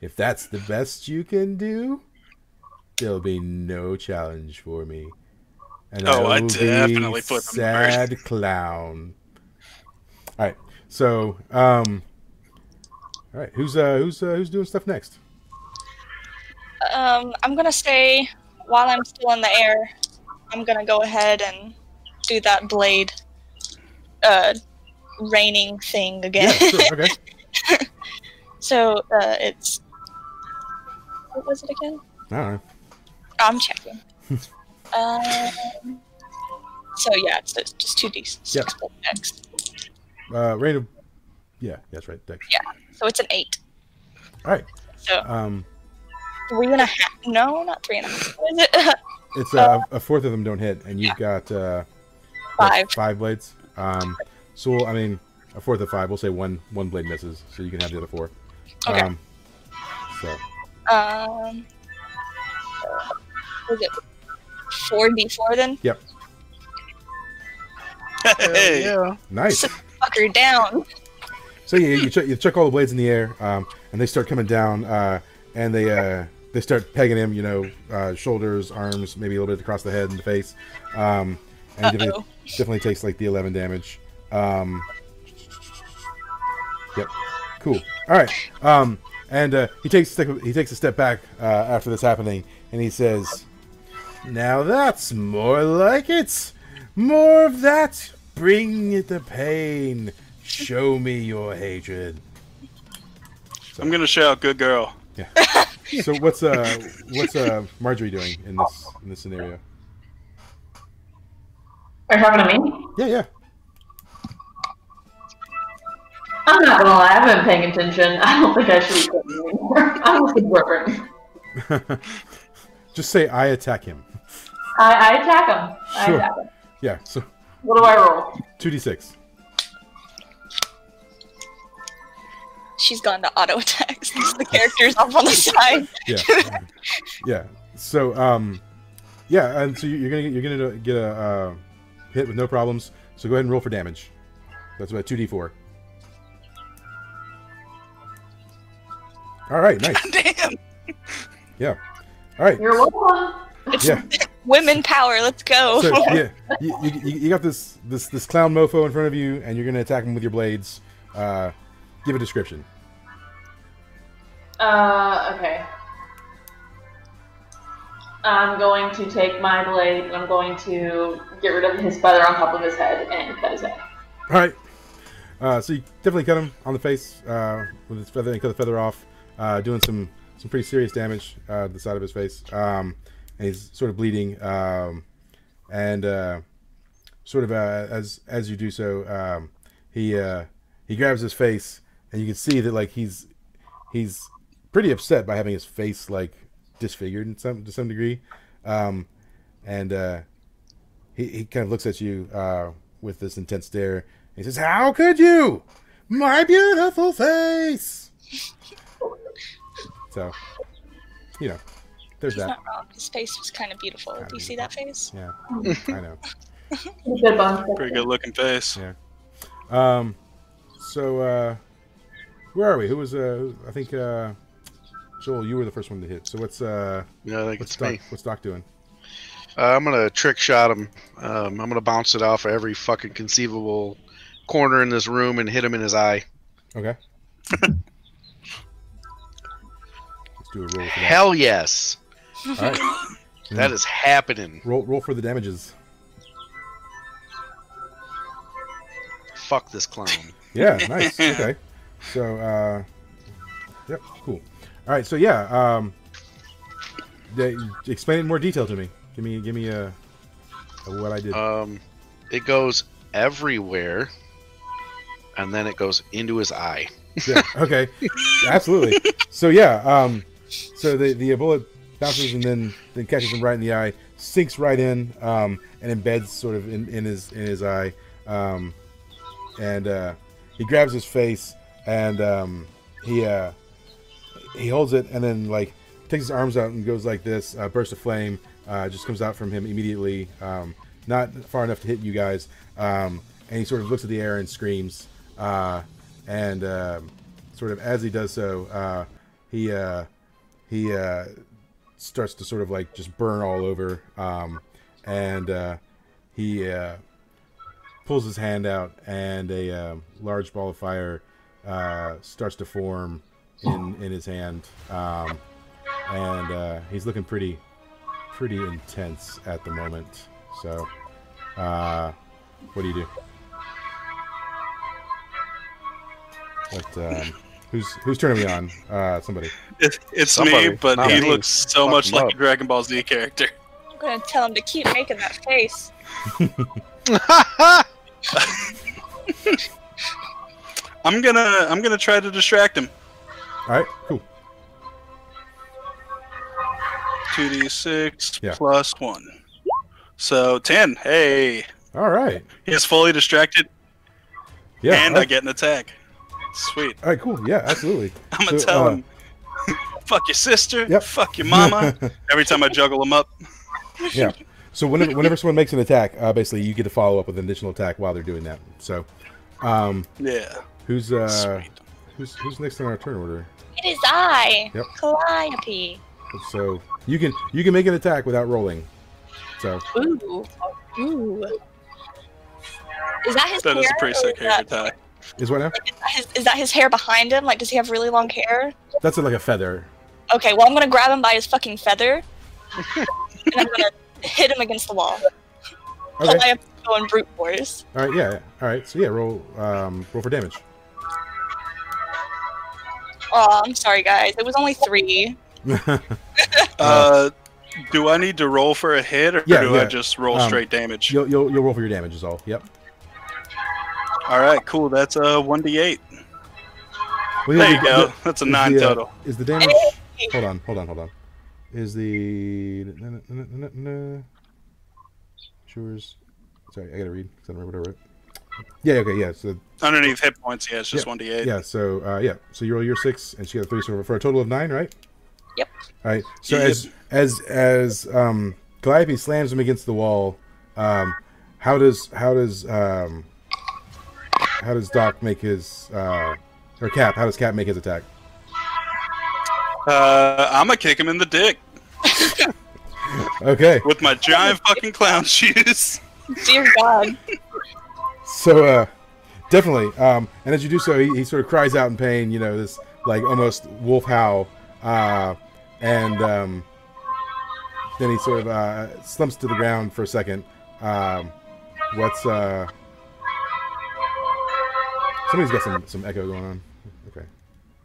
[SPEAKER 2] "If that's the best you can do, there'll be no challenge for me." And
[SPEAKER 1] Oh, I
[SPEAKER 2] will be
[SPEAKER 1] definitely flip him first.
[SPEAKER 2] sad clown. All right, so um, all right, who's uh, who's uh, who's doing stuff next?
[SPEAKER 5] Um, I'm gonna say while I'm still in the air, I'm gonna go ahead and do that blade, uh, raining thing again.
[SPEAKER 2] Yeah, sure, okay.
[SPEAKER 5] so uh, it's what was it again? Oh,
[SPEAKER 2] I don't know.
[SPEAKER 5] I'm checking. um, so yeah, it's, it's just two d six
[SPEAKER 2] Yeah.
[SPEAKER 5] x.
[SPEAKER 2] Uh, rain of, yeah, that's right. Dex.
[SPEAKER 5] So it's an eight.
[SPEAKER 2] All right.
[SPEAKER 5] So
[SPEAKER 2] Um,
[SPEAKER 5] three and a half. No, not three and a half. What is it?
[SPEAKER 2] it's uh, a fourth of them don't hit, and you've got uh, what,
[SPEAKER 5] Five.
[SPEAKER 2] five blades. Um, so we'll- I mean, a fourth of five. We'll say one one blade misses, so you can have the other four.
[SPEAKER 5] Okay.
[SPEAKER 2] Um, so
[SPEAKER 5] Um, was it four d four then?
[SPEAKER 3] Hell
[SPEAKER 1] Hey,
[SPEAKER 3] yeah.
[SPEAKER 2] nice.
[SPEAKER 5] Sit the fucker down.
[SPEAKER 2] So yeah, you chuck, you chuck all the blades in the air, um, and they start coming down, uh, and they uh, they start pegging him. You know, uh, shoulders, arms, maybe a little bit across the head and the face. Um, and he
[SPEAKER 5] Uh-oh.
[SPEAKER 2] definitely, definitely takes like the eleven damage. Um, yep, cool. All right, um, and uh, he takes a step, he takes a step back uh, after this happening, and he says, "Now that's more like it. More of that. Bring it the pain." Show me your hatred.
[SPEAKER 1] I'm gonna shout, "Good girl."
[SPEAKER 2] So what's uh what's uh Marjorie doing in this in this scenario?
[SPEAKER 6] Are you talking to me?
[SPEAKER 2] Yeah, yeah.
[SPEAKER 6] I'm not gonna lie, I haven't been paying attention. I don't think I should be quitting anymore. I'm just working.
[SPEAKER 2] Just say I attack him.
[SPEAKER 6] I, I attack him. I
[SPEAKER 2] Sure.
[SPEAKER 6] attack him.
[SPEAKER 2] Yeah. So
[SPEAKER 6] What do I roll?
[SPEAKER 2] two d six.
[SPEAKER 5] She's gone to auto attacks. the character's off on the side.
[SPEAKER 2] Yeah. yeah. So um, yeah, and so you- you're gonna you're gonna get a uh, hit with no problems. So go ahead and roll for damage. That's about two d four. All right. Nice.
[SPEAKER 5] Damn.
[SPEAKER 2] Yeah. All right.
[SPEAKER 6] You're welcome.
[SPEAKER 2] Yeah.
[SPEAKER 5] Women power. Let's go.
[SPEAKER 2] So yeah, you, you, you you got this this this clown mofo in front of you, and you're gonna attack him with your blades. Uh, give a description.
[SPEAKER 6] Uh, okay. I'm going to take my blade and I'm going to get rid of his feather on top of his head and cut his head.
[SPEAKER 2] All right. Uh, so you definitely cut him on the face uh, with his feather and cut the feather off, uh, doing some some pretty serious damage uh, to the side of his face. Um, and he's sort of bleeding. Um, and uh, sort of uh, as as you do so, um, he uh, he grabs his face, and you can see that like he's he's pretty upset by having his face like disfigured in some to some degree. Um, and uh, he, he kind of looks at you uh, with this intense stare. He says, "How could you, my beautiful face?" so, you know, there's
[SPEAKER 5] He's
[SPEAKER 2] that.
[SPEAKER 5] not wrong. His face was kind of beautiful. Do you see that face?
[SPEAKER 2] Yeah, I know.
[SPEAKER 6] Good bones.
[SPEAKER 1] Pretty good looking face.
[SPEAKER 2] Yeah. Um, so uh, where are we? Who was? Uh, I think uh, Joel, you were the first one to hit. So what's uh,
[SPEAKER 3] Yeah, I think
[SPEAKER 2] what's
[SPEAKER 3] it's
[SPEAKER 2] Doc,
[SPEAKER 3] me.
[SPEAKER 2] what's Doc doing?
[SPEAKER 3] Uh, I'm gonna trick shot him. Um, I'm gonna bounce it off every fucking conceivable corner in this room and hit him in his eye.
[SPEAKER 2] Okay. Let's do a roll for that.
[SPEAKER 3] Hell yes,
[SPEAKER 2] All right.
[SPEAKER 3] that is happening.
[SPEAKER 2] Roll, roll for the damages.
[SPEAKER 3] Fuck this clown.
[SPEAKER 2] Yeah, nice. Okay. So, uh, yep, cool. All right. So yeah, um, they, explain it in more detail to me. Give me, give me a, a what I did.
[SPEAKER 3] Um, it goes everywhere, and then it goes into his eye.
[SPEAKER 2] yeah, okay, absolutely. So yeah, um, so the the bullet bounces and then then catches him right in the eye, sinks right in, um, and embeds sort of in, in his in his eye, um, and uh, he grabs his face and um, he uh, he holds it and then like takes his arms out and goes like this. Uh, burst of flame uh, just comes out from him immediately, um, not far enough to hit you guys. Um, and he sort of looks at the air and screams. Uh, and um, sort of as he does so, uh, he uh, he uh, starts to sort of like just burn all over. Um, and uh, he uh, pulls his hand out, and a um large ball of fire uh, starts to form in in his hand. Um, and uh, he's looking pretty pretty intense at the moment. So, uh, what do you do? But um, who's who's turning me on? Uh, somebody.
[SPEAKER 1] It, it's
[SPEAKER 3] Somebody.
[SPEAKER 1] me, but
[SPEAKER 3] Not
[SPEAKER 1] he
[SPEAKER 3] me.
[SPEAKER 1] looks so
[SPEAKER 3] Fuck
[SPEAKER 1] much
[SPEAKER 3] him
[SPEAKER 1] like
[SPEAKER 3] up.
[SPEAKER 1] a Dragon Ball Z character.
[SPEAKER 5] I'm gonna tell him to keep making that face.
[SPEAKER 1] I'm gonna I'm gonna try to distract him.
[SPEAKER 2] All right, cool.
[SPEAKER 1] Two D six
[SPEAKER 2] Yeah.
[SPEAKER 1] plus one. So ten. Hey.
[SPEAKER 2] All right,
[SPEAKER 1] He is fully distracted
[SPEAKER 2] yeah.
[SPEAKER 1] and
[SPEAKER 2] all
[SPEAKER 1] I get an attack. Sweet.
[SPEAKER 2] right, cool. Yeah, absolutely.
[SPEAKER 1] I'm gonna
[SPEAKER 2] So,
[SPEAKER 1] tell
[SPEAKER 2] uh,
[SPEAKER 1] him. Fuck your sister.
[SPEAKER 2] Yep.
[SPEAKER 1] Fuck your mama. Every time I juggle him up.
[SPEAKER 2] yeah. So whenever whenever someone makes an attack, uh, basically you get to follow up with an additional attack while they're doing that. So, um,
[SPEAKER 1] Yeah.
[SPEAKER 2] who's uh,
[SPEAKER 1] Sweet.
[SPEAKER 2] who's who's next in our turn order?
[SPEAKER 5] It is I,
[SPEAKER 2] Yep.
[SPEAKER 5] Calliope.
[SPEAKER 2] So you can you can make an attack without rolling. So
[SPEAKER 4] Ooh.
[SPEAKER 5] Ooh. Is that his
[SPEAKER 1] That
[SPEAKER 5] hair?
[SPEAKER 1] is a pretty
[SPEAKER 5] or
[SPEAKER 1] sick
[SPEAKER 5] is,
[SPEAKER 1] hair
[SPEAKER 5] that,
[SPEAKER 1] attack.
[SPEAKER 2] is what now?
[SPEAKER 5] is, that his, is that his hair behind him? Like, does he have really long hair?
[SPEAKER 2] That's like a feather.
[SPEAKER 5] Okay, well, I'm gonna grab him by his fucking feather, and I'm gonna hit him against the wall.
[SPEAKER 2] Okay.
[SPEAKER 5] Calliope's going brute force.
[SPEAKER 2] All right. Yeah. All right. So yeah, roll um, roll for damage.
[SPEAKER 5] Oh, I'm sorry, guys. It was only three.
[SPEAKER 1] Uh, do I need to roll for a hit or
[SPEAKER 2] Yeah,
[SPEAKER 1] do I
[SPEAKER 2] yeah.
[SPEAKER 1] just roll
[SPEAKER 2] Um,
[SPEAKER 1] straight damage?
[SPEAKER 2] you'll, you'll you'll roll for your damage is all. Yep.
[SPEAKER 1] All right, cool. That's uh one d eight. There
[SPEAKER 2] Well, yeah,
[SPEAKER 1] you
[SPEAKER 2] the-
[SPEAKER 1] go.
[SPEAKER 2] the-
[SPEAKER 1] That's a
[SPEAKER 2] is
[SPEAKER 1] nine
[SPEAKER 2] the, uh,
[SPEAKER 1] total.
[SPEAKER 2] Is the damage? Hold on. Hold on. Hold on. Is the Sures? Sorry, I gotta read because I don't remember what I wrote. Yeah. Okay. Yeah. So
[SPEAKER 1] Underneath hit points, yeah, it's just one d eight.
[SPEAKER 2] yeah. So uh, yeah. So you roll your six, and she got a three, so for a total of nine, right?
[SPEAKER 5] Yep.
[SPEAKER 2] All right. So
[SPEAKER 1] Yep.
[SPEAKER 2] as as as um, Calliope slams him against the wall, um, how does how does um, how does Doc make his uh, or Cap? How does Cap make his attack?
[SPEAKER 1] Uh, I'm gonna kick him in the dick
[SPEAKER 2] Okay.
[SPEAKER 1] with my giant fucking clown shoes.
[SPEAKER 5] Dear God.
[SPEAKER 2] So uh, definitely. Um, and as you do so, he, he sort of cries out in pain. You know this like almost wolf howl, uh, and um, then he sort of uh, slumps to the ground for a second. Um, what's uh? Somebody's got some some echo going on. Okay,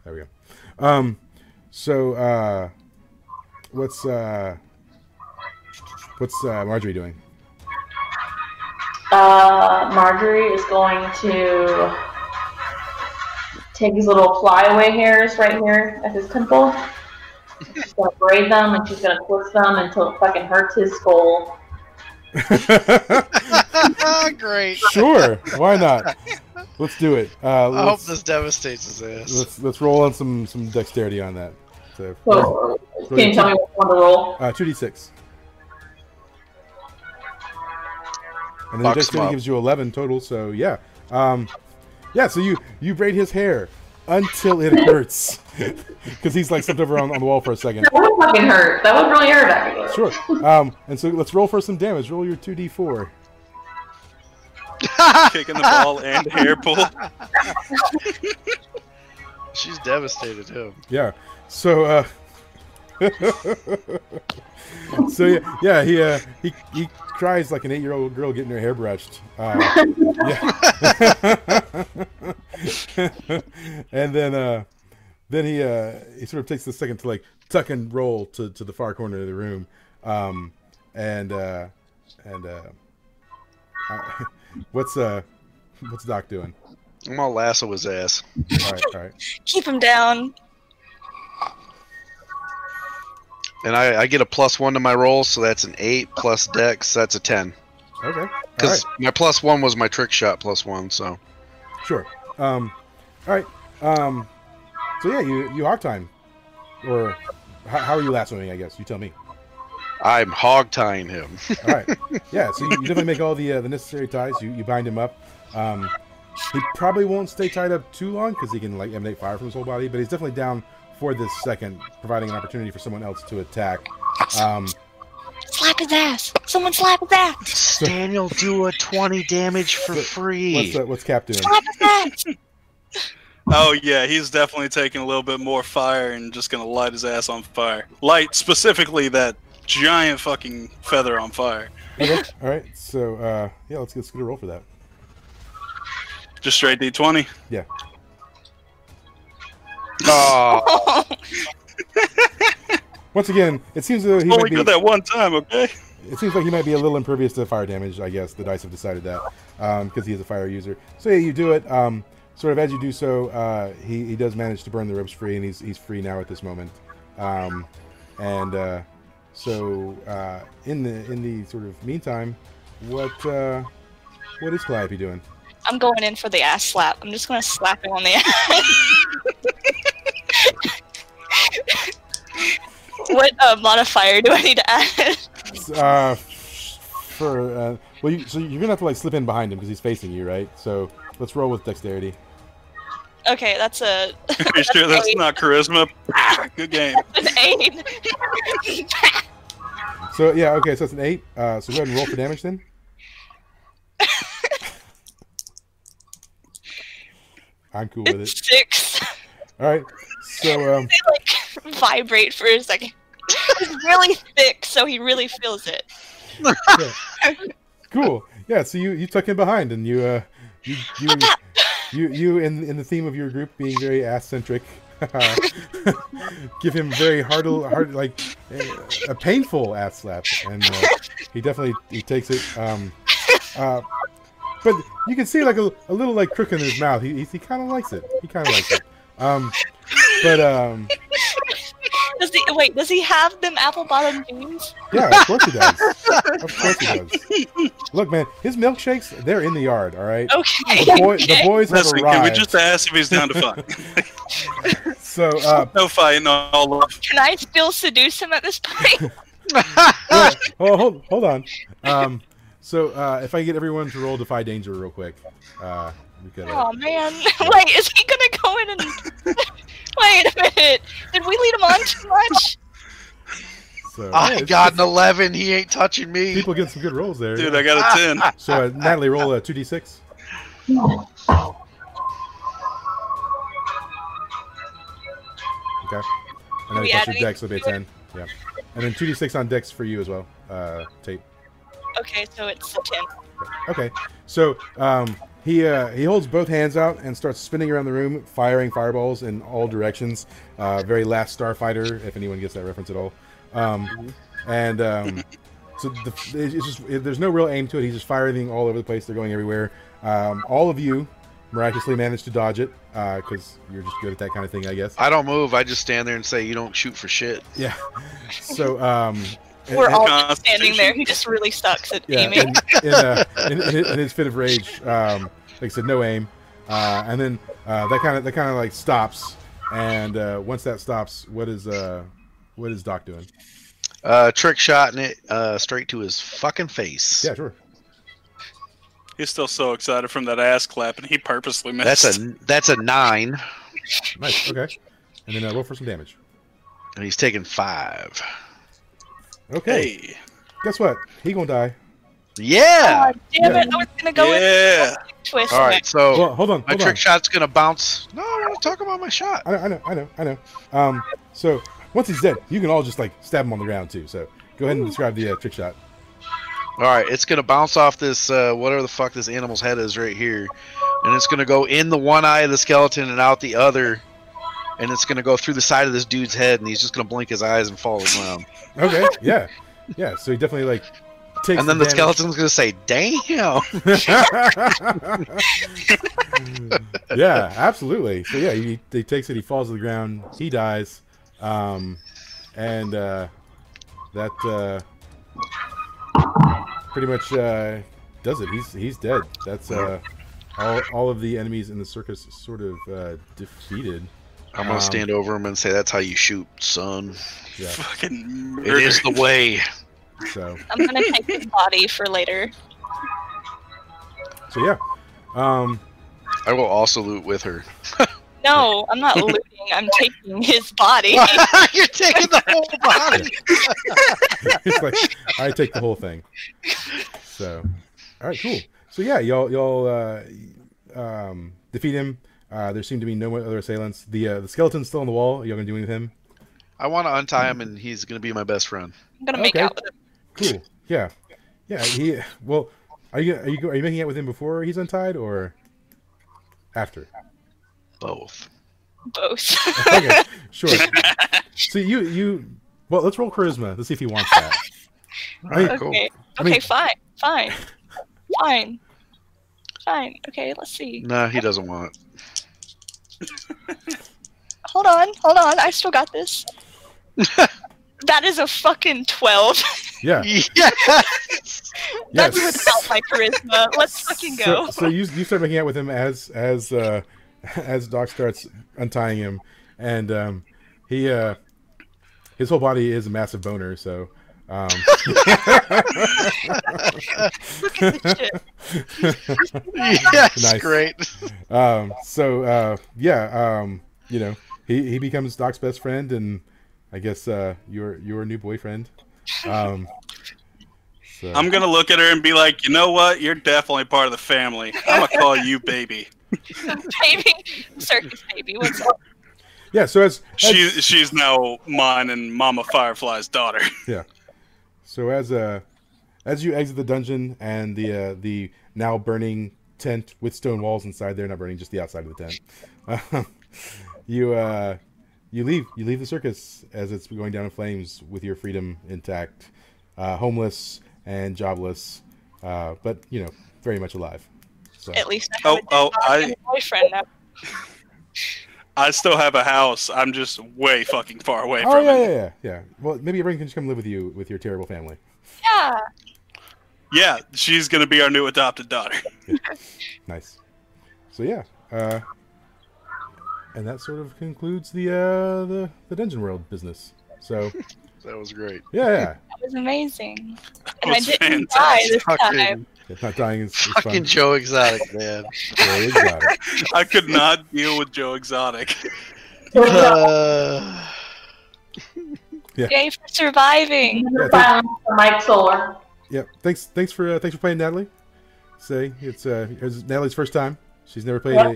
[SPEAKER 2] there we go. Um, so uh, what's uh? What's uh, Marjorie doing?
[SPEAKER 6] Uh, Marjorie is going to take his little flyaway hairs right here at his temple. She's gonna braid them and she's gonna twist them until it fucking hurts his skull.
[SPEAKER 3] Great.
[SPEAKER 2] sure, why not? Let's do it. Uh,
[SPEAKER 3] I hope
[SPEAKER 2] let's,
[SPEAKER 3] this devastates his ass.
[SPEAKER 2] let's let's roll on some some dexterity on that. So,
[SPEAKER 6] So, can you tell me what you want to roll?
[SPEAKER 2] uh, two d six. And then
[SPEAKER 3] Box him
[SPEAKER 2] dexterity
[SPEAKER 3] up.
[SPEAKER 2] gives you eleven total. So yeah, um, yeah. So you you braid his hair until it hurts because he's like stepped over on, on the wall for a second.
[SPEAKER 6] That would fucking hurt. That would really hurt, actually.
[SPEAKER 2] Sure. Um, and so let's roll for some damage. Roll your two d four.
[SPEAKER 1] Kicking the ball and hair pull.
[SPEAKER 3] She's devastated him.
[SPEAKER 2] Yeah. So uh So yeah, yeah, he uh he, he cries like an 8-year-old girl getting her hair brushed. Uh, yeah. and then uh then he uh he sort of takes the second to like tuck and roll to to the far corner of the room. Um and uh and uh, uh what's uh what's Doc doing?
[SPEAKER 3] I'm gonna lasso his ass.
[SPEAKER 2] All right, all right.
[SPEAKER 5] Keep him down.
[SPEAKER 3] And I, I get a plus one to my roll, so that's an eight plus dex, that's a ten.
[SPEAKER 2] Okay. All right.
[SPEAKER 3] Because my plus one was my trick shot plus one, so
[SPEAKER 2] Sure. Um, all right. Um, so yeah, you you hog time, or how, how are you lassoing? I guess you tell me.
[SPEAKER 3] I'm hog tying him.
[SPEAKER 2] All right. Yeah. So you, you definitely make all the uh, the necessary ties. You you bind him up. Um, he probably won't stay tied up too long because he can like emanate fire from his whole body, but he's definitely down for this second, providing an opportunity for someone else to attack. Um,
[SPEAKER 5] Slap his ass! Someone slap his ass!
[SPEAKER 3] Daniel, do a 20 damage for free.
[SPEAKER 2] what's uh, what's Cap doing?
[SPEAKER 5] Slap his ass!
[SPEAKER 1] Oh yeah, he's definitely taking a little bit more fire and just gonna light his ass on fire. Light specifically that giant fucking feather on fire.
[SPEAKER 2] Okay. All right. So uh, yeah, let's get, let's get a roll for that.
[SPEAKER 1] Just straight D twenty.
[SPEAKER 2] Yeah.
[SPEAKER 3] Oh,
[SPEAKER 2] Once again, it seems that he
[SPEAKER 1] Only
[SPEAKER 2] might be,
[SPEAKER 1] did that one time, okay?
[SPEAKER 2] it seems like he might be a little impervious to fire damage. I guess the dice have decided that because he is a fire user. So yeah, you do it. Um, sort of as you do so, uh, he he does manage to burn the ropes free, and he's he's free now at this moment. Um, and uh, so uh, in the in the sort of meantime, what uh, what is Calliope doing?
[SPEAKER 5] I'm going in for the ass slap. I'm just gonna slap him on the ass. what uh, modifier do I need to add?
[SPEAKER 2] Uh, for uh, well, you, so you're gonna have to like slip in behind him because he's facing you, right? So let's roll with dexterity.
[SPEAKER 5] okay, that's a
[SPEAKER 1] Pretty sure that's
[SPEAKER 5] eight.
[SPEAKER 1] not charisma. Good game.
[SPEAKER 5] an eight.
[SPEAKER 2] So yeah, okay, so it's an eight. Uh, so go ahead and roll for damage then. I'm cool with it.
[SPEAKER 5] it's six.
[SPEAKER 2] All right. So um,
[SPEAKER 5] They like vibrate for a second. It's really thick, so he really feels it.
[SPEAKER 2] cool. Yeah. So you you tuck in behind and you uh you you you, you in in the theme of your group being very ass centric. give him very hard, hard like a, a painful ass slap, and uh, he definitely he takes it. Um, uh, but you can see like a, a little like crook in his mouth. He he, he kind of likes it. He kind of likes it. Um, but um,
[SPEAKER 5] Does he wait? Does he have them apple bottom jeans?
[SPEAKER 2] Yeah, of course he does. Of course he does. Look, man, his milkshakes, they're in the yard, all right?
[SPEAKER 5] Okay.
[SPEAKER 2] The, boy, the
[SPEAKER 5] okay.
[SPEAKER 2] boys have
[SPEAKER 1] Listen, can we
[SPEAKER 2] arrived.
[SPEAKER 1] just ask if he's down to fight?
[SPEAKER 2] So, uh,
[SPEAKER 1] no fighting, no all love.
[SPEAKER 5] Can I still seduce him at this point?
[SPEAKER 2] yeah, oh, hold, hold on. Um, so, uh, if I get everyone to roll Defy Danger real quick, uh, we could. Uh,
[SPEAKER 5] Oh man! Wait, is he gonna go in and? Wait a minute! Did we lead him on too much?
[SPEAKER 2] so,
[SPEAKER 3] I
[SPEAKER 1] Oh,
[SPEAKER 2] yeah,
[SPEAKER 3] got an 11. He ain't touching me.
[SPEAKER 2] People get some good rolls there.
[SPEAKER 1] Dude, I got a ten.
[SPEAKER 2] so, uh, Natalie, roll a 2d6. Okay. And then
[SPEAKER 5] we
[SPEAKER 2] plus
[SPEAKER 5] add
[SPEAKER 2] your dex will be a
[SPEAKER 5] anything
[SPEAKER 2] 10. Yeah. And then 2d6 on dex for you as well, uh, Tate.
[SPEAKER 5] Okay, so it's a ten.
[SPEAKER 2] Okay. So um, he uh, he holds both hands out and starts spinning around the room, firing fireballs in all directions. Uh, very last Starfighter, if anyone gets that reference at all. Um, and um, so the, it's just it, there's no real aim to it. He's just firing all over the place. They're going everywhere. Um, all of you miraculously managed to dodge it because you're just good at that kind of thing, I guess.
[SPEAKER 3] I don't move. I just stand there and say, you don't shoot for shit.
[SPEAKER 2] Yeah. So um,
[SPEAKER 5] We're
[SPEAKER 2] and-
[SPEAKER 5] all
[SPEAKER 1] and-
[SPEAKER 5] just standing there. He just really sucks at
[SPEAKER 2] Yeah,
[SPEAKER 5] aiming.
[SPEAKER 2] in, in, uh, in, in, in his fit of rage, um, like I said, no aim, uh, and then uh, that kind of that kind of like stops. And uh, once that stops, what is uh, what is Doc doing?
[SPEAKER 3] Uh, trick shotting it uh, straight to his fucking face.
[SPEAKER 2] Yeah, sure.
[SPEAKER 1] He's still so excited from that ass clap, and he purposely missed.
[SPEAKER 3] That's a that's a nine,
[SPEAKER 2] Nice. Okay. And then uh, roll for some damage.
[SPEAKER 3] and he's taking five.
[SPEAKER 2] Okay.
[SPEAKER 1] hey.
[SPEAKER 2] Guess what? He gonna die.
[SPEAKER 3] Yeah.
[SPEAKER 5] Aw, damn
[SPEAKER 2] Yeah.
[SPEAKER 5] it! I was gonna go in
[SPEAKER 1] yeah.
[SPEAKER 5] twist.
[SPEAKER 3] All right.
[SPEAKER 5] next.
[SPEAKER 3] So
[SPEAKER 2] Well, hold on.
[SPEAKER 3] Oh, my
[SPEAKER 2] Hold
[SPEAKER 3] trick
[SPEAKER 2] on.
[SPEAKER 3] shot's gonna bounce. No, I want to talk about my shot.
[SPEAKER 2] I know, I know. I know. I know. Um, so once he's dead, you can all just like stab him on the ground too. So go ahead and describe the uh, trick shot.
[SPEAKER 3] All right, it's gonna bounce off this uh, whatever the fuck this animal's head is right here, and it's gonna go in the one eye of the skeleton and out the other, and it's gonna go through the side of this dude's head, and he's just gonna blink his eyes and fall to the ground.
[SPEAKER 2] Okay. Yeah. Yeah. So he definitely like takes.
[SPEAKER 3] and then the
[SPEAKER 2] damage.
[SPEAKER 3] skeleton's gonna say, "Damn!"
[SPEAKER 2] yeah, absolutely. So yeah, he, he takes it. He falls to the ground. He dies, um, and uh, that uh, pretty much uh, does it. He's he's dead. That's uh, all, all of the enemies in the circus sort of uh, defeated.
[SPEAKER 3] I'm gonna
[SPEAKER 2] Um,
[SPEAKER 3] stand over him and say, "That's how you shoot, son.
[SPEAKER 2] Yeah.
[SPEAKER 1] Fucking
[SPEAKER 3] It is the
[SPEAKER 1] murdered.
[SPEAKER 3] way."
[SPEAKER 2] So
[SPEAKER 5] I'm gonna take his body for later.
[SPEAKER 2] so yeah. Um,
[SPEAKER 3] I will also loot with her.
[SPEAKER 5] No, I'm not looting. I'm taking his body.
[SPEAKER 3] You're taking the whole body.
[SPEAKER 2] it's like I take the whole thing. So, all right, cool. So yeah, y'all y'all uh, um, defeat him. Uh, there seem to be no other assailants. The uh, the skeleton's still on the wall. Y'all gonna do anything with him?
[SPEAKER 3] I want to untie him, and he's gonna be my best friend.
[SPEAKER 5] I'm gonna make
[SPEAKER 2] Okay.
[SPEAKER 5] out with him.
[SPEAKER 2] Cool. Yeah, yeah. He well, are you are you go- are you making out with him before he's untied or after?
[SPEAKER 3] Both.
[SPEAKER 5] both.
[SPEAKER 2] Okay, sure. So you you well, let's roll charisma. Let's see if he wants that.
[SPEAKER 3] All right,
[SPEAKER 5] okay.
[SPEAKER 3] cool.
[SPEAKER 5] Okay,
[SPEAKER 2] I mean-
[SPEAKER 5] fine, fine. Fine. Fine. Okay, let's see.
[SPEAKER 3] Nah, he doesn't want. it.
[SPEAKER 5] Hold on, hold on. I still got this. that is a fucking 12.
[SPEAKER 2] Yeah.
[SPEAKER 3] Yes.
[SPEAKER 5] That's
[SPEAKER 2] Yes.
[SPEAKER 5] without my charisma. Let's fucking go.
[SPEAKER 2] So, so you you start making out with him as as uh, as Doc starts untying him, and um, he uh, his whole body is a massive boner. So um,
[SPEAKER 5] Look at this shit.
[SPEAKER 3] yes.
[SPEAKER 2] Nice.
[SPEAKER 3] Great.
[SPEAKER 2] um, so uh, yeah, um, you know he, he becomes Doc's best friend, and I guess uh, your your new boyfriend. Um, so,
[SPEAKER 1] I'm gonna look at her and be like, you know what? You're definitely part of the family. I'm gonna call you baby.
[SPEAKER 5] Baby. Circus baby. What's up?
[SPEAKER 2] yeah. So as, as
[SPEAKER 1] She she's now mine and Mama Firefly's daughter.
[SPEAKER 2] So as uh, as you exit the dungeon and the uh, the now burning tent with stone walls inside, they're not burning, just the outside of the tent. Um, you uh, you leave you leave the circus as it's going down in flames with your freedom intact, uh, homeless and jobless, uh, but you know very much alive. So
[SPEAKER 5] At least I
[SPEAKER 1] Oh
[SPEAKER 5] have
[SPEAKER 1] oh,
[SPEAKER 5] a
[SPEAKER 1] I
[SPEAKER 5] dead boyfriend now.
[SPEAKER 1] I still have a house. I'm just way fucking far away
[SPEAKER 2] oh
[SPEAKER 1] from
[SPEAKER 2] yeah,
[SPEAKER 1] it.
[SPEAKER 2] yeah yeah yeah. Well, maybe Erin can just come live with you with your terrible family.
[SPEAKER 5] Yeah.
[SPEAKER 1] Yeah, she's gonna be our new adopted daughter.
[SPEAKER 2] Nice. So yeah, uh, and that sort of concludes the uh, the the dungeon world business. So
[SPEAKER 3] That was great.
[SPEAKER 2] yeah, yeah,
[SPEAKER 5] That was amazing. And I
[SPEAKER 1] was
[SPEAKER 5] didn't die this time.
[SPEAKER 3] Fucking,
[SPEAKER 2] If not dying is, is
[SPEAKER 3] fucking
[SPEAKER 2] fun.
[SPEAKER 3] Joe Exotic, man.
[SPEAKER 2] Yeah, you got it.
[SPEAKER 1] I could not deal with Joe Exotic.
[SPEAKER 3] Uh,
[SPEAKER 5] Yay for surviving.
[SPEAKER 2] Yeah, thank-
[SPEAKER 6] Silence for Mike Solar.
[SPEAKER 2] yeah, thanks thanks for uh, thanks for playing Natalie. Say it's uh, it's Natalie's first time. She's never played a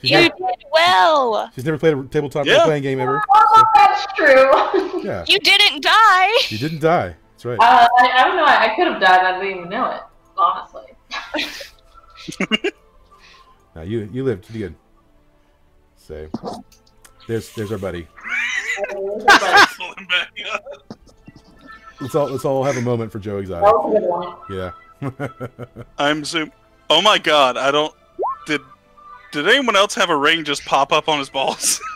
[SPEAKER 2] she's,
[SPEAKER 5] You
[SPEAKER 2] never,
[SPEAKER 5] did well.
[SPEAKER 2] she's never played a tabletop
[SPEAKER 1] Yeah.
[SPEAKER 2] role playing game ever.
[SPEAKER 6] Oh, that's true.
[SPEAKER 2] Yeah,
[SPEAKER 5] You didn't die.
[SPEAKER 2] you didn't die. That's right.
[SPEAKER 6] Uh, I, I don't know. I, I could have died. I didn't even know it, honestly.
[SPEAKER 2] No, you you lived. You good. So there's there's our buddy.
[SPEAKER 6] that
[SPEAKER 1] Pulling back up.
[SPEAKER 2] Let's all let's all have a moment for Joe Exotic.
[SPEAKER 6] was a good one.
[SPEAKER 2] Yeah.
[SPEAKER 1] I'm zoom. Oh my god, I don't. Did did anyone else have a ring just pop up on his balls?